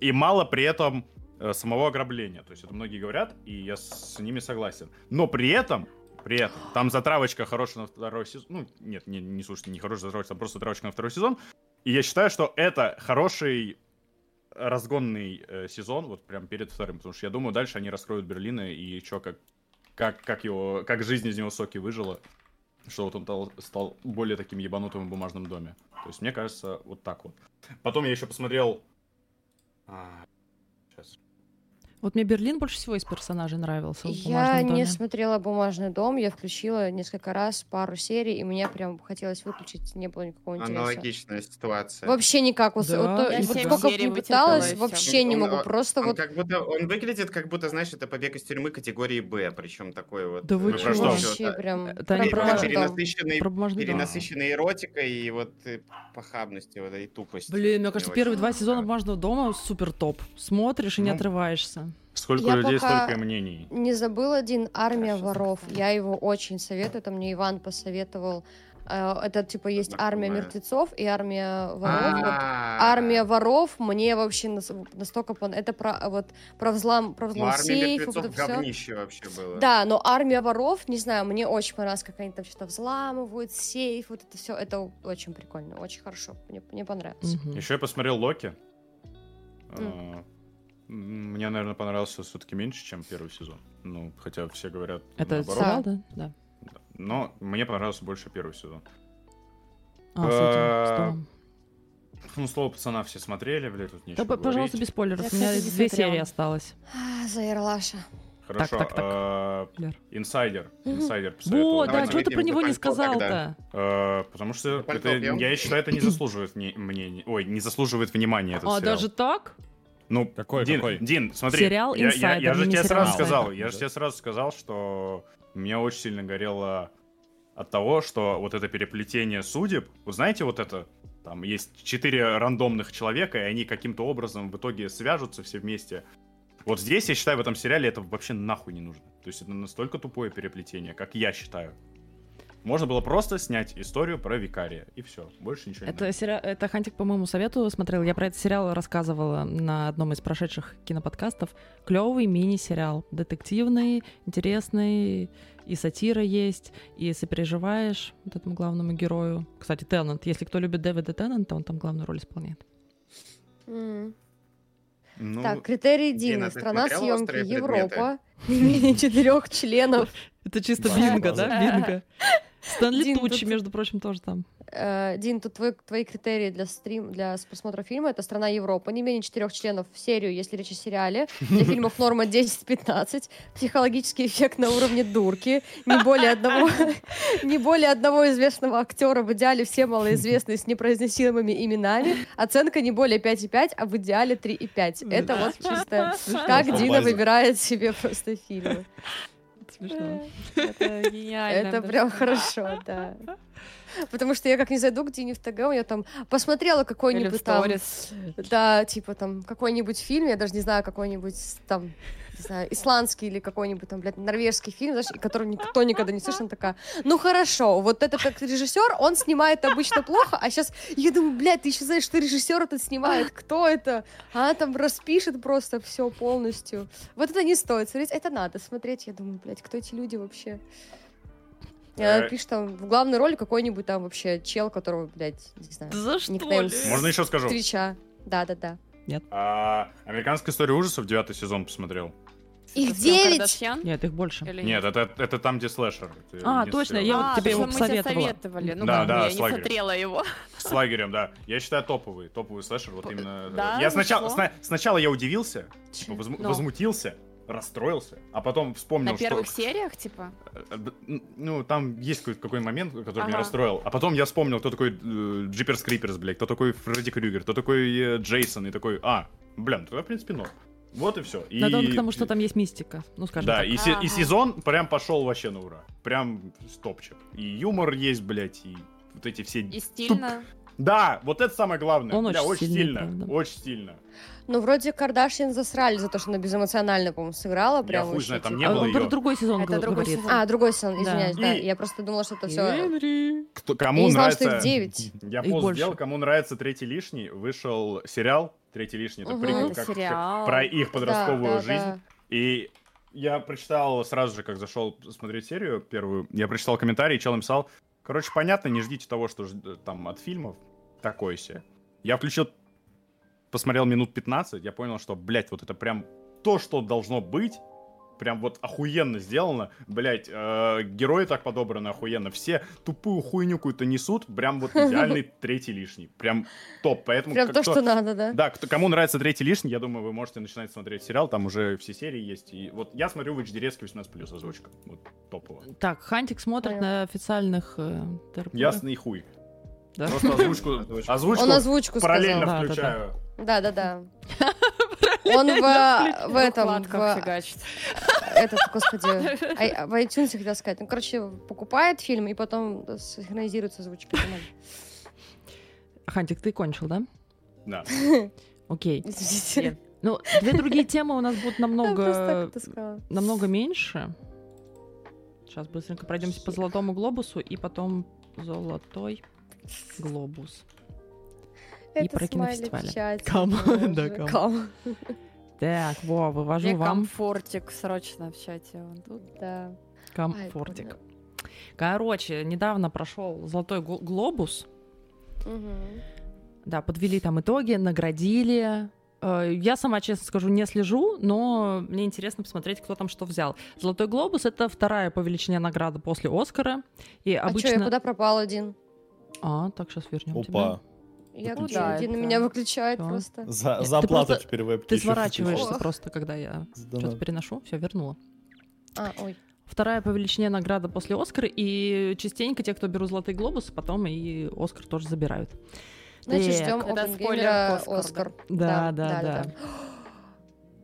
[SPEAKER 4] И мало при этом э, самого ограбления. То есть это многие говорят, и я с ними
[SPEAKER 5] Э.
[SPEAKER 4] согласен. Но при этом, Ну, при этом, там затравочка хорошая на второй сезон. Ну, нет, не, не слушайте, не хорошая затравочка, там просто затравочка на второй сезон. И я считаю, что это хороший разгонный э, сезон, вот прям перед вторым, потому что я думаю, дальше они раскроют Берлина и что, как, как, как его, как жизнь из него соки выжила, что вот он тал- стал более таким ебанутым в бумажном доме. То есть, мне кажется, вот так вот. Потом я еще посмотрел... а, щас.
[SPEAKER 1] Вот мне Берлин больше всего из персонажей нравился. в
[SPEAKER 3] Я
[SPEAKER 1] «Бумажном доме».
[SPEAKER 3] не смотрела «Бумажный дом», я включила несколько раз пару серий, и мне прям хотелось выключить, не было никакого интереса.
[SPEAKER 6] Аналогичная ситуация.
[SPEAKER 3] Вообще никак. Вот,
[SPEAKER 1] Да?
[SPEAKER 3] вот,
[SPEAKER 1] Я
[SPEAKER 3] вот
[SPEAKER 1] семь
[SPEAKER 3] сколько бы
[SPEAKER 5] серий
[SPEAKER 3] ни
[SPEAKER 5] вытерпела,
[SPEAKER 3] пыталась,
[SPEAKER 5] и всё.
[SPEAKER 3] вообще не
[SPEAKER 6] Он-
[SPEAKER 3] могу.
[SPEAKER 6] он-
[SPEAKER 3] Просто
[SPEAKER 6] Он,
[SPEAKER 3] вот
[SPEAKER 6] как будто, он выглядит как будто, знаешь, это побег из тюрьмы категории Б, причем такой вот.
[SPEAKER 1] Да вы
[SPEAKER 6] э,
[SPEAKER 4] чё?
[SPEAKER 6] вот
[SPEAKER 4] Вообще,
[SPEAKER 6] это,
[SPEAKER 3] вообще прям...
[SPEAKER 1] Это
[SPEAKER 3] прям
[SPEAKER 1] они
[SPEAKER 6] пере-
[SPEAKER 1] про-
[SPEAKER 3] бумажный дом.
[SPEAKER 6] Перенасыщенный,
[SPEAKER 1] Про
[SPEAKER 3] Ну
[SPEAKER 1] бумажный дом.
[SPEAKER 6] перенасыщенной эротикой и вот и похабностью, вот этой тупостью.
[SPEAKER 1] Блин, мне
[SPEAKER 6] Мне
[SPEAKER 1] кажется,
[SPEAKER 6] очень
[SPEAKER 1] первые два
[SPEAKER 6] нравится. А.
[SPEAKER 1] сезона «Бумажного дома» супер топ. Смотришь и не
[SPEAKER 4] Ну.
[SPEAKER 1] отрываешься.
[SPEAKER 4] Сколько
[SPEAKER 3] Я
[SPEAKER 4] людей,
[SPEAKER 3] пока-
[SPEAKER 4] столько и мнений.
[SPEAKER 3] Не забыл один «Армия
[SPEAKER 5] Хорошо,
[SPEAKER 3] воров».
[SPEAKER 5] Саксон.
[SPEAKER 3] Я его очень советую. Это мне Иван посоветовал. Э, Это типа есть армия
[SPEAKER 6] Знакомая.
[SPEAKER 3] мертвецов и армия воров.
[SPEAKER 6] Ну, А.
[SPEAKER 3] Вот
[SPEAKER 6] А-а-а.
[SPEAKER 3] Армия воров мне вообще нас- настолько пон- это про э, вот про взлом про
[SPEAKER 6] Ну,
[SPEAKER 3] взлом
[SPEAKER 6] армия
[SPEAKER 3] сейфов вот
[SPEAKER 6] мертвецов
[SPEAKER 3] это все.
[SPEAKER 6] говнище вообще было.
[SPEAKER 3] Да, но армия воров, не знаю, мне очень понравилось, как они там что-то взламывают, сейф, вот это все, это очень прикольно, очень хорошо, мне, мне понравилось.
[SPEAKER 1] Мгм.
[SPEAKER 4] Еще я посмотрел Локи. А, м, Мне, наверное, понравился все-таки меньше, чем первый сезон. Ну, хотя все говорят
[SPEAKER 1] Это
[SPEAKER 4] наоборот.
[SPEAKER 1] сериал, да? Да.
[SPEAKER 4] Да. Но мне понравился больше первый сезон.
[SPEAKER 1] А, с этим, с
[SPEAKER 4] Э,
[SPEAKER 1] Томом.
[SPEAKER 4] Ну, слово пацана все смотрели, блядь, тут
[SPEAKER 1] Да,
[SPEAKER 4] нечего
[SPEAKER 1] п- пожалуйста,
[SPEAKER 4] говорить.
[SPEAKER 1] без спойлеров.
[SPEAKER 5] Я,
[SPEAKER 1] У меня
[SPEAKER 5] кстати, не
[SPEAKER 1] две
[SPEAKER 5] смотрела.
[SPEAKER 1] серии осталось.
[SPEAKER 3] А, за Ералаша.
[SPEAKER 4] Хорошо.
[SPEAKER 1] так, так.
[SPEAKER 4] э,
[SPEAKER 1] Киллер.
[SPEAKER 4] инсайдер.
[SPEAKER 3] Мгм.
[SPEAKER 4] Инсайдер
[SPEAKER 1] Во,
[SPEAKER 4] посоветовал.
[SPEAKER 1] да,
[SPEAKER 6] Давайте
[SPEAKER 1] что ты
[SPEAKER 6] выпьем
[SPEAKER 1] про него
[SPEAKER 6] за
[SPEAKER 1] не
[SPEAKER 6] пальто
[SPEAKER 1] сказал-то?
[SPEAKER 6] тогда.
[SPEAKER 4] Э, потому что
[SPEAKER 6] Пальто
[SPEAKER 4] это-
[SPEAKER 6] пьем?
[SPEAKER 4] я считаю, это не заслуживает вне- мнения. Ой, не заслуживает внимания этот
[SPEAKER 1] А,
[SPEAKER 4] сериал.
[SPEAKER 1] даже так?
[SPEAKER 4] Ну,
[SPEAKER 7] Какой,
[SPEAKER 4] Дин,
[SPEAKER 7] какой?
[SPEAKER 4] Дин, смотри.
[SPEAKER 1] Сериал
[SPEAKER 4] я, я- я
[SPEAKER 1] «Инсайдер»,
[SPEAKER 4] же тебе
[SPEAKER 1] мини-сериал
[SPEAKER 4] сразу
[SPEAKER 7] «Инсайдер».
[SPEAKER 4] сказал, я же
[SPEAKER 7] Да.
[SPEAKER 4] тебе сразу сказал, что меня очень сильно горело от того, что вот это переплетение судеб, вы знаете вот это, там есть четыре рандомных человека, и они каким-то образом в итоге свяжутся все вместе. Вот здесь, я считаю, в этом сериале это вообще нахуй не нужно. То есть это настолько тупое переплетение, как я считаю. Можно было просто снять историю про викария, и все. Больше ничего не
[SPEAKER 1] Это, сериал, это Хантик по моему совету смотрел. Я про этот сериал рассказывала на одном из прошедших киноподкастов. Клевый мини-сериал. Детективный, интересный, и сатира есть, и сопереживаешь вот этому главному герою. Кстати, Теннант. Если кто любит Дэвида Теннанта, он там главную роль исполняет.
[SPEAKER 3] М.
[SPEAKER 4] надо. Ну,
[SPEAKER 3] Так, критерии
[SPEAKER 6] Дина,
[SPEAKER 3] Дины.
[SPEAKER 6] ты
[SPEAKER 3] Страна
[SPEAKER 6] смотрела
[SPEAKER 3] съемки
[SPEAKER 6] «Острые
[SPEAKER 3] Европа. Не менее [LAUGHS] четырех членов.
[SPEAKER 1] Это чисто
[SPEAKER 4] Да,
[SPEAKER 1] бинго,
[SPEAKER 4] база.
[SPEAKER 1] да? Бинго. Стэнли
[SPEAKER 3] Дин, тут-
[SPEAKER 1] Тучи, между прочим, тоже там.
[SPEAKER 3] Э, Дин, тут твой- твои критерии для стрим, для с- просмотра фильма это страна Европа, не менее четырех членов в серию, если речь о сериале, для фильмов норма 10-15, психологический эффект на уровне дурки, не более одного, не более одного известного актера, в идеале все малоизвестные с непроизносимыми именами, оценка не более 5,5, а в идеале 3,5. Это вот чисто как
[SPEAKER 2] По
[SPEAKER 3] Дина
[SPEAKER 2] базе.
[SPEAKER 3] выбирает себе просто фильмы.
[SPEAKER 1] Смешно.
[SPEAKER 5] Э, Это гениально.
[SPEAKER 3] Это прям хорошо,
[SPEAKER 5] [LAUGHS]
[SPEAKER 3] да. Потому что я как не зайду к Дине в ТГ, у нее там посмотрела
[SPEAKER 5] Или в
[SPEAKER 3] какой-нибудь там...
[SPEAKER 5] сторис.
[SPEAKER 3] Да, типа там какой-нибудь фильм, я даже не знаю, какой-нибудь там, не знаю, исландский или какой-нибудь там, блядь, норвежский фильм, знаешь, и который никто никогда не слышал, она такая, ну хорошо, вот этот как режиссер, он снимает обычно плохо, а сейчас я думаю, блядь, ты еще знаешь, что режиссер этот снимает, кто это? А она там распишет просто все полностью. Вот это не стоит смотреть, это надо смотреть, я думаю, блядь, кто эти люди вообще? И она
[SPEAKER 4] Э.
[SPEAKER 3] пишет там в главной роли какой-нибудь там вообще чел, которого, блядь, не знаю,
[SPEAKER 1] За что,
[SPEAKER 3] Никнейм
[SPEAKER 1] Лёш?
[SPEAKER 3] с-
[SPEAKER 4] Можно еще Ну, скажу?
[SPEAKER 3] Твича. Да-да-да.
[SPEAKER 4] А, Американская история ужасов девятый сезон посмотрел.
[SPEAKER 3] Их
[SPEAKER 5] Это с Ким
[SPEAKER 3] девять!
[SPEAKER 5] Кардашьян?
[SPEAKER 1] Нет, их больше.
[SPEAKER 5] Или
[SPEAKER 4] Нет, это, это там, где слэшер. Это
[SPEAKER 1] А,
[SPEAKER 4] не
[SPEAKER 1] точно,
[SPEAKER 4] сериал.
[SPEAKER 1] я вот
[SPEAKER 5] А,
[SPEAKER 1] тебе его
[SPEAKER 5] точно, мы тебя
[SPEAKER 1] посоветовала.
[SPEAKER 5] советовали. Ну,
[SPEAKER 4] Да,
[SPEAKER 5] как бы
[SPEAKER 4] да,
[SPEAKER 5] я
[SPEAKER 4] с
[SPEAKER 5] не
[SPEAKER 4] лагеря.
[SPEAKER 5] смотрела его.
[SPEAKER 4] С лагерем, да. Я считаю топовый, топовый слэшер, вот
[SPEAKER 3] П-
[SPEAKER 4] именно...
[SPEAKER 5] да,
[SPEAKER 1] ну
[SPEAKER 4] я сначала,
[SPEAKER 5] зашло.
[SPEAKER 4] сна- сначала я удивился, типа, возму-
[SPEAKER 3] Но.
[SPEAKER 4] возмутился, расстроился, а потом вспомнил,
[SPEAKER 5] На
[SPEAKER 4] что...
[SPEAKER 5] первых сериях, типа?
[SPEAKER 4] Э, э, б- Ну, там есть какой-то какой момент, который меня
[SPEAKER 5] Ага.
[SPEAKER 4] расстроил. А потом я вспомнил, кто такой э, Джиперс Криперс, блядь, кто такой Фредди Крюгер, кто такой э, Джейсон, и такой, а, блин, тогда, в принципе, норм. Вот и все. И...
[SPEAKER 1] Надо он к тому, что там есть мистика. Ну, скажем
[SPEAKER 4] Да,
[SPEAKER 1] так.
[SPEAKER 4] и, се- и
[SPEAKER 5] Ага.
[SPEAKER 4] сезон прям пошел вообще на ура. Прям стопчик. И юмор есть, блядь, и вот эти все...
[SPEAKER 5] И стильно.
[SPEAKER 4] Да, вот это самое главное.
[SPEAKER 1] Он
[SPEAKER 4] Бля,
[SPEAKER 1] очень
[SPEAKER 4] очень
[SPEAKER 1] сильный,
[SPEAKER 4] сильно.
[SPEAKER 1] правда.
[SPEAKER 4] Очень сильно.
[SPEAKER 3] Ну, вроде Кардашьян засрали за то, что она безэмоционально, по-моему, сыграла. Прям
[SPEAKER 4] хуй
[SPEAKER 3] вообще,
[SPEAKER 4] знаю, там
[SPEAKER 3] типа.
[SPEAKER 4] не
[SPEAKER 1] А
[SPEAKER 4] было
[SPEAKER 1] он про
[SPEAKER 4] её.
[SPEAKER 1] другой сезон
[SPEAKER 5] Это
[SPEAKER 1] гов-
[SPEAKER 5] другой
[SPEAKER 1] говорит.
[SPEAKER 5] сезон.
[SPEAKER 3] А, другой сон,
[SPEAKER 1] Да.
[SPEAKER 3] извиняюсь, да.
[SPEAKER 4] И-
[SPEAKER 3] Я просто думала, что это все...
[SPEAKER 1] Генри.
[SPEAKER 5] Ну,
[SPEAKER 4] Кто-
[SPEAKER 3] Я
[SPEAKER 4] кому
[SPEAKER 3] не знала,
[SPEAKER 4] нравится...
[SPEAKER 3] что их девять.
[SPEAKER 4] Я
[SPEAKER 1] Их
[SPEAKER 4] пост
[SPEAKER 1] больше.
[SPEAKER 4] сделал, кому нравится третий лишний, вышел сериал третий лишний, это
[SPEAKER 3] Мгм.
[SPEAKER 4] приквел,
[SPEAKER 5] Это
[SPEAKER 4] как- как
[SPEAKER 5] сериал.
[SPEAKER 4] про их подростковую
[SPEAKER 3] Да, да,
[SPEAKER 4] жизнь.
[SPEAKER 3] да.
[SPEAKER 4] И я прочитал сразу же, как зашел смотреть серию первую, я прочитал комментарий, чел написал, короче, понятно, не ждите того, что ж- э, там от фильмов, такой себе. Я включил, посмотрел минут 15, я понял, что, блядь, вот это прям то, что должно быть, прям вот охуенно сделано, блядь, э, герои так подобраны охуенно, все тупую хуйню какую-то несут, прям вот
[SPEAKER 3] [LAUGHS]
[SPEAKER 4] идеальный третий лишний, прям топ, поэтому...
[SPEAKER 3] Прям
[SPEAKER 4] Ну, как-
[SPEAKER 3] то, что
[SPEAKER 4] кто-
[SPEAKER 3] надо, да?
[SPEAKER 4] да, кто, кому нравится третий лишний, я думаю, вы можете начинать смотреть сериал, там уже все серии есть. И вот я смотрю в HDRESC 18+, озвучка. Вот, топово.
[SPEAKER 1] Так, Хантик смотрит
[SPEAKER 3] Понятно.
[SPEAKER 1] на официальных э, терапевтах.
[SPEAKER 4] Ясный хуй.
[SPEAKER 1] Да.
[SPEAKER 4] Просто озвучку,
[SPEAKER 2] Озвучку.
[SPEAKER 4] озвучку
[SPEAKER 3] Он озвучку
[SPEAKER 4] параллельно
[SPEAKER 1] сказал. Да, да, да.
[SPEAKER 4] включаю.
[SPEAKER 3] сказал. [LAUGHS] Да-да-да. Он в, в этом,
[SPEAKER 5] Укладках
[SPEAKER 3] в
[SPEAKER 5] фигачит.
[SPEAKER 3] этот, [LAUGHS] господи, ай- в iTunes хотел сказать. Ну, короче, покупает фильм и потом синхронизируется озвучкой. Нормально.
[SPEAKER 1] Хантик, ты кончил, да?
[SPEAKER 4] Да.
[SPEAKER 1] [LAUGHS] Окей.
[SPEAKER 3] Извините.
[SPEAKER 1] Ну, две другие темы у нас будут
[SPEAKER 3] Я просто так
[SPEAKER 1] намного,
[SPEAKER 3] это сказала.
[SPEAKER 1] намного меньше. Сейчас быстренько пройдемся по золотому глобусу и потом золотой глобус. И
[SPEAKER 3] Это
[SPEAKER 1] про
[SPEAKER 3] смайлик
[SPEAKER 1] кинофестивали.
[SPEAKER 3] в чате,
[SPEAKER 1] Кам.
[SPEAKER 3] боже,
[SPEAKER 1] Да, кам.
[SPEAKER 3] кам.
[SPEAKER 1] Так, во, вывожу
[SPEAKER 5] Мне
[SPEAKER 1] вам
[SPEAKER 5] комфортик срочно в чате. вон тут.
[SPEAKER 3] Да.
[SPEAKER 1] комфортик.
[SPEAKER 3] поняла.
[SPEAKER 1] Короче, недавно прошел золотой гл- глобус.
[SPEAKER 3] Мгм. А
[SPEAKER 1] Да, подвели там итоги, наградили. Э, Я сама, честно скажу, не слежу, но мне интересно посмотреть, кто там что взял. Золотой глобус это вторая по величине награда после Оскара. И
[SPEAKER 3] А что, я
[SPEAKER 1] обычно.
[SPEAKER 3] куда пропал один?
[SPEAKER 1] А, так сейчас вернем тебя.
[SPEAKER 2] Опа.
[SPEAKER 3] Я
[SPEAKER 5] Ну
[SPEAKER 3] куда?
[SPEAKER 5] да,
[SPEAKER 3] Один
[SPEAKER 5] это-
[SPEAKER 3] меня выключает
[SPEAKER 1] Всё.
[SPEAKER 3] просто.
[SPEAKER 2] За,
[SPEAKER 1] Ты
[SPEAKER 2] за оплату
[SPEAKER 1] просто-
[SPEAKER 2] теперь веб
[SPEAKER 1] Ты сворачиваешься
[SPEAKER 3] Ох.
[SPEAKER 1] просто, когда я что-то переношу. Все, вернула.
[SPEAKER 3] А, ой.
[SPEAKER 1] Вторая по величине награда после Оскара, и частенько те, кто берут золотые глобусы, потом и Оскар тоже забирают.
[SPEAKER 3] Значит,
[SPEAKER 1] Так.
[SPEAKER 3] ждем
[SPEAKER 5] Это
[SPEAKER 3] Опенгеймера
[SPEAKER 5] спойлер к Оскару,
[SPEAKER 3] Оскар.
[SPEAKER 1] Э, Да, да, да.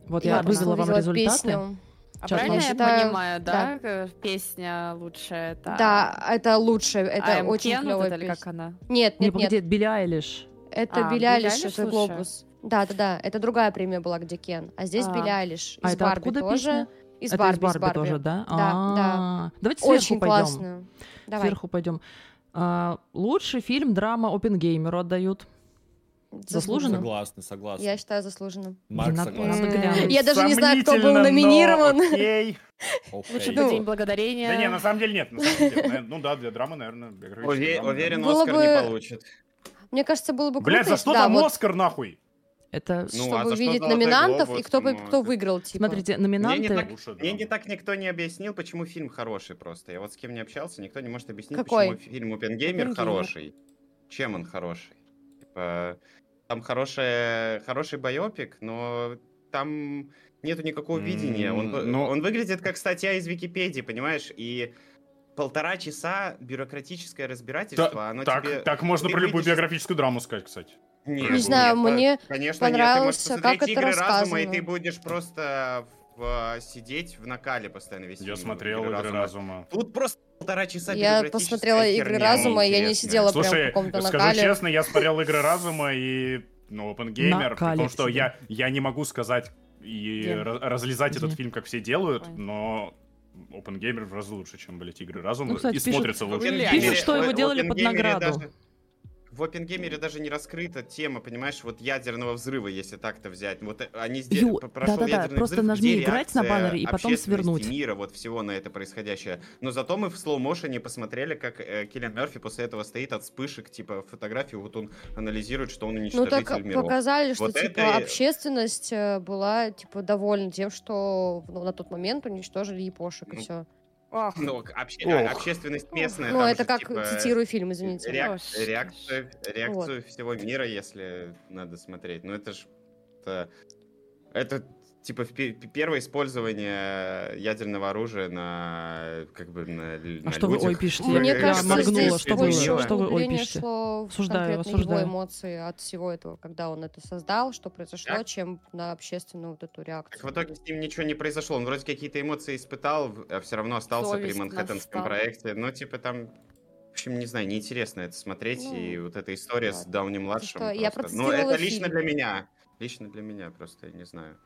[SPEAKER 1] Вот
[SPEAKER 3] И
[SPEAKER 1] я
[SPEAKER 3] просто
[SPEAKER 1] вызвала вам
[SPEAKER 3] увидела
[SPEAKER 1] результаты.
[SPEAKER 3] песню.
[SPEAKER 5] А
[SPEAKER 1] Чё,
[SPEAKER 5] правильно я
[SPEAKER 3] значит, а,
[SPEAKER 5] понимаю,
[SPEAKER 3] да.
[SPEAKER 5] да? э, Песня лучшая это...
[SPEAKER 3] Да, это лучше, это
[SPEAKER 5] I'm
[SPEAKER 3] очень
[SPEAKER 5] Ken, вот
[SPEAKER 3] клевая
[SPEAKER 5] это или как
[SPEAKER 3] песня.
[SPEAKER 5] она?
[SPEAKER 3] Нет,
[SPEAKER 1] Не,
[SPEAKER 3] нет, нет,
[SPEAKER 1] погоди, это Билли Айлиш.
[SPEAKER 3] это
[SPEAKER 5] А,
[SPEAKER 3] Билли
[SPEAKER 5] Билли
[SPEAKER 3] Айлиш,
[SPEAKER 5] Айлиш
[SPEAKER 3] это
[SPEAKER 5] лучше?
[SPEAKER 3] «Глобус». Да, да, да, это другая премия была, где Кен, а здесь
[SPEAKER 5] А.
[SPEAKER 3] Билли Айлиш.
[SPEAKER 1] А
[SPEAKER 3] Из
[SPEAKER 1] это
[SPEAKER 3] Барби
[SPEAKER 1] откуда
[SPEAKER 3] тоже.
[SPEAKER 1] песня?
[SPEAKER 3] Из
[SPEAKER 1] это
[SPEAKER 3] Барби,
[SPEAKER 1] из Барби, тоже, да?
[SPEAKER 3] Да,
[SPEAKER 1] А, Давайте сверху
[SPEAKER 3] Очень
[SPEAKER 1] пойдем.
[SPEAKER 3] классную. Давай,
[SPEAKER 1] Сверху пойдем. А, лучший фильм драма Опенгеймеру отдают. заслуженно?
[SPEAKER 2] Согласны, согласны.
[SPEAKER 3] ну, Я считаю заслуженным.
[SPEAKER 2] Марк
[SPEAKER 1] Надо-
[SPEAKER 2] согласен.
[SPEAKER 1] надо глянуть.
[SPEAKER 3] Я даже не знаю, кто был
[SPEAKER 4] Сомнительно, но
[SPEAKER 3] номинирован. [LAUGHS]
[SPEAKER 4] окей.
[SPEAKER 2] Окей.
[SPEAKER 5] Лучше
[SPEAKER 3] Ну,
[SPEAKER 5] бы День Благодарения.
[SPEAKER 4] Да не, на самом деле нет. на самом деле. Наверно, Ну да, для драмы, наверное.
[SPEAKER 6] Уве- Уверен,
[SPEAKER 3] Было
[SPEAKER 6] Оскар
[SPEAKER 3] бы-
[SPEAKER 6] не получит.
[SPEAKER 3] Мне кажется, было бы Ну, круто,
[SPEAKER 4] Блять, за
[SPEAKER 3] если-
[SPEAKER 4] что
[SPEAKER 3] да,
[SPEAKER 4] там
[SPEAKER 3] вот,
[SPEAKER 4] Оскар, нахуй?
[SPEAKER 1] Это,
[SPEAKER 6] Ну, а
[SPEAKER 3] чтобы
[SPEAKER 6] за что
[SPEAKER 3] увидеть
[SPEAKER 6] «Золотой
[SPEAKER 3] номинантов
[SPEAKER 6] глобус»,
[SPEAKER 3] и кто, бы-
[SPEAKER 6] ну,
[SPEAKER 3] кто
[SPEAKER 6] это-
[SPEAKER 3] выиграл, типа.
[SPEAKER 1] смотрите, номинанты...
[SPEAKER 6] так-
[SPEAKER 4] Лучше
[SPEAKER 6] Мне не
[SPEAKER 4] драма.
[SPEAKER 6] так никто не объяснил, почему фильм хороший просто. Я вот с кем не общался, никто не может объяснить,
[SPEAKER 3] Какой?
[SPEAKER 6] почему фильм «Опенгеймер»
[SPEAKER 5] «Оппенгеймер».
[SPEAKER 6] хороший. Чем он хороший? Типа, там хорошая, хороший байопик, но там нету никакого
[SPEAKER 4] М,
[SPEAKER 6] видения. Он, вы-
[SPEAKER 4] ну-
[SPEAKER 6] он выглядит как статья из Википедии, понимаешь? И полтора часа бюрократическое разбирательство, оно
[SPEAKER 4] Так,
[SPEAKER 6] ну, тебе...
[SPEAKER 4] так можно
[SPEAKER 6] ты
[SPEAKER 4] про любую
[SPEAKER 6] выйдешь из-
[SPEAKER 4] биографическую драму сказать, кстати.
[SPEAKER 6] Нет,
[SPEAKER 4] Не
[SPEAKER 3] знаю,
[SPEAKER 6] по-
[SPEAKER 3] мне
[SPEAKER 6] конечно, нет. Ты
[SPEAKER 3] понравился,
[SPEAKER 6] можешь посмотреть
[SPEAKER 3] как это
[SPEAKER 6] «Игры разума», и
[SPEAKER 3] рассказано.
[SPEAKER 6] ты будешь просто в- а, сидеть в накале постоянно весь
[SPEAKER 4] Я
[SPEAKER 6] фильм.
[SPEAKER 4] смотрел
[SPEAKER 6] «Игры
[SPEAKER 4] «Игры разума».
[SPEAKER 6] Тут просто полтора часа
[SPEAKER 3] Я
[SPEAKER 6] бюрократическая
[SPEAKER 3] посмотрела «Игры
[SPEAKER 6] херня
[SPEAKER 3] разума», и я не
[SPEAKER 6] интересная.
[SPEAKER 3] сидела прям в
[SPEAKER 4] Слушай,
[SPEAKER 3] каком-то
[SPEAKER 4] скажу
[SPEAKER 3] накале.
[SPEAKER 4] честно, я смотрел
[SPEAKER 3] [LAUGHS]
[SPEAKER 4] «Игры разума» и... Ну, Опенгеймер, при том,
[SPEAKER 1] Накалец
[SPEAKER 4] что
[SPEAKER 1] тебе.
[SPEAKER 4] я, я не могу сказать и
[SPEAKER 5] Дим.
[SPEAKER 4] ра- разлезать этот
[SPEAKER 1] Дим.
[SPEAKER 4] фильм, как все делают,
[SPEAKER 5] Ой.
[SPEAKER 4] но Опенгеймер в разы лучше, чем, блядь, «Игры разума»,
[SPEAKER 1] Ну, кстати,
[SPEAKER 4] и
[SPEAKER 1] пишут-
[SPEAKER 4] смотрится
[SPEAKER 6] В
[SPEAKER 4] лучше.
[SPEAKER 6] «Опенгеймере»
[SPEAKER 1] Пишут, что его
[SPEAKER 6] в
[SPEAKER 1] делали под
[SPEAKER 6] «Опенгеймере»
[SPEAKER 1] награду.
[SPEAKER 6] даже- В Опенгеймере даже не раскрыта тема, понимаешь, вот ядерного взрыва, если так-то взять. Вот э, они сделали,
[SPEAKER 1] Ю,
[SPEAKER 6] прошел
[SPEAKER 1] да-да-да,
[SPEAKER 6] ядерный
[SPEAKER 1] просто
[SPEAKER 6] взрыв,
[SPEAKER 1] нажми
[SPEAKER 6] где
[SPEAKER 1] «играть» на
[SPEAKER 6] реакция
[SPEAKER 1] баннере и потом
[SPEAKER 6] общественности,
[SPEAKER 1] свернуть.
[SPEAKER 6] мира, вот всего на это происходящее. Но зато мы в слоу-мошене посмотрели, как э, Киллиан Мерфи после этого стоит от вспышек, типа, фотографии, вот он анализирует, что он
[SPEAKER 3] Ну
[SPEAKER 6] уничтожитель
[SPEAKER 3] так
[SPEAKER 1] а,
[SPEAKER 6] миров.
[SPEAKER 3] показали, что
[SPEAKER 6] Вот
[SPEAKER 3] типа
[SPEAKER 6] это и-
[SPEAKER 3] общественность э, была типа довольна тем, что ну, на тот момент уничтожили япошек и
[SPEAKER 6] Ну,
[SPEAKER 3] все.
[SPEAKER 6] Ну, обще-
[SPEAKER 4] Ох.
[SPEAKER 6] общественность местная.
[SPEAKER 3] Ну
[SPEAKER 6] там
[SPEAKER 3] это
[SPEAKER 6] же,
[SPEAKER 3] как
[SPEAKER 6] типа,
[SPEAKER 3] цитирую фильм, извините.
[SPEAKER 6] реак-
[SPEAKER 5] Ой, что ж.
[SPEAKER 6] реакцию, реакцию всего мира, если надо смотреть. Ну это ж это, это, типа впе- первое использование ядерного оружия на как бы на, л- на
[SPEAKER 1] А что вы, ой,
[SPEAKER 6] людях.
[SPEAKER 1] пишете?
[SPEAKER 3] Ну, Мне
[SPEAKER 1] я
[SPEAKER 3] кажется,
[SPEAKER 1] моргнула,
[SPEAKER 3] здесь
[SPEAKER 1] что
[SPEAKER 6] было?
[SPEAKER 1] вы,
[SPEAKER 3] больше
[SPEAKER 6] было?
[SPEAKER 1] что вы, ой,
[SPEAKER 3] углубление
[SPEAKER 1] пишете.
[SPEAKER 3] шло в
[SPEAKER 1] Осуждаю,
[SPEAKER 3] конкретно его
[SPEAKER 1] осуждаю.
[SPEAKER 3] эмоции от всего этого, когда он это создал, что произошло,
[SPEAKER 6] Так.
[SPEAKER 3] чем на общественную вот эту
[SPEAKER 6] Так
[SPEAKER 3] реакцию.
[SPEAKER 6] в итоге с ним ничего не произошло. Он вроде какие-то эмоции испытал, в- а все равно остался
[SPEAKER 5] Совесть
[SPEAKER 6] при Манхэттенском
[SPEAKER 5] настала.
[SPEAKER 6] проекте. Ну, типа там. В общем, не знаю, неинтересно это смотреть. и
[SPEAKER 3] Ну,
[SPEAKER 6] вот эта история с
[SPEAKER 3] ладно.
[SPEAKER 6] Дауни младшим.
[SPEAKER 3] что, я
[SPEAKER 6] Ну,
[SPEAKER 3] процитировала
[SPEAKER 6] это лично
[SPEAKER 3] фильм.
[SPEAKER 6] для меня. Лично для меня, просто я не знаю.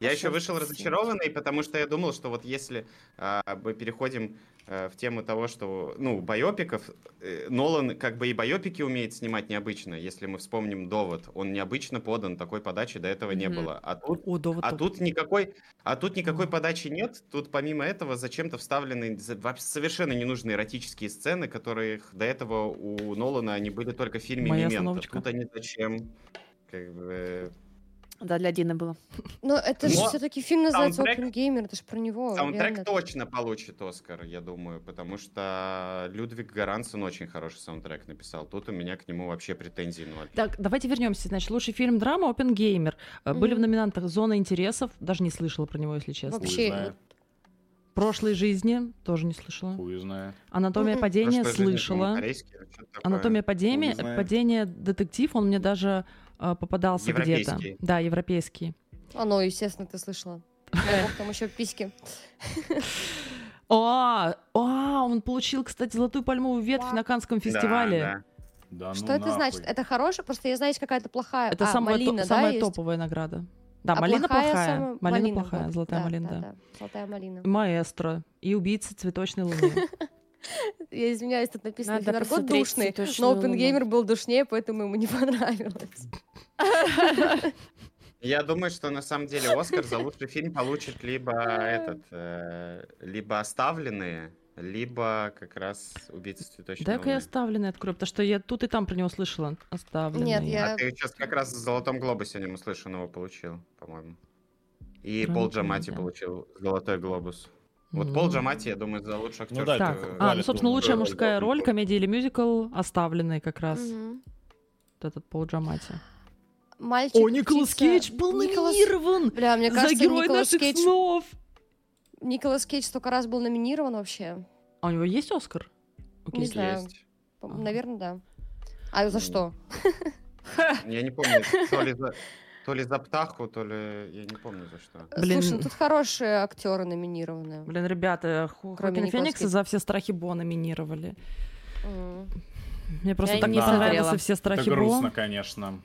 [SPEAKER 6] Я
[SPEAKER 3] А
[SPEAKER 6] еще
[SPEAKER 3] что
[SPEAKER 6] вышел
[SPEAKER 3] за фильм?
[SPEAKER 6] разочарованный, потому что я думал, что вот если а, мы переходим э, в тему того, что, ну, байопиков, э, Нолан как бы и байопики умеет снимать необычно, если мы вспомним «Довод». Он необычно подан, такой подачи до этого не
[SPEAKER 5] Мгм.
[SPEAKER 6] было. А тут
[SPEAKER 1] О, да, вот
[SPEAKER 6] а
[SPEAKER 1] так.
[SPEAKER 6] тут никакой, а тут никакой подачи нет. Тут помимо этого зачем-то вставлены за- во- совершенно ненужные эротические сцены, которых до этого у Нолана они были только в фильме
[SPEAKER 1] Моя
[SPEAKER 6] «Мементо».
[SPEAKER 1] остановочка.
[SPEAKER 6] Тут они зачем? Как бы...
[SPEAKER 5] Да, для Дины было.
[SPEAKER 3] Но это же
[SPEAKER 6] Но
[SPEAKER 3] все-таки фильм называется
[SPEAKER 6] саундтрек-
[SPEAKER 3] Опенгеймер, это же про него.
[SPEAKER 6] Саундтрек
[SPEAKER 3] реально.
[SPEAKER 6] точно получит Оскар, я думаю, потому что Людвиг Гарансон очень хороший саундтрек написал. Тут у меня к нему вообще претензий ноль.
[SPEAKER 1] Так, давайте вернемся. Значит, лучший фильм драма Опенгеймер. Э, Были в
[SPEAKER 3] Мгм.
[SPEAKER 1] номинантах Зона интересов. Даже не слышала про него, если честно.
[SPEAKER 3] Вообще,
[SPEAKER 4] Хуй знает,
[SPEAKER 1] Прошлой жизни тоже не слышала.
[SPEAKER 4] хуй знает.
[SPEAKER 1] Анатомия
[SPEAKER 3] Мгм.
[SPEAKER 1] падения
[SPEAKER 6] Прошлая жизнь,
[SPEAKER 1] слышала.
[SPEAKER 6] по-моему, корейский, или что-то такое.
[SPEAKER 1] Анатомия падения,
[SPEAKER 4] не знаю.
[SPEAKER 1] падения детектив, он мне даже э, попадался где-то.
[SPEAKER 6] Европейский.
[SPEAKER 1] Да, европейский.
[SPEAKER 3] А ну, естественно, ты слышала. Дай бог, Там еще письки.
[SPEAKER 1] А, а, он получил, кстати, золотую пальмовую ветвь на Канском
[SPEAKER 6] Да,
[SPEAKER 1] фестивале.
[SPEAKER 6] да.
[SPEAKER 4] Да ну
[SPEAKER 3] Что это
[SPEAKER 4] нахуй.
[SPEAKER 3] значит? Это хорошая? Просто я, знаете, какая-то плохая.
[SPEAKER 1] Это
[SPEAKER 3] а,
[SPEAKER 1] самая, то-
[SPEAKER 3] малина, да,
[SPEAKER 1] самая
[SPEAKER 3] есть?
[SPEAKER 1] топовая награда. Да,
[SPEAKER 3] А
[SPEAKER 1] малина плохая.
[SPEAKER 3] самая-
[SPEAKER 1] Малина,
[SPEAKER 3] малина,
[SPEAKER 1] плохая,
[SPEAKER 3] вот,
[SPEAKER 1] золотая
[SPEAKER 3] да,
[SPEAKER 1] малина,
[SPEAKER 3] да,
[SPEAKER 1] да.
[SPEAKER 3] да, Золотая малина.
[SPEAKER 1] Маэстро и убийцы цветочной
[SPEAKER 3] [LAUGHS]
[SPEAKER 1] луны.
[SPEAKER 3] Я извиняюсь, тут написано
[SPEAKER 5] Надо
[SPEAKER 3] Федорко
[SPEAKER 5] посмотреть
[SPEAKER 3] душный,
[SPEAKER 5] «Цветочную
[SPEAKER 3] но
[SPEAKER 5] луну».
[SPEAKER 3] Опенгеймер был душнее, поэтому ему не [LAUGHS] понравилось.
[SPEAKER 6] Я думаю, что на самом деле Оскар
[SPEAKER 1] [LAUGHS]
[SPEAKER 6] за лучший фильм получит либо этот, э, либо оставленные, либо как раз убийцы цветочной
[SPEAKER 1] Дай-ка я
[SPEAKER 6] луны».
[SPEAKER 1] оставленный открою, потому что я тут и там про него слышала. Оставленный.
[SPEAKER 3] Нет, я-
[SPEAKER 6] А ты сейчас как раз в Золотом глобусе не услышан его получил, по-моему. И
[SPEAKER 1] Прям ничего
[SPEAKER 6] Пол
[SPEAKER 1] не
[SPEAKER 6] Джамати
[SPEAKER 1] знаю.
[SPEAKER 6] получил Золотой глобус. Вот
[SPEAKER 1] М.
[SPEAKER 6] Пол Джамати, я думаю, за лучший актер.
[SPEAKER 2] Ну да,
[SPEAKER 1] Так,
[SPEAKER 2] это
[SPEAKER 1] а,
[SPEAKER 2] Валя
[SPEAKER 1] ну, собственно,
[SPEAKER 2] Туманова.
[SPEAKER 1] лучшая
[SPEAKER 6] Здорово,
[SPEAKER 1] мужская
[SPEAKER 6] здорово.
[SPEAKER 1] роль, комедия или мюзикл, оставленный как раз
[SPEAKER 3] Мгм.
[SPEAKER 1] вот этот Пол Джамати.
[SPEAKER 3] Мальчик,
[SPEAKER 1] О, Николас
[SPEAKER 3] птица.
[SPEAKER 1] Кейдж был
[SPEAKER 3] Николас-
[SPEAKER 1] номинирован
[SPEAKER 3] Бля, мне
[SPEAKER 1] за
[SPEAKER 3] кажется,
[SPEAKER 1] герой
[SPEAKER 3] Николас
[SPEAKER 1] наших
[SPEAKER 3] Кейдж...
[SPEAKER 1] снов.
[SPEAKER 3] Николас Кейдж столько раз был номинирован вообще.
[SPEAKER 1] А у него есть Оскар? У
[SPEAKER 3] Не
[SPEAKER 1] Кейджа?
[SPEAKER 3] знаю.
[SPEAKER 6] Есть.
[SPEAKER 3] По-
[SPEAKER 1] Ага.
[SPEAKER 3] Наверное, да. А за
[SPEAKER 6] Ну,
[SPEAKER 3] что?
[SPEAKER 6] Я не помню, то
[SPEAKER 1] [LAUGHS]
[SPEAKER 6] ли за, то ли за птаху, то ли... Я не помню за что.
[SPEAKER 1] блин.
[SPEAKER 3] Слушай, ну тут хорошие актеры номинированы.
[SPEAKER 1] Блин, ребята, Хо-
[SPEAKER 3] Кроме
[SPEAKER 1] Хоакина
[SPEAKER 3] Николаса
[SPEAKER 1] Феникса
[SPEAKER 3] Кейджа.
[SPEAKER 1] за все страхи Бо номинировали.
[SPEAKER 3] М.
[SPEAKER 1] Мне просто
[SPEAKER 5] Я
[SPEAKER 1] так
[SPEAKER 5] не
[SPEAKER 1] не понравился
[SPEAKER 5] смотрела.
[SPEAKER 1] все
[SPEAKER 4] Это
[SPEAKER 1] страхи
[SPEAKER 4] грустно,
[SPEAKER 1] Бо.
[SPEAKER 4] конечно.
[SPEAKER 2] Ну,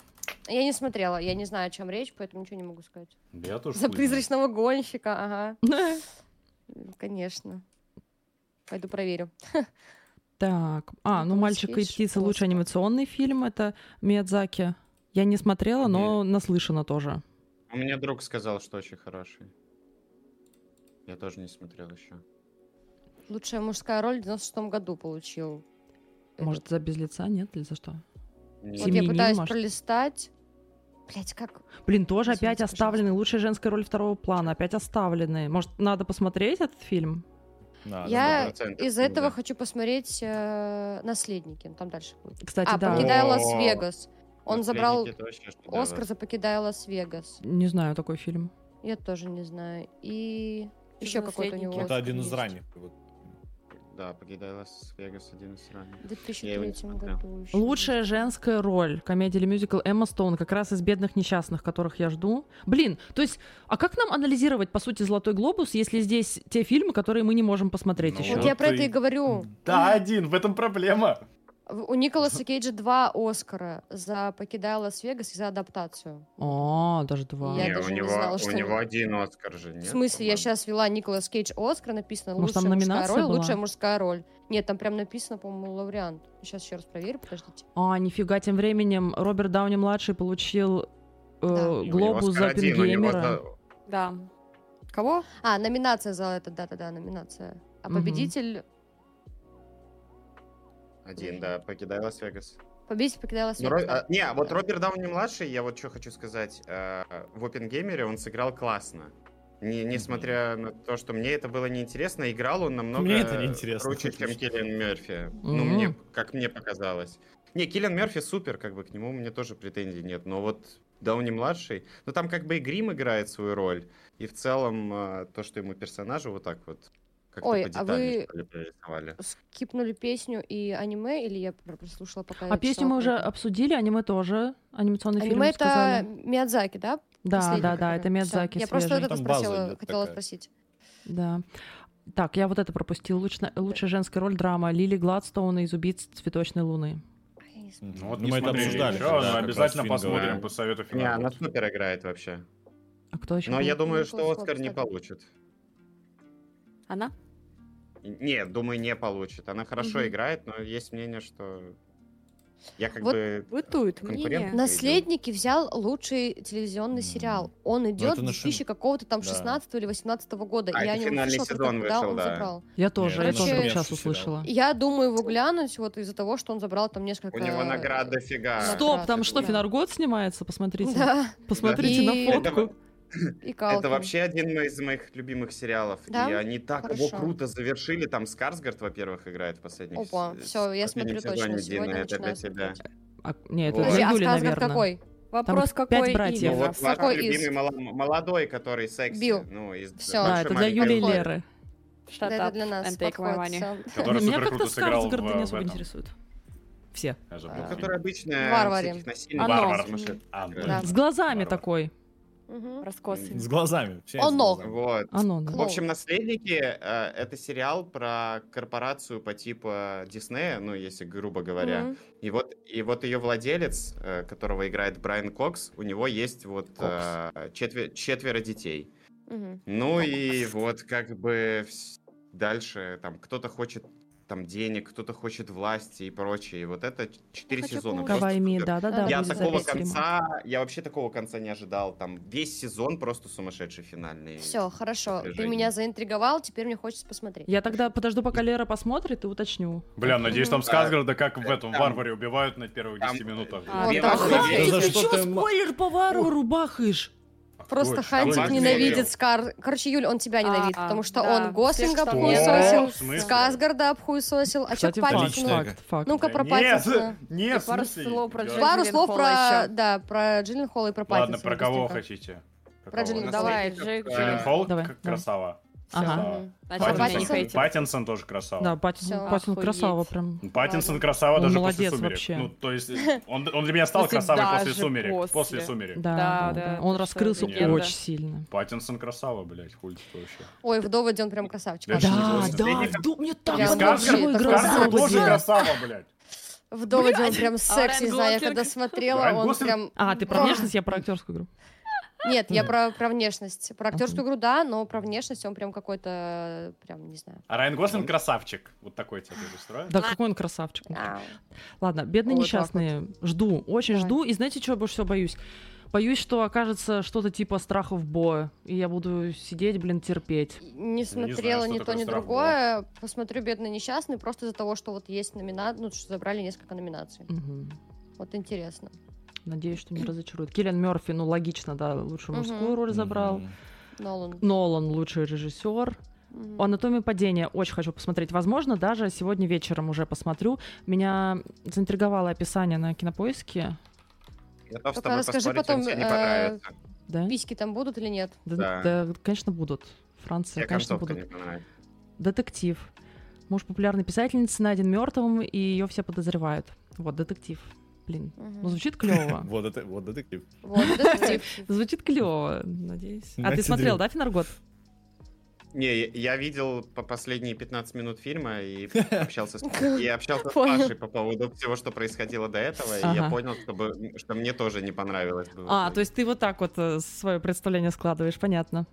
[SPEAKER 3] Я не смотрела, я не знаю, о чем речь, поэтому ничего не могу сказать.
[SPEAKER 4] Да Я тоже.
[SPEAKER 3] За
[SPEAKER 4] хуй знает.
[SPEAKER 3] призрачного гонщика, ага,
[SPEAKER 1] [LAUGHS]
[SPEAKER 3] конечно. Пойду проверю.
[SPEAKER 1] Так, а, ну
[SPEAKER 3] Николас
[SPEAKER 1] «Мальчик и
[SPEAKER 3] Кейдж»
[SPEAKER 1] птица» лучший
[SPEAKER 3] просто.
[SPEAKER 1] анимационный фильм, это Миядзаки. Я не смотрела, но наслышана тоже.
[SPEAKER 6] У меня А друг сказал, что очень хороший. Я тоже не смотрел еще.
[SPEAKER 3] Лучшая мужская роль в 96 году получил.
[SPEAKER 1] Может, за «Без лица» нет или за что?
[SPEAKER 3] Вот
[SPEAKER 1] семьянин,
[SPEAKER 3] я пытаюсь
[SPEAKER 1] может?
[SPEAKER 3] пролистать. Блять, как?
[SPEAKER 1] Блин, тоже
[SPEAKER 3] Извините,
[SPEAKER 1] опять
[SPEAKER 3] пожалуйста.
[SPEAKER 1] оставлены. Лучшая женская роль второго плана. Опять оставлены. Может, надо посмотреть этот фильм?
[SPEAKER 2] Надо,
[SPEAKER 3] я
[SPEAKER 2] надо.
[SPEAKER 6] 100%,
[SPEAKER 3] из
[SPEAKER 6] ну
[SPEAKER 3] этого
[SPEAKER 6] да.
[SPEAKER 3] хочу посмотреть э, «Наследники». Ну, Там дальше будет.
[SPEAKER 1] Кстати,
[SPEAKER 3] а,
[SPEAKER 1] да.
[SPEAKER 3] «Покидая
[SPEAKER 6] О,
[SPEAKER 3] Лас-Вегас». Он
[SPEAKER 6] «Наследники»
[SPEAKER 3] забрал
[SPEAKER 6] это вообще шедевр.
[SPEAKER 3] Оскар за «Покидая Лас-Вегас».
[SPEAKER 1] Не знаю такой фильм.
[SPEAKER 3] Я тоже не знаю. И
[SPEAKER 5] Чё
[SPEAKER 3] еще
[SPEAKER 5] за
[SPEAKER 3] какой-то у
[SPEAKER 5] «Наследники»?
[SPEAKER 3] него
[SPEAKER 2] Это
[SPEAKER 3] Оскар
[SPEAKER 2] один из
[SPEAKER 3] есть.
[SPEAKER 2] ранних. вот.
[SPEAKER 6] Да, «Покидая Лас-Вегас» один из ранних.
[SPEAKER 3] В
[SPEAKER 6] Я его не
[SPEAKER 3] 2003
[SPEAKER 6] смотрел.
[SPEAKER 3] году. ещё.
[SPEAKER 1] Лучшая женская роль. Комедия или мюзикл Эмма Стоун. Как раз из «Бедных несчастных», которых я жду. Блин, то есть, а как нам анализировать, по сути, «Золотой глобус», если здесь те фильмы, которые мы не можем посмотреть
[SPEAKER 4] Ну,
[SPEAKER 1] еще?
[SPEAKER 3] Вот я про это и
[SPEAKER 4] Ты-
[SPEAKER 3] говорю.
[SPEAKER 4] Да, один, в этом проблема.
[SPEAKER 3] В- У Николаса Кейджа два Оскара за «Покидая Лас-Вегас» и за адаптацию.
[SPEAKER 1] А, даже два.
[SPEAKER 3] Я
[SPEAKER 6] Не,
[SPEAKER 3] даже
[SPEAKER 6] у
[SPEAKER 3] не
[SPEAKER 6] него,
[SPEAKER 3] знала,
[SPEAKER 6] у
[SPEAKER 3] что-
[SPEAKER 6] него один Оскар же, нет?
[SPEAKER 3] В смысле, я
[SPEAKER 6] по-моему?
[SPEAKER 3] сейчас вела Николас Кейдж Оскар, написано
[SPEAKER 1] Может, там
[SPEAKER 3] лучшая мужская
[SPEAKER 1] номинация
[SPEAKER 3] роль,
[SPEAKER 1] была?
[SPEAKER 3] лучшая мужская роль. Нет, там прям написано, по-моему, лауреант. Сейчас еще раз проверю, подождите.
[SPEAKER 1] А, нифига, тем временем Роберт Дауни-младший получил э,
[SPEAKER 3] Да.
[SPEAKER 6] У него
[SPEAKER 1] глобус
[SPEAKER 6] Оскар
[SPEAKER 1] за
[SPEAKER 6] один, у него
[SPEAKER 1] «Пингеймера».
[SPEAKER 6] за-
[SPEAKER 5] Да. Кого?
[SPEAKER 3] А, номинация за это, да-да-да, номинация. А
[SPEAKER 1] Мгм.
[SPEAKER 3] победитель...
[SPEAKER 6] Один, да, «Покидая Лас-Вегас».
[SPEAKER 3] Победитель покидала
[SPEAKER 6] Ну,
[SPEAKER 3] свет.
[SPEAKER 6] Ро- а, не, вот Роберт Дауни-младший, я вот что хочу сказать. э, в «Опенгеймере» он сыграл классно. Не, несмотря на то, что мне это было неинтересно, играл он намного
[SPEAKER 2] Мне это неинтересно,
[SPEAKER 6] круче, чем
[SPEAKER 2] отлично.
[SPEAKER 6] Киллиан Мерфи. Ну,
[SPEAKER 1] Мгм.
[SPEAKER 6] мне, как мне показалось. Не, Киллиан Мерфи супер, как бы, к нему у меня тоже претензий нет. Но вот Дауни-младший, ну, там как бы и грим играет свою роль. И в целом э, то, что ему персонажу вот так вот как-то
[SPEAKER 3] Ой,
[SPEAKER 6] по
[SPEAKER 3] а
[SPEAKER 6] детали,
[SPEAKER 3] вы-
[SPEAKER 6] что ли, прорисовали.
[SPEAKER 3] Скипнули песню и аниме, или я пр- прослушала пока...
[SPEAKER 1] А песню мы уже
[SPEAKER 3] читала книгу?
[SPEAKER 1] обсудили, аниме тоже. Анимационный фильм
[SPEAKER 3] Аниме это
[SPEAKER 1] сказали.
[SPEAKER 3] Миядзаки, да?
[SPEAKER 1] Да,
[SPEAKER 3] Последний,
[SPEAKER 1] да, да,
[SPEAKER 3] который?
[SPEAKER 1] это
[SPEAKER 3] Всё.
[SPEAKER 1] Миядзаки
[SPEAKER 3] Я просто вот
[SPEAKER 1] свежий.
[SPEAKER 3] это
[SPEAKER 2] Там база
[SPEAKER 3] спросила,
[SPEAKER 2] идёт
[SPEAKER 3] хотела
[SPEAKER 2] такая.
[SPEAKER 3] спросить.
[SPEAKER 1] Да. Так, я вот это пропустил. Лучшая, лучшая женская роль драма Лили Гладстоуна из «Убийц цветочной луны».
[SPEAKER 3] А, я не
[SPEAKER 2] Ну,
[SPEAKER 3] смотрела.
[SPEAKER 4] Вот
[SPEAKER 2] мы
[SPEAKER 4] не
[SPEAKER 2] это
[SPEAKER 4] смотрели
[SPEAKER 2] обсуждали
[SPEAKER 4] ещё,
[SPEAKER 2] тогда,
[SPEAKER 4] но
[SPEAKER 2] как раз
[SPEAKER 4] обязательно
[SPEAKER 2] фильм говорил.
[SPEAKER 4] посмотрим по совету
[SPEAKER 6] Не, ну,
[SPEAKER 4] фильма.
[SPEAKER 6] она супер играет вообще.
[SPEAKER 1] А кто еще?
[SPEAKER 6] Но я думаю, что
[SPEAKER 3] Николас Кобс,
[SPEAKER 6] Оскар не
[SPEAKER 3] кстати.
[SPEAKER 6] получит.
[SPEAKER 5] Она?
[SPEAKER 6] Нет, думаю, не получит. Она хорошо
[SPEAKER 5] Мгм.
[SPEAKER 6] играет, но есть мнение, что я как
[SPEAKER 3] Вот
[SPEAKER 6] бы...
[SPEAKER 5] Бытует
[SPEAKER 6] Конкурент?
[SPEAKER 5] мнение.
[SPEAKER 6] На-
[SPEAKER 3] Наследники взял лучший телевизионный
[SPEAKER 2] М.
[SPEAKER 3] сериал. Он идет
[SPEAKER 2] Ну, это
[SPEAKER 3] в
[SPEAKER 2] на
[SPEAKER 3] 2000
[SPEAKER 2] шин-
[SPEAKER 3] какого-то там
[SPEAKER 2] Да.
[SPEAKER 3] 16 или 18 года.
[SPEAKER 6] А,
[SPEAKER 3] и я
[SPEAKER 6] это
[SPEAKER 3] не
[SPEAKER 6] финальный
[SPEAKER 3] услышала только,
[SPEAKER 6] сезон
[SPEAKER 3] когда
[SPEAKER 6] вышел,
[SPEAKER 3] он
[SPEAKER 6] да.
[SPEAKER 3] забрал.
[SPEAKER 1] Я тоже, я
[SPEAKER 3] Короче,
[SPEAKER 1] тоже сейчас
[SPEAKER 2] сериал.
[SPEAKER 1] услышала.
[SPEAKER 3] Я думаю его глянуть вот из-за того, что он забрал там несколько...
[SPEAKER 6] У него наград дофига.
[SPEAKER 3] Да,
[SPEAKER 1] Стоп, там
[SPEAKER 3] правда,
[SPEAKER 1] что,
[SPEAKER 3] да.
[SPEAKER 1] Финаргот снимается? Посмотрите.
[SPEAKER 3] Да,
[SPEAKER 1] Посмотрите
[SPEAKER 3] И-
[SPEAKER 1] на фотку.
[SPEAKER 6] Это-
[SPEAKER 3] и
[SPEAKER 6] Это
[SPEAKER 3] Калкин.
[SPEAKER 6] вообще один из моих любимых сериалов.
[SPEAKER 3] Да?
[SPEAKER 6] И они так его
[SPEAKER 3] Хорошо.
[SPEAKER 6] круто завершили. Там Скарсгард, во-первых, играет в последних
[SPEAKER 3] Опа,
[SPEAKER 6] с-
[SPEAKER 3] всё, я
[SPEAKER 6] в
[SPEAKER 3] смотрю
[SPEAKER 6] последнем
[SPEAKER 3] точно,
[SPEAKER 6] сезоне,
[SPEAKER 3] сегодня
[SPEAKER 6] Дина, это для
[SPEAKER 3] начинаю
[SPEAKER 6] тебя.
[SPEAKER 3] смотреть.
[SPEAKER 1] А, не, это
[SPEAKER 6] Подожди,
[SPEAKER 1] в
[SPEAKER 3] Подожди, а
[SPEAKER 1] июле,
[SPEAKER 3] Сказгар
[SPEAKER 1] наверное.
[SPEAKER 3] какой?
[SPEAKER 5] Вопрос,
[SPEAKER 1] пять
[SPEAKER 5] какой
[SPEAKER 1] братьев.
[SPEAKER 6] Ну
[SPEAKER 5] именно?
[SPEAKER 6] вот ваш
[SPEAKER 3] Какой из?
[SPEAKER 6] любимый мала- молодой, который секси.
[SPEAKER 3] Билл.
[SPEAKER 6] Ну, из
[SPEAKER 3] Всё.
[SPEAKER 1] Да,
[SPEAKER 6] «Большой
[SPEAKER 1] А, это для
[SPEAKER 6] маленькой
[SPEAKER 1] Юли и
[SPEAKER 6] лжи».
[SPEAKER 1] Леры.
[SPEAKER 5] Shut
[SPEAKER 3] Да, это
[SPEAKER 5] up
[SPEAKER 3] для нас
[SPEAKER 5] and take my
[SPEAKER 3] подход,
[SPEAKER 5] money.
[SPEAKER 3] всё.
[SPEAKER 4] Который
[SPEAKER 1] Меня
[SPEAKER 4] супер
[SPEAKER 1] как-то
[SPEAKER 4] круто сыграл в,
[SPEAKER 1] Скарсгард не
[SPEAKER 4] в
[SPEAKER 1] особо
[SPEAKER 4] этом.
[SPEAKER 1] интересует. Все.
[SPEAKER 4] Я забыл.
[SPEAKER 6] Ну, который обычно
[SPEAKER 3] Варваре.
[SPEAKER 6] всяких насильников
[SPEAKER 5] Оно.
[SPEAKER 6] Варвар. сумасшедших
[SPEAKER 4] А,
[SPEAKER 6] играет.
[SPEAKER 3] Да.
[SPEAKER 1] С глазами
[SPEAKER 4] Здорово.
[SPEAKER 1] такой.
[SPEAKER 3] Мгм.
[SPEAKER 5] Раскосы.
[SPEAKER 2] С глазами. все с
[SPEAKER 3] Оно.
[SPEAKER 2] глазами.
[SPEAKER 6] Вот.
[SPEAKER 1] Оно, А ну, да.
[SPEAKER 6] В общем, «Наследники» — это сериал про корпорацию по типу Диснея, ну, если грубо говоря.
[SPEAKER 3] Мгм.
[SPEAKER 6] И вот, и вот ее владелец, э, которого играет Брайан Кокс, у него есть вот э, четве- четверо детей.
[SPEAKER 3] Мгм.
[SPEAKER 6] Ну и вот как бы вс- дальше там кто-то хочет там денег, кто-то хочет власти и прочее. И вот это ч- четыре
[SPEAKER 5] хочу
[SPEAKER 6] сезона.
[SPEAKER 5] получить.
[SPEAKER 6] просто
[SPEAKER 1] Кавайми,
[SPEAKER 6] супер.
[SPEAKER 1] да-да-да.
[SPEAKER 6] Я
[SPEAKER 1] будет
[SPEAKER 3] Элизабет
[SPEAKER 6] такого
[SPEAKER 1] запись стрима.
[SPEAKER 6] конца, я вообще такого конца не ожидал. Там весь сезон просто сумасшедший финальный.
[SPEAKER 3] Все, хорошо. Ты
[SPEAKER 6] Напряжение.
[SPEAKER 3] меня заинтриговал, теперь мне хочется посмотреть.
[SPEAKER 1] Я тогда подожду, пока Лера посмотрит, и уточню.
[SPEAKER 4] Бля, надеюсь, там
[SPEAKER 6] ну, Да.
[SPEAKER 4] Сказгарда как в этом
[SPEAKER 6] Там-
[SPEAKER 4] варваре убивают на первых
[SPEAKER 6] там-
[SPEAKER 4] 10 минутах.
[SPEAKER 5] А,
[SPEAKER 6] Две
[SPEAKER 3] там
[SPEAKER 6] важные
[SPEAKER 3] хай-
[SPEAKER 6] вещи.
[SPEAKER 2] Да за что
[SPEAKER 1] чё
[SPEAKER 2] ты ма-
[SPEAKER 1] спойлер по варвару бахаешь?
[SPEAKER 3] Просто
[SPEAKER 4] Ой,
[SPEAKER 3] Хантик
[SPEAKER 6] там
[SPEAKER 3] ненавидит
[SPEAKER 6] Вагнер.
[SPEAKER 3] Скар... Короче, Юль, он тебя ненавидит,
[SPEAKER 5] А,
[SPEAKER 3] потому что
[SPEAKER 5] да.
[SPEAKER 3] он Гослинга
[SPEAKER 5] Всех, что
[SPEAKER 3] обхуесосил,
[SPEAKER 4] в смысле?
[SPEAKER 3] Сказгарда обхуесосил, а чё
[SPEAKER 1] Кстати,
[SPEAKER 3] к Ну,
[SPEAKER 1] факт,
[SPEAKER 2] Пальцину.
[SPEAKER 3] Паттинсону?
[SPEAKER 2] Личное.
[SPEAKER 1] факт, факт.
[SPEAKER 3] Ну-ка, про
[SPEAKER 4] Нет,
[SPEAKER 3] Паттинсона.
[SPEAKER 4] [LAUGHS] нет, в
[SPEAKER 5] И пару
[SPEAKER 4] смысле,
[SPEAKER 5] слов про
[SPEAKER 4] идиот.
[SPEAKER 5] Джо-
[SPEAKER 3] Пару
[SPEAKER 5] Джиллен
[SPEAKER 3] слов
[SPEAKER 5] Холла
[SPEAKER 3] про...
[SPEAKER 5] ещё.
[SPEAKER 3] Да, про Джиллен Холла и про
[SPEAKER 4] Ладно,
[SPEAKER 3] Паттинсона
[SPEAKER 4] про кого
[SPEAKER 3] быстренько.
[SPEAKER 4] хотите? Про
[SPEAKER 3] Про
[SPEAKER 4] кого?
[SPEAKER 3] Джиллен-
[SPEAKER 5] Давай,
[SPEAKER 6] Наследников,
[SPEAKER 5] Джейк
[SPEAKER 6] э,
[SPEAKER 5] Джилленхол.
[SPEAKER 4] Холл
[SPEAKER 1] Давай,
[SPEAKER 4] к-
[SPEAKER 1] давай.
[SPEAKER 4] красава.
[SPEAKER 5] Всё.
[SPEAKER 1] Ага.
[SPEAKER 4] Да.
[SPEAKER 5] Значит,
[SPEAKER 3] Паттинсон.
[SPEAKER 5] меня не
[SPEAKER 4] Паттинсон,
[SPEAKER 5] хейтит.
[SPEAKER 4] Паттинсон тоже красава.
[SPEAKER 1] Да, Паттинсон,
[SPEAKER 3] Всё,
[SPEAKER 1] Паттинсон
[SPEAKER 5] охуеть.
[SPEAKER 1] красава прям.
[SPEAKER 4] Ну, Паттинсон красава
[SPEAKER 1] Он
[SPEAKER 4] даже
[SPEAKER 1] молодец
[SPEAKER 4] после сумерек.
[SPEAKER 1] вообще.
[SPEAKER 4] Ну, то есть, он, он для
[SPEAKER 3] [LAUGHS]
[SPEAKER 4] меня стал
[SPEAKER 5] Кстати,
[SPEAKER 4] красавой после
[SPEAKER 5] даже
[SPEAKER 4] сумерек. После,
[SPEAKER 5] после.
[SPEAKER 4] сумерек.
[SPEAKER 1] Да, да,
[SPEAKER 5] Да,
[SPEAKER 1] да.
[SPEAKER 5] да,
[SPEAKER 1] Он
[SPEAKER 5] это
[SPEAKER 1] раскрылся
[SPEAKER 5] легенда.
[SPEAKER 1] очень сильно.
[SPEAKER 4] Паттинсон красава, блядь, хуй ты вообще.
[SPEAKER 3] Ой, вдова Дион прям красавчик.
[SPEAKER 4] Да,
[SPEAKER 3] вообще.
[SPEAKER 4] да,
[SPEAKER 1] Да,
[SPEAKER 4] Очень
[SPEAKER 1] да,
[SPEAKER 4] интересно.
[SPEAKER 1] да, мне так
[SPEAKER 3] Я
[SPEAKER 1] он
[SPEAKER 3] вообще
[SPEAKER 1] большой
[SPEAKER 3] это
[SPEAKER 1] глаза
[SPEAKER 4] Скарлетт тоже
[SPEAKER 1] поделал.
[SPEAKER 4] красава, блядь.
[SPEAKER 3] Вдова Дион прям секси,
[SPEAKER 5] Райан
[SPEAKER 3] знаю, я
[SPEAKER 5] Гослинг.
[SPEAKER 3] когда смотрела,
[SPEAKER 4] Райан
[SPEAKER 3] он
[SPEAKER 4] Гослинг?
[SPEAKER 3] прям...
[SPEAKER 1] А, ты про внешность, я про актерскую игру.
[SPEAKER 3] Нет, я
[SPEAKER 1] Мгм.
[SPEAKER 3] про, про внешность. Про актерскую
[SPEAKER 1] Ага.
[SPEAKER 3] игру, да, но про внешность он прям какой-то, прям, не знаю.
[SPEAKER 4] А Райан Гослинг красавчик. Вот такой тебе тоже устроит?
[SPEAKER 1] Да какой он красавчик.
[SPEAKER 3] Ау.
[SPEAKER 1] Ладно, бедные
[SPEAKER 3] Вот так вот.
[SPEAKER 1] несчастные. Жду, очень
[SPEAKER 3] Давай.
[SPEAKER 1] жду. И знаете, чего я больше всего боюсь? Боюсь, что окажется что-то типа страхов боя. И я буду сидеть, блин, терпеть.
[SPEAKER 3] Не
[SPEAKER 4] Ну, знаю,
[SPEAKER 3] смотрела
[SPEAKER 4] что
[SPEAKER 3] ни то,
[SPEAKER 4] такое
[SPEAKER 3] ни
[SPEAKER 4] страх
[SPEAKER 3] другое. Посмотрю «Бедный несчастный» просто из-за того, что вот есть номинации, ну, что забрали несколько номинаций.
[SPEAKER 1] Мгм.
[SPEAKER 3] Вот интересно.
[SPEAKER 1] Надеюсь, что не разочарует. Киллиан Мерфи, ну логично, да, лучшую
[SPEAKER 3] Мгм.
[SPEAKER 1] мужскую роль забрал.
[SPEAKER 2] Мгм.
[SPEAKER 3] Нолан.
[SPEAKER 1] Нолан лучший режиссер.
[SPEAKER 3] Мгм.
[SPEAKER 1] Анатомию падения очень хочу посмотреть. Возможно, даже сегодня вечером уже посмотрю. Меня заинтриговало описание на кинопоиске.
[SPEAKER 6] Я готов с
[SPEAKER 3] Только
[SPEAKER 6] тобой
[SPEAKER 3] расскажи
[SPEAKER 6] поспорить,
[SPEAKER 3] потом,
[SPEAKER 6] он тебе не
[SPEAKER 3] э,
[SPEAKER 6] понравится.
[SPEAKER 1] Да?
[SPEAKER 3] Письки там будут или нет?
[SPEAKER 1] Да,
[SPEAKER 6] Да.
[SPEAKER 1] да, конечно, будут. Франция,
[SPEAKER 6] Тебе
[SPEAKER 1] конечно,
[SPEAKER 6] концовка
[SPEAKER 1] будут.
[SPEAKER 6] не понравится.
[SPEAKER 1] Детектив. Муж популярной писательницы найден мертвым, и ее все подозревают. Вот, детектив. Блин.
[SPEAKER 3] Мгм.
[SPEAKER 1] Ну, звучит
[SPEAKER 2] [LAUGHS]
[SPEAKER 1] клево.
[SPEAKER 2] Вот это, вот детектив.
[SPEAKER 3] Вот, детектив.
[SPEAKER 1] [LAUGHS] Звучит клево, надеюсь. А ты
[SPEAKER 2] Знаете,
[SPEAKER 1] смотрел,
[SPEAKER 2] Дрю-
[SPEAKER 1] да, Финаргот?
[SPEAKER 6] Не, я- я видел по последние 15 минут фильма и общался с, и общался с
[SPEAKER 3] Понял.
[SPEAKER 6] Пашей по поводу всего, что происходило до этого, и я
[SPEAKER 1] Ага.
[SPEAKER 6] понял, что, бы- что мне тоже не понравилось бы. в
[SPEAKER 1] А,
[SPEAKER 6] итоге.
[SPEAKER 1] то есть ты вот так вот свое представление складываешь, понятно.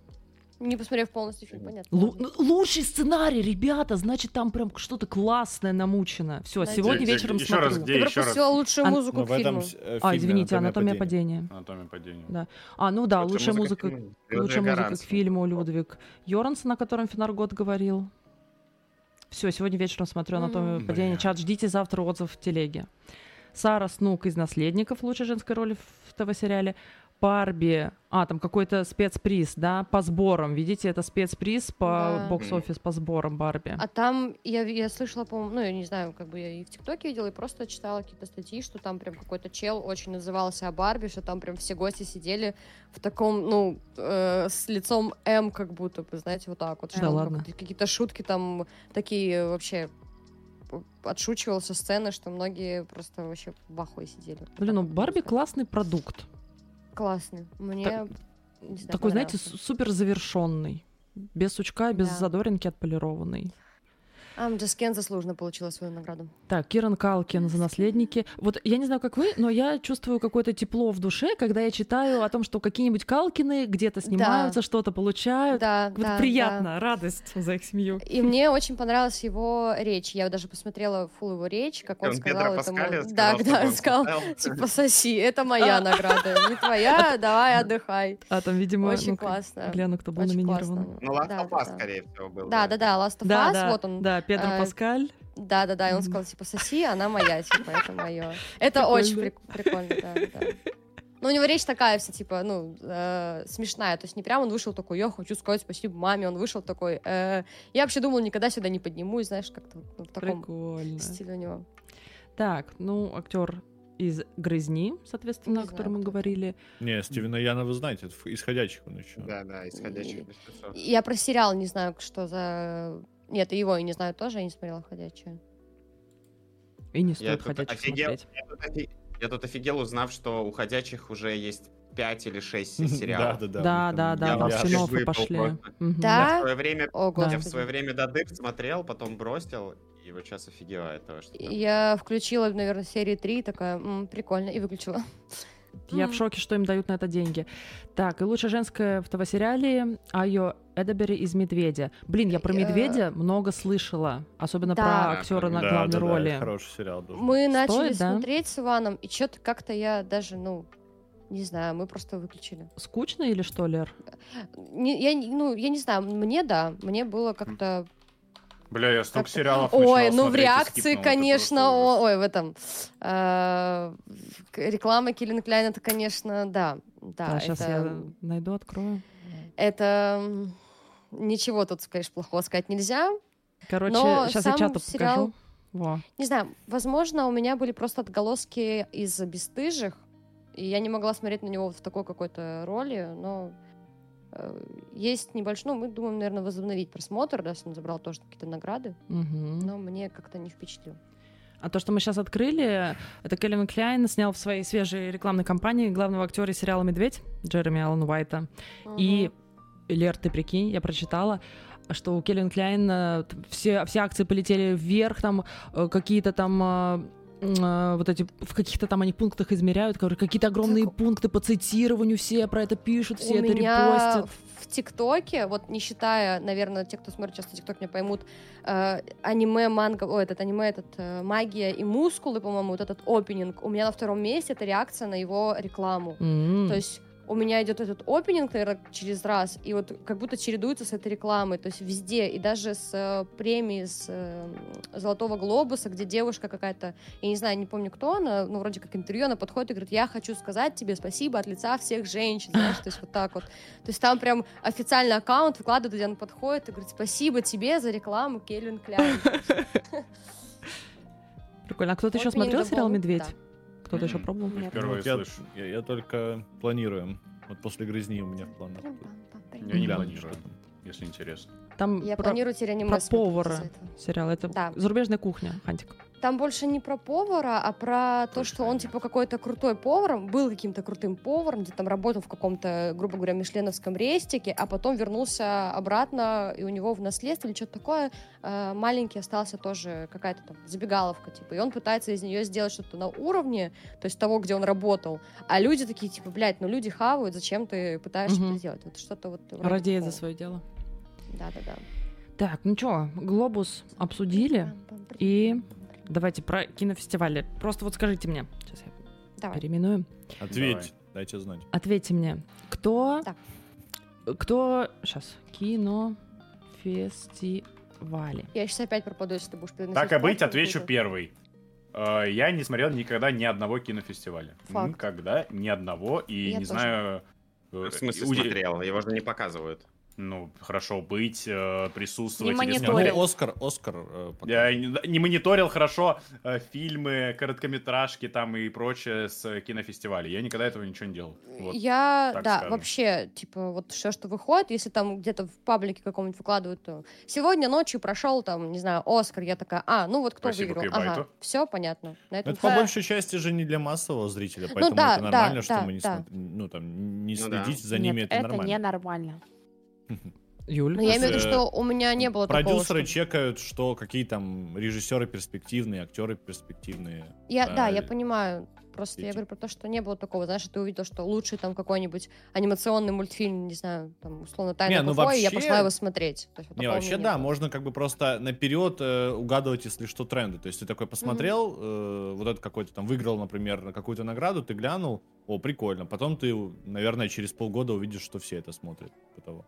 [SPEAKER 3] Не посмотрев полностью фильм, понятно.
[SPEAKER 1] Лу-
[SPEAKER 3] ладно.
[SPEAKER 1] ну, Лучший сценарий, ребята, значит, там прям что-то классное намучено. Все,
[SPEAKER 3] Надеюсь.
[SPEAKER 1] сегодня
[SPEAKER 4] Где- где-
[SPEAKER 1] вечером
[SPEAKER 4] еще раз,
[SPEAKER 1] смотрю.
[SPEAKER 4] где-
[SPEAKER 3] Ты
[SPEAKER 4] еще раз.
[SPEAKER 3] пропустила лучшую
[SPEAKER 1] Ан-
[SPEAKER 2] Но
[SPEAKER 3] музыку
[SPEAKER 2] в
[SPEAKER 3] к
[SPEAKER 2] этом
[SPEAKER 3] фильму.
[SPEAKER 2] с- э,
[SPEAKER 1] А,
[SPEAKER 2] фильме
[SPEAKER 1] извините, анатомия
[SPEAKER 2] падения».
[SPEAKER 1] падения.
[SPEAKER 4] Анатомия падения.
[SPEAKER 1] Да. А, ну да,
[SPEAKER 6] Лучшая
[SPEAKER 1] лучшая музыка,
[SPEAKER 6] фильма.
[SPEAKER 1] к- лучшая музыка к
[SPEAKER 6] Гаранс.
[SPEAKER 1] фильму Людвиг Йорансон, о котором Финаргот говорил. Все, сегодня вечером смотрю «Анатомию
[SPEAKER 4] Мгм.
[SPEAKER 1] падения».
[SPEAKER 4] Бля.
[SPEAKER 1] Чат, ждите завтра отзыв в телеге. Сара Снук из «Наследников» лучшей женской роли в ТВ-сериале. Барби, а, там какой-то спецприз, да, по сборам. Видите, это спецприз по
[SPEAKER 3] Да.
[SPEAKER 1] бокс-офис, по сборам Барби.
[SPEAKER 3] А там я, я слышала, по-моему, ну, я не знаю, как бы я и в ТикТоке видела, и просто читала какие-то статьи, что там прям какой-то чел очень назывался о Барби, что там прям все гости сидели в таком, ну, э, с лицом М как будто бы, знаете, вот так вот. что
[SPEAKER 1] Да
[SPEAKER 3] он
[SPEAKER 1] ладно?
[SPEAKER 3] как- Какие-то шутки там такие вообще п- отшучивался сцены, что многие просто вообще в ахуе сидели. Вот
[SPEAKER 1] Блин,
[SPEAKER 3] так
[SPEAKER 1] ну
[SPEAKER 3] вот
[SPEAKER 1] Барби
[SPEAKER 3] можно сказать.
[SPEAKER 1] классный продукт.
[SPEAKER 3] Классный. Мне...
[SPEAKER 1] Так-
[SPEAKER 3] не знаю,
[SPEAKER 1] Такой, знаете,
[SPEAKER 3] понравился.
[SPEAKER 1] су- супер завершенный. Без сучка, без
[SPEAKER 3] Да.
[SPEAKER 1] задоринки отполированный.
[SPEAKER 3] I'm just Ken заслуженно получила свою награду.
[SPEAKER 1] Так, Киран Калкин за наследники. Вот я не знаю, как вы, но я чувствую какое-то тепло в душе, когда я читаю о том, что какие-нибудь Калкины где-то снимаются, что-то получают.
[SPEAKER 3] Да,
[SPEAKER 1] Э, Вот
[SPEAKER 3] да, да.
[SPEAKER 1] приятно, радость за их семью.
[SPEAKER 3] И мне очень понравилась его речь. Я даже посмотрела фул его речь, как он,
[SPEAKER 6] Он Педро
[SPEAKER 3] сказал этому.
[SPEAKER 6] Паскаля
[SPEAKER 3] да,
[SPEAKER 6] сказал,
[SPEAKER 3] да,
[SPEAKER 6] чтобы он
[SPEAKER 3] сказал,
[SPEAKER 6] писал.
[SPEAKER 3] [LAUGHS] типа, соси, это моя награда, не твоя, давай отдыхай.
[SPEAKER 1] А там, видимо,
[SPEAKER 3] Очень
[SPEAKER 1] ну-ка,
[SPEAKER 3] классно.
[SPEAKER 1] гляну, кто был
[SPEAKER 3] Очень
[SPEAKER 1] номинирован.
[SPEAKER 3] классно.
[SPEAKER 6] Ну, Last
[SPEAKER 3] Да,
[SPEAKER 6] of
[SPEAKER 3] да.
[SPEAKER 6] Us, скорее всего, был.
[SPEAKER 3] Да, да, да, Last of
[SPEAKER 1] Да,
[SPEAKER 3] Us,
[SPEAKER 1] да,
[SPEAKER 3] вот он.
[SPEAKER 1] да, Петр
[SPEAKER 3] э,
[SPEAKER 1] Паскаль.
[SPEAKER 3] Да, да, да, и он сказал, типа, соси, она моя, типа,
[SPEAKER 1] [LAUGHS]
[SPEAKER 3] это мое. Это
[SPEAKER 1] Прикольно.
[SPEAKER 3] очень прик- прикольно, да, да. Ну, у него речь такая вся, типа, ну, э, смешная. То есть не прям он вышел такой, я хочу сказать спасибо маме. Он вышел такой, «Э, я вообще думал, никогда сюда не поднимусь, знаешь, как-то вот, ну, в таком
[SPEAKER 1] Прикольно.
[SPEAKER 3] стиле у него.
[SPEAKER 1] Так, ну, актер из «Грызни», соответственно,
[SPEAKER 3] Не
[SPEAKER 1] о
[SPEAKER 3] знаю,
[SPEAKER 1] котором мы
[SPEAKER 3] кто это.
[SPEAKER 1] говорили.
[SPEAKER 2] Не, Стивена Яна вы знаете, это ф- исходящих он еще.
[SPEAKER 6] Да, да, исходящих мертвецов.
[SPEAKER 3] Я про сериал не знаю, что за... Нет, и его я не знаю тоже, я не смотрела «Ходячие».
[SPEAKER 1] И не
[SPEAKER 6] Я
[SPEAKER 1] стоит
[SPEAKER 6] тут
[SPEAKER 1] ходячих
[SPEAKER 6] офигел.
[SPEAKER 1] смотреть.
[SPEAKER 6] Я тут офи- Я тут офигел, узнав, что у ходячих уже есть 5
[SPEAKER 2] [LAUGHS]
[SPEAKER 6] или 6
[SPEAKER 2] Да,
[SPEAKER 6] сериалов.
[SPEAKER 2] да, да.
[SPEAKER 1] Да,
[SPEAKER 2] вот
[SPEAKER 1] да,
[SPEAKER 2] там
[SPEAKER 1] да,
[SPEAKER 6] я
[SPEAKER 1] там
[SPEAKER 2] миллиард.
[SPEAKER 6] вообще
[SPEAKER 1] спин-оффы
[SPEAKER 6] выпал
[SPEAKER 1] пошли.
[SPEAKER 6] просто.
[SPEAKER 1] Мгм.
[SPEAKER 3] Да?
[SPEAKER 6] Я в свое время,
[SPEAKER 3] О,
[SPEAKER 1] Да.
[SPEAKER 6] я в
[SPEAKER 3] господи.
[SPEAKER 6] свое время до дыр смотрел, потом бросил, и вот сейчас офигеваю от того, что... там-
[SPEAKER 3] Я включила, наверное, серии 3, такая, «М, прикольно, и выключила.
[SPEAKER 1] Я в
[SPEAKER 5] Мгм.
[SPEAKER 1] шоке, что им дают на это деньги. Так, и лучшая женская в ТВ-сериале Айо Эдебери из «Медведя». Блин, я про
[SPEAKER 3] Э,
[SPEAKER 1] «Медведя» много слышала, особенно
[SPEAKER 3] да.
[SPEAKER 1] про
[SPEAKER 3] Да,
[SPEAKER 1] актера на
[SPEAKER 2] Да,
[SPEAKER 1] главной
[SPEAKER 2] да, да, это
[SPEAKER 1] роли.
[SPEAKER 2] Хороший сериал. должен быть.
[SPEAKER 3] Мы начали
[SPEAKER 1] Стоит, да?
[SPEAKER 3] смотреть с Иваном, и что-то как-то я даже, ну, не знаю, мы просто выключили.
[SPEAKER 1] Скучно или что, Лер?
[SPEAKER 3] Не- я, не- ну, я не знаю, мне да, мне было как-то...
[SPEAKER 4] Бля, я столько
[SPEAKER 3] Как-то-
[SPEAKER 4] сериалов
[SPEAKER 3] Ой,
[SPEAKER 4] начинал
[SPEAKER 3] ну в
[SPEAKER 4] смотреть и
[SPEAKER 3] реакции,
[SPEAKER 4] скипнул, это
[SPEAKER 3] конечно,
[SPEAKER 4] просто
[SPEAKER 3] о-
[SPEAKER 4] ужас.
[SPEAKER 3] ой, в этом... э, к- реклама Киллин Кляйн, это, конечно, да. Да,
[SPEAKER 1] Да, сейчас
[SPEAKER 3] это-
[SPEAKER 1] А, я найду, открою.
[SPEAKER 3] Это м, ничего тут, конечно, плохого сказать нельзя.
[SPEAKER 1] Короче,
[SPEAKER 3] Но
[SPEAKER 1] сейчас я
[SPEAKER 3] сам
[SPEAKER 1] чату
[SPEAKER 3] сериал-
[SPEAKER 1] покажу. Во.
[SPEAKER 3] Не знаю, возможно, у меня были просто отголоски из бесстыжих, и я не могла смотреть на него вот в такой какой-то роли, но э, Э, Есть небольшой, ну, мы думаем, наверное, возобновить просмотр, раз он забрал тоже какие-то награды,
[SPEAKER 1] Мгм.
[SPEAKER 3] но мне как-то не впечатлил.
[SPEAKER 1] А то, что мы сейчас открыли, это Кельвин Кляйн снял в своей свежей рекламной кампании главного актера сериала «Медведь» Джереми Аллен Уайта. И, Лер, ты прикинь, я прочитала, что у Келлен Кляйн э, т- все, все акции полетели вверх, там э, какие-то там э, м, э, вот эти, в каких-то там они пунктах измеряют, короче, какие-то огромные
[SPEAKER 3] Так-
[SPEAKER 1] пункты по цитированию, все про это пишут, все
[SPEAKER 3] у
[SPEAKER 1] это
[SPEAKER 3] меня
[SPEAKER 1] репостят.
[SPEAKER 3] в- в ТикТоке, вот не считая, наверное, те, кто смотрит часто ТикТок, не поймут, э, аниме, манга, ой, этот аниме, этот э, магия и мускулы, по-моему, вот этот опенинг, у меня на втором месте это реакция на его рекламу.
[SPEAKER 1] М.
[SPEAKER 3] То есть у меня идет этот опенинг, наверное, через раз, и вот как будто чередуется с этой рекламой, то есть везде, и даже с э, премии с э, Золотого Глобуса, где девушка какая-то, я не знаю, не помню кто она, ну, вроде как интервью, она подходит и говорит, я хочу сказать тебе спасибо от лица всех женщин, знаешь, то есть вот так вот. То есть там прям официальный аккаунт выкладывает, где она подходит и говорит, спасибо тебе за рекламу
[SPEAKER 1] [LAUGHS]
[SPEAKER 3] Кельвин Кляйн.
[SPEAKER 1] Прикольно. А кто-то еще
[SPEAKER 3] Опенинг
[SPEAKER 1] смотрел
[SPEAKER 3] забыл,
[SPEAKER 1] сериал «Медведь»?
[SPEAKER 3] да.
[SPEAKER 1] Кто-то еще
[SPEAKER 4] М.
[SPEAKER 1] пробовал?
[SPEAKER 5] Нет.
[SPEAKER 4] Впервые
[SPEAKER 2] Вот я,
[SPEAKER 4] слышу.
[SPEAKER 2] я, я только планируем. Вот после грызни у меня в планах.
[SPEAKER 4] Я не
[SPEAKER 1] Да.
[SPEAKER 4] планирую, если интересно.
[SPEAKER 1] Там
[SPEAKER 3] Я
[SPEAKER 1] про-
[SPEAKER 3] планирую теперь аниме
[SPEAKER 1] про
[SPEAKER 3] смотреть
[SPEAKER 1] повара.
[SPEAKER 3] из-за этого.
[SPEAKER 1] сериал. Это
[SPEAKER 3] Да.
[SPEAKER 1] зарубежная кухня, Хантик.
[SPEAKER 3] Там больше не про повара, а про то,
[SPEAKER 4] Точно
[SPEAKER 3] что он,
[SPEAKER 4] нет.
[SPEAKER 3] типа, какой-то крутой поваром, был каким-то крутым поваром, где там работал в каком-то, грубо говоря, мишленовском рестике, а потом вернулся обратно, и у него в наследство или что-то такое, э, маленький остался тоже какая-то там забегаловка, типа, и он пытается из нее сделать что-то на уровне, то есть того, где он работал, а люди такие, типа, блядь, ну люди хавают, зачем ты пытаешься
[SPEAKER 1] Мгм.
[SPEAKER 3] это делать? Вот что-то вот... вроде
[SPEAKER 1] Радеет за
[SPEAKER 3] такого.
[SPEAKER 1] свое дело.
[SPEAKER 3] Да-да-да.
[SPEAKER 1] Так, ну что, «Глобус» обсудили. И давайте про кинофестивали. Просто вот скажите мне. Сейчас я
[SPEAKER 3] Давай.
[SPEAKER 1] переименуем.
[SPEAKER 2] Ответь, дайте знать.
[SPEAKER 1] Ответьте мне, кто...
[SPEAKER 3] Так.
[SPEAKER 1] Кто... Сейчас. Кинофестивали.
[SPEAKER 3] Я сейчас опять пропаду, если ты будешь переносить
[SPEAKER 4] Так и быть,
[SPEAKER 3] папку
[SPEAKER 4] отвечу
[SPEAKER 3] какую-то.
[SPEAKER 4] первый. Э, Я не смотрел никогда ни одного кинофестиваля.
[SPEAKER 3] Факт.
[SPEAKER 4] Никогда ни одного. И
[SPEAKER 3] Я
[SPEAKER 4] не
[SPEAKER 3] тоже.
[SPEAKER 4] знаю... э,
[SPEAKER 6] В смысле
[SPEAKER 4] уди-
[SPEAKER 6] смотрел? Его же не показывают.
[SPEAKER 4] Ну, хорошо быть, э, присутствовать.
[SPEAKER 5] Не
[SPEAKER 4] или
[SPEAKER 2] Не,
[SPEAKER 5] мониторил.
[SPEAKER 4] смотреть.
[SPEAKER 2] ну, Оскар, Оскар. э, пока.
[SPEAKER 4] [LAUGHS] Я не, не мониторил хорошо э, фильмы, короткометражки там и прочее с э, кинофестивалей. Я никогда этого ничего не делал.
[SPEAKER 1] [LAUGHS]
[SPEAKER 4] Вот.
[SPEAKER 3] Я,
[SPEAKER 4] так
[SPEAKER 3] да,
[SPEAKER 4] скажем.
[SPEAKER 3] вообще, типа, вот все, что выходит, если там где-то в паблике каком-нибудь выкладывают, то сегодня ночью прошел там, не знаю, Оскар, я такая, а, ну вот кто
[SPEAKER 4] Спасибо,
[SPEAKER 3] выиграл, ага,
[SPEAKER 4] Кьюбайту.
[SPEAKER 3] все понятно, на
[SPEAKER 2] Ну,
[SPEAKER 3] этом
[SPEAKER 2] это по
[SPEAKER 3] всё.
[SPEAKER 2] большей части же не для массового зрителя, поэтому
[SPEAKER 3] Ну да,
[SPEAKER 2] это
[SPEAKER 3] да,
[SPEAKER 2] нормально, что
[SPEAKER 3] да,
[SPEAKER 2] мы не
[SPEAKER 3] да.
[SPEAKER 2] смотр- ну там не
[SPEAKER 6] Ну да.
[SPEAKER 2] следить за ними,
[SPEAKER 5] Нет,
[SPEAKER 2] это нормально.
[SPEAKER 5] ненормально.
[SPEAKER 1] Юль?
[SPEAKER 3] Но Ну, я имею в виду,
[SPEAKER 2] Э,
[SPEAKER 3] что у меня не было такого,
[SPEAKER 2] Продюсеры
[SPEAKER 3] что-
[SPEAKER 2] чекают, что какие там режиссеры перспективные, актеры перспективные.
[SPEAKER 3] Я, да, я
[SPEAKER 2] э,
[SPEAKER 3] понимаю. Просто я
[SPEAKER 2] эти-
[SPEAKER 3] говорю про то, что не было такого, знаешь, ты увидел, что лучший там какой-нибудь анимационный мультфильм, не знаю, там, условно, «Тайна
[SPEAKER 2] Не, ну
[SPEAKER 3] Коко», и я
[SPEAKER 2] вообще-
[SPEAKER 3] пошла его смотреть. То есть вот
[SPEAKER 2] Не,
[SPEAKER 3] такого у
[SPEAKER 2] вообще
[SPEAKER 3] меня
[SPEAKER 2] да,
[SPEAKER 3] было.
[SPEAKER 2] можно как бы просто наперед э, угадывать, если что, тренды. То есть ты такой посмотрел, э, вот это какой-то там выиграл, например, на какую-то награду, ты глянул, о, прикольно. Потом ты, наверное, через полгода увидишь, что все это смотрят. типа того.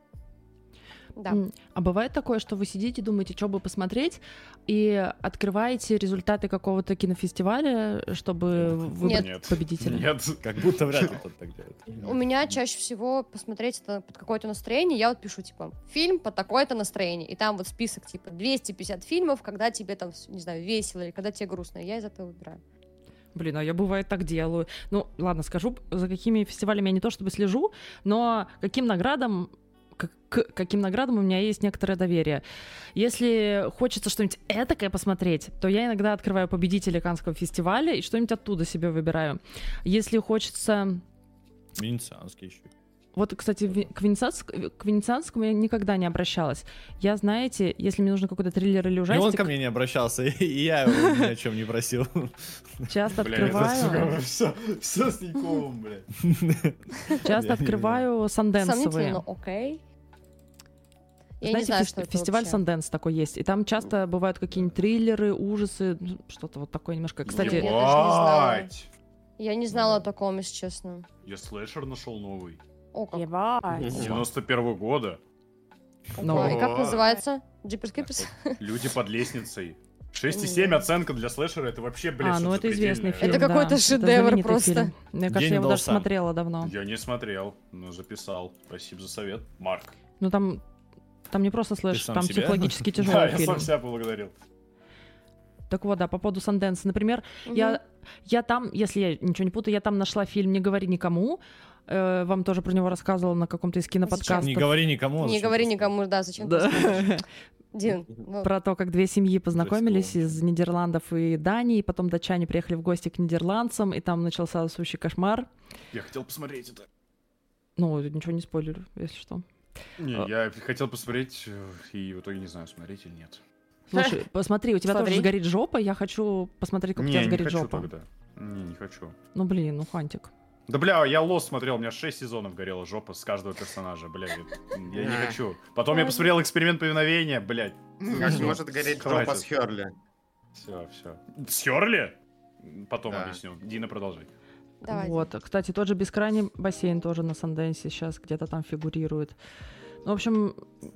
[SPEAKER 3] Да.
[SPEAKER 1] М, А бывает такое, что вы сидите, думаете, что бы посмотреть, и открываете результаты какого-то кинофестиваля, чтобы выбрать
[SPEAKER 4] Нет.
[SPEAKER 1] победителя?
[SPEAKER 4] Нет.
[SPEAKER 2] Как будто вряд ли кто-то так делает.
[SPEAKER 3] У меня чаще всего посмотреть это под какое-то настроение, я вот пишу, типа, фильм под такое-то настроение, и там вот список, типа, 250 фильмов, когда тебе там, не знаю, весело или когда тебе грустно, я из этого выбираю.
[SPEAKER 1] Блин, а я бывает так делаю. Ну, ладно, скажу, за какими фестивалями я не то чтобы слежу, но каким наградам к, к каким наградам у меня есть некоторое доверие. Если хочется что-нибудь этакое посмотреть, то я иногда открываю победителя Каннского фестиваля и что-нибудь оттуда себе выбираю. Если хочется...
[SPEAKER 2] Венецианский еще.
[SPEAKER 1] Вот, кстати, в- к, венецианск- к венецианскому я никогда не обращалась. Я, знаете, если мне нужен какой-то триллер или
[SPEAKER 2] И Ну, он
[SPEAKER 1] ужастик,
[SPEAKER 2] ко мне не обращался, [LAUGHS] и я его ни о чем не просил.
[SPEAKER 1] часто
[SPEAKER 4] Бля, это
[SPEAKER 1] открываю,
[SPEAKER 4] [LAUGHS] Все, все с Николом, бля.
[SPEAKER 1] часто
[SPEAKER 2] Я не ну,
[SPEAKER 1] открываю санденсовые.
[SPEAKER 3] Сомнительно, окей. Я не
[SPEAKER 1] Знаете,
[SPEAKER 3] знаю,
[SPEAKER 1] фес-
[SPEAKER 3] что это
[SPEAKER 1] фестиваль
[SPEAKER 3] вообще.
[SPEAKER 1] Санденс такой есть, и там часто бывают какие-нибудь триллеры, ужасы, ну, что-то вот такое немножко. Кстати,
[SPEAKER 3] Ебать. знала.
[SPEAKER 4] Ебать!
[SPEAKER 3] Я не
[SPEAKER 1] Ну
[SPEAKER 3] знала о таком, если честно.
[SPEAKER 4] Я слэшер нашел новый.
[SPEAKER 3] О, как.
[SPEAKER 5] Ебать.
[SPEAKER 4] 91 года.
[SPEAKER 1] но-
[SPEAKER 3] Ой, и как
[SPEAKER 4] О.
[SPEAKER 3] называется? Джиперс Криперс?
[SPEAKER 4] Люди под лестницей. 6,7 оценка для слэшера, это вообще, блядь,
[SPEAKER 1] а, ну
[SPEAKER 4] что-то
[SPEAKER 1] это известный фильм.
[SPEAKER 4] запредельное.
[SPEAKER 3] Это
[SPEAKER 1] да,
[SPEAKER 3] какой-то шедевр
[SPEAKER 1] знаменитый
[SPEAKER 3] просто.
[SPEAKER 1] фильм. Мне кажется,
[SPEAKER 2] День
[SPEAKER 1] я его даже
[SPEAKER 2] удался.
[SPEAKER 1] смотрела давно.
[SPEAKER 4] Я не смотрел, но записал. Спасибо за совет, Марк.
[SPEAKER 1] Ну там, там не просто слэш,
[SPEAKER 2] сам
[SPEAKER 1] там
[SPEAKER 2] себя?
[SPEAKER 1] психологически
[SPEAKER 4] да,
[SPEAKER 1] тяжелый
[SPEAKER 4] [LAUGHS] я
[SPEAKER 1] фильм.
[SPEAKER 4] сам себя поблагодарил.
[SPEAKER 1] Так вот, да, по поводу Санденса, например, я я там, если я ничего не путаю, я там нашла фильм "Не говори никому", э, вам тоже про него рассказывала на каком-то из киноподкастов.
[SPEAKER 2] Не говори никому.
[SPEAKER 3] Не
[SPEAKER 2] зачем
[SPEAKER 3] говори
[SPEAKER 2] просто.
[SPEAKER 3] никому, да, зачем ты
[SPEAKER 1] Да.
[SPEAKER 3] рассказываешь?
[SPEAKER 2] [LAUGHS]
[SPEAKER 3] Дин, ну,
[SPEAKER 1] Про то, как две семьи познакомились
[SPEAKER 2] Жестоко.
[SPEAKER 1] из Нидерландов и Дании, и потом датчане приехали в гости к нидерландцам, и там начался сущий кошмар.
[SPEAKER 4] Я хотел посмотреть это.
[SPEAKER 1] Ну, ничего не спойлерю, если что.
[SPEAKER 4] Не,
[SPEAKER 1] А.
[SPEAKER 4] я хотел посмотреть, э, и в итоге не знаю, смотреть или нет.
[SPEAKER 1] Слушай, посмотри, у тебя
[SPEAKER 5] Смотри.
[SPEAKER 1] тоже горит жопа, я хочу посмотреть, как у тебя
[SPEAKER 4] не, не
[SPEAKER 1] сгорит
[SPEAKER 4] хочу
[SPEAKER 1] жопа.
[SPEAKER 4] тогда. Не, не хочу.
[SPEAKER 1] Ну, блин, ну, Хантик.
[SPEAKER 4] Да бля, я лос смотрел, у меня 6 сезонов горела жопа с каждого персонажа, бля, я- я не
[SPEAKER 6] Да.
[SPEAKER 4] хочу. Потом я посмотрел эксперимент повиновения, блядь.
[SPEAKER 6] Как может гореть жопа с Херли?
[SPEAKER 4] Все, все. Стерли? Потом
[SPEAKER 6] Да.
[SPEAKER 4] объясню. Дина, продолжай.
[SPEAKER 3] давай.
[SPEAKER 1] Вот, кстати, тот же бескрайний бассейн тоже на Санденсе сейчас где-то там фигурирует. Ну, в общем,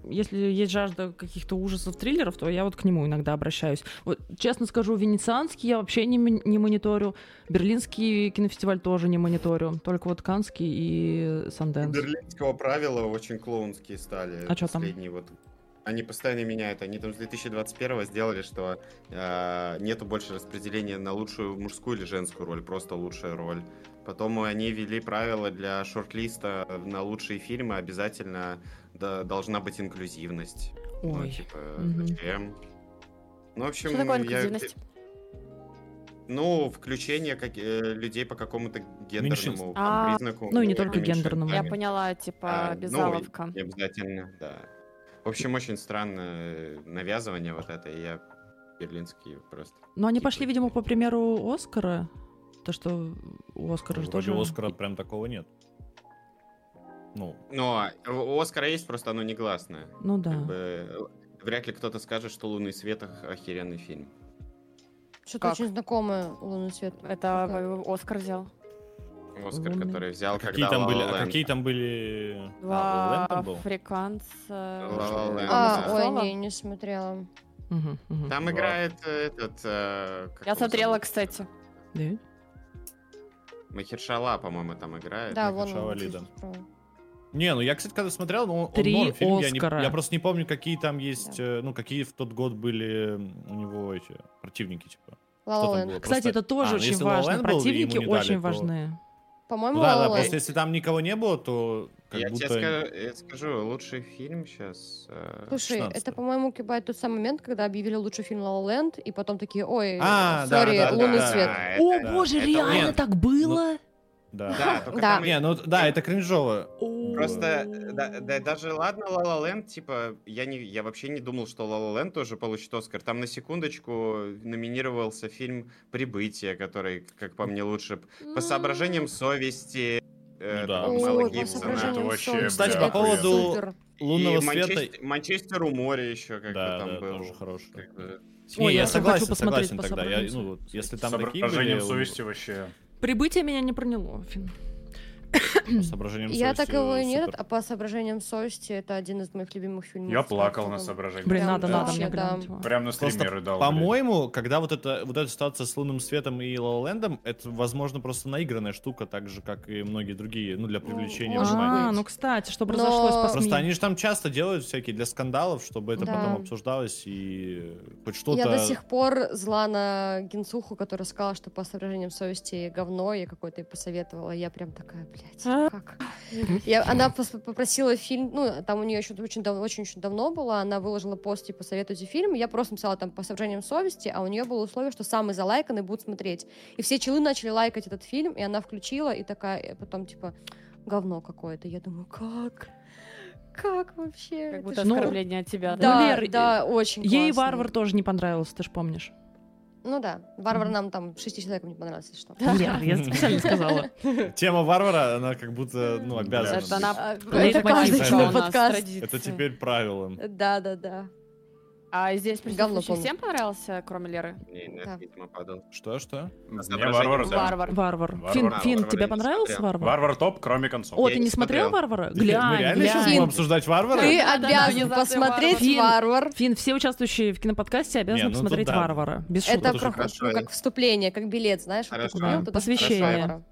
[SPEAKER 1] если есть жажда каких-то ужасов, триллеров, то я вот к нему иногда обращаюсь. Вот, честно скажу, венецианский я вообще не, мон- не мониторю, берлинский кинофестиваль тоже не мониторю, только вот канский и Санденс.
[SPEAKER 6] Берлинского правила очень клоунские стали.
[SPEAKER 1] А чё там?
[SPEAKER 6] последние вот. Они постоянно меняют. Они там с 2021 сделали, что э, нету больше распределения на лучшую мужскую или женскую роль, просто лучшая роль. Потом они ввели правила для шорт-листа на лучшие фильмы. Обязательно да, должна быть инклюзивность. Ну,
[SPEAKER 1] Ой,
[SPEAKER 6] типа,
[SPEAKER 1] мгм.
[SPEAKER 6] зачем? Ну, в общем,
[SPEAKER 5] Что такое
[SPEAKER 6] я-
[SPEAKER 5] инклюзивность?
[SPEAKER 6] ну, включение как, э, людей по какому-то гендерному
[SPEAKER 2] Меньшинств.
[SPEAKER 6] там,
[SPEAKER 5] А,
[SPEAKER 6] признаку.
[SPEAKER 1] ну и не
[SPEAKER 6] Или
[SPEAKER 1] только гендерному.
[SPEAKER 5] Я
[SPEAKER 6] меньшинствами.
[SPEAKER 5] поняла,
[SPEAKER 6] А,
[SPEAKER 5] типа,
[SPEAKER 6] ну,
[SPEAKER 5] обязаловка.
[SPEAKER 6] Не обязательно, да. В общем, очень странное навязывание вот это. Я берлинский просто.
[SPEAKER 1] Но Ну, они
[SPEAKER 6] типа-
[SPEAKER 1] пошли, видимо, по примеру Оскара, то, что у Оскара же
[SPEAKER 2] Вроде
[SPEAKER 1] тоже...
[SPEAKER 2] у Оскара прям такого нет. Ну,
[SPEAKER 6] Но у Оскара есть, просто оно негласное.
[SPEAKER 1] Ну
[SPEAKER 6] Как
[SPEAKER 1] да.
[SPEAKER 6] бы, э, вряд ли кто-то скажет, что «Лунный свет» ох- охеренный фильм.
[SPEAKER 3] Что-то
[SPEAKER 5] Как?
[SPEAKER 3] очень знакомое «Лунный свет». Что-то.
[SPEAKER 5] Это Оскар взял.
[SPEAKER 6] Оскар,
[SPEAKER 1] «Лунный».
[SPEAKER 6] который взял,
[SPEAKER 2] какие
[SPEAKER 6] когда
[SPEAKER 2] там
[SPEAKER 6] «Ла-Ла
[SPEAKER 2] были, а
[SPEAKER 6] Ленд».
[SPEAKER 2] какие там были...
[SPEAKER 5] Два
[SPEAKER 2] А, «Ла-Ла Ленд» там был?
[SPEAKER 5] африканца.
[SPEAKER 6] «Ла-Ла Ленд»,
[SPEAKER 3] А,
[SPEAKER 6] да.
[SPEAKER 5] Соло?
[SPEAKER 3] ой, не, не смотрела.
[SPEAKER 1] Мгм, мгм.
[SPEAKER 6] Там
[SPEAKER 2] Да.
[SPEAKER 6] играет э, этот... э, как
[SPEAKER 5] Я
[SPEAKER 6] его
[SPEAKER 5] смотрела,
[SPEAKER 6] зовут?
[SPEAKER 5] кстати.
[SPEAKER 1] Да?
[SPEAKER 6] Махершала, по-моему, там играет.
[SPEAKER 3] Да,
[SPEAKER 2] Михаил
[SPEAKER 3] вон он.
[SPEAKER 2] Шавалида.
[SPEAKER 3] чуть справа.
[SPEAKER 2] Не, ну я, кстати, когда смотрел, ну, он
[SPEAKER 1] Три
[SPEAKER 2] норм фильм, я, не-
[SPEAKER 1] «Оскара».
[SPEAKER 2] я просто не помню, какие там есть,
[SPEAKER 3] Да.
[SPEAKER 2] э, ну, какие в тот год были м, у него эти противники, типа. Что
[SPEAKER 3] «Ла-Ла
[SPEAKER 2] там
[SPEAKER 3] Ленд».
[SPEAKER 2] было?
[SPEAKER 1] Кстати,
[SPEAKER 2] Просто-
[SPEAKER 1] это тоже
[SPEAKER 2] А,
[SPEAKER 1] очень
[SPEAKER 2] если «Ла-Ла
[SPEAKER 1] важно.
[SPEAKER 2] Ленд» был, и ему
[SPEAKER 1] Противники
[SPEAKER 2] не дали,
[SPEAKER 1] очень
[SPEAKER 2] то-
[SPEAKER 1] важны.
[SPEAKER 3] По-моему,
[SPEAKER 2] Ну да, да,
[SPEAKER 3] «Ла-Ла Ленд».
[SPEAKER 2] просто если там никого не было, то как
[SPEAKER 6] я
[SPEAKER 2] будто...
[SPEAKER 6] тебе ска- я скажу, лучший фильм э, сейчас...
[SPEAKER 3] Слушай,
[SPEAKER 2] 16.
[SPEAKER 3] это, по-моему, кибает тот самый момент, когда объявили лучший фильм «Ла-Ла Ленд», и потом такие, ой,
[SPEAKER 2] А, да,
[SPEAKER 3] сори,
[SPEAKER 2] да, да,
[SPEAKER 3] «Лунный
[SPEAKER 2] да,
[SPEAKER 3] свет».
[SPEAKER 1] О, боже,
[SPEAKER 6] это
[SPEAKER 1] реально
[SPEAKER 2] он.
[SPEAKER 1] так было?
[SPEAKER 2] Да.
[SPEAKER 3] [LAUGHS]
[SPEAKER 6] Да, только
[SPEAKER 3] Да.
[SPEAKER 6] там и-
[SPEAKER 2] Не, ну да, это кринжово.
[SPEAKER 1] О.
[SPEAKER 6] Ну, Просто да- да- даже ладно, Лала Ленд, типа, я не я вообще не думал, что Лала Ленд тоже получит Оскар. Там на секундочку номинировался фильм Прибытие, который, как по мне, лучше б- по соображениям совести. э,
[SPEAKER 2] Ну да.
[SPEAKER 6] там,
[SPEAKER 2] О,
[SPEAKER 6] Мела
[SPEAKER 3] Ой, по
[SPEAKER 6] Гибсона.
[SPEAKER 4] соображениям
[SPEAKER 3] соображениям
[SPEAKER 4] вообще,
[SPEAKER 3] солнца,
[SPEAKER 2] Кстати,
[SPEAKER 3] это
[SPEAKER 2] по поводу
[SPEAKER 3] супер.
[SPEAKER 2] Лунного
[SPEAKER 6] И
[SPEAKER 2] света...
[SPEAKER 6] Манчестер, Манчестер у моря еще как
[SPEAKER 2] да,
[SPEAKER 6] бы там
[SPEAKER 2] да,
[SPEAKER 6] был.
[SPEAKER 2] тоже хороший.
[SPEAKER 6] Как бы,
[SPEAKER 2] Не,
[SPEAKER 1] Ой, я
[SPEAKER 2] я
[SPEAKER 1] тоже
[SPEAKER 2] согласен,
[SPEAKER 1] хочу посмотреть
[SPEAKER 2] согласен
[SPEAKER 1] по
[SPEAKER 2] тогда. Я,
[SPEAKER 1] соображениям
[SPEAKER 2] ну, вот, если там такие
[SPEAKER 4] Соображением
[SPEAKER 2] были...
[SPEAKER 4] совести вообще.
[SPEAKER 1] Прибытие меня не проняло. Фин.
[SPEAKER 2] ну, соображением
[SPEAKER 3] Я
[SPEAKER 2] совести
[SPEAKER 3] так его и нет,
[SPEAKER 2] супер.
[SPEAKER 3] а по соображениям совести это один из моих любимых фильмов.
[SPEAKER 4] Я
[SPEAKER 3] с
[SPEAKER 4] плакал на
[SPEAKER 3] Хэнкоком.
[SPEAKER 4] соображении.
[SPEAKER 1] Блин,
[SPEAKER 3] Прям
[SPEAKER 1] надо, надо
[SPEAKER 3] вообще,
[SPEAKER 1] мне
[SPEAKER 3] да.
[SPEAKER 1] глянуть его.
[SPEAKER 4] Прям на
[SPEAKER 2] Просто,
[SPEAKER 4] стримеры дал.
[SPEAKER 2] По-моему, когда вот, это, вот эта ситуация с лунным светом и Лолендом, это, возможно, просто наигранная штука, так же, как и многие другие, ну, для
[SPEAKER 3] Ну,
[SPEAKER 2] привлечения
[SPEAKER 3] может
[SPEAKER 2] внимания.
[SPEAKER 1] А,
[SPEAKER 3] быть.
[SPEAKER 1] ну, кстати, что произошлось по
[SPEAKER 3] Но-
[SPEAKER 1] СМИ.
[SPEAKER 2] Просто они же там часто делают всякие для скандалов, чтобы это
[SPEAKER 3] Да.
[SPEAKER 2] потом обсуждалось и хоть что-то...
[SPEAKER 3] Я до сих пор зла на Гинцуху, которая сказала, что по соображениям совести говно, я какой-то ей посоветовала. Я прям такая, блядь,
[SPEAKER 1] А?
[SPEAKER 3] как? Я, она пос- попросила фильм, ну, там у нее еще очень давно, очень, очень давно было, она выложила пост, типа, советуйте фильм, я просто написала там по соображениям совести, а у нее было условие, что самые залайканные будут смотреть. И все челы начали лайкать этот фильм, и она включила, и такая, э, потом, типа, говно какое-то. Я думаю, как? Как вообще?
[SPEAKER 5] Как
[SPEAKER 3] Это
[SPEAKER 5] будто
[SPEAKER 3] ж-
[SPEAKER 1] ну,
[SPEAKER 5] оскорбление от тебя.
[SPEAKER 1] да.
[SPEAKER 5] да?
[SPEAKER 1] Ну, Вер,
[SPEAKER 3] да, очень
[SPEAKER 1] Ей
[SPEAKER 3] классно.
[SPEAKER 1] варвар тоже не понравился, ты же помнишь.
[SPEAKER 3] Ну да, варвар
[SPEAKER 1] Мгм.
[SPEAKER 3] нам там шести человекам не понравилось, если что.
[SPEAKER 1] Лер, я специально сказала.
[SPEAKER 2] Тема варвара, она как будто, ну, обязана.
[SPEAKER 5] Это
[SPEAKER 2] быть.
[SPEAKER 3] А,
[SPEAKER 5] она...
[SPEAKER 1] Лейтмотив.
[SPEAKER 5] Это каждый
[SPEAKER 2] Это
[SPEAKER 5] у нас
[SPEAKER 3] подкаст.
[SPEAKER 5] традиция.
[SPEAKER 2] Это теперь правило.
[SPEAKER 3] Да, да, да.
[SPEAKER 5] А здесь
[SPEAKER 3] Говно
[SPEAKER 5] присутствующим
[SPEAKER 3] помню.
[SPEAKER 5] всем понравился, кроме Леры?
[SPEAKER 6] не, нет,
[SPEAKER 3] Да.
[SPEAKER 6] видимо, падал.
[SPEAKER 2] Что, что?
[SPEAKER 4] Мне
[SPEAKER 6] соображениям
[SPEAKER 4] варвар, да.
[SPEAKER 5] Варвар.
[SPEAKER 1] Варвар.
[SPEAKER 4] Варвар,
[SPEAKER 1] Фин,
[SPEAKER 4] да,
[SPEAKER 1] Фин,
[SPEAKER 6] варвар
[SPEAKER 1] тебе
[SPEAKER 6] я не
[SPEAKER 1] понравился
[SPEAKER 6] смотрел.
[SPEAKER 1] варвар?
[SPEAKER 4] Варвар топ, кроме концов.
[SPEAKER 1] О,
[SPEAKER 6] Я
[SPEAKER 1] ты
[SPEAKER 6] не
[SPEAKER 1] не смотрел
[SPEAKER 6] смотрел.
[SPEAKER 1] варвара?
[SPEAKER 2] Мы
[SPEAKER 1] Глянь,
[SPEAKER 2] реально сейчас
[SPEAKER 1] глянь.
[SPEAKER 2] будем обсуждать варвара?
[SPEAKER 3] Ты
[SPEAKER 5] Да, да,
[SPEAKER 3] обязан
[SPEAKER 5] да,
[SPEAKER 3] посмотреть
[SPEAKER 1] Фин.
[SPEAKER 3] «Варвар».
[SPEAKER 1] Фин, все участвующие в киноподкасте
[SPEAKER 2] Не,
[SPEAKER 1] обязаны
[SPEAKER 2] ну тут
[SPEAKER 1] посмотреть
[SPEAKER 2] да.
[SPEAKER 1] варвара. Без
[SPEAKER 3] Это
[SPEAKER 1] шуток.
[SPEAKER 2] тоже
[SPEAKER 3] как,
[SPEAKER 6] хорошо,
[SPEAKER 3] ну, как
[SPEAKER 6] Аня.
[SPEAKER 3] вступление, как билет, знаешь, вот ты
[SPEAKER 6] Хорошо.
[SPEAKER 3] купил, туда
[SPEAKER 1] Посвящение.
[SPEAKER 3] вступаешь в «Варвара».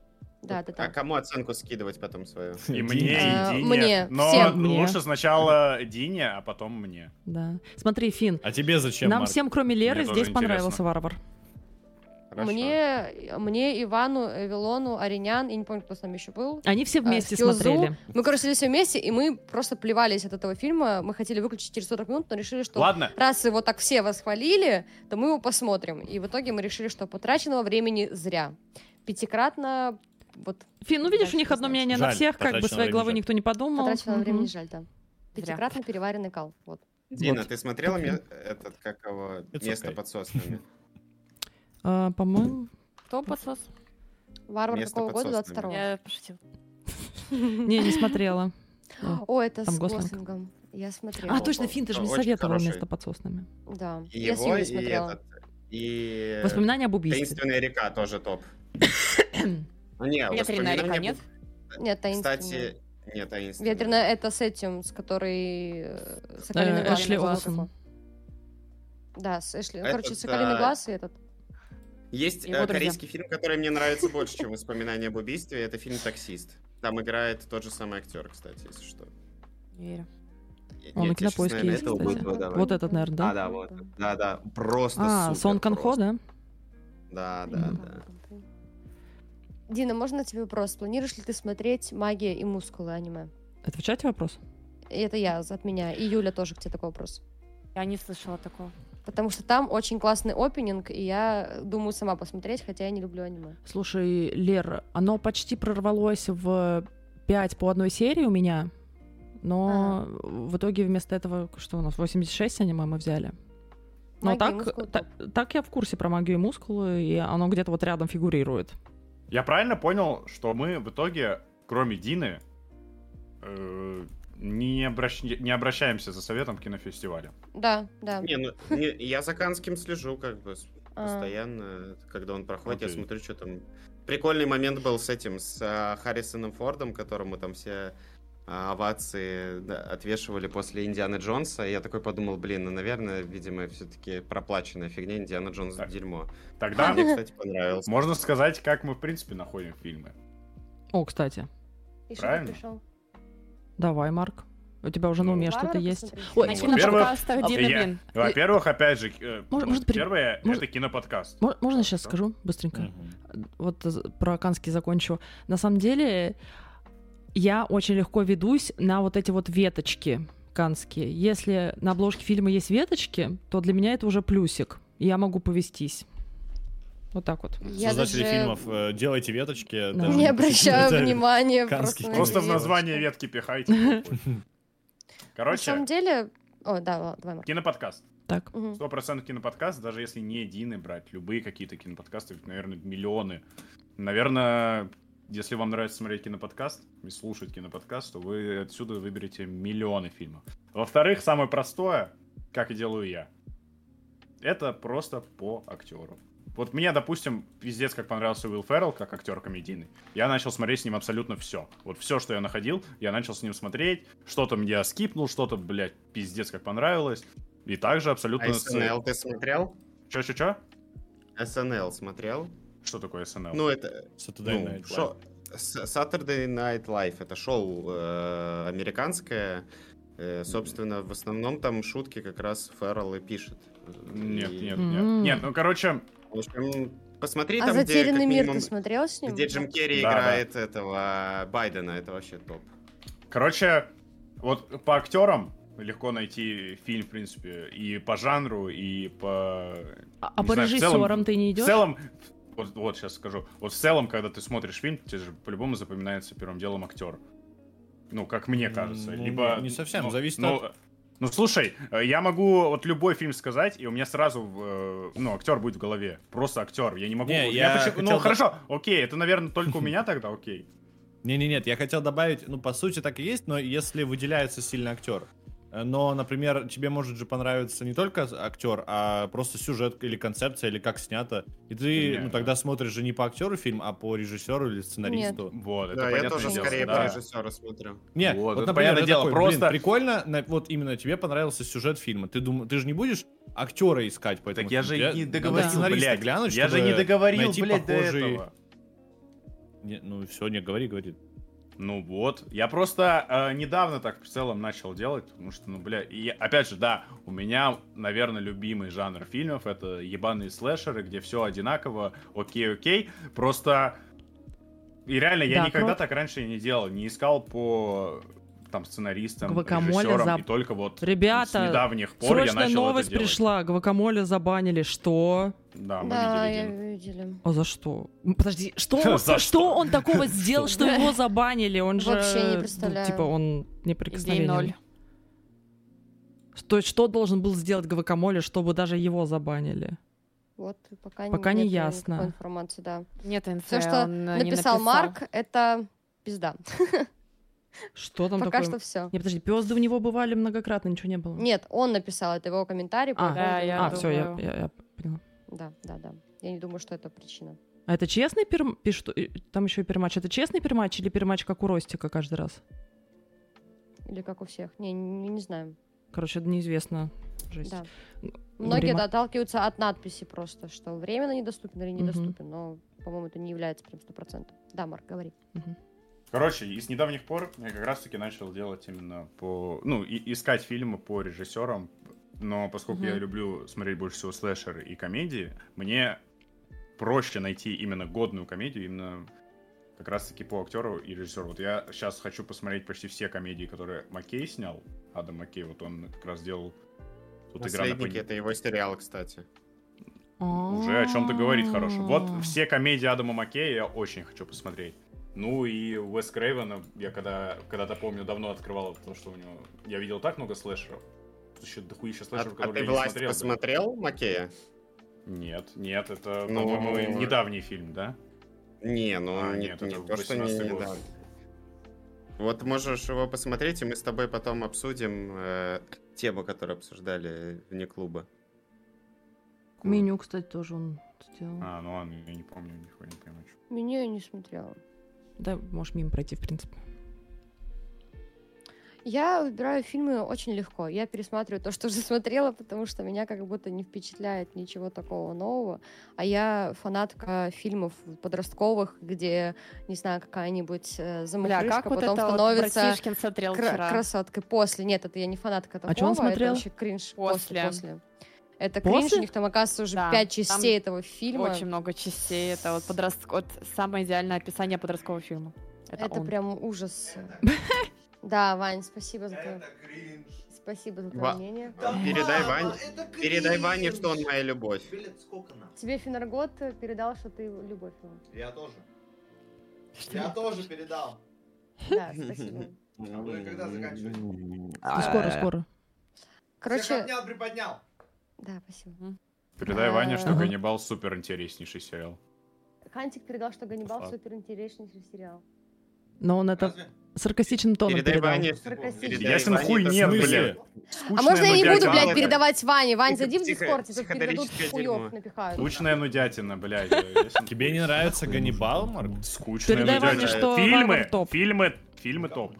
[SPEAKER 3] Да, да,
[SPEAKER 6] А
[SPEAKER 3] да.
[SPEAKER 6] кому оценку скидывать потом свою?
[SPEAKER 4] И мне,
[SPEAKER 3] Э,
[SPEAKER 6] А,
[SPEAKER 4] и Дине.
[SPEAKER 3] мне,
[SPEAKER 4] Но
[SPEAKER 3] всем.
[SPEAKER 1] Мне.
[SPEAKER 4] лучше сначала Дине, а потом мне.
[SPEAKER 1] Да. Смотри, Фин,
[SPEAKER 2] А тебе зачем,
[SPEAKER 1] нам
[SPEAKER 2] Марк?
[SPEAKER 1] всем, кроме Леры,
[SPEAKER 4] тоже
[SPEAKER 1] здесь
[SPEAKER 4] интересно.
[SPEAKER 1] понравился варвар.
[SPEAKER 4] Хорошо.
[SPEAKER 3] Мне, мне, Ивану, Эвелону, Аринян, я не помню, кто с нами еще был.
[SPEAKER 1] Они все
[SPEAKER 3] а,
[SPEAKER 1] вместе
[SPEAKER 3] Скилзу.
[SPEAKER 1] смотрели.
[SPEAKER 3] Мы, короче, сидели все вместе, и мы просто плевались от этого фильма. Мы хотели выключить через 40 минут, но решили, что
[SPEAKER 4] Ладно,
[SPEAKER 3] раз его так все восхвалили, то мы его посмотрим. И в итоге мы решили, что потраченного времени зря. Пятикратно вот
[SPEAKER 1] Фин, ну видишь,
[SPEAKER 3] Дальше
[SPEAKER 1] у них
[SPEAKER 3] не
[SPEAKER 1] одно
[SPEAKER 3] знаю.
[SPEAKER 1] мнение на
[SPEAKER 2] Жаль,
[SPEAKER 1] всех, как бы
[SPEAKER 2] потраченного
[SPEAKER 1] своей
[SPEAKER 2] времени
[SPEAKER 1] головой
[SPEAKER 2] жаль.
[SPEAKER 1] никто не подумал.
[SPEAKER 3] потраченного
[SPEAKER 1] Мгм.
[SPEAKER 3] времени жаль, да.
[SPEAKER 5] Зря.
[SPEAKER 3] Пятикратно переваренный кал. Вот.
[SPEAKER 6] Дина,
[SPEAKER 1] Вот.
[SPEAKER 6] ты смотрела ме- этот, как его,
[SPEAKER 2] It's
[SPEAKER 6] место
[SPEAKER 2] okay.
[SPEAKER 1] [LAUGHS]
[SPEAKER 6] под соснами?
[SPEAKER 1] А, По-моему,
[SPEAKER 5] Кто посос?
[SPEAKER 3] Варвар
[SPEAKER 6] Место
[SPEAKER 3] какого
[SPEAKER 6] под
[SPEAKER 3] года?
[SPEAKER 6] соснами.
[SPEAKER 3] 22
[SPEAKER 5] Я пошутила.
[SPEAKER 1] не, не смотрела.
[SPEAKER 3] О, это
[SPEAKER 1] Там
[SPEAKER 3] с
[SPEAKER 1] Гослинг.
[SPEAKER 3] Гослингом. Я смотрела.
[SPEAKER 1] А, точно, Фин, ты же мне
[SPEAKER 6] Очень
[SPEAKER 1] советовал
[SPEAKER 6] хороший.
[SPEAKER 1] место под соснами.
[SPEAKER 3] Да.
[SPEAKER 6] И
[SPEAKER 3] я с
[SPEAKER 6] его,
[SPEAKER 3] Юлей
[SPEAKER 6] и
[SPEAKER 3] смотрела.
[SPEAKER 6] этот, и...
[SPEAKER 1] Воспоминания об убийстве.
[SPEAKER 6] Таинственная река
[SPEAKER 1] [COUGHS]
[SPEAKER 6] тоже топ. Ну, Не,
[SPEAKER 5] Ветреная река,
[SPEAKER 6] воспоминания
[SPEAKER 5] нет?
[SPEAKER 6] бу-
[SPEAKER 3] Нет, таинственный.
[SPEAKER 6] Кстати, нет, таинственная.
[SPEAKER 3] Ветреная это с этим, с который... э, Соколиный
[SPEAKER 1] Э,
[SPEAKER 3] глаз
[SPEAKER 1] Эшли
[SPEAKER 3] назвал
[SPEAKER 1] Олсен.
[SPEAKER 3] такого. Да, с Эшли. Ну,
[SPEAKER 6] Этот,
[SPEAKER 3] Короче, Соколиный
[SPEAKER 6] а,
[SPEAKER 3] глаз и этот.
[SPEAKER 6] Есть
[SPEAKER 5] Его
[SPEAKER 6] э,
[SPEAKER 5] друзья.
[SPEAKER 6] корейский фильм, который мне нравится больше, чем «Воспоминания об убийстве». Это фильм «Таксист». Там играет тот же самый актер, кстати, если что.
[SPEAKER 5] Не верю.
[SPEAKER 6] Я-
[SPEAKER 1] Он
[SPEAKER 6] я
[SPEAKER 1] на
[SPEAKER 6] тебе щас,
[SPEAKER 1] кинопоиске
[SPEAKER 6] наверное,
[SPEAKER 1] есть,
[SPEAKER 6] этого
[SPEAKER 1] кстати.
[SPEAKER 6] буду выдавать.
[SPEAKER 1] Вот этот, наверное, да?
[SPEAKER 6] А, да, вот. Да, да. Просто
[SPEAKER 1] А,
[SPEAKER 6] супер,
[SPEAKER 1] Сон Канхо,
[SPEAKER 6] просто.
[SPEAKER 1] да?
[SPEAKER 6] Да, да,
[SPEAKER 1] Мгм.
[SPEAKER 6] да.
[SPEAKER 3] Дина, можно тебе вопрос? Планируешь ли ты смотреть «Магия и мускулы» аниме?
[SPEAKER 1] Это в чате вопрос?
[SPEAKER 3] И это я от меня. И Юля тоже к тебе такой вопрос.
[SPEAKER 5] Я не слышала такого.
[SPEAKER 3] Потому что там очень классный опенинг, и я думаю сама посмотреть, хотя я не люблю аниме.
[SPEAKER 1] Слушай, Лер, оно почти прорвалось в 5 по одной серии у меня, но в итоге вместо этого, что у нас, 86 аниме мы взяли. Но
[SPEAKER 3] «Магия и мускулы»
[SPEAKER 1] так, та-
[SPEAKER 3] топ.
[SPEAKER 1] так я в курсе про магию и мускулы, и оно где-то вот рядом фигурирует.
[SPEAKER 4] я правильно понял, что мы в итоге, кроме Дины, э, не, обращ- не обращаемся за советом к кинофестивалю.
[SPEAKER 3] Да, да.
[SPEAKER 6] Не, ну, не, я за Канским слежу, как бы, с-
[SPEAKER 3] А.
[SPEAKER 6] постоянно, когда он проходит, я
[SPEAKER 4] Окей.
[SPEAKER 6] смотрю, что там. Прикольный момент был с этим, с а, Харрисоном Фордом, которому там все а, овации да, отвешивали после Индианы Джонса. И я такой подумал, блин, ну, наверное, видимо, все-таки проплаченная фигня Индиана Джонс
[SPEAKER 4] Так.
[SPEAKER 6] дерьмо.
[SPEAKER 4] Тогда
[SPEAKER 6] Мне, кстати, понравилось.
[SPEAKER 4] можно сказать, как мы, в принципе, находим фильмы.
[SPEAKER 1] О, кстати,
[SPEAKER 3] И что ты
[SPEAKER 4] правильно.
[SPEAKER 3] пришел?
[SPEAKER 1] давай, Марк. Ну, У тебя уже на уме что-то
[SPEAKER 3] Варвара
[SPEAKER 1] есть.
[SPEAKER 3] посмотреть?
[SPEAKER 1] Ой,
[SPEAKER 4] Ну,
[SPEAKER 5] Начни на
[SPEAKER 4] во-первых,
[SPEAKER 5] подкастах, Дина,
[SPEAKER 4] я-
[SPEAKER 5] блин.
[SPEAKER 4] Во-первых, опять же, э,
[SPEAKER 1] Может,
[SPEAKER 4] ну,
[SPEAKER 1] может, при-
[SPEAKER 4] первое,
[SPEAKER 1] может-
[SPEAKER 4] это киноподкаст.
[SPEAKER 1] Мо- Можно сейчас
[SPEAKER 4] Хорошо.
[SPEAKER 1] скажу быстренько?
[SPEAKER 2] Мгм.
[SPEAKER 1] вот з- про Канский закончу. На самом деле, я очень легко ведусь на вот эти вот веточки канские. Если на обложке фильма есть веточки, то для меня это уже плюсик. и Я могу повестись. Вот так вот.
[SPEAKER 3] Я
[SPEAKER 2] Создатели
[SPEAKER 3] даже Ну,
[SPEAKER 2] фильмов, э, делайте веточки.
[SPEAKER 1] Да. не
[SPEAKER 2] даже
[SPEAKER 3] [LAUGHS] Не
[SPEAKER 6] [LAUGHS]
[SPEAKER 3] обращаю
[SPEAKER 2] посетите-
[SPEAKER 3] внимания.
[SPEAKER 2] Канский.
[SPEAKER 3] на
[SPEAKER 4] Просто в
[SPEAKER 3] эти
[SPEAKER 4] название
[SPEAKER 3] девочки.
[SPEAKER 4] ветки пихайте.
[SPEAKER 3] На самом
[SPEAKER 4] Короче,
[SPEAKER 3] деле... О, да, ладно, давай, Марк.
[SPEAKER 4] киноподкаст.
[SPEAKER 1] Так.
[SPEAKER 3] Мгм.
[SPEAKER 4] 100% киноподкаст, даже если не Дины брать, любые какие-то киноподкасты, их, наверное, миллионы. Наверное, если вам нравится смотреть киноподкаст и слушать киноподкаст, то вы отсюда выберете миллионы фильмов. Во-вторых, самое простое, как и делаю я, это просто по актеру. Вот мне, допустим, пиздец, как понравился Уилл Феррелл, как актер комедийный. Я начал смотреть с ним абсолютно все. Вот все, что я находил, я начал с ним смотреть. Что-то я скипнул, что-то, блядь, пиздец, как понравилось. И также абсолютно... с-
[SPEAKER 6] А СНЛ ты смотрел?
[SPEAKER 4] Чё-чё-чё?
[SPEAKER 6] СНЛ смотрел?
[SPEAKER 4] Что такое СНЛ?
[SPEAKER 6] Ну, это,
[SPEAKER 2] Saturday
[SPEAKER 6] Ну,
[SPEAKER 2] Night Live.
[SPEAKER 6] шо- С- Saturday Night Live это шоу э, американское. Э, собственно, в основном там шутки как раз Феррелл и пишет.
[SPEAKER 4] Нет,
[SPEAKER 6] И,
[SPEAKER 4] нет,
[SPEAKER 1] М.
[SPEAKER 4] нет. Нет, ну, короче,
[SPEAKER 6] в общем, посмотри
[SPEAKER 3] А
[SPEAKER 6] там, где, как
[SPEAKER 3] «Затерянный мир» ты
[SPEAKER 6] минимум,
[SPEAKER 3] смотрел с ним?
[SPEAKER 6] где Джим Керри
[SPEAKER 4] Да,
[SPEAKER 6] играет этого Байдена. Это вообще топ.
[SPEAKER 4] короче, вот по актерам легко найти фильм, в принципе, и по жанру, и по...
[SPEAKER 1] А, а
[SPEAKER 4] Не
[SPEAKER 1] по
[SPEAKER 4] знаю, в целом-
[SPEAKER 1] режиссерам ты не идешь?
[SPEAKER 4] В целом, вот, вот сейчас скажу, вот в целом, когда ты смотришь фильм, тебе же по-любому запоминается первым делом актер. Ну, как мне кажется.
[SPEAKER 2] Ну,
[SPEAKER 4] Либо...
[SPEAKER 2] не совсем,
[SPEAKER 4] ну,
[SPEAKER 2] зависит
[SPEAKER 4] ну, Ну, слушай, э, я могу вот любой фильм сказать, и у меня сразу, э, ну, актер будет в голове. Просто актер. Я не могу...
[SPEAKER 2] Не,
[SPEAKER 4] вот
[SPEAKER 2] я
[SPEAKER 4] почему-
[SPEAKER 2] хотел
[SPEAKER 4] Ну,
[SPEAKER 2] бы-
[SPEAKER 4] хорошо, окей, это, наверное,
[SPEAKER 2] [LAUGHS]
[SPEAKER 4] только у меня тогда, окей.
[SPEAKER 2] Не-не-нет, я хотел добавить, ну, по сути, так и есть, но если выделяется сильно актер. Э, Но, например, тебе может же понравиться не только актер, а просто сюжет или концепция, или как снято. И ты,
[SPEAKER 4] Не,
[SPEAKER 2] ну,
[SPEAKER 4] да.
[SPEAKER 2] тогда смотришь же не по актеру фильм, а по режиссеру или сценаристу.
[SPEAKER 4] Вот, это
[SPEAKER 6] да, я
[SPEAKER 4] понятное
[SPEAKER 6] тоже
[SPEAKER 4] дело,
[SPEAKER 6] скорее
[SPEAKER 4] да.
[SPEAKER 6] по режиссеру смотрю.
[SPEAKER 2] Не,
[SPEAKER 4] Вот,
[SPEAKER 2] вот,
[SPEAKER 4] это
[SPEAKER 2] например,
[SPEAKER 4] понятное
[SPEAKER 2] ты
[SPEAKER 4] дело,
[SPEAKER 2] такой,
[SPEAKER 4] просто-
[SPEAKER 2] «Блин, прикольно, на- вот именно тебе понравился сюжет фильма. Ты, дум... ты же не будешь актера искать, поэтому...
[SPEAKER 4] Так я же
[SPEAKER 2] тебе
[SPEAKER 4] не
[SPEAKER 2] надо
[SPEAKER 4] договорил,
[SPEAKER 2] сценариста
[SPEAKER 4] блядь.
[SPEAKER 2] глянуть,
[SPEAKER 4] я же
[SPEAKER 2] чтобы
[SPEAKER 4] не договорил,
[SPEAKER 2] найти
[SPEAKER 4] блядь, до
[SPEAKER 2] похожий-
[SPEAKER 4] этого.
[SPEAKER 2] Не, ну все, не говори, говори.
[SPEAKER 4] Ну вот, я просто э, недавно так в целом начал делать, потому что, ну, бля, и я- опять же, да, у меня, наверное, любимый жанр фильмов это ебаные слэшеры, где все одинаково, окей, окей, просто и реально я
[SPEAKER 1] Да,
[SPEAKER 4] никогда
[SPEAKER 1] круто.
[SPEAKER 4] так раньше не делал, не искал по там сценаристам,
[SPEAKER 1] Гвакамоле
[SPEAKER 4] режиссерам,
[SPEAKER 1] зап-
[SPEAKER 4] и только вот с
[SPEAKER 1] Ребята,
[SPEAKER 4] недавних пор я
[SPEAKER 1] Срочная
[SPEAKER 4] начал
[SPEAKER 1] новость
[SPEAKER 4] это делать.
[SPEAKER 1] пришла. Гвакамоле забанили. Что?
[SPEAKER 4] Да, А, мы
[SPEAKER 3] да,
[SPEAKER 4] видели
[SPEAKER 3] я
[SPEAKER 4] Дин.
[SPEAKER 3] видели.
[SPEAKER 1] А за что? М, Подожди, что он,
[SPEAKER 4] [LAUGHS]
[SPEAKER 1] что?
[SPEAKER 4] За что?
[SPEAKER 1] он такого сделал, что
[SPEAKER 3] [LAUGHS]
[SPEAKER 1] его забанили? Он же...
[SPEAKER 3] Вообще не
[SPEAKER 1] ну,
[SPEAKER 3] представляю.
[SPEAKER 1] Типа он неприкосновенен.
[SPEAKER 5] Идей ноль.
[SPEAKER 1] То есть что должен был сделать Гвакамоле, чтобы даже его забанили?
[SPEAKER 3] Вот и пока,
[SPEAKER 1] Пока не
[SPEAKER 3] нет
[SPEAKER 1] ясно.
[SPEAKER 3] никакой информации, да.
[SPEAKER 5] Нет инфы,
[SPEAKER 3] Всё, что
[SPEAKER 5] он, э, не
[SPEAKER 3] Написал Марк, это пизда.
[SPEAKER 1] Что там
[SPEAKER 3] пока
[SPEAKER 1] такое?
[SPEAKER 3] что все.
[SPEAKER 1] Не, подожди, пёзды у него бывали многократно, ничего не было.
[SPEAKER 3] Нет, он написал, это его комментарий. по
[SPEAKER 1] А,
[SPEAKER 3] поводу-
[SPEAKER 5] Да, я
[SPEAKER 1] а, все, я,
[SPEAKER 5] думаю.
[SPEAKER 1] я- я поняла.
[SPEAKER 3] Да, да, да. Я не думаю, что это причина.
[SPEAKER 1] А это честный перм... пиш- э, Там еще и перматч. Это честный перматч или перматч как у Ростика каждый раз?
[SPEAKER 3] Или как у всех. Не, не, не знаю.
[SPEAKER 1] Короче, это неизвестно. Жесть.
[SPEAKER 3] Да.
[SPEAKER 1] Ну,
[SPEAKER 3] Многие
[SPEAKER 1] время-
[SPEAKER 3] да, отталкиваются от надписи просто, что временно недоступен или
[SPEAKER 1] Мгм.
[SPEAKER 3] недоступен, но, по-моему, это не является прям 100%. Да, Марк, говори.
[SPEAKER 1] Мгм.
[SPEAKER 4] Короче, и с недавних пор я как раз-таки начал делать именно по... Ну, и- искать фильмы по режиссерам, но поскольку я
[SPEAKER 1] Мгм.
[SPEAKER 4] люблю смотреть больше всего слэшеры и комедии, мне проще найти именно годную комедию, именно как раз-таки по актеру и режиссеру. Вот я сейчас хочу посмотреть почти все комедии, которые Маккей снял, Адам Маккей, вот он как раз делал... Тут игра на
[SPEAKER 6] Наследники
[SPEAKER 4] понедельник.
[SPEAKER 6] это его сериал, кстати.
[SPEAKER 4] Уже о чем-то говорит хорошо.
[SPEAKER 1] А-а-а.
[SPEAKER 3] А.
[SPEAKER 4] Вот все комедии Адама Маккея я очень хочу посмотреть. Ну и Уэс Крейвена я когда, когда-то помню, давно открывал, потому что у него... Я видел так много слэшеров. Тут еще дохуища
[SPEAKER 6] А,
[SPEAKER 4] слэшеров,
[SPEAKER 6] а
[SPEAKER 4] которые
[SPEAKER 6] ты
[SPEAKER 4] я не
[SPEAKER 6] власть
[SPEAKER 4] смотрел.
[SPEAKER 6] посмотрел, Макея?
[SPEAKER 4] Нет, нет, это,
[SPEAKER 6] Ну,
[SPEAKER 4] по-моему,
[SPEAKER 6] ну,
[SPEAKER 4] недавний фильм, да?
[SPEAKER 6] Не, ну
[SPEAKER 4] А,
[SPEAKER 6] не,
[SPEAKER 4] нет,
[SPEAKER 6] не
[SPEAKER 4] это
[SPEAKER 6] то, что не
[SPEAKER 4] 18-й год.
[SPEAKER 6] недавно. Вот можешь его посмотреть, и мы с тобой потом обсудим э, тему, которую обсуждали вне клуба.
[SPEAKER 1] Меню, кстати, тоже он сделал.
[SPEAKER 4] А, ну ладно, я не помню, нихуя не пойму. чё.
[SPEAKER 3] Меню я не смотрела.
[SPEAKER 1] Да, можешь мимо пройти, в принципе.
[SPEAKER 3] Я выбираю фильмы очень легко. Я пересматриваю то, что уже смотрела, потому что меня как будто не впечатляет ничего такого нового. А я фанатка фильмов подростковых, где, не знаю, какая-нибудь э,
[SPEAKER 5] Бля,
[SPEAKER 3] замухрышка
[SPEAKER 5] как вот
[SPEAKER 3] потом
[SPEAKER 5] это
[SPEAKER 3] становится...
[SPEAKER 5] вот Братишкин смотрел
[SPEAKER 3] Кра-
[SPEAKER 5] вчера?
[SPEAKER 3] красоткой после. Нет, это я не фанатка такого.
[SPEAKER 1] А чё он смотрел?
[SPEAKER 3] Это вообще кринж. После.
[SPEAKER 5] После.
[SPEAKER 3] после. Это
[SPEAKER 1] После?
[SPEAKER 3] кринж, у них там, оказывается, уже
[SPEAKER 5] Да,
[SPEAKER 3] пять
[SPEAKER 5] там
[SPEAKER 3] частей этого фильма.
[SPEAKER 5] Очень много частей. Это вот подростк... вот самое идеальное описание подросткового фильма. Это,
[SPEAKER 3] Это,
[SPEAKER 5] он.
[SPEAKER 1] [LAUGHS]
[SPEAKER 3] прям ужас. Да, Вань, спасибо за твое... Спасибо за твое
[SPEAKER 6] Ва-
[SPEAKER 3] мнение.
[SPEAKER 6] Передай
[SPEAKER 8] ну,
[SPEAKER 6] Ване, передай Ване, что он моя любовь.
[SPEAKER 7] Билет сколько нам?
[SPEAKER 3] Тебе Финаргот передал, что ты любовь
[SPEAKER 5] [LAUGHS]
[SPEAKER 3] его.
[SPEAKER 7] Я тоже. [LAUGHS] Я тоже передал.
[SPEAKER 3] Да, спасибо.
[SPEAKER 7] А
[SPEAKER 6] Ну,
[SPEAKER 7] вы когда
[SPEAKER 4] М-м-м.
[SPEAKER 7] заканчиваете?
[SPEAKER 1] Да Ну, скоро, скоро.
[SPEAKER 7] Всех
[SPEAKER 3] Короче,
[SPEAKER 7] обнял, приподнял.
[SPEAKER 3] да, спасибо.
[SPEAKER 4] Передай
[SPEAKER 3] А.
[SPEAKER 4] Ване, что Ганнибал супер интереснейший сериал.
[SPEAKER 3] Хантик передал, что Ганнибал
[SPEAKER 4] Фак.
[SPEAKER 3] суперинтереснейший сериал.
[SPEAKER 1] Но он это
[SPEAKER 7] Разве?
[SPEAKER 1] саркастичным тоном
[SPEAKER 6] Передай
[SPEAKER 1] передал.
[SPEAKER 6] Ване,
[SPEAKER 3] Саркастично.
[SPEAKER 6] передай
[SPEAKER 4] Ясен
[SPEAKER 6] Ване,
[SPEAKER 4] хуй
[SPEAKER 6] это
[SPEAKER 4] нет,
[SPEAKER 6] смысл.
[SPEAKER 4] бля.
[SPEAKER 3] А можно я не
[SPEAKER 4] Скучная
[SPEAKER 6] блядь,
[SPEAKER 3] буду, блядь,
[SPEAKER 6] это-
[SPEAKER 3] передавать Ване? Вань,
[SPEAKER 6] Психо-
[SPEAKER 3] зайди в
[SPEAKER 6] психо-
[SPEAKER 3] Дискорд, и тут передадут
[SPEAKER 6] психоделическое
[SPEAKER 3] хуёв
[SPEAKER 6] дерьмо.
[SPEAKER 3] напихают.
[SPEAKER 4] Скучная нудятина, бля. я-
[SPEAKER 2] [LAUGHS]
[SPEAKER 4] ясен
[SPEAKER 2] Тебе
[SPEAKER 4] хуй.
[SPEAKER 2] не нравится Ганнибал, Марк? [LAUGHS]
[SPEAKER 4] Скучная
[SPEAKER 1] Передай
[SPEAKER 4] нудятина.
[SPEAKER 6] Ване,
[SPEAKER 1] что
[SPEAKER 4] Фильмы,
[SPEAKER 1] Варвар топ.
[SPEAKER 4] фильмы, фильмы топ.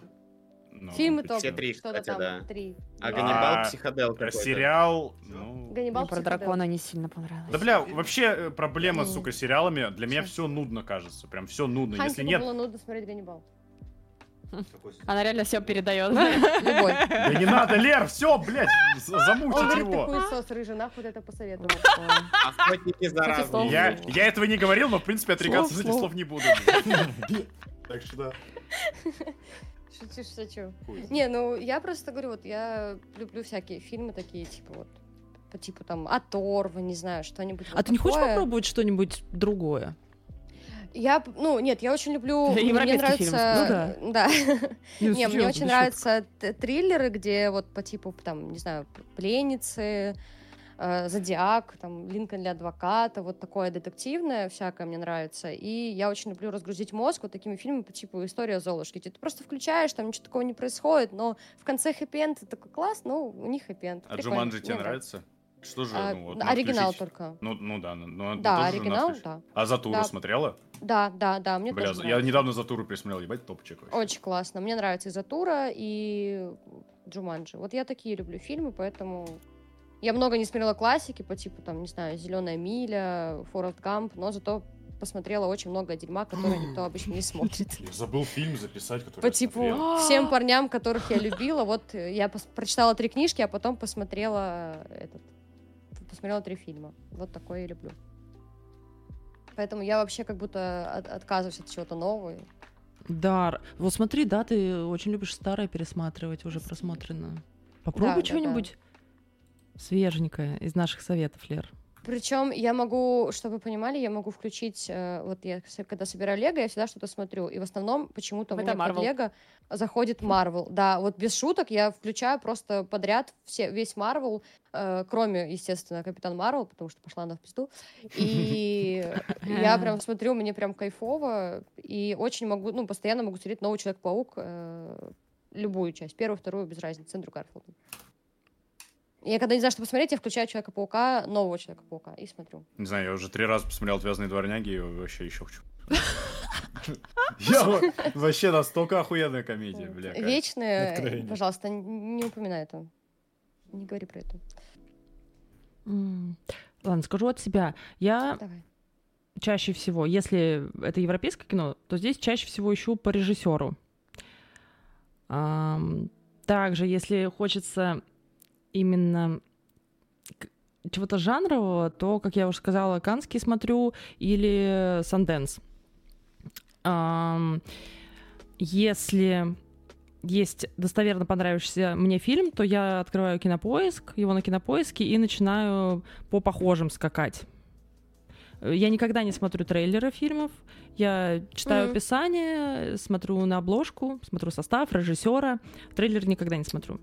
[SPEAKER 4] Ну,
[SPEAKER 3] Фильмы топ.
[SPEAKER 6] Все три,
[SPEAKER 3] Что-то
[SPEAKER 6] кстати, да.
[SPEAKER 3] там, три.
[SPEAKER 6] А Ганнибал
[SPEAKER 4] А,
[SPEAKER 6] психодел
[SPEAKER 4] Про
[SPEAKER 6] какой-то.
[SPEAKER 4] сериал. ну.
[SPEAKER 3] Ганнибал
[SPEAKER 5] Мне про
[SPEAKER 3] психодел.
[SPEAKER 5] дракона не сильно понравилось.
[SPEAKER 4] Да бля, вообще э, проблема,
[SPEAKER 3] Ну.
[SPEAKER 4] сука, с сериалами. Для меня все нудно кажется. Прям все
[SPEAKER 8] Ну,
[SPEAKER 4] нудно. Если
[SPEAKER 3] Хантику
[SPEAKER 4] нет.
[SPEAKER 3] было нудно смотреть Ганнибал.
[SPEAKER 7] Какой сезон?
[SPEAKER 5] Она реально все передает.
[SPEAKER 3] Любой.
[SPEAKER 4] Да не надо, Лер, все, блядь,
[SPEAKER 3] [LAUGHS]
[SPEAKER 4] з-
[SPEAKER 3] Он
[SPEAKER 4] замутить
[SPEAKER 3] говорит, ты
[SPEAKER 4] его.
[SPEAKER 3] хуесос, рыжий, нахуй ты это посоветовал.
[SPEAKER 6] Охотники за
[SPEAKER 5] Кстати,
[SPEAKER 6] разумом.
[SPEAKER 5] слово.
[SPEAKER 4] Я, я этого не говорил, но в принципе отрекаться
[SPEAKER 1] Слов,
[SPEAKER 4] с этих
[SPEAKER 1] слов.
[SPEAKER 4] слов не буду. Так что да.
[SPEAKER 3] Шучу, шучу.
[SPEAKER 4] хуй.
[SPEAKER 3] Не, ну я просто говорю, вот я люблю всякие фильмы такие, типа вот по типу там оторвы, не знаю, что-нибудь.
[SPEAKER 1] А
[SPEAKER 3] вот
[SPEAKER 1] ты не хочешь
[SPEAKER 3] такое.
[SPEAKER 1] попробовать что-нибудь другое?
[SPEAKER 3] Я, ну, нет, я очень люблю...
[SPEAKER 5] Да,
[SPEAKER 3] Мне
[SPEAKER 5] европейский фильм
[SPEAKER 3] нравится...
[SPEAKER 1] смотри.
[SPEAKER 3] Ну, [LAUGHS] да. Не, мне
[SPEAKER 4] ну
[SPEAKER 3] очень нравятся т- триллеры, где вот по типу, там, не знаю, пленницы, э, зодиак, там, Линкольн для адвоката, вот такое детективное всякое мне нравится. И я очень люблю разгрузить мозг вот такими фильмами по типу «История Золушки», где ты просто включаешь, там ничего такого не происходит, но в конце хэппи-энд ты такой класс, ну, у них хэппи-энд.
[SPEAKER 4] А
[SPEAKER 3] Прикольно,
[SPEAKER 4] Джуманджи тебе
[SPEAKER 3] мне
[SPEAKER 4] нравится? Что же,
[SPEAKER 3] А,
[SPEAKER 4] ну вот.
[SPEAKER 3] н-
[SPEAKER 4] надо
[SPEAKER 3] оригинал
[SPEAKER 4] включить.
[SPEAKER 3] только.
[SPEAKER 4] Ну, ну да, ну, ну, ну,
[SPEAKER 3] Да,
[SPEAKER 4] тоже же надо
[SPEAKER 3] оригинал,
[SPEAKER 4] включить.
[SPEAKER 3] да.
[SPEAKER 4] А Затуру
[SPEAKER 3] Да.
[SPEAKER 4] смотрела?
[SPEAKER 3] Да, да, да, мне
[SPEAKER 4] Бля,
[SPEAKER 3] тоже
[SPEAKER 4] я
[SPEAKER 3] нравится.
[SPEAKER 4] недавно Затуру пересмотрел, ебать, топчик вообще.
[SPEAKER 3] Очень классно. Мне нравится Изатура и Джуманджи. Вот я такие люблю фильмы, поэтому... Я много не смотрела классики по типу, там, не знаю, «Зеленая миля», «Форрест Гамп», но зато посмотрела очень много дерьма, которое никто обычно
[SPEAKER 1] [LAUGHS]
[SPEAKER 3] не смотрит.
[SPEAKER 8] Я забыл фильм записать, который
[SPEAKER 3] По
[SPEAKER 8] я
[SPEAKER 3] типу
[SPEAKER 8] смотрел.
[SPEAKER 3] всем парням, которых я любила, вот э, я пос- прочитала три книжки, а потом посмотрела э, этот, посмотрела три фильма. Вот такое я люблю. Поэтому я вообще как будто от- отказываюсь от чего-то нового.
[SPEAKER 1] Да, р- вот смотри, да, ты очень любишь старое пересматривать, уже просмотренное. Попробуй
[SPEAKER 3] да, да.
[SPEAKER 1] что-нибудь свеженькое из наших советов, Лер.
[SPEAKER 3] Причем я могу, чтобы вы понимали, я могу включить, э, вот я с- когда собираю Лего, я всегда что-то смотрю, и в основном почему-то у
[SPEAKER 5] Это
[SPEAKER 3] меня под
[SPEAKER 5] Marvel.
[SPEAKER 3] Лего заходит Марвел. Да, вот без шуток я включаю просто подряд все, весь Марвел, э, кроме, естественно, Капитан Марвел, потому что пошла она в пизду.
[SPEAKER 5] [LAUGHS]
[SPEAKER 3] И я прям смотрю, мне прям кайфово, и очень могу, ну, постоянно могу смотреть новый Человек-паук, э, любую часть, первую, вторую, без разницы, Эндрю Гарфилд. Я когда не знаю, что посмотреть, я включаю Человека-паука, нового Человека-паука, и смотрю.
[SPEAKER 4] Не знаю, я уже три раза посмотрел «Отвязные дворняги» и вообще еще
[SPEAKER 8] [LAUGHS]
[SPEAKER 4] хочу. Я во- вообще настолько охуенная комедия, бля. кайф.
[SPEAKER 3] Вечные,
[SPEAKER 2] Откровение.
[SPEAKER 3] пожалуйста, н- не упоминай это. Не говори про это.
[SPEAKER 1] М, Ладно, скажу от себя.
[SPEAKER 5] А,
[SPEAKER 1] Я
[SPEAKER 3] Давай.
[SPEAKER 1] чаще всего, если это европейское кино, то здесь чаще всего ищу по режиссеру. Ам, Также, если хочется именно к- чего-то жанрового, то, как я уже сказала, Канский смотрю или Санденс. Если есть достоверно понравившийся мне фильм, то я открываю кинопоиск, его на кинопоиске и начинаю по похожим скакать. Э, Я никогда не смотрю трейлеры фильмов. Я читаю
[SPEAKER 3] Мгм.
[SPEAKER 1] описание, смотрю на обложку, смотрю состав, режиссера. Трейлер никогда не смотрю.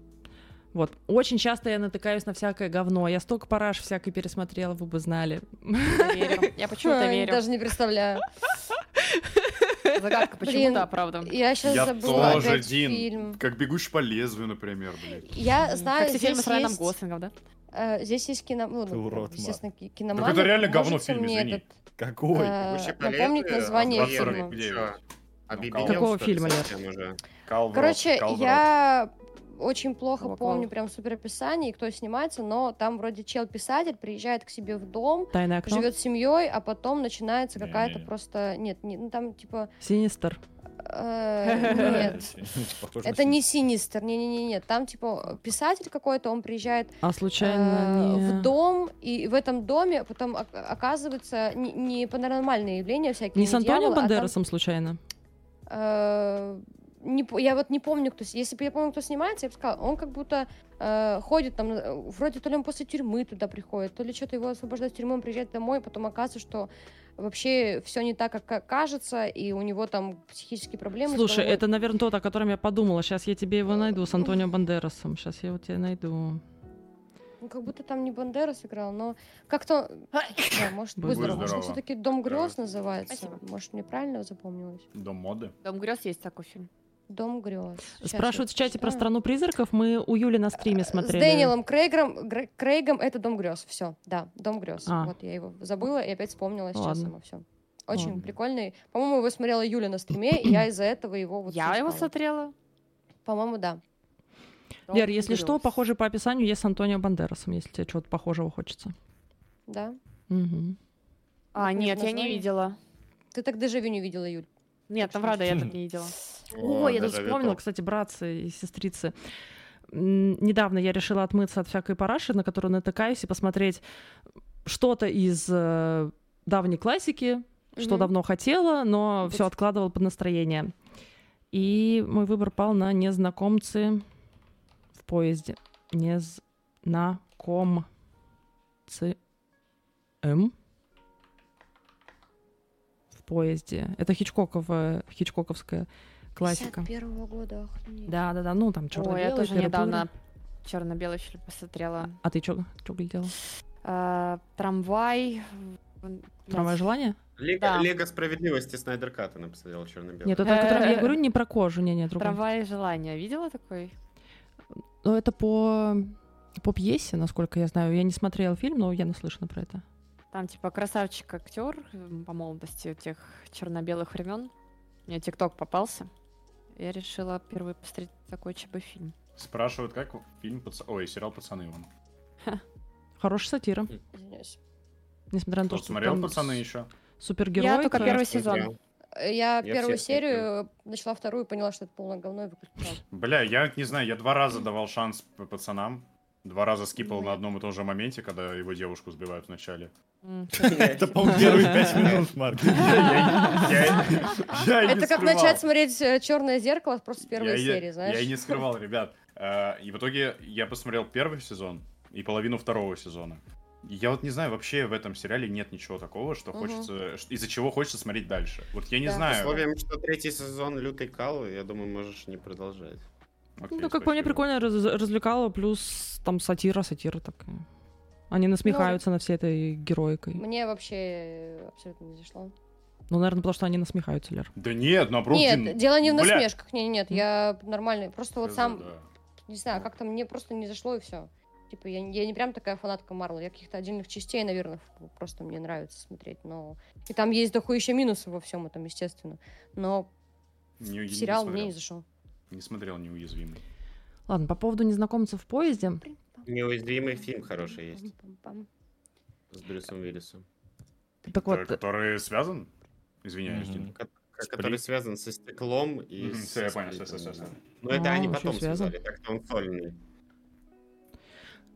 [SPEAKER 1] Вот. Очень часто я натыкаюсь на всякое говно. Я столько параж всякой пересмотрела, вы бы знали.
[SPEAKER 5] Я верю. Я почему-то
[SPEAKER 3] Ой,
[SPEAKER 5] верю.
[SPEAKER 3] Даже не представляю.
[SPEAKER 5] [LAUGHS] Загадка
[SPEAKER 3] Блин.
[SPEAKER 5] почему-то оправдана.
[SPEAKER 3] Я сейчас
[SPEAKER 8] Я
[SPEAKER 3] забыла
[SPEAKER 8] тоже,
[SPEAKER 3] опять
[SPEAKER 8] Дин.
[SPEAKER 3] фильм.
[SPEAKER 8] Как «Бегущий по лезвию», например, блядь.
[SPEAKER 3] Я знаю,
[SPEAKER 5] Как все фильмы
[SPEAKER 3] здесь
[SPEAKER 5] с Райаном
[SPEAKER 3] есть,
[SPEAKER 5] Гослингом, да?
[SPEAKER 3] э, здесь есть кино... ну,
[SPEAKER 2] Ты
[SPEAKER 3] ну,
[SPEAKER 2] урод, Мар.
[SPEAKER 3] естественно, ки- киноман.
[SPEAKER 8] Так это реально говно
[SPEAKER 3] Можете
[SPEAKER 8] фильм,
[SPEAKER 3] мне
[SPEAKER 8] извини.
[SPEAKER 3] этот,
[SPEAKER 2] Какой?
[SPEAKER 3] э,
[SPEAKER 6] Вообще
[SPEAKER 3] напомнить
[SPEAKER 6] полезные,
[SPEAKER 3] название
[SPEAKER 6] охуенные.
[SPEAKER 3] фильма.
[SPEAKER 6] Ну Чё,
[SPEAKER 8] Девять.
[SPEAKER 4] Ну,
[SPEAKER 6] объебенел,
[SPEAKER 1] Какого
[SPEAKER 6] что ли,
[SPEAKER 1] фильма, Лер?
[SPEAKER 6] совсем уже?
[SPEAKER 8] Кал в рот, [LAUGHS]
[SPEAKER 3] Короче,
[SPEAKER 8] кал в рот.
[SPEAKER 3] я очень плохо
[SPEAKER 5] Вокал.
[SPEAKER 3] помню прям супер описание, и кто снимается, но там вроде чел-писатель приезжает к себе в дом,
[SPEAKER 1] Тайное
[SPEAKER 5] Ну.
[SPEAKER 1] окно.
[SPEAKER 3] живет с семьей, а потом начинается
[SPEAKER 2] Не-не-не.
[SPEAKER 3] какая-то просто... Нет, не, ну там типа...
[SPEAKER 1] Синистер.
[SPEAKER 3] э, Нет.
[SPEAKER 2] Похоже на
[SPEAKER 3] Это не
[SPEAKER 2] синистер.
[SPEAKER 3] Синистер, не-не-не, нет. Там, типа, писатель какой-то, он приезжает
[SPEAKER 1] А
[SPEAKER 3] э,
[SPEAKER 1] случайно
[SPEAKER 3] в
[SPEAKER 1] не...
[SPEAKER 3] дом, и в этом доме потом ок- оказывается не, не панормальные явления всякие.
[SPEAKER 1] Не с Антонио
[SPEAKER 3] дьявол, а там,
[SPEAKER 1] Бандерасом случайно?
[SPEAKER 3] э, не по- я вот не помню, кто... с- Если бы я помню, кто снимается, я бы сказала, он как будто э, ходит там... э, Вроде то ли он после тюрьмы туда приходит, то ли что-то его освобождают из тюрьмы, он приезжает домой, потом оказывается, что вообще все не так, как ка- кажется, и у него там психические проблемы. и
[SPEAKER 1] Слушай,
[SPEAKER 3] потом он-
[SPEAKER 1] это, наверное, тот, о котором я подумала. Сейчас я тебе его найду с Антонио Бандерасом. Сейчас я его тебе найду.
[SPEAKER 3] Ну, как будто там не Бандера сыграл, но как-то... Да, может,
[SPEAKER 1] Будь
[SPEAKER 3] будет здорово. Может, он
[SPEAKER 4] здорово.
[SPEAKER 3] все-таки «Дом грез»
[SPEAKER 6] Здорово.
[SPEAKER 3] называется?
[SPEAKER 5] Спасибо.
[SPEAKER 3] Может, мне правильно запомнилось?
[SPEAKER 4] Дом моды.
[SPEAKER 5] Дом грез есть такой фильм.
[SPEAKER 3] «Дом грез». Сейчас я
[SPEAKER 1] Спрашивают в чате про
[SPEAKER 3] прочитаю.
[SPEAKER 1] страну призраков. Мы у Юли на стриме смотрели.
[SPEAKER 3] С Дэниелом Крейгом, Гре- Крейгом это «Дом грез». Все, да, «Дом грез».
[SPEAKER 1] А.
[SPEAKER 3] Вот я его забыла и опять вспомнила сейчас
[SPEAKER 1] Ладно.
[SPEAKER 3] ему все. Очень
[SPEAKER 1] Ладно.
[SPEAKER 3] прикольный. По-моему, его смотрела Юля на стриме, и я из-за этого его... Вот
[SPEAKER 5] Я его
[SPEAKER 3] узнала.
[SPEAKER 5] смотрела.
[SPEAKER 3] По-моему, да.
[SPEAKER 1] Лер, если что,
[SPEAKER 5] похоже
[SPEAKER 1] похоже по описанию, я с Антонио Бандерасом, если тебе чего-то похожего хочется.
[SPEAKER 3] Да.
[SPEAKER 1] Мгм.
[SPEAKER 5] А,
[SPEAKER 3] Напомнишь
[SPEAKER 5] нет, я не
[SPEAKER 3] название?
[SPEAKER 5] видела.
[SPEAKER 3] Ты так дежавю не видела, Юль.
[SPEAKER 5] Нет, там правда я тут не видела.
[SPEAKER 1] О, я тут
[SPEAKER 6] даже
[SPEAKER 1] вспомнила,
[SPEAKER 6] виток.
[SPEAKER 1] кстати, братцы и сестрицы. М, Недавно я решила отмыться от всякой параши, на которую натыкаюсь, и посмотреть что-то из э, давней классики, что
[SPEAKER 3] Мгм.
[SPEAKER 1] давно хотела, но
[SPEAKER 3] Вот.
[SPEAKER 1] все откладывала под настроение. И мой выбор пал на незнакомцы в поезде. Незнакомцы. М? В поезде. Это Хичкокова, Хичкоковская классика.
[SPEAKER 3] 51 года, охренеть.
[SPEAKER 1] Да, да, да. Ну там черно
[SPEAKER 5] Ой, я тоже недавно черно-белый фильм посмотрела.
[SPEAKER 1] А ты что глядела?
[SPEAKER 5] А, Трамвай. м,
[SPEAKER 1] Трамвай
[SPEAKER 5] блядь.
[SPEAKER 1] желание?
[SPEAKER 6] Лего,
[SPEAKER 5] Да.
[SPEAKER 6] Лего справедливости Снайдер Ката написал черно-белый.
[SPEAKER 1] Нет, это о котором
[SPEAKER 5] Э,
[SPEAKER 1] я говорю не про кожу, не, не другой.
[SPEAKER 5] Трамвай желания. Видела такой?
[SPEAKER 1] Но Ну, это по по пьесе, насколько я знаю. Я не смотрела фильм, но я наслышана про это.
[SPEAKER 5] Там типа красавчик актер по молодости тех черно-белых времен. Мне ТикТок попался. Я решила впервые посмотреть такой ЧБ фильм.
[SPEAKER 4] Спрашивают, как фильм пац- Ой, сериал «Пацаны» он.
[SPEAKER 1] Хорошая сатира,
[SPEAKER 3] Извиняюсь.
[SPEAKER 1] несмотря на то,
[SPEAKER 4] Кто
[SPEAKER 1] что
[SPEAKER 4] Хм. смотрел
[SPEAKER 1] там
[SPEAKER 4] Ну, «Пацаны»
[SPEAKER 1] с-
[SPEAKER 4] еще?
[SPEAKER 1] супергерой.
[SPEAKER 5] Я только первый сезон.
[SPEAKER 3] Э, Я, первую
[SPEAKER 6] всех
[SPEAKER 3] серию начала вторую, поняла, что это полное говно и выключила.
[SPEAKER 8] Бля, я не знаю, я два раза давал шанс п- пацанам. Два раза скипал
[SPEAKER 3] Ну,
[SPEAKER 8] на
[SPEAKER 3] я-
[SPEAKER 8] одном и том же моменте, когда его девушку сбивают вначале.
[SPEAKER 5] [LAUGHS]
[SPEAKER 2] Это, по-моему,
[SPEAKER 4] [LAUGHS]
[SPEAKER 2] первые [LAUGHS] пять минут, Марк.
[SPEAKER 3] [LAUGHS]
[SPEAKER 8] [LAUGHS]
[SPEAKER 3] Это как начать смотреть черное зеркало просто с
[SPEAKER 8] Я
[SPEAKER 3] первой
[SPEAKER 8] и-
[SPEAKER 3] серии,
[SPEAKER 8] Я
[SPEAKER 3] [LAUGHS]
[SPEAKER 8] и
[SPEAKER 3] знаешь?
[SPEAKER 8] не скрывал, ребят. Э, И в итоге я посмотрел первый сезон и половину второго сезона. И Я вот не знаю, вообще в этом сериале нет ничего такого, что
[SPEAKER 3] Мгм.
[SPEAKER 8] хочется, ш- из-за чего хочется смотреть дальше. Вот я не
[SPEAKER 3] Да.
[SPEAKER 8] знаю.
[SPEAKER 6] Условием, что третий сезон лютой калы, я думаю, можешь не продолжать.
[SPEAKER 8] Окей,
[SPEAKER 1] Ну, как по мне,
[SPEAKER 8] спасибо.
[SPEAKER 1] прикольно раз- развлекало, плюс там сатира, сатира такая. Они насмехаются над всей этой героикой.
[SPEAKER 3] Мне вообще э, абсолютно не зашло.
[SPEAKER 1] Ну, наверное, потому что они насмехаются, Лер.
[SPEAKER 8] Да нет, наоборот.
[SPEAKER 3] Нет,
[SPEAKER 8] блин,
[SPEAKER 3] дело не в
[SPEAKER 8] бля.
[SPEAKER 3] насмешках. Нет, нет, я нормальный. Просто вот
[SPEAKER 8] Да,
[SPEAKER 3] сам,
[SPEAKER 8] да.
[SPEAKER 3] не знаю, как-то мне просто не зашло и все. Типа, я, не- я не прям такая фанатка Марвел. Я каких-то отдельных частей, наверное, ф- просто мне нравится смотреть. Но... И там есть дохуища минусы во всем этом, естественно. Но
[SPEAKER 8] Не- я не
[SPEAKER 3] сериал мне
[SPEAKER 8] смотрел.
[SPEAKER 3] не зашел.
[SPEAKER 8] Не смотрел неуязвимый.
[SPEAKER 1] Ладно, по поводу незнакомца в поезде.
[SPEAKER 6] Неуязвимый фильм хороший есть с Брюсом Уиллисом,
[SPEAKER 1] Так
[SPEAKER 8] Ко-
[SPEAKER 1] вот,
[SPEAKER 8] Который связан? Извиняюсь,
[SPEAKER 2] Мгм.
[SPEAKER 8] Дин.
[SPEAKER 6] ко- который связан со стеклом и
[SPEAKER 8] Мгм,
[SPEAKER 6] с...
[SPEAKER 8] всё, я понял, всё,
[SPEAKER 6] сплитом,
[SPEAKER 8] всё, всё,
[SPEAKER 6] да.
[SPEAKER 8] всё.
[SPEAKER 6] Но это
[SPEAKER 1] А,
[SPEAKER 6] они
[SPEAKER 1] он ещё
[SPEAKER 6] потом
[SPEAKER 1] связан.
[SPEAKER 6] связали, так-то он сольный.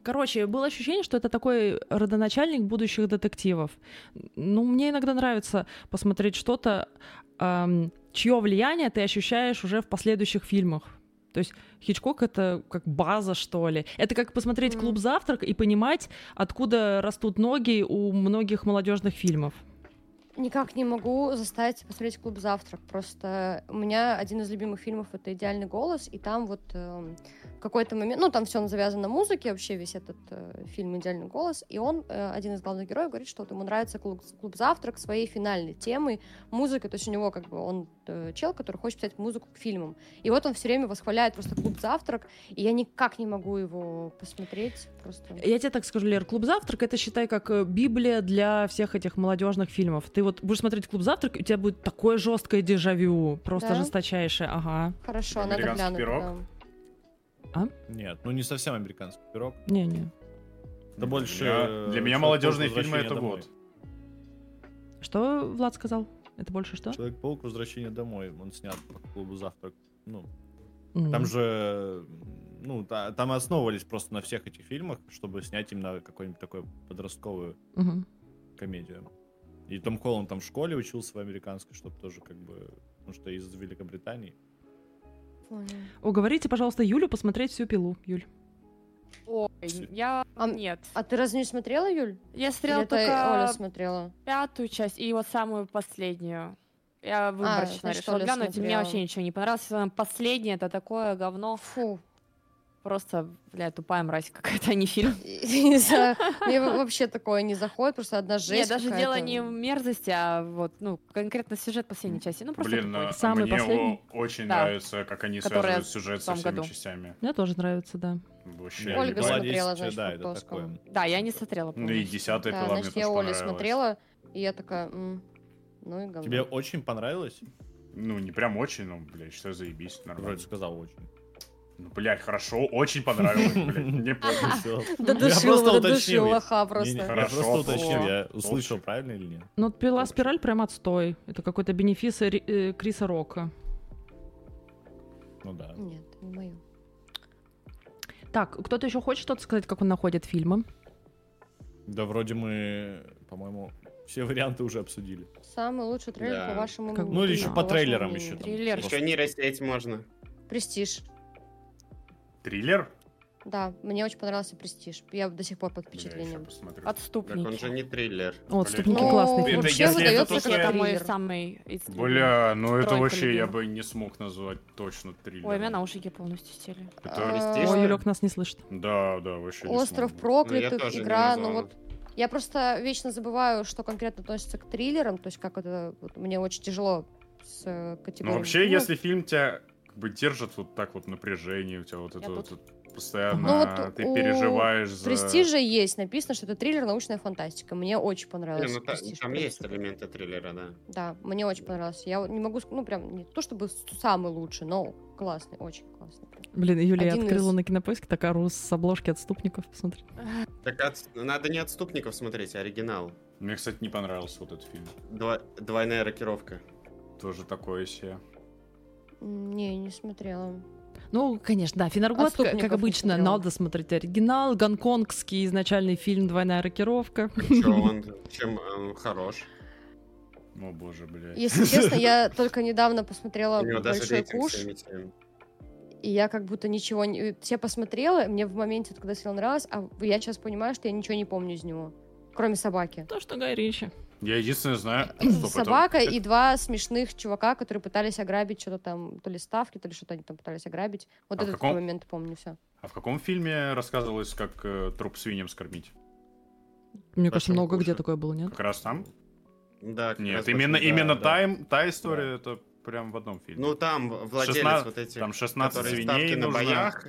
[SPEAKER 1] Короче, было ощущение, что это такой родоначальник будущих детективов. Ну, мне иногда нравится посмотреть что-то, чье влияние ты ощущаешь уже в последующих фильмах. То есть Хичкок это как база, что ли. Это как посмотреть
[SPEAKER 5] Мгм.
[SPEAKER 1] клуб завтрак и понимать, откуда растут ноги у многих молодежных фильмов.
[SPEAKER 3] Никак не могу заставить посмотреть клуб завтрак. Просто у меня один из любимых фильмов это идеальный голос, и там вот эм, в какой-то момент, ну там все завязано на музыке, вообще весь этот э, фильм идеальный голос, и он э, один из главных героев говорит, что вот ему нравится клуб, клуб завтрак своей финальной темой, музыкой, то есть у него как бы он э, чел, который хочет писать музыку к фильмам, и вот он все время восхваляет просто клуб завтрак, и я никак не могу его посмотреть просто.
[SPEAKER 1] Я тебе так скажу, Лер, клуб завтрак это считай как э, Библия для всех этих молодежных фильмов. Ты вот будешь смотреть клуб завтрак, и у тебя будет такое жесткое дежавю, просто
[SPEAKER 3] Да?
[SPEAKER 1] жесточайшее, ага.
[SPEAKER 3] Хорошо, надо
[SPEAKER 8] Американский
[SPEAKER 3] глянуть.
[SPEAKER 8] пирог?
[SPEAKER 3] да.
[SPEAKER 2] Нет, ну не совсем американский пирог.
[SPEAKER 1] Не-не.
[SPEAKER 2] Это больше...
[SPEAKER 8] Для меня-
[SPEAKER 2] э,
[SPEAKER 8] Для меня
[SPEAKER 2] человек-паук
[SPEAKER 8] молодежные фильмы
[SPEAKER 2] «Возвращение
[SPEAKER 8] это
[SPEAKER 2] домой».
[SPEAKER 8] вот.
[SPEAKER 1] Что Влад сказал? Это больше что?
[SPEAKER 2] Человек-паук «Возвращение домой». Он снят по клубу «Завтрак». Ну,
[SPEAKER 1] М.
[SPEAKER 2] Там же, ну, та- там и основывались просто на всех этих фильмах, чтобы снять именно какую-нибудь такую подростковую
[SPEAKER 1] Мгм.
[SPEAKER 2] комедию. И Том Холланд там в школе учился в американской, чтобы тоже как бы, потому что из Великобритании.
[SPEAKER 3] Понял.
[SPEAKER 1] Уговорите, пожалуйста, Юлю посмотреть всю пилу. Юль.
[SPEAKER 5] Ой, я...
[SPEAKER 3] А-
[SPEAKER 5] Нет.
[SPEAKER 3] А ты разве не смотрела, Юль?
[SPEAKER 5] Я
[SPEAKER 3] Или
[SPEAKER 5] смотрела
[SPEAKER 3] это Оля
[SPEAKER 5] только
[SPEAKER 3] смотрела.
[SPEAKER 5] пятую часть и вот самую последнюю.
[SPEAKER 3] А,
[SPEAKER 5] Я выборочно
[SPEAKER 3] значит,
[SPEAKER 5] решила
[SPEAKER 3] Оля
[SPEAKER 5] глянуть, и мне
[SPEAKER 3] смотрела.
[SPEAKER 5] вообще ничего не понравилось. Особенно Последнее это такое говно.
[SPEAKER 3] Фу. [LAUGHS]
[SPEAKER 5] Просто, бля, тупая мразь какая-то, а не фильм.
[SPEAKER 3] Не знаю, Мне во- вообще такое не заходит, просто одна [LAUGHS] жесть
[SPEAKER 5] Нет, даже дело
[SPEAKER 3] какая-то.
[SPEAKER 5] не в мерзости, а вот, ну, конкретно сюжет последней части. Ну, просто
[SPEAKER 8] Блин,
[SPEAKER 5] тупой.
[SPEAKER 8] а
[SPEAKER 1] Самый
[SPEAKER 8] мне о-
[SPEAKER 1] последний?
[SPEAKER 8] очень
[SPEAKER 5] Да.
[SPEAKER 8] нравится, как они
[SPEAKER 5] Которая
[SPEAKER 8] связывают сюжет
[SPEAKER 5] в
[SPEAKER 8] со
[SPEAKER 5] том
[SPEAKER 8] всеми
[SPEAKER 5] году.
[SPEAKER 8] частями.
[SPEAKER 1] Мне тоже нравится, да.
[SPEAKER 8] Вообще,
[SPEAKER 3] Ольга
[SPEAKER 8] ебать.
[SPEAKER 3] смотрела, значит,
[SPEAKER 2] да, это
[SPEAKER 3] Фруктовского.
[SPEAKER 2] такое.
[SPEAKER 5] Да, я не смотрела.
[SPEAKER 8] Ну и
[SPEAKER 5] полностью.
[SPEAKER 8] десятая
[SPEAKER 3] Да,
[SPEAKER 8] пила мне
[SPEAKER 3] значит, я
[SPEAKER 8] тоже
[SPEAKER 3] Оля
[SPEAKER 8] понравилась.
[SPEAKER 3] смотрела, и я такая, «М, ну и говно.
[SPEAKER 2] Тебе очень понравилось?
[SPEAKER 8] Ну, не прям очень, но, блядь, что заебись, нормально.
[SPEAKER 2] Вроде сказал
[SPEAKER 3] [LAUGHS]
[SPEAKER 2] очень.
[SPEAKER 8] Ну, блядь, хорошо, очень понравилось, блядь, мне похуй.
[SPEAKER 2] Всё.
[SPEAKER 3] Додушила,
[SPEAKER 2] просто
[SPEAKER 3] додушила
[SPEAKER 2] уточнил. Не,
[SPEAKER 3] лоха
[SPEAKER 2] не,
[SPEAKER 3] просто.
[SPEAKER 2] Я
[SPEAKER 8] Хорошо,
[SPEAKER 2] просто уточнил,
[SPEAKER 8] Фокс.
[SPEAKER 2] я услышал правильно или нет?
[SPEAKER 1] Но Ну, пила спираль прям отстой. Это какой-то бенефис Ри- э, Криса Рока.
[SPEAKER 2] Ну да.
[SPEAKER 3] Нет, не мое.
[SPEAKER 1] Так, кто-то еще хочет что-то сказать, как он находит фильмы?
[SPEAKER 2] Да вроде мы, по-моему, все варианты уже обсудили.
[SPEAKER 3] Самый лучший трейлер,
[SPEAKER 6] Да.
[SPEAKER 3] по вашему
[SPEAKER 1] Как-
[SPEAKER 3] мнению.
[SPEAKER 2] Ну или еще
[SPEAKER 1] по
[SPEAKER 2] по
[SPEAKER 3] вашему
[SPEAKER 2] трейлерам
[SPEAKER 3] мнению.
[SPEAKER 2] еще. там.
[SPEAKER 5] Триллер.
[SPEAKER 2] Просто-
[SPEAKER 6] Еще нейросеть можно.
[SPEAKER 3] Престиж.
[SPEAKER 8] Триллер?
[SPEAKER 3] Да, мне очень понравился Престиж. Я до сих пор под
[SPEAKER 8] Бля, Я еще
[SPEAKER 3] впечатлением.
[SPEAKER 8] посмотрю.
[SPEAKER 6] Так он же
[SPEAKER 5] Отступники.
[SPEAKER 6] не триллер.
[SPEAKER 1] О,
[SPEAKER 8] Блин.
[SPEAKER 1] отступники
[SPEAKER 8] Ну,
[SPEAKER 1] классный
[SPEAKER 8] это
[SPEAKER 1] фильм.
[SPEAKER 8] если
[SPEAKER 3] вообще
[SPEAKER 8] это
[SPEAKER 3] выдается
[SPEAKER 8] то,
[SPEAKER 3] как
[SPEAKER 8] что я-
[SPEAKER 5] Это мой
[SPEAKER 3] триллер.
[SPEAKER 5] самый... из-
[SPEAKER 8] Бля, ну это
[SPEAKER 5] Тройка
[SPEAKER 8] вообще я
[SPEAKER 5] любимых.
[SPEAKER 8] бы не смог назвать точно триллером.
[SPEAKER 5] Ой, у меня наушники полностью сели.
[SPEAKER 6] Это
[SPEAKER 3] Э,
[SPEAKER 1] Ой,
[SPEAKER 6] престиж.
[SPEAKER 1] Юлек нас не слышит.
[SPEAKER 8] Да, да, вообще не
[SPEAKER 3] Остров
[SPEAKER 8] смог бы.
[SPEAKER 3] проклятых,
[SPEAKER 6] Ну, тоже не
[SPEAKER 3] игра, ну
[SPEAKER 6] назвала.
[SPEAKER 3] вот я просто вечно забываю, что конкретно относится к триллерам, то есть как это вот мне очень тяжело с э,
[SPEAKER 8] Ну
[SPEAKER 3] категорией.
[SPEAKER 8] вообще, если фильм тебя как бы держит вот так вот напряжение, у тебя вот это
[SPEAKER 5] Я
[SPEAKER 8] вот
[SPEAKER 5] тут.
[SPEAKER 8] это постоянно,
[SPEAKER 3] Ну вот
[SPEAKER 8] ты
[SPEAKER 3] у
[SPEAKER 8] переживаешь за...
[SPEAKER 3] Престижа есть, написано, что это триллер, научная фантастика. Мне очень
[SPEAKER 6] Не,
[SPEAKER 3] понравилось.
[SPEAKER 6] ну та-
[SPEAKER 3] «Престиж»,
[SPEAKER 6] Там
[SPEAKER 3] потому
[SPEAKER 6] есть
[SPEAKER 3] что-
[SPEAKER 6] элементы триллера, да.
[SPEAKER 3] Да, мне очень понравился. Я вот не могу, ск- ну прям не то чтобы с- самый лучший, но классный, очень классный. прям.
[SPEAKER 1] Блин, Юлия
[SPEAKER 3] Один
[SPEAKER 1] открыла
[SPEAKER 3] из-
[SPEAKER 1] на кинопоиске такая рус с обложки отступников, посмотри.
[SPEAKER 6] Так от- надо не отступников смотреть, а оригинал.
[SPEAKER 8] Мне, кстати, не понравился вот этот фильм.
[SPEAKER 6] Дво- Двойная рокировка.
[SPEAKER 8] Тоже такое себе.
[SPEAKER 3] М, Не, не смотрела.
[SPEAKER 1] Ну, конечно, да, Финаргот, к- как
[SPEAKER 3] Отступников не
[SPEAKER 1] обычно,
[SPEAKER 3] смотрела.
[SPEAKER 1] надо смотреть оригинал, гонконгский изначальный фильм «Двойная рокировка».
[SPEAKER 6] Чё он, чем э, хорош?
[SPEAKER 8] О боже, блядь.
[SPEAKER 3] Если честно, я только недавно посмотрела
[SPEAKER 6] У него даже
[SPEAKER 3] «Большой
[SPEAKER 6] рейтинг
[SPEAKER 3] куш»,
[SPEAKER 6] 77.
[SPEAKER 3] и я как будто ничего не... Все посмотрела, и мне в моменте, когда сериал нравилось, а я сейчас понимаю, что я ничего не помню из него, кроме
[SPEAKER 8] [CLEARS THROAT]
[SPEAKER 3] собаки.
[SPEAKER 1] То, что Гай Ричи.
[SPEAKER 8] Я единственное знаю...
[SPEAKER 3] [CLEARS THROAT]
[SPEAKER 8] Стоп, это-
[SPEAKER 3] Собака и два смешных чувака, которые пытались ограбить что-то там, то ли ставки, то ли что-то они там пытались ограбить. Вот
[SPEAKER 8] А в
[SPEAKER 3] этот
[SPEAKER 8] каком-
[SPEAKER 3] момент помню все.
[SPEAKER 8] А в каком фильме рассказывалось, как э, труп свиньям скормить?
[SPEAKER 1] Мне кажется,
[SPEAKER 6] Большом
[SPEAKER 1] много где
[SPEAKER 6] куше.
[SPEAKER 1] такое было, нет?
[SPEAKER 8] Как раз там?
[SPEAKER 6] Да, как
[SPEAKER 8] Нет,
[SPEAKER 6] раз
[SPEAKER 8] именно,
[SPEAKER 6] очень- да,
[SPEAKER 8] именно
[SPEAKER 6] да.
[SPEAKER 8] та, им- та история, это прям в одном фильме.
[SPEAKER 6] Ну там владелец
[SPEAKER 8] 16
[SPEAKER 6] вот этих,
[SPEAKER 8] там 16
[SPEAKER 6] которые
[SPEAKER 8] свиней
[SPEAKER 6] ставки на
[SPEAKER 8] нужно.
[SPEAKER 6] боях.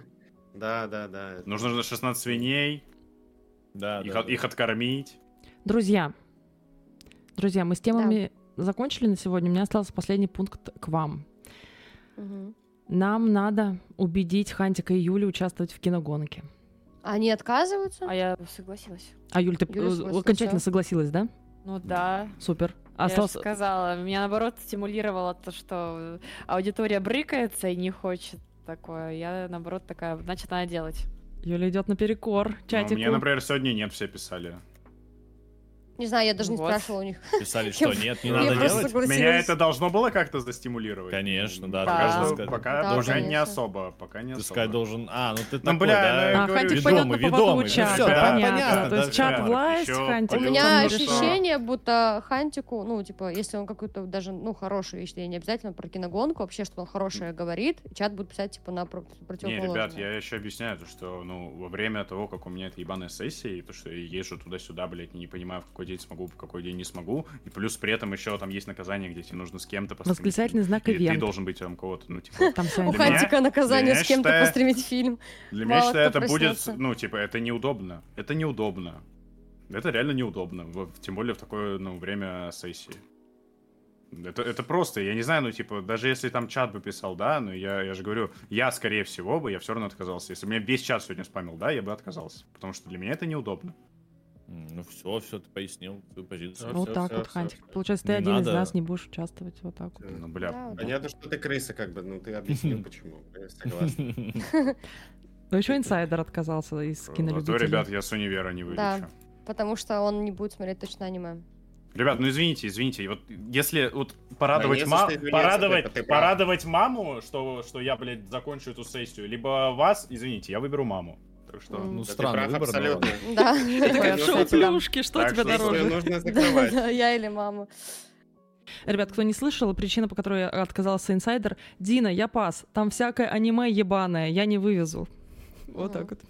[SPEAKER 6] Да, да, да.
[SPEAKER 8] Нужно же 16 свиней,
[SPEAKER 2] Да,
[SPEAKER 8] их,
[SPEAKER 2] да,
[SPEAKER 8] от-
[SPEAKER 2] да.
[SPEAKER 8] их откормить.
[SPEAKER 1] Друзья, друзья, мы с темами закончили на сегодня. У меня остался последний пункт к вам.
[SPEAKER 3] Мгм.
[SPEAKER 1] Нам надо убедить Хантика и Юлю участвовать в киногонке.
[SPEAKER 3] Они отказываются?
[SPEAKER 5] А я согласилась.
[SPEAKER 1] А Юль, ты
[SPEAKER 3] Юля
[SPEAKER 1] э,
[SPEAKER 3] согласилась,
[SPEAKER 1] окончательно
[SPEAKER 3] да.
[SPEAKER 1] согласилась, да?
[SPEAKER 5] Ну да.
[SPEAKER 1] Супер.
[SPEAKER 5] Я же
[SPEAKER 1] Остался...
[SPEAKER 5] сказала, меня наоборот стимулировало то, что аудитория брыкается и не хочет такое. Я наоборот такая, значит, надо делать.
[SPEAKER 1] Юля идет наперекор
[SPEAKER 8] Ну,
[SPEAKER 1] чатику.
[SPEAKER 8] мне, например, сегодня нет, все писали.
[SPEAKER 3] Не знаю, я даже не
[SPEAKER 5] Вот.
[SPEAKER 3] спрашивала у них.
[SPEAKER 2] Писали, что нет, не
[SPEAKER 3] Я
[SPEAKER 2] надо
[SPEAKER 3] просто
[SPEAKER 2] делать.
[SPEAKER 3] согласилась.
[SPEAKER 8] Меня это должно было как-то застимулировать.
[SPEAKER 2] Конечно, да,
[SPEAKER 5] Да.
[SPEAKER 8] Пока, что-
[SPEAKER 2] ты должен
[SPEAKER 8] пока,
[SPEAKER 2] сказать.
[SPEAKER 3] Да,
[SPEAKER 8] пока не
[SPEAKER 3] конечно.
[SPEAKER 8] особо, пока не
[SPEAKER 2] Ты
[SPEAKER 8] особо.
[SPEAKER 2] сказать должен... А, ну ты
[SPEAKER 8] Ну,
[SPEAKER 2] такой,
[SPEAKER 8] бля,
[SPEAKER 2] да?
[SPEAKER 8] ну,
[SPEAKER 1] а
[SPEAKER 8] говорю,
[SPEAKER 1] Хантик
[SPEAKER 2] ведомый,
[SPEAKER 1] пойдет на поводу
[SPEAKER 2] ведомый,
[SPEAKER 1] у
[SPEAKER 2] ну
[SPEAKER 1] чата,
[SPEAKER 2] всё,
[SPEAKER 8] да,
[SPEAKER 1] понятно.
[SPEAKER 2] понятно,
[SPEAKER 1] То есть
[SPEAKER 2] да,
[SPEAKER 1] чат
[SPEAKER 2] Марк,
[SPEAKER 1] власть,
[SPEAKER 8] ещё
[SPEAKER 3] У
[SPEAKER 1] Хантик.
[SPEAKER 8] плюс
[SPEAKER 3] меня
[SPEAKER 8] он же что?
[SPEAKER 3] ощущение, будто Хантику, ну, типа, если он какую-то даже, ну, хорошую вещь, я не обязательно про киногонку, вообще, что он хорошее говорит, чат будет писать, типа, на про-
[SPEAKER 8] Не,
[SPEAKER 3] противоположное.
[SPEAKER 8] ребят, я еще объясняю, то, что, ну, во время того, как у меня эта ебаная сессия, и то, что я езжу туда-сюда, блядь, не понимаю, в какой день смогу, в какой день не смогу, и плюс при этом еще там есть наказание, где тебе нужно с кем-то постримить.
[SPEAKER 1] Восклицательный знак
[SPEAKER 8] Или ты
[SPEAKER 1] ивент.
[SPEAKER 8] должен быть там кого-то, ну, типа,
[SPEAKER 1] Там вся
[SPEAKER 3] У
[SPEAKER 8] для
[SPEAKER 1] информация.
[SPEAKER 8] меня-
[SPEAKER 3] Хантика наказание
[SPEAKER 8] для меня,
[SPEAKER 3] с кем-то
[SPEAKER 8] считаю-
[SPEAKER 3] постримить фильм.
[SPEAKER 8] Для меня,
[SPEAKER 3] Мало
[SPEAKER 8] считаю,
[SPEAKER 3] кто
[SPEAKER 8] это будет,
[SPEAKER 3] проснется.
[SPEAKER 8] ну, типа, это неудобно. Это неудобно. Это реально неудобно, в- тем более в такое, ну, время сессии. Это, это просто, я не знаю, ну, типа, даже если там чат бы писал, да, но я, я же говорю, я, скорее всего, бы, я все равно отказался. Если бы меня весь чат сегодня спамил, да, я бы отказался. Потому что для меня это неудобно.
[SPEAKER 2] М, Ну все, все, ты пояснил свою позицию.
[SPEAKER 6] Ну,
[SPEAKER 1] Вот
[SPEAKER 6] всё,
[SPEAKER 1] так
[SPEAKER 6] всё,
[SPEAKER 1] вот,
[SPEAKER 6] всё,
[SPEAKER 1] Хантик.
[SPEAKER 6] всё.
[SPEAKER 1] Получается, ты
[SPEAKER 2] Не
[SPEAKER 1] один из
[SPEAKER 2] надо.
[SPEAKER 1] нас не будешь участвовать вот так вот.
[SPEAKER 8] Ну, бля.
[SPEAKER 3] Да, вот
[SPEAKER 6] Понятно, что ты крыса, как бы, ну ты объяснил, почему. Я согласен.
[SPEAKER 1] [LAUGHS]
[SPEAKER 8] Ну,
[SPEAKER 1] Но еще Ну, инсайдер отказался из
[SPEAKER 4] Э,
[SPEAKER 8] А то,
[SPEAKER 1] кинолюбителей.
[SPEAKER 8] ребят, я с универа не вылечу.
[SPEAKER 3] Да. Потому что он не будет смотреть точно
[SPEAKER 8] [LAUGHS]
[SPEAKER 3] аниме.
[SPEAKER 8] Ребят, ну извините, извините, вот если вот порадовать,
[SPEAKER 6] Да не за
[SPEAKER 8] ма-
[SPEAKER 6] что извиняться,
[SPEAKER 8] порадовать,
[SPEAKER 6] Пеппа, ты прав.
[SPEAKER 8] порадовать маму, что, что я, блядь, закончу эту сессию, либо вас, извините, я выберу маму. Так что...
[SPEAKER 3] М.
[SPEAKER 2] Ну,
[SPEAKER 6] Да ты
[SPEAKER 2] странный
[SPEAKER 6] прав
[SPEAKER 2] выбор, но
[SPEAKER 6] абсолютно.
[SPEAKER 2] ладно.
[SPEAKER 3] Да. Типа,
[SPEAKER 1] Это
[SPEAKER 8] а
[SPEAKER 1] как
[SPEAKER 6] Ну,
[SPEAKER 1] шоу
[SPEAKER 6] кстати, да.
[SPEAKER 1] плюшки, что
[SPEAKER 8] Так
[SPEAKER 1] тебе
[SPEAKER 8] что
[SPEAKER 1] дороже?
[SPEAKER 6] Сессию нужно
[SPEAKER 8] [LAUGHS]
[SPEAKER 3] Да,
[SPEAKER 6] закрывать.
[SPEAKER 3] да, я или мама.
[SPEAKER 1] Ребят, кто не слышал, причина, по которой отказался инсайдер. Дина, я пас. Там всякое аниме ебаное, я не вывезу. Вот
[SPEAKER 3] Мгм.
[SPEAKER 1] так вот.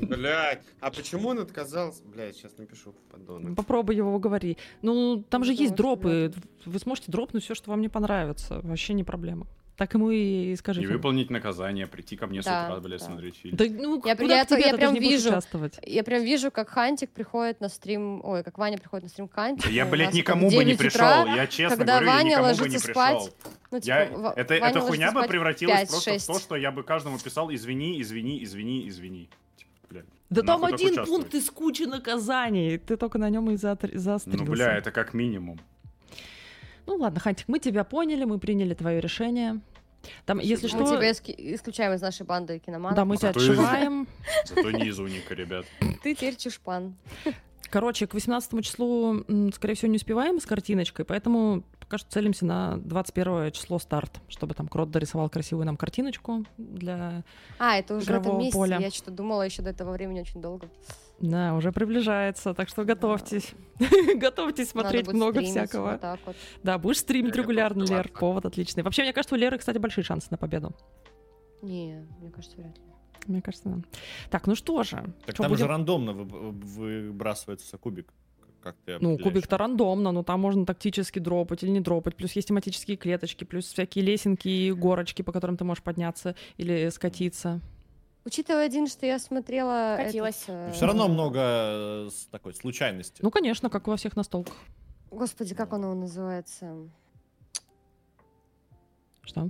[SPEAKER 6] Блять, а почему он отказался? Блять, сейчас напишу, подонок.
[SPEAKER 1] Попробуй его уговори. Ну, там же
[SPEAKER 3] Ну,
[SPEAKER 1] есть
[SPEAKER 3] давай,
[SPEAKER 1] дропы. Вы сможете дропнуть все, что вам не понравится. Вообще не проблема. Так ему и скажи.
[SPEAKER 8] И выполнить наказание, прийти ко мне с
[SPEAKER 3] Да,
[SPEAKER 8] утра, блядь,
[SPEAKER 3] да.
[SPEAKER 8] смотреть фильм.
[SPEAKER 1] Да, ну,
[SPEAKER 3] Я-
[SPEAKER 1] куда
[SPEAKER 3] я
[SPEAKER 1] к тебе,
[SPEAKER 3] это-
[SPEAKER 1] ты
[SPEAKER 3] я
[SPEAKER 1] же
[SPEAKER 3] прям
[SPEAKER 1] не будешь
[SPEAKER 3] вижу.
[SPEAKER 1] участвовать.
[SPEAKER 3] Я прям вижу, как Хантик приходит на стрим, ой, как Ваня приходит на стрим к Хантику.
[SPEAKER 8] Я,
[SPEAKER 3] у
[SPEAKER 8] блядь,
[SPEAKER 3] нас
[SPEAKER 8] никому
[SPEAKER 3] там
[SPEAKER 8] бы не
[SPEAKER 3] 9 утра.
[SPEAKER 8] пришел, я честно
[SPEAKER 3] когда
[SPEAKER 8] говорю,
[SPEAKER 3] Ваня
[SPEAKER 8] я никому бы не
[SPEAKER 3] ложится
[SPEAKER 8] пришел.
[SPEAKER 3] спать, Ну, типа,
[SPEAKER 8] Я...
[SPEAKER 3] Ва-
[SPEAKER 8] Это,
[SPEAKER 3] Ваня
[SPEAKER 8] это
[SPEAKER 3] ложится
[SPEAKER 8] хуйня бы
[SPEAKER 3] спать в
[SPEAKER 8] превратилась
[SPEAKER 3] 5,
[SPEAKER 8] просто
[SPEAKER 3] 6.
[SPEAKER 8] в то, что я бы каждому писал «извини, извини, извини, извини». Типа, блядь.
[SPEAKER 1] Да
[SPEAKER 8] Нахуй
[SPEAKER 1] там
[SPEAKER 8] так
[SPEAKER 1] один
[SPEAKER 8] участвовать?
[SPEAKER 1] пункт из кучи наказаний. Ты только на нем и заотр- заострился.
[SPEAKER 8] Ну, бля, это как минимум.
[SPEAKER 1] Ну ладно, Хантик, мы тебя поняли, мы приняли твое решение. Там, если
[SPEAKER 3] Мы
[SPEAKER 1] что,
[SPEAKER 3] тебя иски- исключаем из нашей банды киноманов.
[SPEAKER 1] Ну, да, мы тебя
[SPEAKER 8] Зато из-
[SPEAKER 1] отшиваем.
[SPEAKER 8] Зато не из уника, ребят.
[SPEAKER 3] Ты теперь чушпан.
[SPEAKER 1] Короче, к 18 числу, м, скорее всего, не успеваем с картиночкой, поэтому пока что целимся на 21 число старт, чтобы там Крот дорисовал красивую нам картиночку для...
[SPEAKER 3] А, это уже в этом
[SPEAKER 1] Игрового
[SPEAKER 3] месяце.
[SPEAKER 1] поля.
[SPEAKER 3] Я что-то думала еще до этого времени очень долго.
[SPEAKER 1] Да, уже приближается, так что готовьтесь. [LAUGHS] Готовьтесь
[SPEAKER 3] Надо
[SPEAKER 1] смотреть
[SPEAKER 3] будет
[SPEAKER 1] много
[SPEAKER 3] стримить
[SPEAKER 1] всякого.
[SPEAKER 3] Вот так вот.
[SPEAKER 1] Да, будешь стримить
[SPEAKER 6] Я готов
[SPEAKER 1] регулярно, Лер,
[SPEAKER 6] сдаваться.
[SPEAKER 1] повод отличный. Вообще, мне кажется, у Леры, кстати, большие шансы на победу.
[SPEAKER 3] Не, мне кажется, вряд ли.
[SPEAKER 1] Мне кажется, да. Так, ну что же.
[SPEAKER 2] Так
[SPEAKER 1] Чё,
[SPEAKER 2] там же
[SPEAKER 1] будем-
[SPEAKER 2] рандомно выб- выбрасывается кубик. Как ты
[SPEAKER 1] Ну,
[SPEAKER 2] определяешь?
[SPEAKER 1] кубик-то рандомно, но там можно тактически дропать или не дропать. Плюс есть тематические клеточки, плюс всякие лесенки и горочки, по которым ты можешь подняться или скатиться.
[SPEAKER 3] Учитывая один, что я смотрела...
[SPEAKER 5] Катилась.
[SPEAKER 1] [LAUGHS]
[SPEAKER 2] Все равно много э, с такой случайности.
[SPEAKER 1] Ну, конечно, как во всех настолках.
[SPEAKER 3] Господи, как он его называется?
[SPEAKER 1] Что?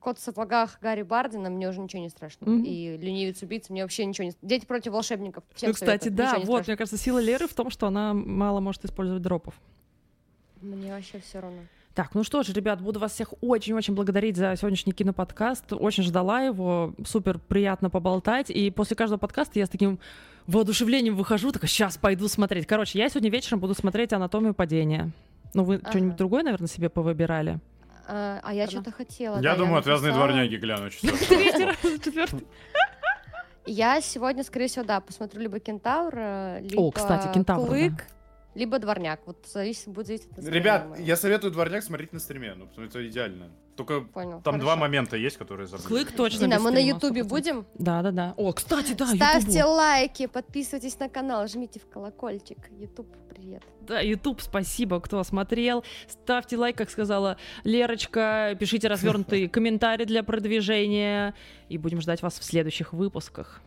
[SPEAKER 3] кот в сапогах Гарри Бардина, мне уже ничего не страшно.
[SPEAKER 1] Мгм.
[SPEAKER 3] И ленивец убийца, мне вообще ничего не... Дети против волшебников. всем
[SPEAKER 1] Ну, кстати,
[SPEAKER 3] советую,
[SPEAKER 1] да,
[SPEAKER 3] ничего не
[SPEAKER 1] вот,
[SPEAKER 3] страшно.
[SPEAKER 1] мне кажется, сила Леры в том, что она мало может использовать дропов.
[SPEAKER 3] Мне вообще все равно.
[SPEAKER 1] Так, ну что ж, ребят, буду вас всех очень-очень благодарить за сегодняшний киноподкаст. Очень ждала его, супер приятно поболтать. И после каждого подкаста я с таким воодушевлением выхожу, так сейчас пойду смотреть. Короче, я сегодня вечером буду смотреть «Анатомию падения». Ну, вы
[SPEAKER 3] Ага.
[SPEAKER 1] что-нибудь другое, наверное, себе повыбирали?
[SPEAKER 3] А, а я
[SPEAKER 5] Верно.
[SPEAKER 3] что-то хотела. да,
[SPEAKER 8] Я думаю, отвязные
[SPEAKER 3] написала.
[SPEAKER 8] дворняги
[SPEAKER 3] [LAUGHS]
[SPEAKER 8] гляну. чё.
[SPEAKER 1] Третий раз, четвертый.
[SPEAKER 3] Я сегодня, скорее всего, да, посмотрю либо Кентавр, э, либо
[SPEAKER 1] О, кстати, «Кентавр», да.
[SPEAKER 3] Клык, либо Дворняк. Вот зависит, будет зависеть от настроения
[SPEAKER 8] Ребят,
[SPEAKER 3] моего.
[SPEAKER 8] я советую дворняк смотреть на стриме, ну, потому что это идеально. Только
[SPEAKER 3] Понял,
[SPEAKER 8] там два
[SPEAKER 3] хорошо.
[SPEAKER 8] момента есть, которые забыли.
[SPEAKER 1] Клык точно
[SPEAKER 3] Дина,
[SPEAKER 1] без
[SPEAKER 3] мы на
[SPEAKER 1] стрима,
[SPEAKER 3] Ютубе
[SPEAKER 1] 100%.
[SPEAKER 3] будем?
[SPEAKER 1] Да-да-да. О, кстати, да,
[SPEAKER 3] Ставьте
[SPEAKER 1] Ютубу.
[SPEAKER 3] лайки, подписывайтесь на канал, жмите в колокольчик. Ютуб, привет.
[SPEAKER 1] Да, Ютуб, спасибо, кто смотрел. Ставьте лайк, как сказала Лерочка.
[SPEAKER 3] [LAUGHS]
[SPEAKER 1] Пишите развернутые комментарии для продвижения. И будем ждать вас в следующих выпусках.